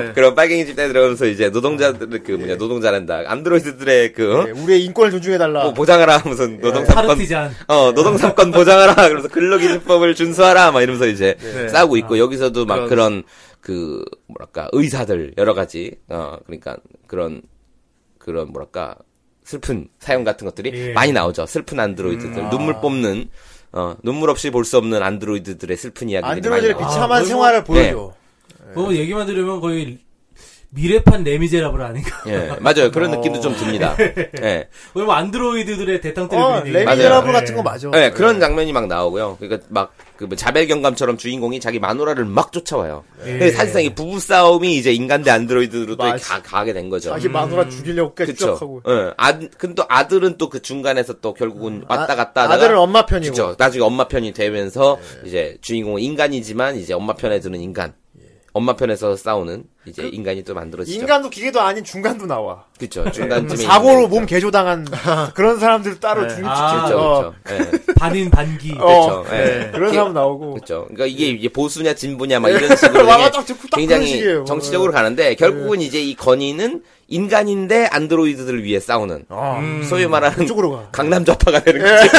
Speaker 3: 네.
Speaker 8: 그런 빨갱이 집단에 들어가면서 이제 노동자들 그
Speaker 3: 예.
Speaker 8: 뭐냐 노동자란다 안드로이드들의 그 어?
Speaker 3: 네, 우리의 인권을 존중해달라.
Speaker 8: 뭐 보장하라 하면서
Speaker 3: 예.
Speaker 8: 노동 삼권
Speaker 9: 파르티잔.
Speaker 8: 어 노동 삼권 보장하라 그러면서 근로기준법을 준수하라 막 이러면서 이제
Speaker 3: 네.
Speaker 8: 싸우고
Speaker 3: 아.
Speaker 8: 있고 여기서도 막 그런 그 뭐랄까 의사들 여러 가지 어 그러니까 그런 그런 뭐랄까 슬픈 사연 같은 것들이
Speaker 3: 예.
Speaker 8: 많이 나오죠 슬픈 안드로이드들
Speaker 3: 음. 아.
Speaker 8: 눈물 뽑는 어 눈물 없이 볼 수 없는 안드로이드들의 슬픈 이야기들이 많이
Speaker 3: 안드로이드의
Speaker 8: 나와요.
Speaker 3: 비참한
Speaker 9: 아,
Speaker 3: 생활을 보여줘.
Speaker 8: 네.
Speaker 9: 뭐 얘기만 들으면 거의 미래판 레미제라블 아닌가?
Speaker 8: 예 맞아요 그런
Speaker 3: 어.
Speaker 8: 느낌도 좀 듭니다 예
Speaker 9: 거의 뭐 안드로이드들의 대탕들을
Speaker 3: 어,
Speaker 9: 그리는 얘기.
Speaker 3: 레미제라블
Speaker 9: 맞아요.
Speaker 3: 같은 거 맞아.
Speaker 8: 네, 그런 장면이 막 나오고요. 그러니까 막그 자벨경감처럼 주인공이 자기 마누라를 막 쫓아와요. 그래서 사실상 이 부부 싸움이 이제 인간 대 안드로이드로 또
Speaker 3: 예. 맞아.
Speaker 8: 가, 가게 된 거죠. 음.
Speaker 3: 자기 마누라 죽이려고
Speaker 8: 그쵸
Speaker 3: 깨쭉하고.
Speaker 8: 예. 아, 근데 또 아들은 또 그 중간에서 또 결국은 왔다 갔다 하다가
Speaker 3: 음. 아들은 엄마 편이고. 예.
Speaker 8: 그쵸. 나중에 엄마 편이 되면서 이제 주인공은 인간이지만 이제 엄마 편에 드는 인간. 엄마 편에서 싸우는 이제 인간이 또 만들어지죠.
Speaker 3: 그 인간도 기계도 아닌 중간도 나와.
Speaker 8: 그쵸. 중간쯤에.
Speaker 3: 사고로
Speaker 8: 인간이
Speaker 3: 몸 개조당한 그런 사람들 따로 중립
Speaker 9: 아,
Speaker 3: 지켰죠.
Speaker 8: 있죠. 그렇죠. 예. 그쵸, 그쵸.
Speaker 9: 반인 반기. 뭐
Speaker 8: 예. 그렇죠. 그쵸.
Speaker 3: 어,
Speaker 8: 예.
Speaker 3: 그런 사람 나오고.
Speaker 8: 그렇죠. 그러니까 이게 이제 보수냐 진보냐 막 이런 식으로
Speaker 3: 맞아,
Speaker 8: 이게
Speaker 3: 예. 딱 그- 딱 그런
Speaker 8: 굉장히
Speaker 3: 식이에요. 예.
Speaker 8: 정치적으로 가는데 결국은 이제 이 건의는 인간인데 안드로이드들을 위해 싸우는 음.
Speaker 3: 어,
Speaker 8: 소위 말하는
Speaker 3: 그쪽으로 가.
Speaker 8: 강남 좌파가 되는 거죠.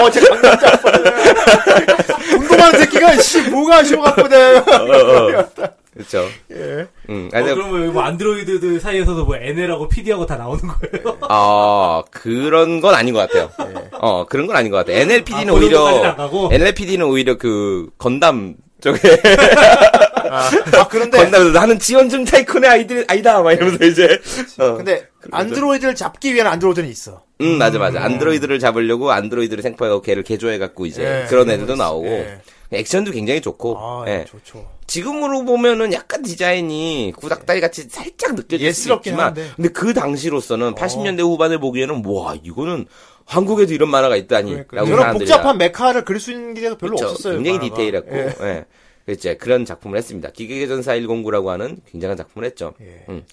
Speaker 3: 어, 제 강남 잡아 운동하는 새끼가 씨 뭐가 쉬워갖고네.
Speaker 8: 그렇죠.
Speaker 3: 예.
Speaker 8: 음.
Speaker 9: 어,
Speaker 8: 아니,
Speaker 9: 그러면 뭐 안드로이드들 사이에서도 뭐 NL하고 PD하고 다 나오는 거예요.
Speaker 8: 어, 그런 건 아닌 것 같아요.
Speaker 3: 예.
Speaker 8: 어, 그런 건 아닌 것 같아요. NLPD는
Speaker 9: 아, 그 정도까지는
Speaker 8: 오히려,
Speaker 9: 안 가고?
Speaker 8: NLPD는 오히려 그, 건담 쪽에,
Speaker 3: 아 그런데
Speaker 8: 건담에서 나는 지원준 타이쿤의 아이들, 아이다, 막 이러면서 이제. 어.
Speaker 3: 근데 안드로이드를 잡기 위한 안드로이드는 있어.
Speaker 8: 음, 맞아, 맞아. 안드로이드를 잡으려고 안드로이드를 생포하고 걔를 개조해갖고 이제
Speaker 3: 예,
Speaker 8: 그런 애들도 나오고.
Speaker 3: 예.
Speaker 8: 액션도 굉장히 좋고.
Speaker 3: 아,
Speaker 8: 예.
Speaker 3: 예, 좋죠.
Speaker 8: 지금으로 보면은 약간 디자인이 구닥다리 같이 살짝 느껴질 수
Speaker 3: 예스럽긴
Speaker 8: 있지만
Speaker 3: 한데. 어.
Speaker 8: 근데 그 당시로서는 80년대 후반을 보기에는 와 이거는 한국에도 이런 만화가 있다니라고
Speaker 3: 저런
Speaker 8: 예, 사람들이
Speaker 3: 복잡한 메카를 그릴 수 있는 게 별로
Speaker 8: 그쵸.
Speaker 3: 없었어요.
Speaker 8: 굉장히
Speaker 3: 만화가.
Speaker 8: 디테일했고,
Speaker 3: 예.
Speaker 8: 예. 그랬죠. 그런 작품을 했습니다. 기계전사 109라고 하는 굉장한 작품을 했죠.
Speaker 3: 예.
Speaker 8: 음.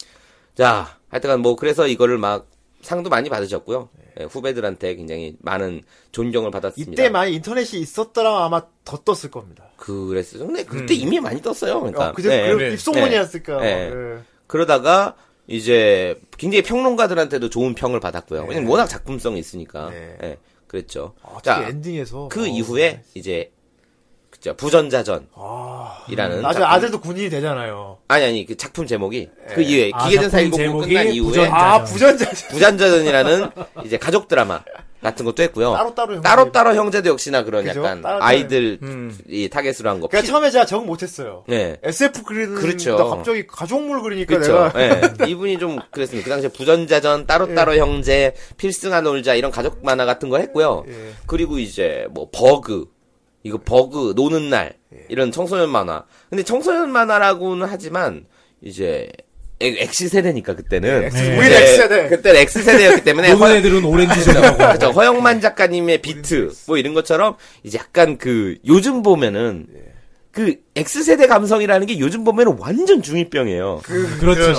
Speaker 8: 자, 하여튼간 뭐, 그래서 이거를 막 상도 많이 받으셨고요. 예, 후배들한테 굉장히 많은 존경을 받았습니다.
Speaker 3: 이때 만약 인터넷이 있었더라면 아마 더 떴을 겁니다.
Speaker 8: 그랬어요. 근데 그때 이미 많이 떴어요. 그러니까.
Speaker 3: 음. 어, 그저
Speaker 8: 예,
Speaker 3: 그
Speaker 8: 예.
Speaker 3: 입소문이었을까.
Speaker 8: 예. 그러다가 이제 굉장히 평론가들한테도 좋은 평을 받았고요. 왜냐면 워낙 작품성이 있으니까.
Speaker 3: 네.
Speaker 8: 예, 그랬죠.
Speaker 3: 아,
Speaker 8: 자,
Speaker 3: 특히 엔딩에서
Speaker 8: 그
Speaker 3: 어,
Speaker 8: 이후에 이제 그죠 부전자전이라는
Speaker 3: 아, 나중에
Speaker 8: 작품.
Speaker 3: 아들도 군인이 되잖아요.
Speaker 8: 아니 아니 그 작품 제목이 그
Speaker 3: 예.
Speaker 8: 이후에
Speaker 9: 아,
Speaker 8: 기계전사
Speaker 9: 작품
Speaker 8: 109
Speaker 9: 제목이
Speaker 8: 끝난 이후에
Speaker 9: 부전-
Speaker 3: 아 부전자
Speaker 8: 부잔자전이라는 이제 가족 드라마 같은 것도 했고요.
Speaker 3: 따로따로 형제.
Speaker 8: 따로 따로 형제도 역시나 그런
Speaker 3: 그죠?
Speaker 8: 약간
Speaker 3: 따로따로 음.
Speaker 8: 아이들 이 타겟으로 한 거.
Speaker 3: 그러니까 처음에 제가 적응 못했어요.
Speaker 8: 네.
Speaker 3: SF 그리는
Speaker 8: 그렇죠.
Speaker 3: 다 갑자기 가족물 그리니까
Speaker 8: 그렇죠.
Speaker 3: 그러니까 내가 예.
Speaker 8: 예. 이분이 좀 그랬습니다. 그 당시에 부전자전, 따로따로 형제, 필승아 놀자 이런 가족 만화 같은 거 했고요.
Speaker 3: 예.
Speaker 8: 그리고 이제 뭐 버그, 이거 버그 노는 날
Speaker 3: 예.
Speaker 8: 이런 청소년 만화. 근데 청소년 만화라고는 하지만 이제 엑시 세대니까 그때는
Speaker 3: 예,
Speaker 8: 예.
Speaker 3: 우리 X세대. 예.
Speaker 8: 그때 X 세대였기 때문에
Speaker 9: 예. 노는
Speaker 8: 허-
Speaker 9: 애들은 오렌지
Speaker 8: 그렇죠.
Speaker 9: 점하고
Speaker 8: 그렇죠. 허영만 작가님의 비트 뭐 이런 것처럼 이제 약간 그 요즘 보면은
Speaker 3: 예.
Speaker 8: 그 X세대 감성이라는 게 요즘 보면은 완전 중2병이에요.
Speaker 9: 그렇죠.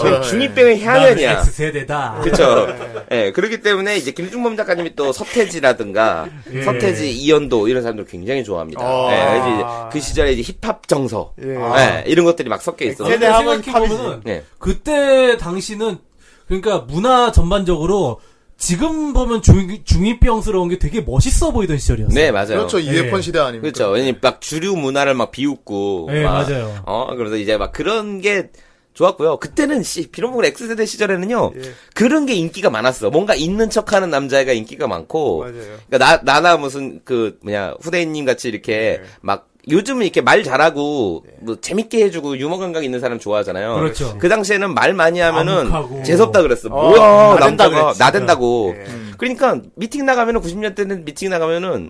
Speaker 9: 나는
Speaker 8: 중2병의 향연이야.
Speaker 9: X 세대다.
Speaker 8: 어, 예. 그렇죠. 예, 그렇기 때문에 이제 김중범 작가님이 또 서태지라든가 서태지 이연도 이런 사람들 굉장히 좋아합니다.
Speaker 3: 아.
Speaker 8: 예, 그래서 이제 그 시절에 이제 힙합 정서
Speaker 3: 예.
Speaker 8: 예, 이런 것들이 막 섞여 있어서
Speaker 3: 세대 하면
Speaker 4: 아.
Speaker 9: 생각해보면은
Speaker 8: 예.
Speaker 9: 그때 당시는 그러니까 문화 전반적으로 지금 보면 중, 중2병스러운 게 되게 멋있어 보이던 시절이었어요.
Speaker 8: 네, 맞아요.
Speaker 5: 그렇죠.
Speaker 9: 예.
Speaker 5: 이회펀 시대 아닙니까?
Speaker 8: 그렇죠. 왜냐면 막 주류 문화를 막 비웃고.
Speaker 9: 네,
Speaker 8: 막,
Speaker 9: 맞아요.
Speaker 8: 어, 그래서 이제 막 그런 게 좋았고요. 그때는 씨, 비로소 X세대 시절에는요. 그런 게 인기가 많았어. 뭔가 있는 척 하는 남자애가 인기가 많고.
Speaker 3: 맞아요.
Speaker 8: 그러니까 나, 나나 무슨 그, 뭐냐, 후대인님 같이 이렇게 막 요즘은 이렇게 말 잘하고 뭐 재밌게 해주고 유머 감각 있는 사람 좋아하잖아요.
Speaker 9: 그렇죠.
Speaker 8: 그 당시에는 말 많이 하면은
Speaker 9: 암흑하고.
Speaker 8: 재수없다 그랬어.
Speaker 3: 어,
Speaker 8: 뭐야
Speaker 3: 나댄다
Speaker 8: 남자가
Speaker 3: 그랬지.
Speaker 8: 나댄다고.
Speaker 9: 음.
Speaker 8: 그러니까 미팅 나가면은 90년대는 미팅 나가면은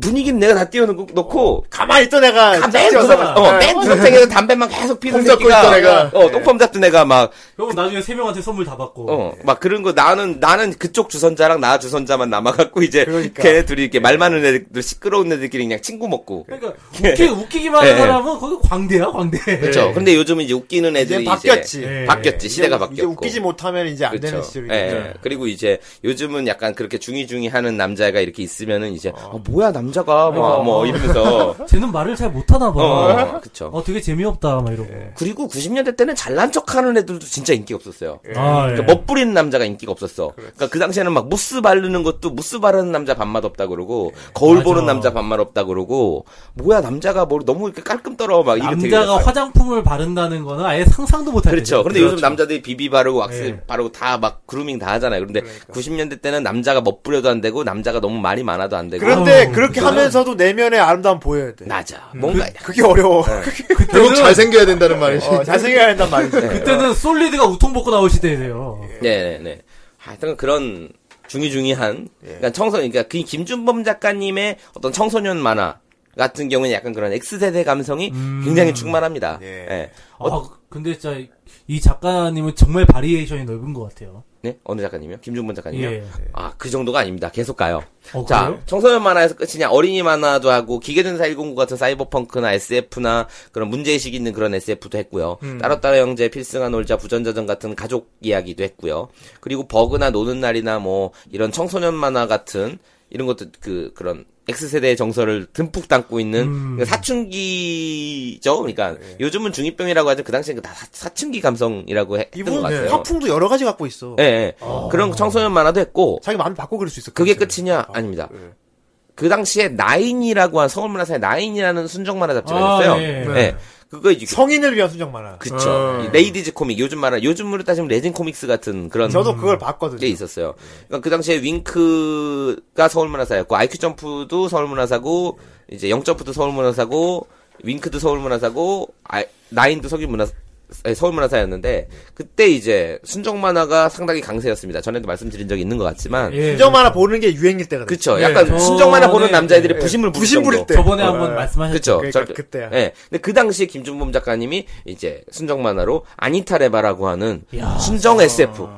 Speaker 8: 분위기는 내가 다 띄워놓고
Speaker 3: 가만히 있던 애가
Speaker 8: 맨
Speaker 3: 짝지어서.
Speaker 8: 어, 맨 두석쟁이에서 담배만 계속 피우는
Speaker 5: 똥 잡고 있던 애가.
Speaker 8: 어, 똥펌 잡던 애가 막,
Speaker 9: 그리고 나중에 세 명한테 선물 다
Speaker 3: 뭐,
Speaker 9: 받고.
Speaker 8: 어,
Speaker 3: 네.
Speaker 8: 막 그런 거 나는, 나는 그쪽 주선자랑 나 주선자만 남아갖고 이제
Speaker 3: 그러니까.
Speaker 8: 걔네 둘이 이렇게 말 많은 애들, 시끄러운 애들끼리 그냥 친구 먹고.
Speaker 9: 그러니까 웃기, 웃기기만 하는
Speaker 8: 예.
Speaker 9: 사람은 거기 광대야 광대. 네.
Speaker 8: 그렇죠. 근데 요즘은 이제 웃기는
Speaker 3: 네. 이제
Speaker 8: 애들이 이제 네.
Speaker 3: 바뀌었지.
Speaker 9: 예.
Speaker 8: 바뀌었지. 시대가 바뀌었고.
Speaker 3: 이제 웃기지 못하면 이제 안 되는 네.
Speaker 8: 그렇죠.
Speaker 3: 시절이죠.
Speaker 8: 예. 그리고 이제 요즘은 약간 그렇게 중이중이 하는 남자가 이렇게 있으면은 이제 어, 뭐야 남자가
Speaker 3: 그러니까.
Speaker 8: 막 뭐 이러면서
Speaker 3: 어.
Speaker 9: 쟤는 말을 잘 못하나
Speaker 8: 어,
Speaker 9: 봐.
Speaker 8: 어, 그렇죠.
Speaker 9: 어 되게 재미없다 막 이러고.
Speaker 8: 그리고 90년대 때는 잘난 척하는 애들도 진짜 인기 없었어요.
Speaker 9: 아, 예.
Speaker 8: 그러니까 멋부리는 남자가 인기가 없었어. 그러니까 그 당시에는 막 무스 바르는 것도 무스 바르는 남자 반맛 없다 그러고 거울
Speaker 9: 네. 맞아.
Speaker 8: 보는 남자 반맛 없다 그러고 뭐야 남자가 뭐 너무 이렇게 깔끔 떨어 막 이렇게 되게
Speaker 9: 남자가
Speaker 8: 됐어요.
Speaker 9: 화장품을 바른다는 거는 아예 상상도 못할
Speaker 8: 그렇죠.
Speaker 9: 일이죠.
Speaker 8: 그런데 요즘 남자들이 비비 바르고 왁스
Speaker 9: 예.
Speaker 8: 바르고 다 막 그루밍 다 하잖아요. 그런데
Speaker 9: 그러니까.
Speaker 8: 90년대 때는 남자가 멋부려도 안 되고 남자가 너무 말이 많아도 안 되고
Speaker 3: 그런데
Speaker 9: 어,
Speaker 3: 그렇게
Speaker 9: 그렇죠.
Speaker 3: 하면서도 내면의 아름다움 보여야 돼.
Speaker 8: 낮아. 뭔가
Speaker 3: 그게 어려워.
Speaker 8: 네.
Speaker 5: 결국 잘생겨야 된다는
Speaker 8: 아,
Speaker 5: 말이지.
Speaker 3: 어, 잘생겨야 한단 말이지.
Speaker 8: 네.
Speaker 9: 그렇죠.
Speaker 8: 어.
Speaker 9: 그때는 솔리드가 우통 벗고 나올 시대예요.
Speaker 8: 네네네. 하여튼 그런 중이중이한 그러니까 청소 그러니까 그 김준범 작가님의 어떤 청소년 만화 같은 경우는 약간 그런 X세대 감성이 굉장히 충만합니다.
Speaker 1: 예.
Speaker 8: 예.
Speaker 9: 아, 근데 진짜 이 작가님은 정말 바리에이션이 넓은 것 같아요.
Speaker 8: 네? 어느 작가님이요? 김준범 작가님이요?
Speaker 9: 예.
Speaker 8: 아, 그 정도가 아닙니다. 계속 가요.
Speaker 9: 어,
Speaker 8: 자,
Speaker 9: 그래요?
Speaker 8: 청소년 만화에서 끝이냐, 어린이 만화도 하고, 기계전사 109 같은 사이버펑크나 SF나 그런 문제의식 있는 그런 SF도 했고요.
Speaker 9: 음.
Speaker 8: 따로따로 형제, 필승한 놀자, 부전자전 같은 가족 이야기도 했고요. 그리고 버그나 노는 날이나 뭐, 이런 청소년 만화 같은, 이런 것도 그, 그런, X세대의 정서를 듬뿍 담고 있는
Speaker 9: 음.
Speaker 8: 그러니까 사춘기죠? 그러니까
Speaker 9: 네.
Speaker 8: 요즘은 중이병이라고 하죠. 그 당시엔 다 사- 사춘기 감성이라고 해- 했던 것
Speaker 3: 이분
Speaker 8: 같아요.
Speaker 3: 화풍도 여러 가지 갖고 있어.
Speaker 8: 예, 예. 그런 청소년 만화도 했고
Speaker 3: 자기 마음 바꿔 그릴 수 있어.
Speaker 8: 그게
Speaker 3: 그렇지.
Speaker 8: 끝이냐?
Speaker 3: 아,
Speaker 8: 아닙니다.
Speaker 3: 예.
Speaker 8: 그 당시에 나인이라고 한 서울 문화사에 나인이라는 순정 만화 잡지가
Speaker 9: 아,
Speaker 8: 있어요.
Speaker 9: 예.
Speaker 8: 예. 그거 이제
Speaker 3: 성인을 위한 순정 만화.
Speaker 8: 그쵸.
Speaker 3: 어.
Speaker 8: 이 레이디즈 코믹 요즘 말하 요즘으로 따지면 레진 코믹스 같은 그런
Speaker 3: 저도 그걸 봤거든요.
Speaker 8: 게 있었어요. 그러니까 그 당시에 윙크가 서울 문화사였고 아이큐 점프도 서울 문화사고 이제 영점프도 서울 문화사고 윙크도 서울 문화사고 아, 나인도 서울 문화 아니, 서울 문화사였는데 그때 이제 순정 만화가 상당히 강세였습니다. 전에도 말씀드린 적이 있는 것 같지만
Speaker 9: 예.
Speaker 3: 순정 만화 보는 게 유행일 때가 됐
Speaker 8: 그쵸.
Speaker 9: 예,
Speaker 8: 약간
Speaker 9: 저번에-
Speaker 8: 순정 만화 보는 남자애들이 부심을 부릴
Speaker 3: 부심 부릴 때.
Speaker 8: 정도.
Speaker 9: 저번에 한번
Speaker 3: 어,
Speaker 9: 말씀하셨죠.
Speaker 8: 그쵸.
Speaker 3: 그러니까
Speaker 8: 절-
Speaker 3: 그때야.
Speaker 8: 예. 근데 그 당시에 김준범 작가님이 이제 순정 만화로 아니타레바라고 하는
Speaker 9: 야.
Speaker 8: 순정 SF.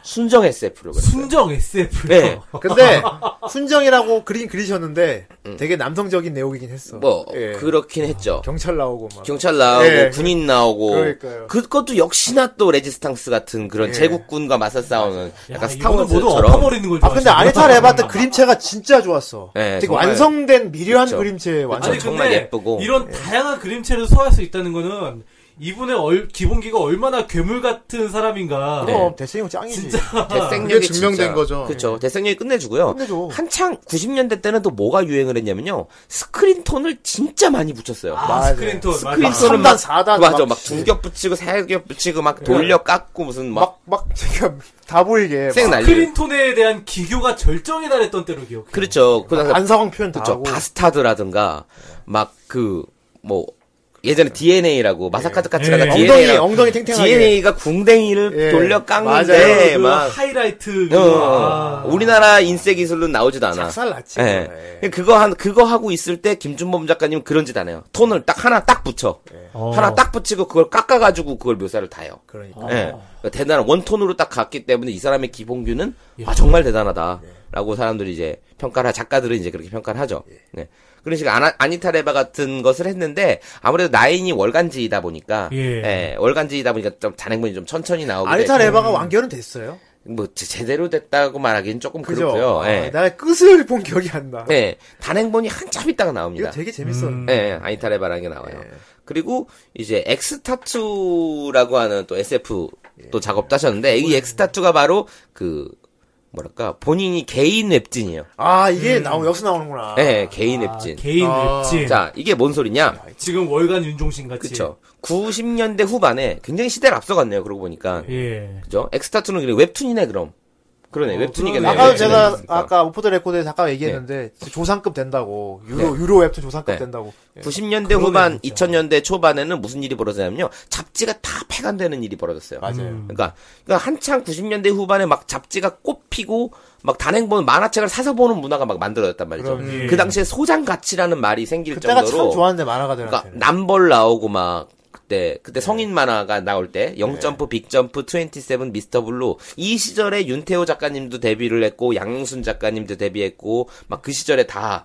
Speaker 8: 순정 SF로 그랬어요.
Speaker 9: 순정 SF.
Speaker 8: 예.
Speaker 3: 근데 순정이라고 그린 그리셨는데 되게 남성적인 내용이긴 했어.
Speaker 8: 음. 뭐
Speaker 3: 예.
Speaker 8: 그렇긴 했죠.
Speaker 3: 경찰 나오고 막.
Speaker 8: 경찰 나오고
Speaker 3: 예,
Speaker 8: 군인 나오고
Speaker 3: 그러니까요.
Speaker 8: 그것도 역시나 또 레지스탕스 같은 그런
Speaker 3: 예.
Speaker 8: 제국군과 맞서 싸우는
Speaker 9: 야,
Speaker 8: 약간
Speaker 9: 이거는 모두
Speaker 8: 스타워즈처럼
Speaker 9: 엎어버리는 걸
Speaker 3: 아 근데
Speaker 9: 좋아하시는구나.
Speaker 3: 아니타 레바트 그림체가 진짜 좋았어.
Speaker 8: 예,
Speaker 3: 되게
Speaker 8: 정말.
Speaker 3: 완성된 미려한
Speaker 8: 그쵸.
Speaker 3: 그림체 완성.
Speaker 8: 아니, 정말 예쁘고.
Speaker 9: 이런 다양한 그림체를 소화할 수 있다는 거는 이분의 얼- 기본기가 얼마나 괴물 같은 사람인가.
Speaker 8: 네.
Speaker 3: 그럼 어, 대세형 짱이지.
Speaker 9: 진짜
Speaker 8: 대생력이
Speaker 5: 그게 증명된
Speaker 8: 진짜-
Speaker 5: 거죠.
Speaker 8: 그렇죠. 대생력이 끝내주고요.
Speaker 3: 끝내줘.
Speaker 8: 한창 90년대 때는 또 뭐가 유행을 했냐면요. 스크린 톤을 진짜 많이 붙였어요.
Speaker 9: 아,
Speaker 3: 맞아요.
Speaker 9: 스크린톤. 맞아.
Speaker 8: 스크린
Speaker 9: 맞아.
Speaker 8: 톤은
Speaker 3: 3단,
Speaker 8: 막
Speaker 3: 4단 예.
Speaker 8: 맞아. 막 두 겹 붙이고 세 겹 붙이고 막 돌려 깎고 무슨 막
Speaker 3: 막막 지금 다 보이게.
Speaker 8: 생
Speaker 3: 막
Speaker 8: 난리.
Speaker 9: 스크린톤에 대한 기교가 절정에 달했던 때로 기억해요.
Speaker 8: 그렇죠. 그 당시
Speaker 3: 안상황 표현 다
Speaker 8: 그렇죠.
Speaker 3: 하고.
Speaker 8: 바스타드라든가 막 그 뭐 예전에 DNA라고 마사카즈 카츠라가
Speaker 9: 예.
Speaker 8: DNA
Speaker 3: 네. 엉덩이
Speaker 8: 랑
Speaker 3: 엉덩이 탱탱하게.
Speaker 8: DNA가 궁뎅이를
Speaker 3: 예.
Speaker 8: 돌려
Speaker 9: 네,
Speaker 8: 깎는데
Speaker 9: 그
Speaker 8: 막
Speaker 9: 하이라이트.
Speaker 8: 어,
Speaker 9: 그거.
Speaker 8: 어.
Speaker 9: 아.
Speaker 8: 우리나라 인쇄 기술로 나오지도 않아.
Speaker 3: 작살 났지.
Speaker 8: 예.
Speaker 3: 예.
Speaker 8: 그거 한 그거 하고 있을 때 김준범 작가님 은 그런 짓 안 해요. 톤을 딱 하나 딱 붙여.
Speaker 3: 예.
Speaker 9: 어.
Speaker 8: 하나 딱 붙이고 그걸 깎아 가지고 그걸 묘사를 다요.
Speaker 3: 그러니까.
Speaker 8: 예. 그러니까 대단한 원톤으로 딱 갔기 때문에 이 사람의 기본규는
Speaker 3: 예.
Speaker 8: 아 정말 대단하다라고 사람들이 이제 평가를 하- 작가들은 이제 그렇게 평가를 하죠.
Speaker 3: 예.
Speaker 8: 네. 그런 식의 아나, 아니타 레바 같은 것을 했는데 아무래도 나인이 월간지이다 보니까
Speaker 9: 예.
Speaker 8: 예, 월간지이다 보니까 좀 잔행본이 좀 천천히 나오고
Speaker 3: 아니타 레바가 완결은 됐어요.
Speaker 8: 뭐 제- 제대로 됐다고 말하기는 조금 그
Speaker 3: 그죠?
Speaker 8: 렇고요
Speaker 3: 아,
Speaker 8: 예.
Speaker 3: 나 끝을 본 기억이 안 나.
Speaker 8: 예. 단행본이 한참 있다가 나옵니다.
Speaker 3: 이거 되게 재밌었는데.
Speaker 9: 음.
Speaker 8: 예, 아니타레바라는 게 나와요. 그리고 이제 엑스타투라고 하는 또 SF
Speaker 9: 예.
Speaker 8: 또 작업도 하셨는데
Speaker 9: 네.
Speaker 8: 이 엑스타투가 바로 그 뭐랄까 본인이 개인 웹진이에요.
Speaker 3: 아 이게 나오 여기서 나오는구나.
Speaker 8: 예, 개인
Speaker 9: 아,
Speaker 8: 웹진.
Speaker 9: 개인 아, 웹진.
Speaker 8: 자, 이게 뭔 소리냐?
Speaker 9: 지금 월간 윤종신 같이.
Speaker 8: 그쵸. 90년대 후반에 굉장히 시대를 앞서갔네요. 그러고 보니까.
Speaker 9: 예.
Speaker 8: 그죠? 엑스타투는 그냥 웹툰이네, 그럼. 그러네,
Speaker 9: 어,
Speaker 8: 웹툰이겠네.
Speaker 9: 그러네.
Speaker 3: 아까도
Speaker 9: 네,
Speaker 3: 제가
Speaker 8: 웹툰이니까.
Speaker 3: 아까 오포드 레코드에서 아까 얘기했는데 조상급 된다고 유로 유로 웹툰 조상급
Speaker 8: 네.
Speaker 3: 된다고. 예.
Speaker 8: 90년대 후반, 2000년대 초반에는 무슨 일이 벌어졌냐면요. 잡지가 다 폐간되는 일이 벌어졌어요.
Speaker 3: 맞아요.
Speaker 8: 그러니까, 그러니까 한창 90년대 후반에 막 잡지가 꽃피고 막 단행본 만화책을 사서 보는 문화가 막 만들어졌단 말이죠.
Speaker 3: 그럼요.
Speaker 9: 예.
Speaker 8: 그 당시에 소장 가치라는 말이 생길
Speaker 3: 그때가 참
Speaker 8: 정도로
Speaker 3: 좋았는데 만화가들한테.
Speaker 8: 그러니까 남벌 나오고 막 그때
Speaker 3: 네.
Speaker 8: 그때 성인 만화가 나올 때 영점프, 빅점프, 27, 미스터 블루 이 시절에 윤태호 작가님도 데뷔를 했고 양순 작가님도 데뷔했고 막 그 시절에 다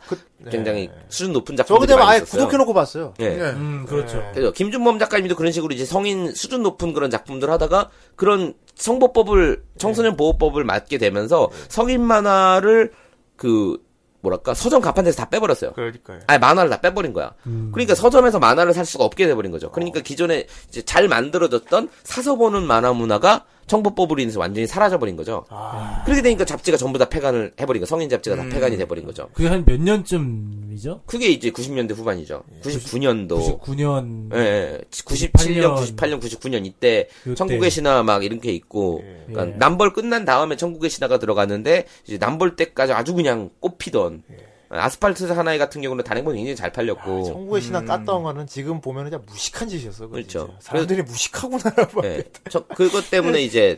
Speaker 8: 굉장히 수준 높은
Speaker 3: 네. 저
Speaker 8: 작품들이
Speaker 3: 그때 막
Speaker 8: 많이
Speaker 3: 아예
Speaker 8: 있었어요.
Speaker 3: 구독해놓고 봤어요.
Speaker 8: 예.
Speaker 9: 음, 그렇죠.
Speaker 8: 그래서 김준범 작가님도 그런 식으로 이제 성인 수준 높은 그런 작품들 하다가 그런 성보법을 청소년 보호법을 맞게 되면서 성인 만화를 그 뭐랄까 서점 가판대에서 다 빼버렸어요.
Speaker 3: 그러니까요.
Speaker 8: 아니 만화를 다 빼버린 거야. 그러니까 서점에서 만화를 살 수가 없게 돼버린 거죠. 그러니까 기존에 이제 잘 만들어졌던 사서 보는 만화 문화가 청보법으로 인해서 완전히 사라져버린 거죠. 그렇게 되니까 잡지가 전부 다 폐간을 해버린 거. 성인 잡지가 다 폐간이 돼버린 거죠.
Speaker 9: 그게 한 몇 년쯤이죠?
Speaker 8: 그게 이제 90년대 후반이죠. 99년도.
Speaker 9: 99년.
Speaker 8: 예, 예, 97년, 98년, 99년 이때
Speaker 9: 요때.
Speaker 8: 천국의 신화 막 이런 게 있고 그러니까
Speaker 9: 예.
Speaker 8: 남벌 끝난 다음에 천국의 신화가 들어갔는데 이제 남벌 때까지 아주 그냥 꽃피던 아스팔트 하나의 같은 경우는 단행본 굉장히 잘 팔렸고
Speaker 3: 천국의 신화 깠던 거는 지금 보면 그냥 무식한 짓이었어. 그거
Speaker 8: 그렇죠.
Speaker 3: 진짜. 사람들이 무식하구나. 봐.
Speaker 8: 예. 저 그것 때문에 이제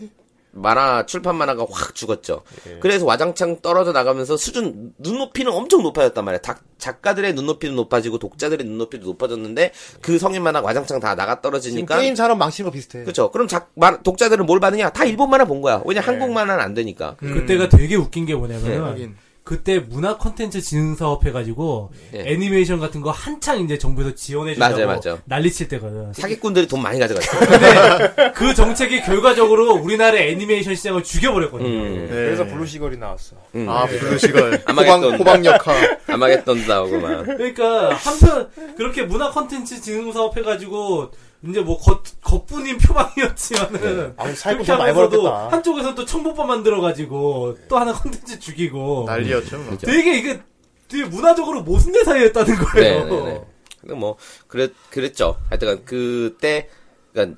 Speaker 8: 만화 출판 만화가 확 죽었죠. 그래서 와장창 떨어져 나가면서 수준 눈높이는 엄청 높아졌단 말이야. 작, 작가들의 눈높이도 높아지고 독자들의 눈높이도 높아졌는데 그 성인 만화 가 와장창 다 나가
Speaker 3: 지금
Speaker 8: 떨어지니까
Speaker 3: 게임 산업 망치는 거 비슷해.
Speaker 8: 그렇죠. 그럼 작, 만- 독자들은 뭘 받느냐? 다 일본 만화 본 거야. 왜냐 한국 만화는 안 되니까.
Speaker 9: 그때가 되게 웃긴 게
Speaker 8: 네,
Speaker 9: 뭐냐면은
Speaker 5: 하긴.
Speaker 9: 그때 문화 콘텐츠 진흥 사업 해가지고
Speaker 8: 예.
Speaker 9: 애니메이션 같은 거 한창 이제 정부에서 지원해 준다고
Speaker 8: 맞아요, 맞아요.
Speaker 9: 난리칠 때거든.
Speaker 8: 사기꾼들이 돈 많이 가져갔어.
Speaker 9: 근데 그 정책이 결과적으로 우리나라의 애니메이션 시장을 죽여버렸거든요.
Speaker 8: 음.
Speaker 3: 그래서 블루시걸이 나왔어.
Speaker 8: 음.
Speaker 5: 아 블루시걸
Speaker 8: 아마겟돈.
Speaker 5: 호방 호방 역하
Speaker 8: 아마겟돈도 나오고 막.
Speaker 9: 그러니까 한편 그렇게 문화 콘텐츠 진흥 사업 해가지고 이제 뭐 겉, 겉뿐인
Speaker 8: 네.
Speaker 9: 표방이었지만은
Speaker 3: 아니, 살고
Speaker 9: 그렇게
Speaker 3: 돈 많이
Speaker 9: 하면서도
Speaker 3: 벌었겠다.
Speaker 9: 한쪽에서 또 청보법 만들어가지고 또 하나 콘텐츠 죽이고
Speaker 5: 난리였죠. 뭐.
Speaker 9: 되게 이게 되게 문화적으로 모순된 사이였다는
Speaker 8: 네,
Speaker 9: 거예요.
Speaker 8: 네, 네. 근데 뭐 그랬 그랬죠. 하여튼간 그때 그러니까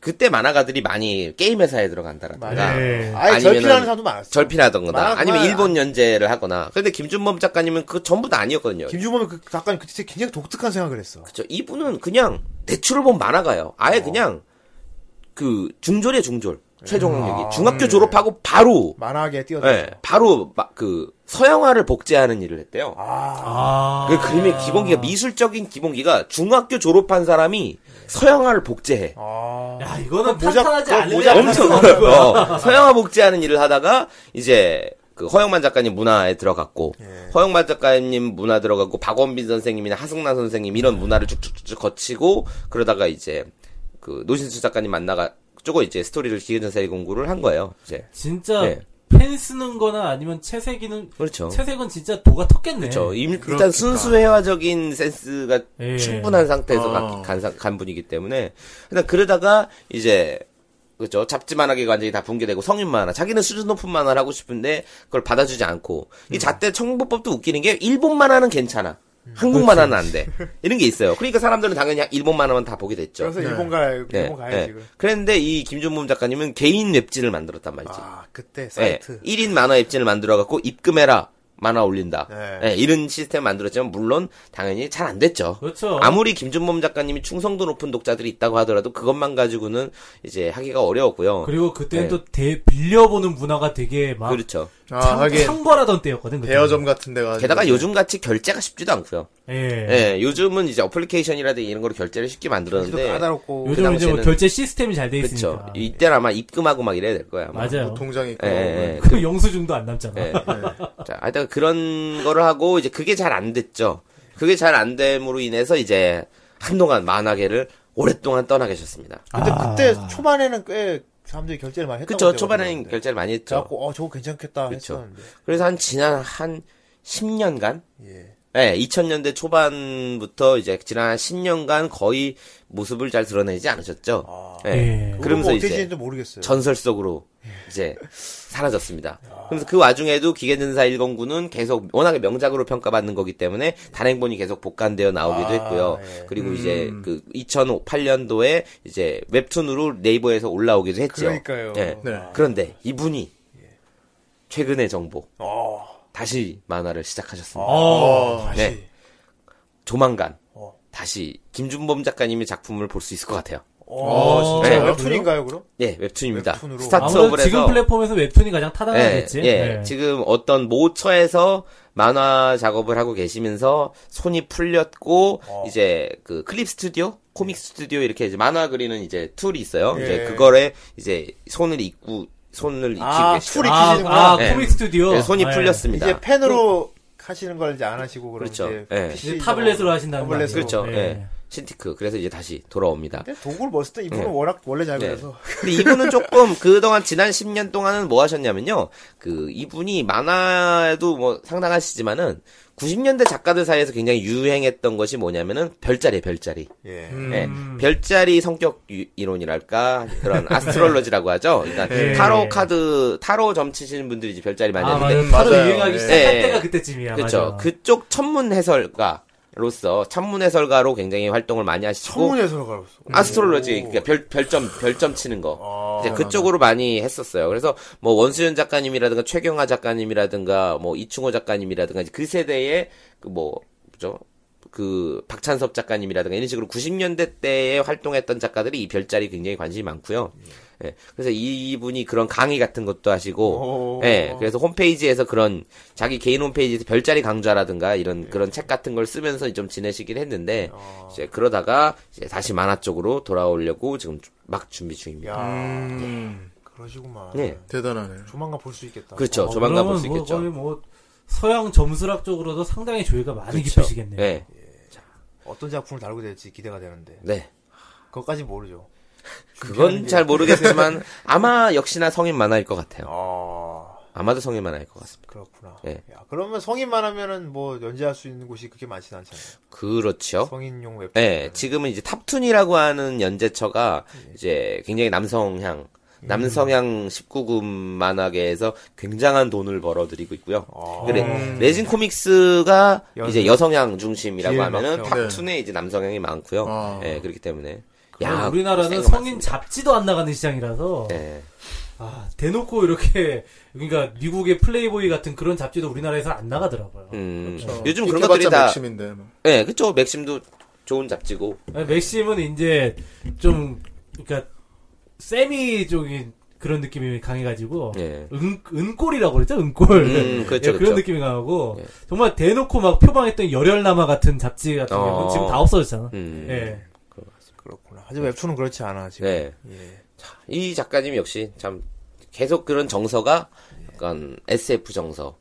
Speaker 8: 그때 만화가들이 많이 게임 회사에 들어간다라든가
Speaker 3: 아예
Speaker 8: 아니면은-
Speaker 3: 절필하는 사람도 많았어.
Speaker 8: 절필하던거나
Speaker 3: 만화-
Speaker 8: 아니면
Speaker 3: 만화-
Speaker 8: 일본 연재를 하거나. 근데 김준범 작가님은 그 전부 다 아니었거든요.
Speaker 3: 김주범이 그 약간 그때 굉장히 독특한 생각을 했어.
Speaker 8: 그쵸. 이분은 그냥 대출을 본 만화가요. 아예 그냥 그 중졸이에요, 중졸. 최종 학력이 중학교 졸업하고 바로
Speaker 3: 만화계에 뛰어들.
Speaker 8: 예, 바로 막 그 서양화를 복제하는 일을 했대요.
Speaker 9: 아,
Speaker 8: 그 그림의 기본기가 미술적인 기본기가 중학교 졸업한 사람이 서양화를 복제해. 아,
Speaker 9: 야 이거는
Speaker 3: 모자-
Speaker 9: 탄탄하지
Speaker 3: 그거
Speaker 9: 않은
Speaker 3: 모자
Speaker 8: 엄청 어, 서양화 복제하는 일을 하다가 이제 그 허영만 작가님 문화에 들어갔고 허영만 작가님 문화 들어갔고 박원빈 선생님이나 하승란 선생님 이런 문화를 쭉쭉쭉 거치고 그러다가 이제 그 노신수 작가님 만나가 쪼고 이제 스토리를 기획전사의 공부를 한 거예요. 이제
Speaker 9: 진짜
Speaker 8: 네.
Speaker 9: 펜 쓰는거나 아니면 채색이는
Speaker 8: 그렇죠.
Speaker 9: 채색은 진짜 도가 텄겠네.
Speaker 8: 그렇죠. 일- 일단 순수 회화적인 센스가
Speaker 9: 예.
Speaker 8: 충분한 상태에서
Speaker 5: 어.
Speaker 8: 간, 간, 상- 간 분이기 때문에 일단 그러다가 이제 그렇죠. 잡지만화계 관절이 다 붕괴되고 성인 만화 자기는 수준 높은 만화를 하고 싶은데 그걸 받아주지 않고
Speaker 3: 음.
Speaker 8: 이 잣대 청부법도 웃기는 게 일본 만화는 괜찮아. 한국 만화는 안 돼. 이런 게 있어요. 그러니까 사람들은 당연히 일본 만화만 다 보게 됐죠.
Speaker 9: 네.
Speaker 3: 그래서 일본 가야 일본
Speaker 8: 예,
Speaker 3: 가야지.
Speaker 8: 예.
Speaker 3: 그래.
Speaker 8: 그랬는데 이 김준범 작가님은 개인 웹진을 만들었단 말이지.
Speaker 3: 아 그때
Speaker 8: 예,
Speaker 3: 사이트.
Speaker 8: 1인 만화 앱진을 만들어갖고 입금해라. 만화 올린다.
Speaker 3: 네.
Speaker 8: 예, 이런 시스템 만들었지만 물론 당연히 잘 안 됐죠.
Speaker 9: 그렇죠.
Speaker 8: 아무리 김준범 작가님이 충성도 높은 독자들이 있다고 하더라도 그것만 가지고는 이제 하기가 어려웠고요.
Speaker 9: 그리고 그때는
Speaker 8: 예.
Speaker 9: 또 대, 빌려보는 문화가 되게 막
Speaker 8: 그렇죠.
Speaker 5: 아
Speaker 9: 창,
Speaker 5: 하긴
Speaker 9: 창궐하던 때였거든. 그때.
Speaker 5: 대여점 같은 데가
Speaker 8: 게다가 요즘 같이 결제가 쉽지도 않고요.
Speaker 9: 예.
Speaker 8: 예, 요즘은 이제 어플리케이션이라든지 이런 걸로 결제를 쉽게
Speaker 3: 또
Speaker 8: 만들었는데
Speaker 3: 까다롭고
Speaker 9: 요즘 이제 뭐
Speaker 8: 당시에는-
Speaker 9: 결제 시스템이 잘 돼
Speaker 8: 그렇죠.
Speaker 9: 있으니까.
Speaker 8: 이때는 아마 입금하고 막 이래야 될 거야. 아마.
Speaker 9: 맞아요.
Speaker 5: 통장이 있고
Speaker 8: 예, 예, 예.
Speaker 9: 그 영수증도 안 남잖아.
Speaker 3: 네.
Speaker 8: 예. 자, 하여튼 그런 거를 하고 이제 그게 잘 안 됐죠. 그게 잘 안 됨으로 인해서 이제 한동안 만화계를 오랫동안 떠나 계셨습니다.
Speaker 3: 근데
Speaker 9: 아.
Speaker 3: 그때 초반에는 꽤 사람들이 결제를 많이 했다고.
Speaker 8: 그쵸
Speaker 3: 내가
Speaker 8: 초반에는
Speaker 3: 들었는데.
Speaker 8: 결제를 많이 했죠.
Speaker 3: 그래갖고 어 저거 괜찮겠다
Speaker 8: 그쵸.
Speaker 3: 했었는데.
Speaker 8: 그래서 한 지난 한 10년간
Speaker 3: 예.
Speaker 8: 예, 2000년대 초반부터 이제 지난 10년간 거의 모습을 잘 드러내지 않으셨죠. 예.
Speaker 9: 예.
Speaker 3: 아.
Speaker 8: 그러면서
Speaker 3: 그거 뭐 어떻게
Speaker 8: 이제
Speaker 3: 지는지 모르겠어요.
Speaker 8: 전설 속으로 이제 사라졌습니다. 그래서 그 와중에도 기계전사 109는 계속 워낙에 명작으로 평가받는 거기 때문에 단행본이 계속 복간되어 나오기도
Speaker 3: 아,
Speaker 8: 했고요.
Speaker 3: 예.
Speaker 8: 그리고 이제
Speaker 9: 음.
Speaker 8: 그 2008년도에 이제 웹툰으로 네이버에서 올라오기도 했죠.
Speaker 3: 그러니까요. 예.
Speaker 8: 예.
Speaker 5: 네.
Speaker 8: 그런데 이분이 최근의 정보
Speaker 3: 어.
Speaker 8: 다시 만화를 시작하셨습니다.
Speaker 3: 어. 다시.
Speaker 8: 네. 조만간
Speaker 3: 어.
Speaker 8: 다시 김준범 작가님의 작품을 볼 수 있을 것 같아요.
Speaker 3: 어,
Speaker 8: 진짜요?
Speaker 3: 진짜 웹툰인가요 그럼?
Speaker 8: 네, 웹툰입니다.
Speaker 3: 웹툰으로.
Speaker 9: 아무래도
Speaker 8: 스타트업을
Speaker 9: 지금
Speaker 8: 해서
Speaker 9: 플랫폼에서 웹툰이 가장
Speaker 3: 아,
Speaker 8: 예,
Speaker 9: 타당하겠지.
Speaker 8: 예.
Speaker 3: 네.
Speaker 9: 예.
Speaker 8: 지금 어떤 모처에서 만화 작업을 하고 계시면서 손이 풀렸고
Speaker 3: 어.
Speaker 8: 이제 그 클립 스튜디오, 코믹 스튜디오 이렇게 이제 만화 그리는 이제 툴이 있어요.
Speaker 3: 예.
Speaker 8: 이제 그거에 이제 손을 입고 손을 익히고
Speaker 3: 아,
Speaker 8: 계시죠.
Speaker 3: 툴이-
Speaker 9: 아,
Speaker 3: 시키시는구나.
Speaker 9: 아,
Speaker 8: 예.
Speaker 9: 코믹 스튜디오.
Speaker 8: 예, 손이
Speaker 9: 예.
Speaker 8: 풀렸습니다.
Speaker 3: 이제 펜으로 하시는 걸 이제 안 하시고 그럼
Speaker 8: 그렇죠.
Speaker 3: 이제
Speaker 8: 예.
Speaker 3: PC
Speaker 9: 네. 이제
Speaker 3: 작업.
Speaker 9: 타블렛으로 하신다는 거
Speaker 3: 타블렛으로.
Speaker 9: 아니에요?
Speaker 8: 그렇죠.
Speaker 9: 예.
Speaker 8: 예. 신티크. 그래서 이제 다시 돌아옵니다.
Speaker 3: 근데 도구를 뭐 쓰던 이분은
Speaker 8: 네.
Speaker 3: 워낙 원래 잘
Speaker 8: 네.
Speaker 3: 그려서
Speaker 9: 음.
Speaker 8: 근데 이분은 조금 그동안 지난 10년 동안은 뭐 하셨냐면요. 그 이분이 만화도 뭐 상당하시지만은 90년대 작가들 사이에서 굉장히 유행했던 것이 뭐냐면은 별자리 별자리.
Speaker 3: 예.
Speaker 9: 음.
Speaker 8: 예, 별자리 성격 유- 이론이랄까 그런
Speaker 9: 네.
Speaker 8: 아스트롤러지라고 하죠. 그러니까
Speaker 9: 예.
Speaker 8: 타로 카드 타로 점치시는 분들이 이제 별자리 많이
Speaker 9: 아,
Speaker 8: 하는데
Speaker 9: 맞아요. 바로
Speaker 5: 맞아요.
Speaker 9: 유행하기
Speaker 5: 예.
Speaker 9: 시작할
Speaker 8: 예.
Speaker 9: 때가 그때쯤이야.
Speaker 8: 네. 그렇죠.
Speaker 9: 맞아.
Speaker 8: 그쪽 천문 해설가로서 천문 해설가로 굉장히 활동을 많이 하시고
Speaker 3: 청문회에서 가고
Speaker 8: 아스트롤러지 그러니까 별 별점 별점
Speaker 9: 아.
Speaker 8: 치는
Speaker 3: 아,
Speaker 8: 거 이제 그쪽으로 많이 했었어요. 그래서 뭐 원수연 작가님이라든가 최경화 작가님이라든가 뭐 이충호 작가님이라든가 이제 그 세대의 그뭐 뭐죠 그 박찬섭 작가님이라든가 이런 식으로 90년대 때에 활동했던 작가들이 이 별자리 굉장히 관심이 많고요. 예. 그래서 이- 이분이 그런 강의 같은 것도 하시고,
Speaker 3: 오.
Speaker 8: 예. 그래서 홈페이지에서 그런 자기 개인 홈페이지에서 별자리 강좌라든가 이런 그런 책 같은 걸 쓰면서 좀 지내시긴 했는데 이제 그러다가 이제 다시 만화 쪽으로 돌아오려고 지금 막 준비 중입니다.
Speaker 3: 야,
Speaker 5: 음,
Speaker 3: 그러시구만.
Speaker 8: 네.
Speaker 5: 대단하네.
Speaker 3: 조만간 볼 수 있겠다.
Speaker 8: 그렇죠.
Speaker 3: 어,
Speaker 8: 조만간 볼
Speaker 9: 그러면
Speaker 8: 수
Speaker 9: 뭐
Speaker 8: 있겠죠.
Speaker 9: 거의 뭐 서양 점수학 쪽으로도 상당히 조예가 많이
Speaker 8: 그렇죠.
Speaker 9: 깊으시겠네요.
Speaker 8: 네.
Speaker 3: 어떤 작품을 다루게 될지 기대가 되는데.
Speaker 8: 네.
Speaker 3: 그것까지 모르죠.
Speaker 8: 그건 잘 모르겠지만 아마 역시나 성인 만화일 것 같아요.
Speaker 3: 아,
Speaker 8: 아마도 성인 만화일 것 같습니다.
Speaker 3: 그렇구나.
Speaker 8: 예.
Speaker 3: 야, 그러면 성인만 하면은 뭐 연재할 수 있는 곳이 그렇게 많진 않잖아요.
Speaker 8: 그렇죠.
Speaker 3: 성인용 웹툰.
Speaker 8: 네, 지금은 이제 탑툰이라고 하는 연재처가 이제 굉장히 남성향, 남성향 19금 만화계에서 굉장한 돈을 벌어들이고 있고요.
Speaker 3: 아,
Speaker 8: 그래, 레진 코믹스가 이제 여성향 중심이라고
Speaker 3: 기회
Speaker 8: 하면은
Speaker 3: 막혀.
Speaker 8: 탑툰에 이제 남성향이 많고요.
Speaker 5: 아.
Speaker 8: 네, 그렇기 때문에.
Speaker 9: 그냥 우리나라는
Speaker 8: 아, 고생
Speaker 9: 성인 잡지도 안 나가는 시장이라서
Speaker 8: 네,
Speaker 9: 아, 대놓고 이렇게 그러니까 미국의 플레이보이 같은 그런 잡지도 우리나라에서 안 나가더라고요.
Speaker 8: 음,
Speaker 5: 어,
Speaker 8: 요즘 그런
Speaker 5: 익혀봤자
Speaker 8: 것들이 다,
Speaker 5: 맥심인데, 뭐.
Speaker 8: 네, 그쵸. 맥심도 좋은 잡지고.
Speaker 9: 아니, 맥심은 이제 좀 그러니까 세미적인 그런 느낌이 강해가지고
Speaker 8: 예.
Speaker 9: 은 은골이라고 그랬죠 은골
Speaker 8: 음, 그렇죠,
Speaker 9: 예,
Speaker 8: 그렇죠.
Speaker 9: 그런 느낌이 강하고
Speaker 8: 예.
Speaker 9: 정말 대놓고 막 표방했던 열혈남아 같은 잡지 같은
Speaker 8: 어.
Speaker 9: 경우는 지금 다 없어졌잖아.
Speaker 8: 음.
Speaker 9: 예.
Speaker 3: 그렇구나. 하지만 웹툰은 그렇지 않아 지금.
Speaker 8: 네. 자, 이 작가님 역시 참 계속 그런 정서가 약간 SF 정서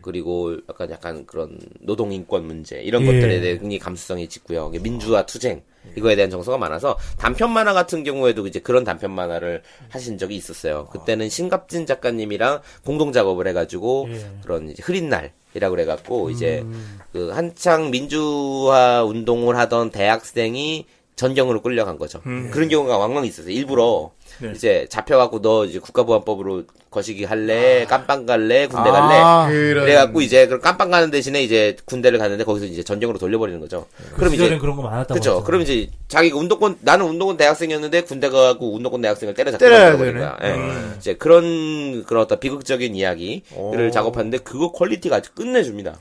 Speaker 8: 그리고 약간 약간 그런 노동 인권 문제 이런
Speaker 9: 예.
Speaker 8: 것들에 대해 굉장히 감수성이 짙고요. 이게 민주화 투쟁 이거에 대한 정서가 많아서 단편 만화 같은 경우에도 이제 그런 단편 만화를 하신 적이 있었어요. 그때는 신갑진 작가님이랑 공동 작업을 해가지고
Speaker 9: 예. 음.
Speaker 8: 그런 이제 흐린 날이라고 그래갖고 이제 그 한창 민주화 운동을 하던 대학생이 전경으로 끌려간 거죠.
Speaker 9: 음.
Speaker 8: 예. 그런 경우가 왕왕 있었어요. 일부러
Speaker 5: 네.
Speaker 8: 이제 잡혀갖고 너 이제 국가보안법으로 거시기
Speaker 9: 아.
Speaker 8: 할래, 깜빵 갈래, 군대 갈래.
Speaker 5: 그런-
Speaker 8: 그래갖고 이제 그럼 깜빵 가는 대신에 이제 군대를 가는데 거기서 이제 전경으로 돌려버리는 거죠.
Speaker 9: 그 시절엔 그런 거 많았다고.
Speaker 8: 그렇죠.
Speaker 9: 하잖아요.
Speaker 8: 그럼 이제 자기가 운동권 나는 운동권 대학생이었는데 군대 가고 운동권 대학생을 때려잡고
Speaker 3: 때려야
Speaker 8: 버린 거야. 예. 이제 그런 그런 어떤 비극적인 이야기를 작업하는데 그거 퀄리티가 아주 끝내줍니다.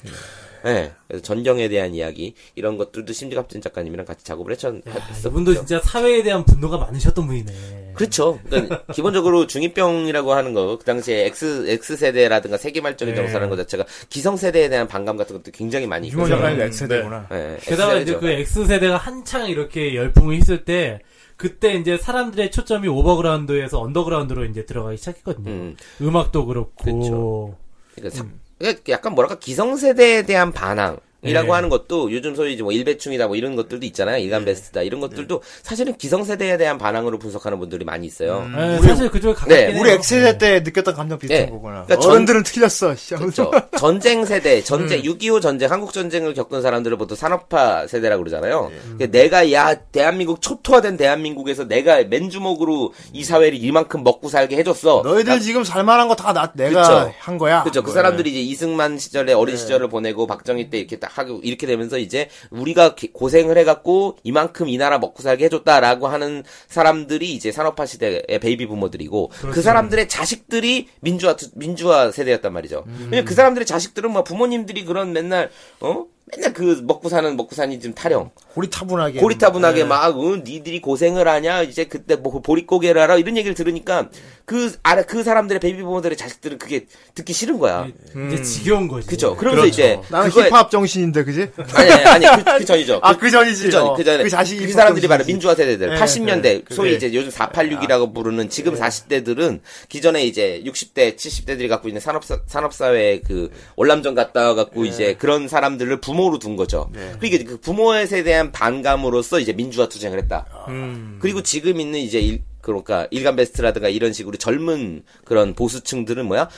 Speaker 8: 예. 그래서 전경에 대한 이야기 이런 것들도 심지갑진 작가님이랑 같이 작업을 했었,
Speaker 9: 아,
Speaker 8: 했었죠.
Speaker 9: 이분도 진짜 사회에 대한 분노가 많으셨던 분이네.
Speaker 8: 그렇죠. 그러니까 기본적으로 중이병이라고 하는 거, 그 당시에 X X 세대라든가 세계말적인
Speaker 9: 네.
Speaker 8: 정서라는 것 자체가 기성 세대에 대한 반감 같은 것도 굉장히 많이 있고.
Speaker 3: 유머 작가님
Speaker 9: 네.
Speaker 3: X세대구나.
Speaker 8: 예,
Speaker 9: 게다가
Speaker 8: X세대죠.
Speaker 9: 이제 그 X 세대가 한창 이렇게 열풍을 휩쓸 때 그때 이제 사람들의 초점이 오버그라운드에서 언더그라운드로 이제 들어가기 시작했거든요.
Speaker 8: 음.
Speaker 9: 음. 악도 그렇고
Speaker 8: 그렇죠. 그러니까 사- 그러니까 약간 뭐랄까 기성세대에 대한 반항. 이라고
Speaker 9: 네.
Speaker 8: 하는 것도 요즘 소위 이제 뭐 일배충이다 뭐 이런 것들도 있잖아요 일간베스트다 이런 것들도
Speaker 9: 네.
Speaker 8: 사실은 기성세대에 대한 반항으로 분석하는 분들이 많이 있어요.
Speaker 9: 예, 사실 그쪽에 가깝긴
Speaker 8: 네,
Speaker 9: 해요.
Speaker 3: 우리 X세대 때 느꼈던 감정 비슷한
Speaker 8: 네.
Speaker 3: 거구나.
Speaker 8: 그러니까 전-
Speaker 3: 어른들은 틀렸어. 씨.
Speaker 8: 그렇죠. 음. 전쟁 세대, 전쟁 6.25 전쟁, 한국 전쟁을 겪은 사람들을 보통 산업화 세대라고 그러잖아요.
Speaker 3: 예.
Speaker 8: 그러니까 내가 야 대한민국 초토화된 대한민국에서 내가 맨주먹으로 이 사회를 이만큼 먹고 살게 해줬어.
Speaker 3: 너희들 지금 살만한 거 다 나, 내가
Speaker 8: 뭐 그쵸.
Speaker 3: 한 거야. 뭐, 예.
Speaker 8: 그죠. 그 사람들이 이제 이승만 시절에 어린 시절을 보내고 박정희 때 이렇게 딱 하고 이렇게 되면서 이제 우리가 기- 고생을 해갖고 이만큼 이 나라 먹고 살게 해줬다라고 하는 사람들이 이제 산업화 시대의 베이비 부모들이고 그 사람들의 자식들이 민주화 투- 민주화 세대였단 말이죠. 왜냐면 그 사람들의 자식들은 뭐 부모님들이 그런 맨날 어 맨날 그 먹고 사는 먹고 사는 좀 타령
Speaker 3: 고리타분하게.
Speaker 8: 고리타분하게 막, 어, 니들이 고생을 하냐, 이제 그때 뭐 보릿고개를 하라, 이런 얘기를 들으니까, 그, 알아, 그 사람들의 베이비부모들의 자식들은 그게 듣기 싫은 거야.
Speaker 9: 이제 지겨운 거지.
Speaker 8: 그죠. 그러면서 이제,
Speaker 3: 네. 그렇죠. 나는
Speaker 8: 그거에-
Speaker 3: 힙합 정신인데 그지?
Speaker 8: 아니, 아니, 아니, 그, 그 전이죠.
Speaker 3: 아, 그 전이지.
Speaker 8: 그 전,
Speaker 3: 어,
Speaker 8: 그 전에.
Speaker 3: 그 자식이
Speaker 8: 그 사람들이
Speaker 3: 힙합
Speaker 8: 바로
Speaker 3: 정신이지.
Speaker 8: 민주화 세대들.
Speaker 3: 예,
Speaker 8: 80년대,
Speaker 3: 그래.
Speaker 8: 소위
Speaker 3: 그래.
Speaker 8: 이제 요즘 486이라고 부르는
Speaker 3: 네.
Speaker 8: 지금 40대들은 기존에 이제 60대, 70대들이 갖고 있는 산업사, 산업사회의 그 월남전 갔다
Speaker 3: 네.
Speaker 8: 갖고 이제 그런 사람들을 부모로 둔 거죠. 그러니까 그 부모에 대한 반감으로써 이제 민주화 투쟁을 했다.
Speaker 3: 아.
Speaker 8: 음. 그리고 지금 있는 이제 일, 그러니까 일간 베스트라든가 이런 식으로 젊은 그런 보수층들은 뭐야?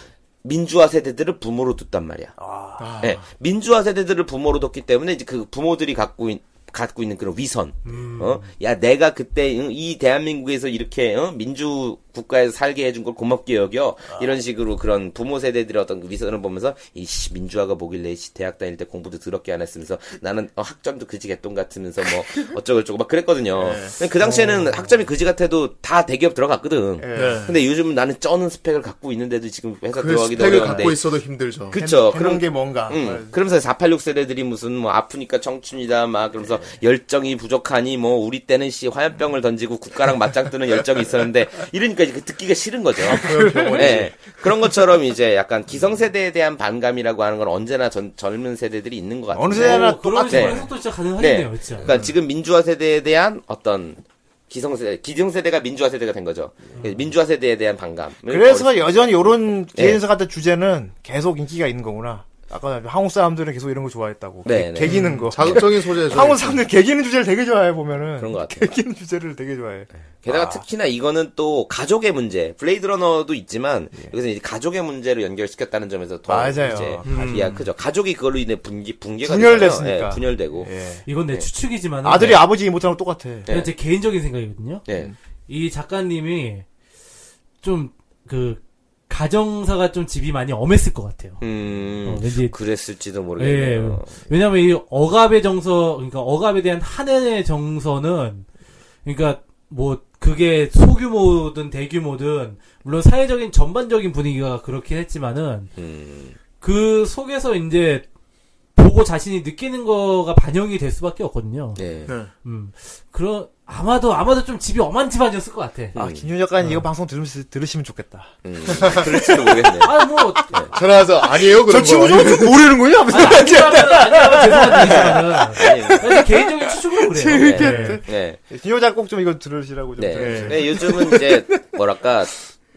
Speaker 8: 민주화 세대들을 부모로 뒀단 말이야.
Speaker 5: 아.
Speaker 8: 예, 민주화 세대들을 부모로 뒀기 때문에 이제 그 부모들이 갖고 있 갖고 있는 그런 위선,
Speaker 5: 음.
Speaker 8: 어, 야 내가 그때 응, 이 대한민국에서 이렇게 어? 민주 국가에서 살게 해준 걸 고맙게 여겨
Speaker 5: 아.
Speaker 8: 이런 식으로 그런 부모 세대들의 어떤 그 위선을 보면서 이씨 민주화가 뭐길래 이씨 대학 다닐 때 공부도 더럽게 안 했으면서 나는 어, 학점도 그지 개똥 같으면서 뭐 어쩌고저쩌고 막 그랬거든요.
Speaker 5: 네.
Speaker 8: 근데 그
Speaker 5: 어.
Speaker 8: 당시에는 학점이 그지 같아도 다 대기업 들어갔거든. 근데 요즘은 나는 쩌는 스펙을 갖고 있는데도 지금
Speaker 5: 네.
Speaker 8: 회사
Speaker 5: 그
Speaker 8: 들어가기도
Speaker 5: 스펙을
Speaker 8: 어려운데 예.
Speaker 5: 갖고 있어도 힘들죠.
Speaker 8: 그쵸.
Speaker 3: 그런
Speaker 8: 그런
Speaker 3: 뭐 게 뭔가. 뭐
Speaker 8: 응. 그러면서 486 세대들이 무슨 뭐 아프니까 청춘이다 막 그러면서
Speaker 3: 네.
Speaker 8: 열정이 부족하니 뭐 우리 때는 씨 화염병을 던지고 국가랑 맞짱 뜨는 열정이 있었는데 이러니까 그러니까 이게 듣기가 싫은 거죠.
Speaker 3: 아,
Speaker 8: 네. 그런 것처럼 이제 약간 기성세대에 대한 반감이라고 하는 건 언제나 전- 젊은 세대들이 있는 것 같아요.
Speaker 3: 어느 세대나 음.
Speaker 4: 그런 식으로
Speaker 8: 똑같아.
Speaker 4: 해석도 진짜 가능하겠네요, 진짜.
Speaker 8: 그러니까 지금 민주화 세대에 대한 어떤 기성세대, 기성세대가 민주화 세대가 된 거죠. 민주화 세대에 대한 반감.
Speaker 3: 음. 그래서 여전히 요런
Speaker 8: 네.
Speaker 3: 기획사 같은 주제는 계속 인기가 있는 거구나. 아까 한국 사람들은 계속 이런 거 좋아했다고.
Speaker 8: 네,
Speaker 3: 개-
Speaker 8: 네.
Speaker 3: 개기는 거.
Speaker 5: 자극적인 소재죠.
Speaker 3: 한국 사람들 개기는 주제를 되게 좋아해 보면은.
Speaker 8: 그런 것 같아요.
Speaker 3: 개기는 주제를 되게 좋아해.
Speaker 8: 게다가 특히나 이거는 또 가족의 문제, 블레이드러너도 있지만 여기서 이제 가족의 문제로 연결시켰다는 점에서 더
Speaker 3: 예. 맞아요. 음.
Speaker 8: 이제 비하 크죠. 가족이 그걸로 인해 분기 붕괴가
Speaker 3: 분열됐으니까.
Speaker 8: 되잖아요. 예, 분열되고.
Speaker 3: 예.
Speaker 4: 이건 내 추측이지만
Speaker 3: 아들이 아버지 못하는 거 똑같아.
Speaker 8: 네.
Speaker 4: 제 개인적인 생각이거든요.
Speaker 8: 예.
Speaker 3: 음.
Speaker 4: 이 작가님이 좀 그 가정사가 좀 집이 많이 엄했을 것 같아요.
Speaker 8: 음,
Speaker 4: 어, 왠지-
Speaker 8: 그랬을지도
Speaker 4: 예.
Speaker 8: 모르겠네요.
Speaker 4: 왜냐면 이 억압의 정서, 그러니까 억압에 대한 한해의 정서는, 그러니까 뭐 그게 소규모든 대규모든 물론 사회적인 전반적인 분위기가 그렇긴 했지만은
Speaker 8: 음,
Speaker 4: 그 속에서 이제 보고 자신이 느끼는 거가 반영이 될 수밖에 없거든요.
Speaker 8: 예.
Speaker 4: 음, 그런 아마도 아마도 좀 집이 엄한 집 아니었을 것 같아.
Speaker 3: 아, 김준
Speaker 8: 어.
Speaker 3: 작가님 이거 방송 들으시, 들으시면 좋겠다.
Speaker 8: 음, 그랬을지도 모르겠네요.
Speaker 4: 아, 뭐,
Speaker 5: 전화해서 아니에요 그런
Speaker 3: 저
Speaker 5: 거.
Speaker 3: 친구 좀 모르는군요? 하면서.
Speaker 4: 아니라면, 아니라면 죄송한데, 이사람은.
Speaker 8: 아니,
Speaker 4: 그래서 개인적인 추측으로 그래요.
Speaker 8: 예. 예.
Speaker 3: 김준 작가 꼭 좀 이거 들으시라고 좀.
Speaker 8: 네.
Speaker 3: 들어주세요.
Speaker 8: 네, 요즘은 이제 뭐랄까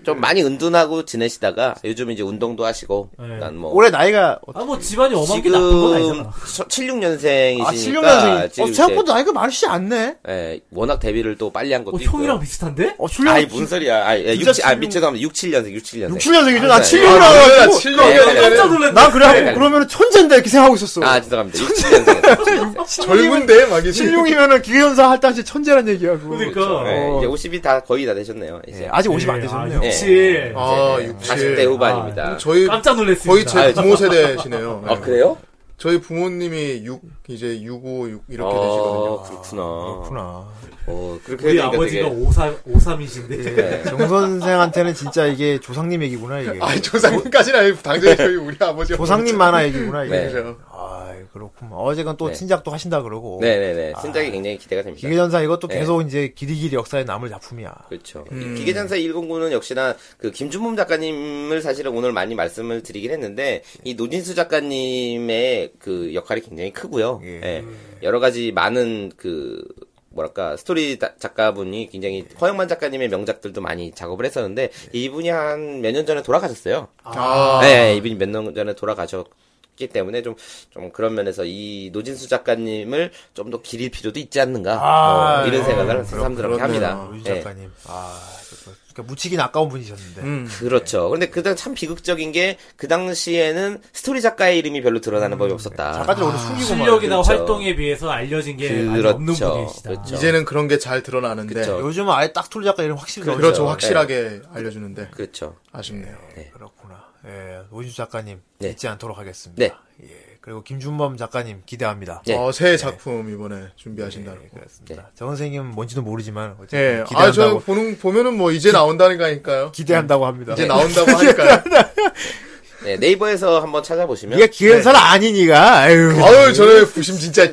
Speaker 8: 좀 많이 은둔하고 지내시다가 요즘 이제 운동도 하시고
Speaker 4: 네.
Speaker 8: 난 뭐.
Speaker 3: 올해 나이가.
Speaker 4: 아, 뭐 집안이 엄한 게
Speaker 8: 지금
Speaker 4: 나쁜 건 아니잖아. 어,
Speaker 8: 76년생이시니까
Speaker 3: 아, 16년생. 어,
Speaker 8: 지금
Speaker 3: 생각보다 나이가 많으시지 않네.
Speaker 8: 이제, 예, 워낙 데뷔를 또 빨리 한 것도
Speaker 4: 어,
Speaker 8: 있고.
Speaker 4: 형이랑 비슷한데?
Speaker 3: 어, 출연.
Speaker 8: 아이 무슨 소리야? 아, 예,
Speaker 3: 진짜
Speaker 8: 6, 아
Speaker 3: 76
Speaker 8: 미쳐가면 6, 7년생, 6, 7년생.
Speaker 3: 67년생이죠? 나
Speaker 8: 아,
Speaker 3: 7년이라
Speaker 5: 아,
Speaker 3: 가지고.
Speaker 5: 7년
Speaker 4: 깜짝 놀랐네.
Speaker 3: 난 그래갖고 그러면 천재인데 이렇게 생각하고 있었어.
Speaker 8: 아 죄송합니다. 6, 7년생.
Speaker 5: 젊은데 막 이게
Speaker 3: 76이면은 기계연사 할 당시 천재란 얘기야, 그거.
Speaker 4: 그러니까.
Speaker 8: 예, 이제 50이 다 거의 다 되셨네요. 이제
Speaker 3: 어. 예, 아직 50 안 되셨네요.
Speaker 8: 예.
Speaker 4: 그치.
Speaker 5: 아,
Speaker 8: 40대
Speaker 5: 60.
Speaker 8: 후반입니다.
Speaker 5: 저희
Speaker 4: 어, 깜짝 놀랐습니다.
Speaker 5: 거의 제
Speaker 8: 아이,
Speaker 5: 부모 세대시네요. 예.
Speaker 8: 아 그래요?
Speaker 5: 저희 부모님이 6 이제 656 이렇게
Speaker 8: 아,
Speaker 5: 되시거든요.
Speaker 8: 그렇구나.
Speaker 3: 그렇구나.
Speaker 8: 어, 그렇게
Speaker 4: 우리
Speaker 8: 되니까
Speaker 4: 아버지가
Speaker 8: 되게-
Speaker 4: 53, 53이신데.
Speaker 3: 예. 네, 정선생한테는 진짜 이게 조상님 얘기구나, 이게.
Speaker 5: 아니 조상님까지는 아니고 당장에 저희 우리 아버지
Speaker 3: 조상님 만화 얘기구나, 이게.
Speaker 8: 네.
Speaker 5: 그죠.
Speaker 3: 아 그렇구만. 어제건 또
Speaker 8: 네.
Speaker 3: 친작도 하신다 그러고.
Speaker 8: 네네네. 신작이 굉장히 기대가 됩니다.
Speaker 3: 기계전사 이것도
Speaker 8: 네.
Speaker 3: 계속 이제 길이길이 역사에 남을 작품이야.
Speaker 8: 그렇죠. 기계전사 109는 역시나 그 김준범 작가님을 사실은 오늘 많이 말씀을 드리긴 했는데 이 노진수 작가님의 그 역할이 굉장히 크고요.
Speaker 3: 예.
Speaker 8: 예. 여러 가지 많은 그 뭐랄까 스토리 다- 작가분이 굉장히 허영만 작가님의 명작들도 많이 작업을 했었는데 이분이 한 몇 년 전에 돌아가셨어요.
Speaker 5: 아.
Speaker 8: 네, 이분이 몇 년 전에 돌아가셨기 때문에 좀, 좀 그런 면에서 이 노진수 작가님을 좀 더 기릴 필요도 있지 않는가.
Speaker 3: 아,
Speaker 8: 어, 이런
Speaker 3: 예.
Speaker 8: 생각을
Speaker 3: 그렇-
Speaker 8: 새삼 그렇게 합니다.
Speaker 3: 노진
Speaker 8: 예.
Speaker 3: 작가님. 아, 그러니까 무치긴 아까운 분이셨는데.
Speaker 8: 그렇죠. 근데 그당 참 비극적인 게 그 당시에는 스토리 작가의 이름이 별로 드러나는 법이 없었다.
Speaker 3: 작가들 오늘 숨기고 막.
Speaker 4: 실력이나
Speaker 8: 그렇죠.
Speaker 4: 활동에 비해서 알려진 게 많이
Speaker 8: 그렇죠.
Speaker 4: 없는 분이시다.
Speaker 8: 그렇죠.
Speaker 5: 이제는 그런 게 잘 드러나는데
Speaker 8: 그쵸.
Speaker 3: 요즘은 아예 딱 툴 작가 이름 확실히
Speaker 5: 그렇죠,
Speaker 3: 나오죠.
Speaker 5: 확실하게 알려주는데
Speaker 8: 그렇죠.
Speaker 5: 아쉽네요.
Speaker 3: 그렇구나. 예, 노진수 작가님
Speaker 8: 네.
Speaker 3: 잊지 않도록 하겠습니다. 예, 그리고 김준범 작가님 기대합니다.
Speaker 8: 네.
Speaker 5: 어, 새 작품 이번에 준비하신다고.
Speaker 3: 예, 그렇습니다. 정 선생님은 뭔지도 모르지만 어쨌든
Speaker 5: 예, 아, 저
Speaker 3: 기대한다고
Speaker 5: 보는 보면은 뭐 이제 나온다는 거니까요.
Speaker 3: 기대한다고 합니다.
Speaker 5: 이제 나온다고 하니까요.
Speaker 8: 네, 네이버에서 한번 찾아보시면
Speaker 3: 네가 기획사는 아니 니가. 아유.
Speaker 5: 아유, 저는 부심 진짜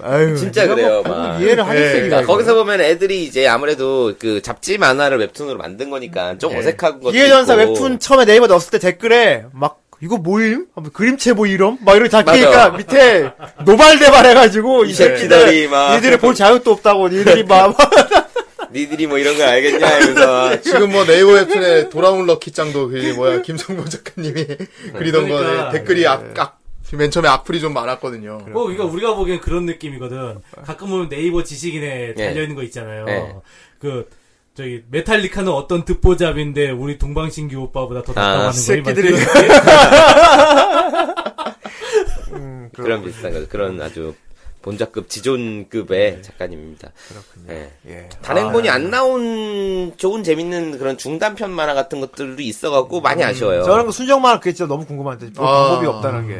Speaker 3: 아유,
Speaker 8: 진짜
Speaker 3: 네가
Speaker 8: 그래요,
Speaker 3: 뭐
Speaker 8: 막.
Speaker 3: 이해를 하겠어,
Speaker 5: 예.
Speaker 3: 니가.
Speaker 8: 그러니까 거기서 보면 애들이 이제 아무래도 그 잡지 만화를 웹툰으로 만든 거니까 좀 어색한 것도
Speaker 3: 기회전사
Speaker 8: 있고.
Speaker 3: 웹툰 처음에 네이버 넣었을 때 댓글에 막 이거 뭐임? 한번 그림체 뭐 이름? 막 이런 작기니까
Speaker 8: 맞아.
Speaker 3: 밑에 노발대발 해가지고 이
Speaker 8: 이 새끼들이
Speaker 3: 새끼들
Speaker 8: 막.
Speaker 3: 네. 니들이 아, 볼 자유도 없다고 니들이 막
Speaker 8: 니들이 뭐 이런 거 알겠냐 하면서
Speaker 5: 지금 뭐 네이버 웹툰에 돌아온 럭키짱도 그 뭐야 김성범 작가님이 그리던
Speaker 4: 그러니까.
Speaker 5: 거에
Speaker 3: 네.
Speaker 5: 댓글이 악, 악, 맨 처음에 악플이 좀 많았거든요.
Speaker 4: 뭐, 그러니까 우리가 보기엔 그런 느낌이거든. 가끔 보면 네이버 지식인에 달려있는 거 있잖아요.
Speaker 8: 네.
Speaker 4: 그, 저기, 메탈리카는 어떤 듣보잡인데, 우리 동방신기 오빠보다 더
Speaker 8: 아,
Speaker 4: 답답하는
Speaker 3: 새끼들이.
Speaker 4: 거
Speaker 8: 그런 비슷한 거 그런 아주 본작급 지존급의 작가님입니다. 네. 그렇군요.
Speaker 3: 예.
Speaker 8: 단행본이 안 나온 좋은 재밌는 그런 중단편 만화 같은 것들도 있어갖고 많이 아쉬워요.
Speaker 3: 저는 그 순정만 그게 진짜 너무 궁금한데 볼
Speaker 5: 아.
Speaker 3: 방법이 없다는 게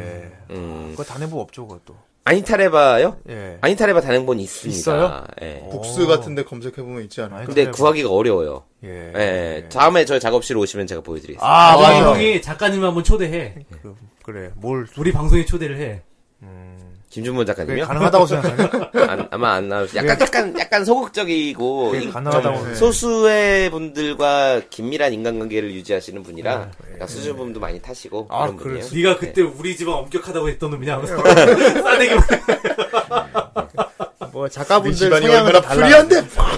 Speaker 8: 음.
Speaker 3: 그거 단해보 없죠 그것도
Speaker 8: 아니타레바요?
Speaker 3: 예.
Speaker 8: 아니타레바 단행본이 있습니다.
Speaker 3: 있어요?
Speaker 8: 예.
Speaker 5: 북스 같은데 검색해보면 있지 않아요?
Speaker 3: 아니,
Speaker 8: 근데
Speaker 3: 아니타레바.
Speaker 8: 구하기가 어려워요.
Speaker 3: 예.
Speaker 8: 예. 다음에 저희 작업실 오시면 제가 보여드리겠습니다.
Speaker 3: 아
Speaker 4: 나중에
Speaker 3: 맞아
Speaker 4: 형이 작가님 한번 초대해.
Speaker 3: 그, 그래 뭘
Speaker 4: 우리 방송에 초대를 해.
Speaker 3: 그게
Speaker 8: 김준범 뭐 작가님이요?
Speaker 3: 가능하다고 생각해요.
Speaker 8: 안- 아마 안 나올 수. 약간 약간 약간 소극적이고
Speaker 3: 그게 네.
Speaker 8: 이-
Speaker 3: 가능하다고
Speaker 8: 좀
Speaker 3: 생각해요.
Speaker 8: 소수의 분들과 긴밀한 인간관계를 유지하시는 분이라 약간 수줍음도 많이 타시고
Speaker 3: 네. 아,
Speaker 8: 그런
Speaker 3: 그럴
Speaker 8: 분이에요.
Speaker 3: 수-
Speaker 4: 네가 그때 우리 집안 엄격하다고 했던 놈이냐 하면서 싸대기
Speaker 3: 뭐
Speaker 5: 우리
Speaker 3: 작가분들
Speaker 5: 집안이
Speaker 3: 성향은
Speaker 5: 얼마나
Speaker 3: 다 달라.
Speaker 5: 불리한데
Speaker 8: 아,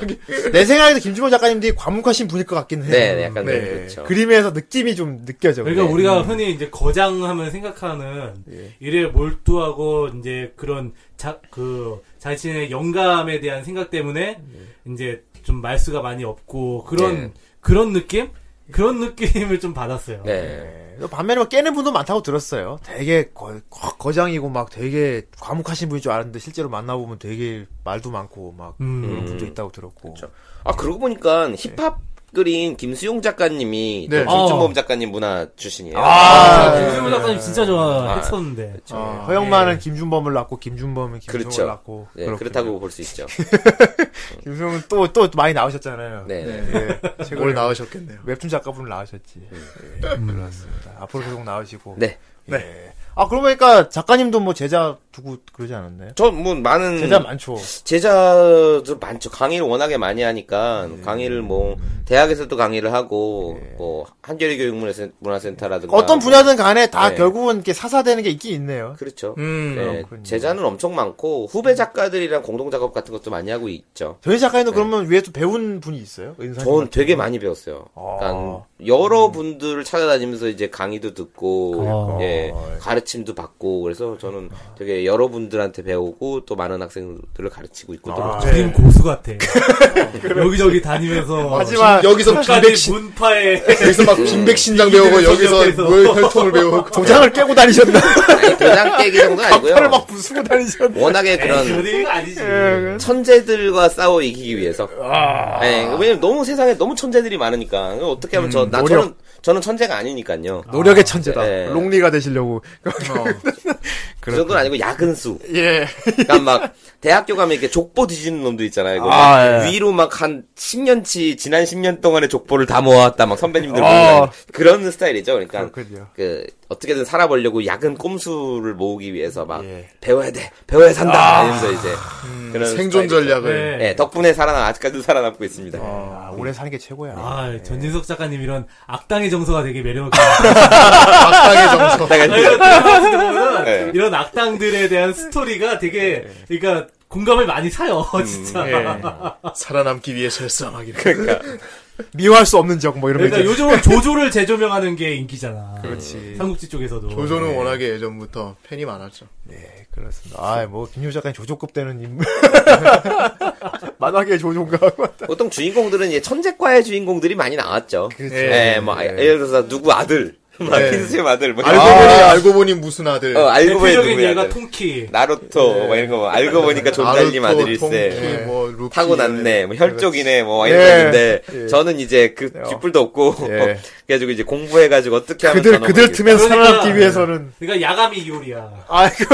Speaker 3: 내 생각에도 김주모 작가님들이 과묵하신 분일 것 같긴 해요.
Speaker 8: 네, 네, 약간 좀
Speaker 3: 네.
Speaker 8: 그렇죠.
Speaker 3: 그림에서 느낌이 좀 느껴져.
Speaker 4: 그러니까
Speaker 3: 네.
Speaker 4: 우리가 흔히 이제 거장하면 생각하는 일에 몰두하고 이제 그런 자, 그 자신의 영감에 대한 생각 때문에 이제 좀 말수가 많이 없고 그런
Speaker 8: 네.
Speaker 4: 그런 느낌 그런 느낌을 좀 받았어요.
Speaker 8: 네.
Speaker 3: 네. 반면에 막 깨는 분도 많다고 들었어요. 되게 거, 장이고막 되게 과묵하신 분인 줄 알았는데 실제로 만나보면 되게 말도 많고 막
Speaker 4: 음.
Speaker 3: 그런 분도
Speaker 8: 음.
Speaker 3: 있다고 들었고.
Speaker 8: 아 그러고
Speaker 3: 네.
Speaker 8: 보니까 힙합 그린 김수용 작가님이
Speaker 5: 네.
Speaker 8: 또 김준범
Speaker 4: 아.
Speaker 8: 작가님 문화 출신이에요.
Speaker 4: 아, 김승우 작가님 진짜 좋아했었는데.
Speaker 3: 어, 허영만은 김준범을 낳고 김준범은 김승우를
Speaker 8: 네. 그렇죠.
Speaker 3: 낳고
Speaker 8: 네,
Speaker 3: 그렇군요.
Speaker 8: 그렇다고 볼 수 있죠.
Speaker 3: 김승우는 또 또 많이 나오셨잖아요.
Speaker 8: 네. 네.
Speaker 3: 예,
Speaker 5: 올
Speaker 3: 최근에
Speaker 5: 나오셨겠네요.
Speaker 3: 웹툰 작가분 나오셨지. 예, 그렇습니다. 앞으로 계속 나오시고.
Speaker 8: 음, 네.
Speaker 3: 예. 아 그러고 보니까 작가님도 뭐 제자 두고 그러지 않았나요?
Speaker 8: 전뭐 많은
Speaker 3: 제자 많죠.
Speaker 8: 제자도 많죠. 강의를 워낙에 많이 하니까
Speaker 3: 네.
Speaker 8: 강의를 뭐 대학에서도 강의를 하고 뭐 한겨레 교육문화센터라든가
Speaker 3: 어떤 분야든 간에 다
Speaker 8: 네.
Speaker 3: 결국은 이렇게 사사되는 게 있긴 있네요.
Speaker 8: 그렇죠.
Speaker 3: 음,
Speaker 8: 네,
Speaker 3: 그렇군요.
Speaker 8: 제자는 엄청 많고 후배 작가들이랑 공동 작업 같은 것도 많이 하고 있죠.
Speaker 3: 저희 작가님도 그러면 위에 또 배운 분이 있어요? 은사님.
Speaker 8: 네.
Speaker 3: 아.
Speaker 8: 전 되게 많이 배웠어요. 그러니까 여러 분들을 찾아다니면서 이제 강의도 듣고
Speaker 3: 그러니까.
Speaker 8: 예, 가르침도 받고 그래서 저는 되게 여러 분들한테 배우고 또 많은 학생들을 가르치고 있고 또
Speaker 3: 아.
Speaker 8: 그렇죠.
Speaker 4: 아, 그림 고수 같아. 여기저기 다니면서
Speaker 3: 하지만
Speaker 5: 여기서
Speaker 4: 끝까지
Speaker 5: 김백신
Speaker 4: 문파에
Speaker 5: 여기서 막 김백신장 배우고 여기서
Speaker 4: 옆에서.
Speaker 5: 뭐혈통을 배우고
Speaker 3: 도장을 깨고 다니셨나?
Speaker 8: 아니, 도장 깨기 정도 아니고요.
Speaker 3: 팔을 막 부수고 다니셨나?
Speaker 8: 워낙에 그런
Speaker 4: 그림 아니지.
Speaker 8: 천재들과 싸워 이기기 위해서.
Speaker 3: 아.
Speaker 8: 예, 왜냐면 너무 세상에 너무 천재들이 많으니까 어떻게 하면 저 나 저는 저는 천재가 아니니까요.
Speaker 3: 음, 노력의 천재다.
Speaker 8: 네.
Speaker 3: 롱리가 되시려고.
Speaker 8: 그 정도는 아니고 야근수.
Speaker 3: 예.
Speaker 8: 그러니까 막 대학교 가면 이렇게 족보 뒤지는 놈도 있잖아요.
Speaker 3: 아,
Speaker 8: 이거 막
Speaker 3: 예.
Speaker 8: 위로 막 한 10년치 지난 10년 동안의 족보를 다 모았다. 막 선배님들
Speaker 3: 어.
Speaker 8: 모으는 그런 스타일이죠. 그러니까
Speaker 3: 아, 그렇군요.
Speaker 8: 그 어떻게든 살아보려고 야근 꼼수를 모으기 위해서 막
Speaker 3: 예.
Speaker 8: 배워야 돼, 배워야 산다. 이러면서 이제 그런
Speaker 5: 생존
Speaker 8: 스타일이죠.
Speaker 4: 네.
Speaker 5: 전략을.
Speaker 8: 예, 덕분에 살아나 아직까지도 살아남고 네. 있습니다.
Speaker 3: 아, 오래 사는 게 최고야.
Speaker 4: 아, 전진석 작가님 이런 악당의 정서가 되게 매력이.
Speaker 5: 악당의 정서.
Speaker 8: 네.
Speaker 4: 이런 악당들에 대한 스토리가 되게, 그러니까 공감을 많이 사요, 진짜.
Speaker 5: 네. 살아남기 위해 설싸움하기.
Speaker 3: 미워할 수 없는 적, 뭐 이런 거
Speaker 4: 그러니까
Speaker 5: 그렇죠.
Speaker 3: 있잖아요.
Speaker 4: 요즘은 조조를 재조명하는 게 인기잖아. 삼국지 쪽에서도.
Speaker 5: 조조는 워낙에 예전부터 팬이 많았죠.
Speaker 3: 네, 그렇습니다. 아, 뭐, 김효 작가님 조조급 되는 인물. 만화계 조조인가?
Speaker 8: 보통 주인공들은 이제 천재과의 주인공들이 많이 나왔죠.
Speaker 3: 그렇죠.
Speaker 8: 예, 뭐 아- 예를 들어서 누구 아들, 막 킨스의 아들, 뭐
Speaker 5: 알고
Speaker 8: 이런
Speaker 5: 보니 알고 보니 무슨 아들.
Speaker 8: 거. 어, 알고 보니
Speaker 4: 대표적인
Speaker 8: 누구
Speaker 4: 얘가
Speaker 8: 아들.
Speaker 4: 통키.
Speaker 8: 나루토
Speaker 3: 예.
Speaker 8: 뭐 이런 거 알고 보니까 존달님
Speaker 5: 나루토,
Speaker 8: 아들일세.
Speaker 5: 통키, 뭐 루키,
Speaker 8: 타고났네, 뭐 혈족이네, 뭐
Speaker 3: 예.
Speaker 8: 이런 건데 저는 이제 그 뒷불도 없고
Speaker 3: 예.
Speaker 8: 그래가지고 이제 공부해가지고 어떻게 하면
Speaker 3: 그들,
Speaker 8: 뭐더
Speaker 3: 그들
Speaker 8: 넘어가겠다.
Speaker 3: 틈에서
Speaker 4: 그러니까.
Speaker 3: 살아남기 위해서는.
Speaker 4: 그러니까 야감이 이효리야.
Speaker 3: 아, 그,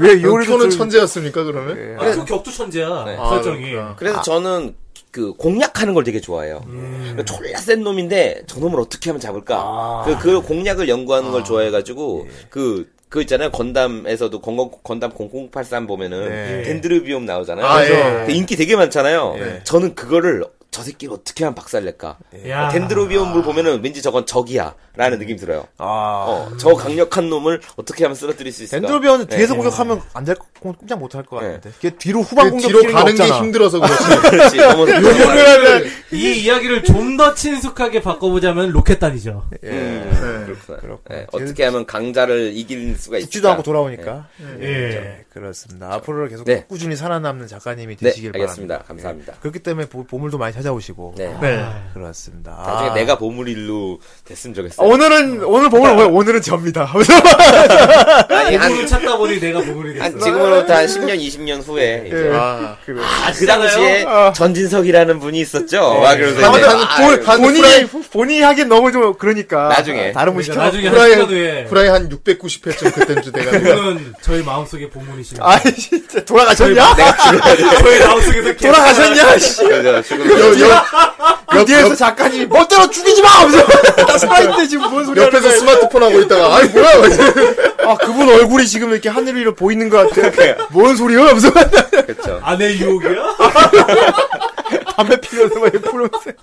Speaker 3: 왜
Speaker 5: 요리
Speaker 3: 요리도
Speaker 5: 는
Speaker 3: 좀-
Speaker 5: 천재였습니까 그러면?
Speaker 4: 아, 그 격투 천재야,
Speaker 8: 네.
Speaker 4: 설정이.
Speaker 5: 그렇구나.
Speaker 3: 아.
Speaker 8: 그래서 저는 그 공략하는 걸 되게 좋아해요.
Speaker 3: 음.
Speaker 8: 졸라 센 놈인데 저놈을 어떻게 하면 잡을까?
Speaker 3: 아.
Speaker 8: 그, 그 공략을 연구하는 걸
Speaker 3: 예.
Speaker 8: 좋아해가지고 그. 그 있잖아요 건담에서도 건, 건담 0083 보면은
Speaker 3: 네.
Speaker 8: 덴드르비움 나오잖아요.
Speaker 5: 아, 예.
Speaker 8: 근데 인기 되게 많잖아요.
Speaker 3: 예.
Speaker 8: 저는 그거를 저 새끼를 어떻게 하면 박살낼까?
Speaker 4: 야.
Speaker 8: 아, 덴드로비움을 보면은 왠지 저건 적이야라는 느낌 들어요.
Speaker 3: 아.
Speaker 8: 어, 저 강력한 놈을 어떻게 하면 쓰러뜨릴 수 있을까?
Speaker 3: 덴드로비언은
Speaker 8: 네.
Speaker 3: 뒤에서 공격하면 안 될, 거- 꼼짝 못할 것
Speaker 8: 네.
Speaker 3: 같은데. 그게 뒤로 후방
Speaker 5: 그
Speaker 3: 공격
Speaker 5: 뒤로 가는 게 힘들어서 그렇지.
Speaker 8: 그렇지. 너무
Speaker 4: 이 이야기를 좀 더 친숙하게 바꿔보자면 로켓단이죠.
Speaker 3: 예.
Speaker 8: 음,
Speaker 5: 네.
Speaker 8: 그렇구나.
Speaker 3: 그렇구나.
Speaker 8: 예, 어떻게 하면 강자를 이길 수가 있을까?
Speaker 3: 죽지도 예. 않고 돌아오니까.
Speaker 4: 예.
Speaker 3: 네, 그렇습니다. 앞으로를 계속
Speaker 8: 네.
Speaker 3: 꾸준히 살아남는 작가님이
Speaker 8: 네,
Speaker 3: 되시길 바랍니다.
Speaker 8: 알겠습니다.
Speaker 3: 예.
Speaker 8: 감사합니다.
Speaker 3: 그렇기 때문에 보, 보물도 많이 찾아오시고.
Speaker 8: 네.
Speaker 3: 그렇습니다.
Speaker 8: 나중에
Speaker 3: 아.
Speaker 8: 내가 보물일로 됐으면 좋겠어요.
Speaker 3: 오늘은, 오늘 보물, 뭐야? 오늘은 접니다. 하면서
Speaker 8: 아니, 네. 한,
Speaker 4: 보물을 찾다 보니 내가 보물이 됐어.
Speaker 8: 한 지금으로부터 한 10년, 20년 후에 이제
Speaker 5: 아,
Speaker 8: 아, 그 당시에 전진석이라는 분이 있었죠. 막 그러면서
Speaker 5: 한-
Speaker 8: 이제
Speaker 5: 한-
Speaker 8: 아,
Speaker 5: 볼- 한
Speaker 3: 본인이, 본인이 하긴 너무 좀, 그러니까.
Speaker 8: 나중에.
Speaker 3: 다른 분 시켜.
Speaker 4: 그러니까 나중에 한 시간 후에
Speaker 5: 후라이 후라이 한 690회쯤 그때쯤 돼가.
Speaker 4: 그분은 저희 마음속의
Speaker 3: 아.
Speaker 4: 보물이십니다.
Speaker 3: 아이, 진짜, 돌아가셨냐?
Speaker 8: 내가 죽어야 돼.
Speaker 4: 저희 마음속에서 계속
Speaker 3: 돌아가셨냐? 씨.
Speaker 8: 그래서 지금
Speaker 5: 여,
Speaker 3: 그 뒤에서 작가님이 멋대로 죽이지 마! 하면서 나 살아있는데 지금 뭔 소리 하는
Speaker 5: 옆에서
Speaker 3: 거야.
Speaker 5: 스마트폰 하고 있다가 아니 뭐야
Speaker 3: 아, 그분 얼굴이 지금 이렇게 하늘 위로 보이는 것 같아. 이렇게. 뭔 소리야? 하면서
Speaker 8: 그렇죠.
Speaker 4: 아내 유혹이야?
Speaker 3: 담배 피면서 막 이렇게 푸른색.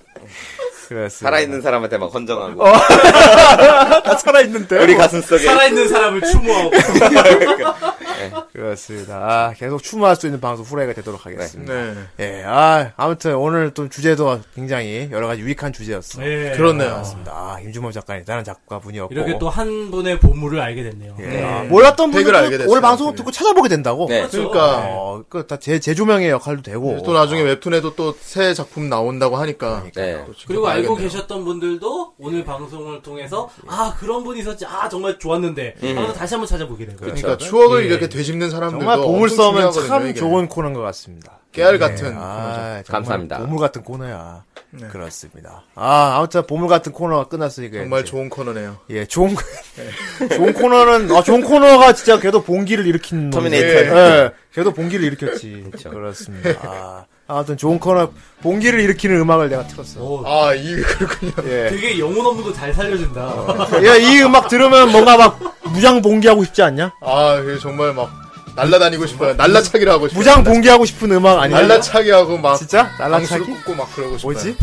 Speaker 3: 그랬습니다.
Speaker 8: 살아있는 사람한테 막 헌정하고
Speaker 3: 나 살아있는데?
Speaker 8: 우리 가슴 속에
Speaker 4: 살아있는 사람을 추모하고.
Speaker 3: 그렇습니다. 아, 계속 추모할 수 있는 방송 후라이가 되도록 하겠습니다. 예, 아, 아무튼 오늘 또 주제도 굉장히 여러 가지 유익한 주제였어요.
Speaker 4: 예.
Speaker 5: 그렇네요.
Speaker 3: 아, 임준범 작가님, 다른 작가분이었고.
Speaker 4: 이렇게 또 한 분의 보물을 알게 됐네요.
Speaker 3: 예. 아, 몰랐던
Speaker 5: 댓글 알게
Speaker 3: 분들은
Speaker 5: 됐어요.
Speaker 3: 오늘 방송을
Speaker 5: 네.
Speaker 3: 듣고 찾아보게 된다고.
Speaker 8: 네.
Speaker 5: 그러니까
Speaker 3: 어, 그, 다 제, 재조명의 역할도 되고.
Speaker 5: 또 나중에 웹툰에도 또 새 작품 나온다고 하니까
Speaker 8: 네.
Speaker 5: 또 지켜봐야겠네요.
Speaker 4: 그리고 알고 계셨던 분들도 오늘 방송을 통해서 아 그런 분이 있었지 아 정말 좋았는데 하면서 다시 한번 찾아보게 되고요.
Speaker 5: 음. 그러니까 추억을
Speaker 3: 예.
Speaker 5: 이렇게 되짚는 사람들도
Speaker 3: 정말 보물섬은
Speaker 5: 엄청 중요하거든요,
Speaker 3: 참
Speaker 5: 이게.
Speaker 3: 좋은 코너인 것 같습니다.
Speaker 5: 깨알
Speaker 3: 네.
Speaker 5: 같은
Speaker 3: 아, 정말
Speaker 8: 감사합니다.
Speaker 3: 보물 같은 코너야. 그렇습니다. 네. 아, 아무튼 보물 같은 코너가 끝났으니까.
Speaker 5: 정말
Speaker 3: 이제.
Speaker 5: 좋은 코너네요.
Speaker 3: 예, 좋은, 좋은 코너는, 아, 좋은 코너가 진짜 걔도 봉기를 일으킨 놈이네.
Speaker 8: 터미네이터. 그렇죠.
Speaker 3: 예, 걔도 봉기를 일으켰지. 그렇습니다 아, 아무튼 좋은 코너, 봉기를 일으키는 음악을 내가 틀었어.
Speaker 4: 오,
Speaker 5: 아, 이 그렇군요.
Speaker 3: 예.
Speaker 4: 되게 영혼 없는 거 잘
Speaker 5: 어.
Speaker 4: 살려준다.
Speaker 3: 야, 이 음악 들으면 뭔가 막 무장 봉기하고 싶지 않냐?
Speaker 5: 아, 이게 정말 막 날라다니고 싶어요. 날라차기를 하고 싶어요.
Speaker 3: 무장 봉기하고 싶은 음악 아니야?
Speaker 5: 날라차기 하고 막
Speaker 3: 진짜?
Speaker 5: 방수를
Speaker 3: 날라차기?
Speaker 5: 꽂고 막 그러고 싶어요.
Speaker 3: 뭐지?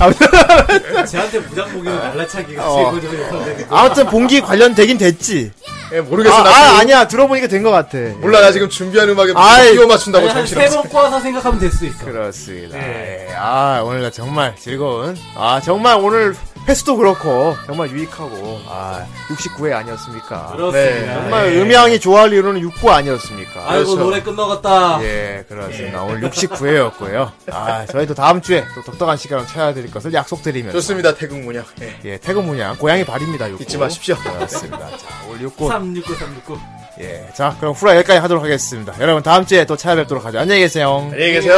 Speaker 4: 제한테 무장복이는 날라차기가
Speaker 3: 어.
Speaker 4: 최고죠. 데
Speaker 3: 아무튼 봉기 관련되긴 됐지.
Speaker 5: 예, 모르겠어.
Speaker 3: 아,
Speaker 5: 나
Speaker 3: 아,
Speaker 5: 지금-
Speaker 3: 아니야. 들어보니까 된 것 같아.
Speaker 5: 몰라 나 지금 준비한 음악에
Speaker 3: 아이.
Speaker 5: 끼워 맞춘다고 정신없어.
Speaker 4: 한세 번 꼬아서 생각하면 될 수 있어.
Speaker 3: 그렇습니다.
Speaker 4: 네.
Speaker 3: 예, 아, 오늘 나 정말 즐거운. 아, 정말 오늘 횟수도 그렇고, 정말 유익하고, 아, 69회 아니었습니까?
Speaker 4: 그렇습니다. 예.
Speaker 5: 네,
Speaker 3: 정말 음향이 좋아할 이유는 6구 아니었습니까?
Speaker 4: 아이고
Speaker 5: 그렇죠.
Speaker 4: 노래 끝나갔다.
Speaker 3: 예, 그렇습니다. 오늘 69회였고요. 아, 저희도 다음 주에 또 독특한 시간을 찾아드릴 것을 약속드리면서.
Speaker 5: 좋습니다. 태국 문양. 예.
Speaker 3: 예, 태그 문양, 고양이 발입니다, 6구.
Speaker 5: 잊지 마십시오.
Speaker 3: 그렇습니다. 자, 오늘 6구.
Speaker 4: 369 369.
Speaker 3: 예, 자, 그럼 후라이 여기까지 하도록 하겠습니다. 여러분, 다음 주에 또 찾아뵙도록 하죠. 안녕히 계세요.
Speaker 5: 안녕히 계세요.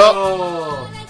Speaker 4: 어.